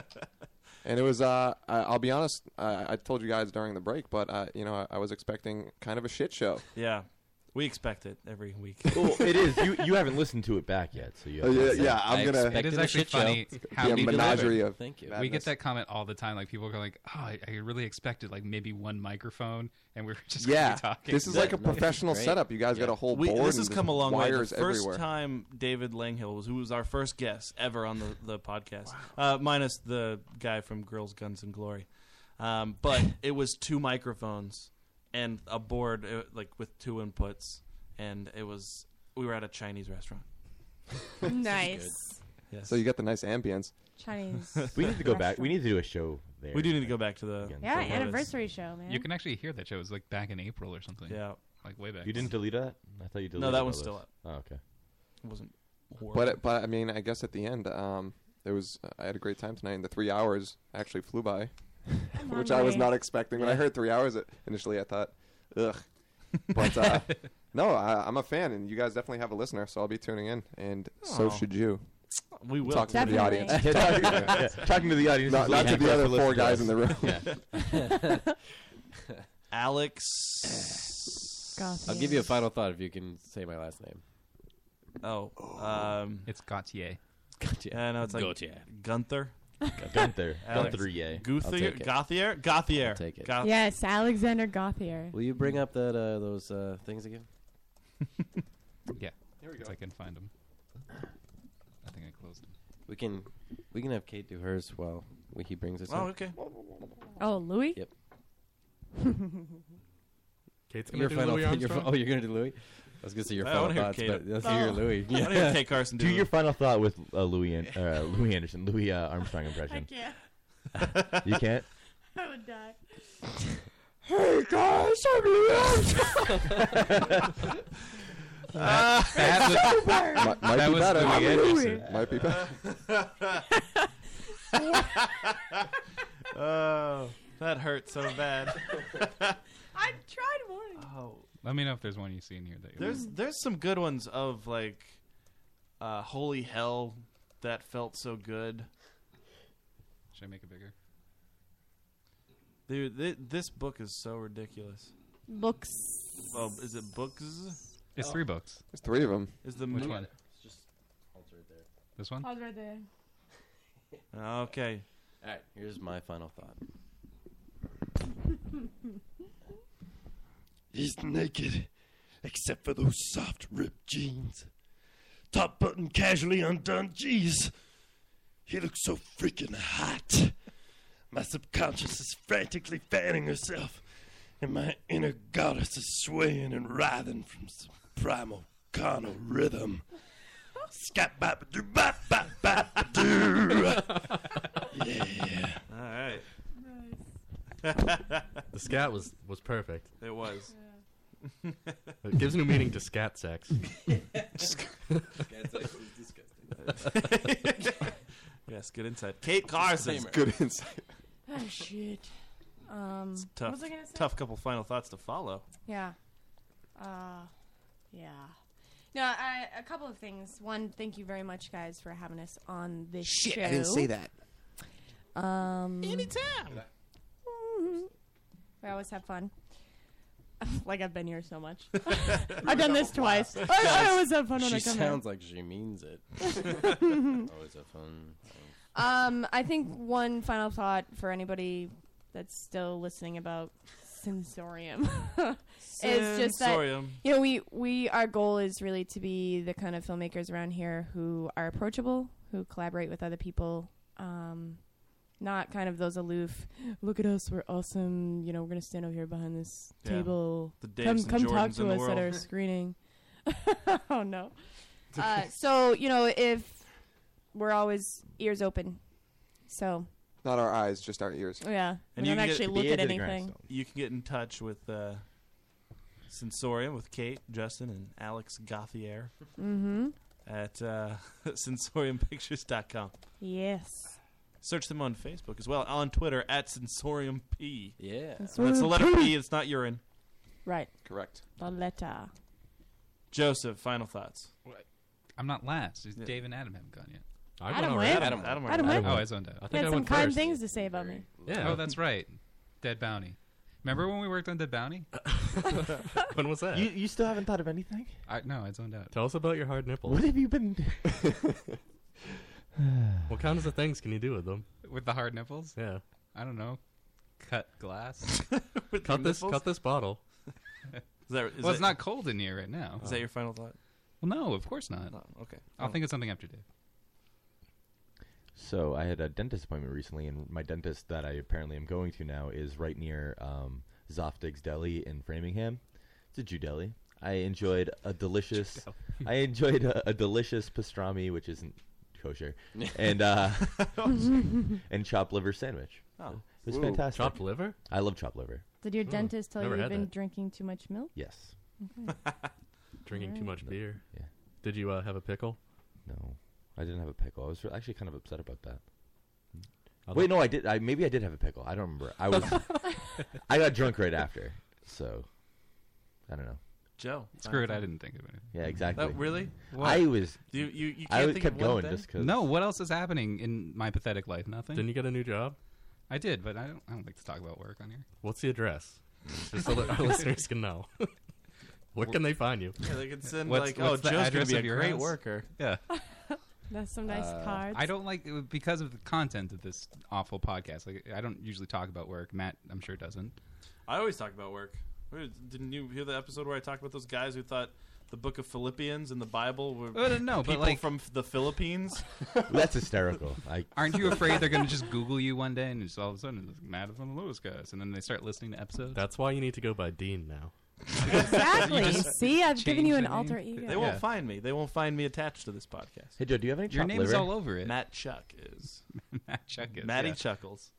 S6: And it was, uh, I, I'll be honest, I, I told you guys during the break, but, uh, you know, I, I was expecting kind of a shit show.
S4: Yeah, we expect it every week.
S9: Well, it is. You you haven't listened to it back yet, so you.
S6: Oh, yeah, yeah, I'm gonna-
S7: It is actually funny how
S6: Be a
S7: many
S6: menagerie
S7: people-
S6: of Thank you.
S7: We
S6: madness.
S7: get that comment all the time. Like people are like, "Oh, I, I really expected like maybe one microphone, and we were just gonna be
S6: Yeah,
S7: talking."
S6: this is like a professional setup. You guys got a whole
S4: We-
S6: board.
S4: This has
S6: and
S4: come a long way. The
S6: wires
S4: first
S6: everywhere.
S4: time David Langhill was, who was our first guest ever on the the podcast, uh, minus the guy from Girls, Guns, and Glory, um, but it was two microphones and a board uh, like with two inputs, and it was we were at a Chinese restaurant.
S8: nice.
S6: So you got the nice ambience.
S8: Chinese.
S9: We need to go back. We need to do a show there.
S4: We do need to go back to the.
S8: Yeah, anniversary show, man.
S7: You can actually hear that show. It was like back in April or something.
S4: Yeah,
S7: like way back.
S9: You didn't delete that? I thought you deleted.
S4: that
S9: all
S4: one's
S9: those.
S4: still up.
S9: Oh, okay.
S4: It wasn't. Horrible.
S6: But, it- but I mean, I guess at the end, um, it was, I had a great time tonight, and the three hours actually flew by, which I was
S10: hungry.
S6: not expecting. When I
S10: Yeah.
S6: heard three hours, it, initially I thought, ugh. But, uh, no, I, I'm a fan, and you guys definitely have a listener, so I'll be tuning in, and so
S4: Aw.
S6: should you.
S4: We will.
S6: Talking to the audience.
S4: Definitely. Yeah, talking to the audience
S6: Not,
S4: is
S6: not to
S4: like
S6: the other
S4: halfway
S6: four
S4: listening to
S6: guys in the room.
S4: us. Alex.
S10: I'll give you a final thought if you can say my last name.
S4: Oh, um,
S7: it's Gautier.
S10: Gautier.
S4: I know it's like
S10: Gautier.
S4: Gunther.
S9: Gunther.
S4: Alex.
S9: Gunther-yay.
S10: I'll
S4: Guthier.
S10: take it.
S4: Gothier. Gothier.
S10: I'll take it.
S4: Goth-
S8: yes, Alexander Gothier.
S10: Will you bring up that uh, those uh, things again?
S7: Yeah, there we go. I can find them. I think I closed them.
S10: We can we can have Kate do hers while we, he brings us.
S4: Oh,
S10: up.
S4: okay.
S8: Oh, Louis?
S10: Yep.
S5: Kate's
S10: Your final thought- your fi- oh, you're gonna do Louis. I was gonna say your
S4: I
S10: final
S4: wanna hear
S10: thoughts,
S4: Kate.
S10: but let's hear
S4: Oh.
S10: Louis.
S4: I wanna hear Kate Carson do
S9: Do
S4: it.
S9: your final thought with uh, Louis and uh, Louis Anderson, Louis uh, Armstrong impression.
S8: can't.
S9: you can't.
S8: I would die.
S17: Hey guys, I'm Leon.
S6: Uh,
S17: That's
S6: that
S17: better.
S6: might, might
S17: That
S6: be
S17: was
S6: better.
S17: Louis Anderson.
S6: Might be better.
S4: oh, that hurt so bad.
S8: I tried one.
S4: Oh,
S7: Let me know if there's one you see in here that you
S4: there's there's some good ones of like, uh, holy hell, that felt so good.
S7: Should I make it bigger?
S4: Dude, thi- this book is so ridiculous.
S8: Books.
S4: Well, is it books?
S7: It's three books.
S6: There's three of them.
S4: Is the
S7: Which
S4: mo-
S7: one? This one.
S8: I was right there.
S4: Okay.
S10: All right, here's my final thought.
S19: He's naked, except for those soft ripped jeans. Top button casually undone. Jeez, he looks so freaking hot. My subconscious is frantically fanning herself, and my inner goddess is swaying and writhing from some primal carnal rhythm. Scat bap doo bap bap bap doo. Yeah.
S4: All right.
S5: The scat was was perfect.
S4: It was.
S5: It gives new meaning to scat sex.
S10: Scat sex is disgusting.
S4: yes, good insight. Kate Carson.
S10: Disclaimer. Good
S6: insight.
S8: Oh, shit. Um,
S4: Tough.
S8: What was I going to say?
S4: Tough couple final thoughts to follow.
S8: Yeah. Uh, yeah. No, I, a couple of things. One, thank you very much, guys, for having us on this show.
S17: Shit, I didn't say that.
S8: Um,
S17: Anytime.
S8: We always have fun. like I've been here so much. I've done this twice. I, I always have fun when
S10: she
S8: I come here.
S10: sounds like she means it. always have fun.
S8: Um, I think one final thought for anybody that's still listening about sensorium is just that
S4: Sensorium.
S8: you know we we our goal is really to be the kind of filmmakers around here who are approachable, who collaborate with other people, um, not kind of those aloof. Look at us, we're awesome. You know, we're gonna stand over here behind this
S4: Yeah.
S8: table.
S4: The
S8: come
S4: Daves and
S8: come talk
S4: Jordans
S8: to
S4: in the
S8: us at
S4: world."
S8: our screening. oh no. Uh, so you know, if we're always ears open, so
S6: Not our eyes, just our ears.
S8: Yeah. We don't
S4: can
S8: actually look at anything.
S4: You can get in touch with uh, Sensorium with Kate, Justin, and Alex Gauthier
S8: Mhm.
S4: at uh, sensoriumpictures.com.
S8: Yes.
S4: Search them on Facebook as well, on Twitter at Sensorium P.
S16: Yeah.
S4: That's the
S8: Sensorium
S4: letter
S8: P.
S4: P, it's not urine.
S8: Right.
S6: Correct.
S8: The letter.
S4: Joseph, final thoughts.
S7: I'm not last. Is Dave and Adam haven't gone yet?
S4: I Adam went already. went. Adam- Adam went. Adam went.
S7: Oh, I zoned out.
S4: I
S8: He had some kind things to say about me.
S7: Oh, that's right. Dead Bounty. Remember when we worked on Dead Bounty?
S5: when was that?
S9: You, you still haven't thought of anything?
S7: I, no, I zoned out.
S5: Tell us about your hard nipples.
S9: What have you been?
S5: What kinds of things can you do with them?
S7: With the hard nipples?
S5: Yeah.
S7: I don't know. Cut glass.
S5: Cut this. Cut this bottle.
S4: that,
S7: well, it's not cold in here right now.
S4: Is that your final thought? Oh,
S7: Well, no, of course not.
S4: okay.
S7: I'll think of something after Dave.
S9: So I had a dentist appointment recently, and my dentist that I apparently am going to now is right near um, Zoftig's Deli in Framingham. It's a Jew deli. I enjoyed a delicious. I enjoyed a, a delicious pastrami, which isn't kosher, and uh, and chopped liver sandwich.
S8: Oh.
S9: it was
S8: Ooh.
S9: fantastic.
S5: Chopped liver?
S9: I love chopped liver.
S8: Did your
S4: Mm.
S5: Oh,
S8: dentist tell you
S5: never
S8: you've
S5: had
S8: been
S5: that.
S8: drinking too much milk?
S9: Yes.
S8: Okay.
S5: Drinking too
S8: Alright.
S5: much beer.
S9: Yeah.
S5: Did you uh, have a pickle?
S9: No, I didn't have a pickle. I was re- actually kind of upset about that.
S5: I'll
S9: Wait, no, I did. I maybe I did have a pickle. I don't remember. I was. I got drunk right after, so I don't know.
S4: Joe.
S7: Screw it, I didn't think of anything.
S9: Yeah, exactly.
S7: Oh, really?
S9: I was.
S4: You- you- you
S9: I
S4: can't
S9: was-
S4: think
S9: kept
S4: of one
S9: going
S4: thing?
S9: just because.
S7: No, what else is happening in my pathetic life? Nothing.
S5: Didn't you get a new job?
S7: I did, but I don't. I don't like to talk about work on here.
S5: What's the address? Just so that our listeners can know. Where can they find you?
S4: Yeah, they can send
S7: What's-
S4: like,
S7: what's
S4: oh,
S7: the
S4: Joe's gonna
S7: address
S4: be a
S7: of your
S4: great
S7: house?
S4: worker.
S7: Yeah.
S8: Oh, That's some nice
S7: Uh,
S8: cards.
S7: I don't like it because of the content of this awful podcast. Like I don't usually talk about work. Matt, I'm sure doesn't.
S4: I always talk about work. Where- Didn't you hear the episode where I talked about those guys who thought the Book of Philippians and the Bible were
S7: Oh, no, no, but,
S4: people
S7: like-
S4: from the Philippines?
S9: That's hysterical. I,
S7: Aren't you afraid they're going to just Google you one day and just all of a sudden it's like, Matt from the Lewis guys, and then they start listening to episodes?
S5: That's why you need to go by Dean now.
S8: Exactly.
S7: You just
S8: See, I've given
S7: change
S8: you
S7: the
S8: an
S7: name.
S8: alter ego.
S4: They won't find me. They won't find me attached to this podcast.
S9: Hey Joe, do you have any?
S4: Your
S9: chopped
S4: name's
S9: liver?
S4: all over it. Matt Chuck is.
S7: Matt Chuck is.
S4: Matty
S7: yeah.
S4: Chuckles.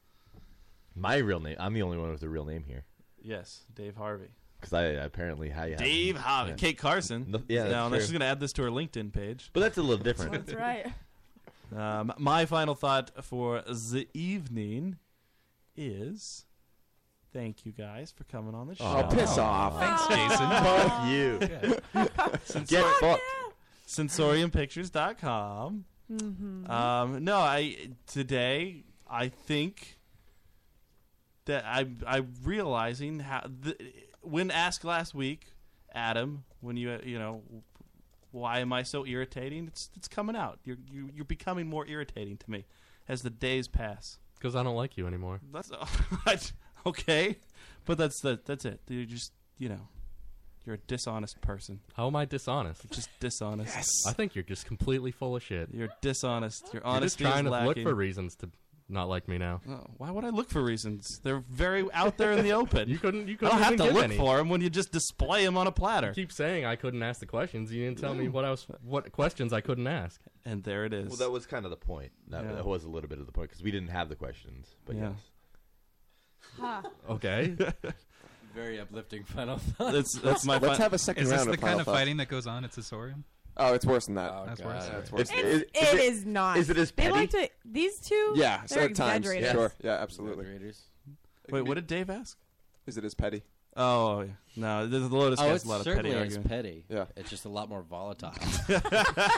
S9: My real name. I'm the only one with a real name here
S4: Yes, Dave Harvey.
S9: because I apparently I have-
S4: Dave Harvey.
S9: Yeah.
S4: Kate Carson.
S9: No- yeah, that's
S4: now she's
S9: true.
S4: going to add this to her LinkedIn page.
S9: But that's a little different.
S8: That's right.
S4: Um, my final thought for the evening is thank you guys for coming on the show.
S6: Oh, piss off.
S4: Thanks,
S6: Jason.
S4: Fuck you.
S6: Get fucked.
S4: Sensoriumpictures.com.
S6: Mhm.
S4: Um, no, I today I think that I I'm realizing how the, when asked last week, Adam, when you uh, you know why am I so irritating? It's it's coming out. You're you, you're becoming more irritating to me as the days pass.
S5: Because I don't like you anymore.
S4: That's what? okay, but that's the, that's it. You're just you know, you're a dishonest person.
S5: How am I dishonest?
S4: Just dishonest.
S5: I think you're just completely full of shit.
S4: You're dishonest. Your
S5: You're just
S4: honesty is
S5: trying to look
S4: lacking.
S5: for reasons to not like me now.
S4: Oh, why would I look for reasons? They're very out there in the open. you
S5: couldn't. You
S4: I
S5: couldn't
S4: don't have
S5: even
S4: to
S5: give
S4: look
S5: any.
S4: for them when you just display them on a platter.
S5: You keep saying I couldn't ask the questions. You didn't tell me
S4: Yeah.
S5: what I was, what questions I couldn't ask.
S4: And there it is.
S9: Well, that was kind of the point. That,
S4: Yeah.
S9: that was a little bit of the point because we didn't have the questions. But
S4: Yeah.
S9: yes.
S5: Okay.
S16: Very uplifting final thought.
S4: That's that's my.
S6: Let's
S4: fin-
S6: have a second
S7: Is this
S6: round
S7: the
S6: of
S7: kind
S6: final
S7: of
S6: thoughts.
S7: fighting that goes on at Sensorium?
S6: Oh, it's worse than that.
S7: That's worse.
S6: It's worse. than
S8: It's,
S6: that.
S8: it is not.
S6: Is it as
S8: They
S6: petty?
S8: like to. These two.
S6: Yeah, so
S8: They're
S6: at times,
S8: exaggerating.
S6: sure, yeah, absolutely. It can
S4: Wait,
S6: be-
S4: what did Dave ask?
S6: Is it as petty?
S4: Oh, yeah. no, this is the Lotus
S16: oh,
S4: has
S16: it's
S4: a lot of
S16: certainly
S4: petty
S16: is
S4: argument.
S16: petty.
S6: Yeah.
S16: It's just a lot more volatile.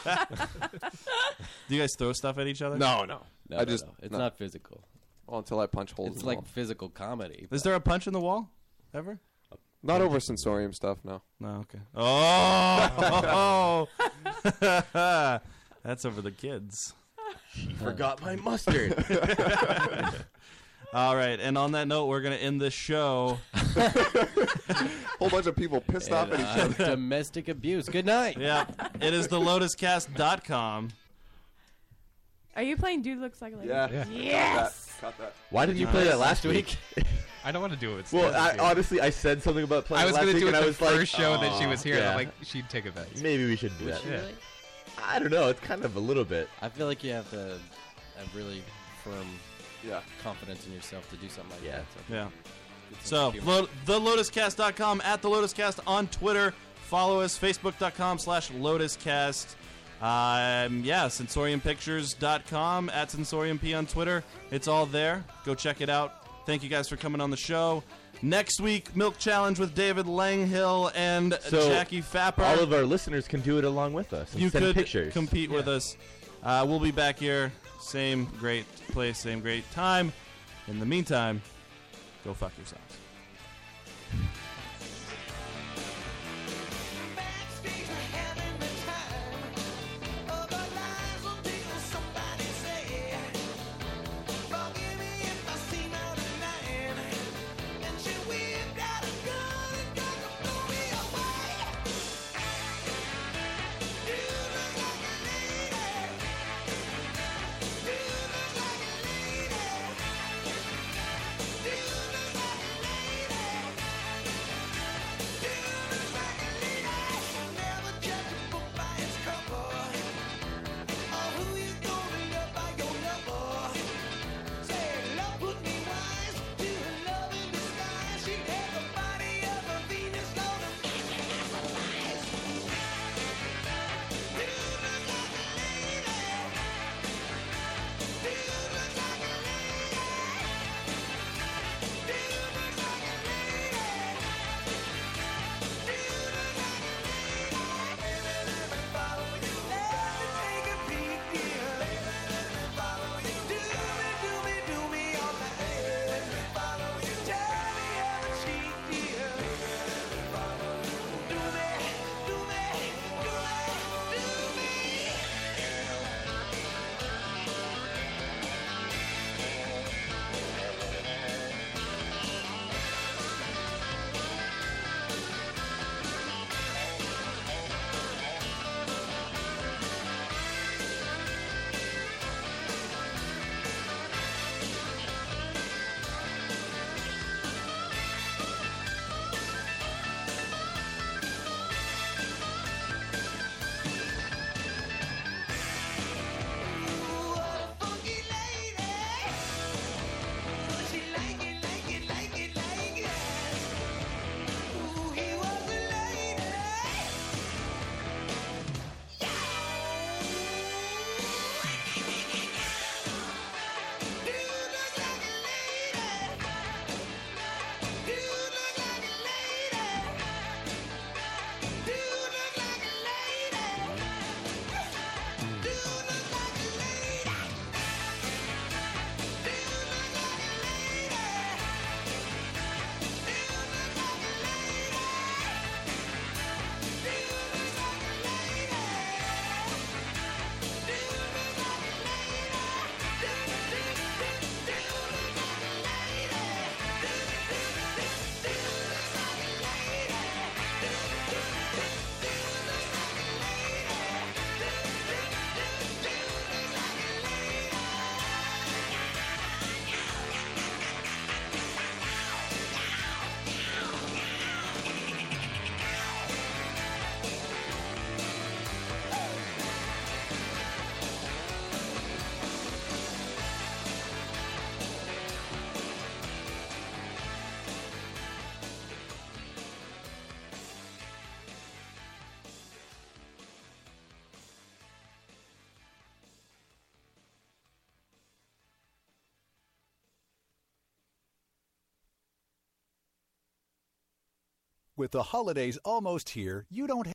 S4: Do you guys throw stuff at each other?
S6: No, no.
S16: No,
S6: I
S16: no,
S6: just
S16: no. It's not physical.
S6: Well, until I punch holes.
S16: It's
S6: in the
S16: like
S6: wall.
S16: physical comedy.
S4: Is there a punch in the wall ever?
S6: not over sensorium stuff. No.
S4: No. Okay. Oh, that's over the kids. She
S9: forgot my mustard.
S4: All right, and on that note, we're gonna end this show.
S6: Whole bunch of people pissed off at each other.
S16: uh, Domestic abuse. Good night.
S4: Yeah, it is the lotuscast.com.
S8: Are you playing Dude Looks Like a Lady?
S6: Yeah.
S8: Yes.
S6: Cut that.
S9: Why did you play that last week?
S7: I don't want to do it.
S9: well, I, honestly, I said something about playing
S7: I was
S9: last
S7: gonna
S9: week,
S7: do it
S9: and I
S7: the
S9: was like,
S7: first show that she was here, and I'm
S9: "Aw,
S7: like, she'd take offense.
S9: Maybe we should do
S7: Would
S9: that.
S7: she really?
S9: I don't know. It's kind of a little bit.
S10: I feel like you have to have really firm
S6: yeah.
S10: confidence in yourself to do something like that. So.
S4: Yeah. So, lo- thelotuscast.com, at thelotuscast on Twitter. Follow us, facebook.com slash lotuscast. Um, yeah, sensoriumpictures.com, at sensoriump on Twitter. It's all there. Go check it out. Thank you guys for coming on the show. Next week, Milk Challenge with David Langhill and
S9: So
S4: Jackie Fapper.
S9: all of our listeners can do it along with us. And
S4: you
S9: send
S4: could
S9: pictures.
S4: compete with us. Uh, we'll be back here, same great place, same great time. In the meantime, go fuck yourselves.
S15: With the holidays almost here, you don't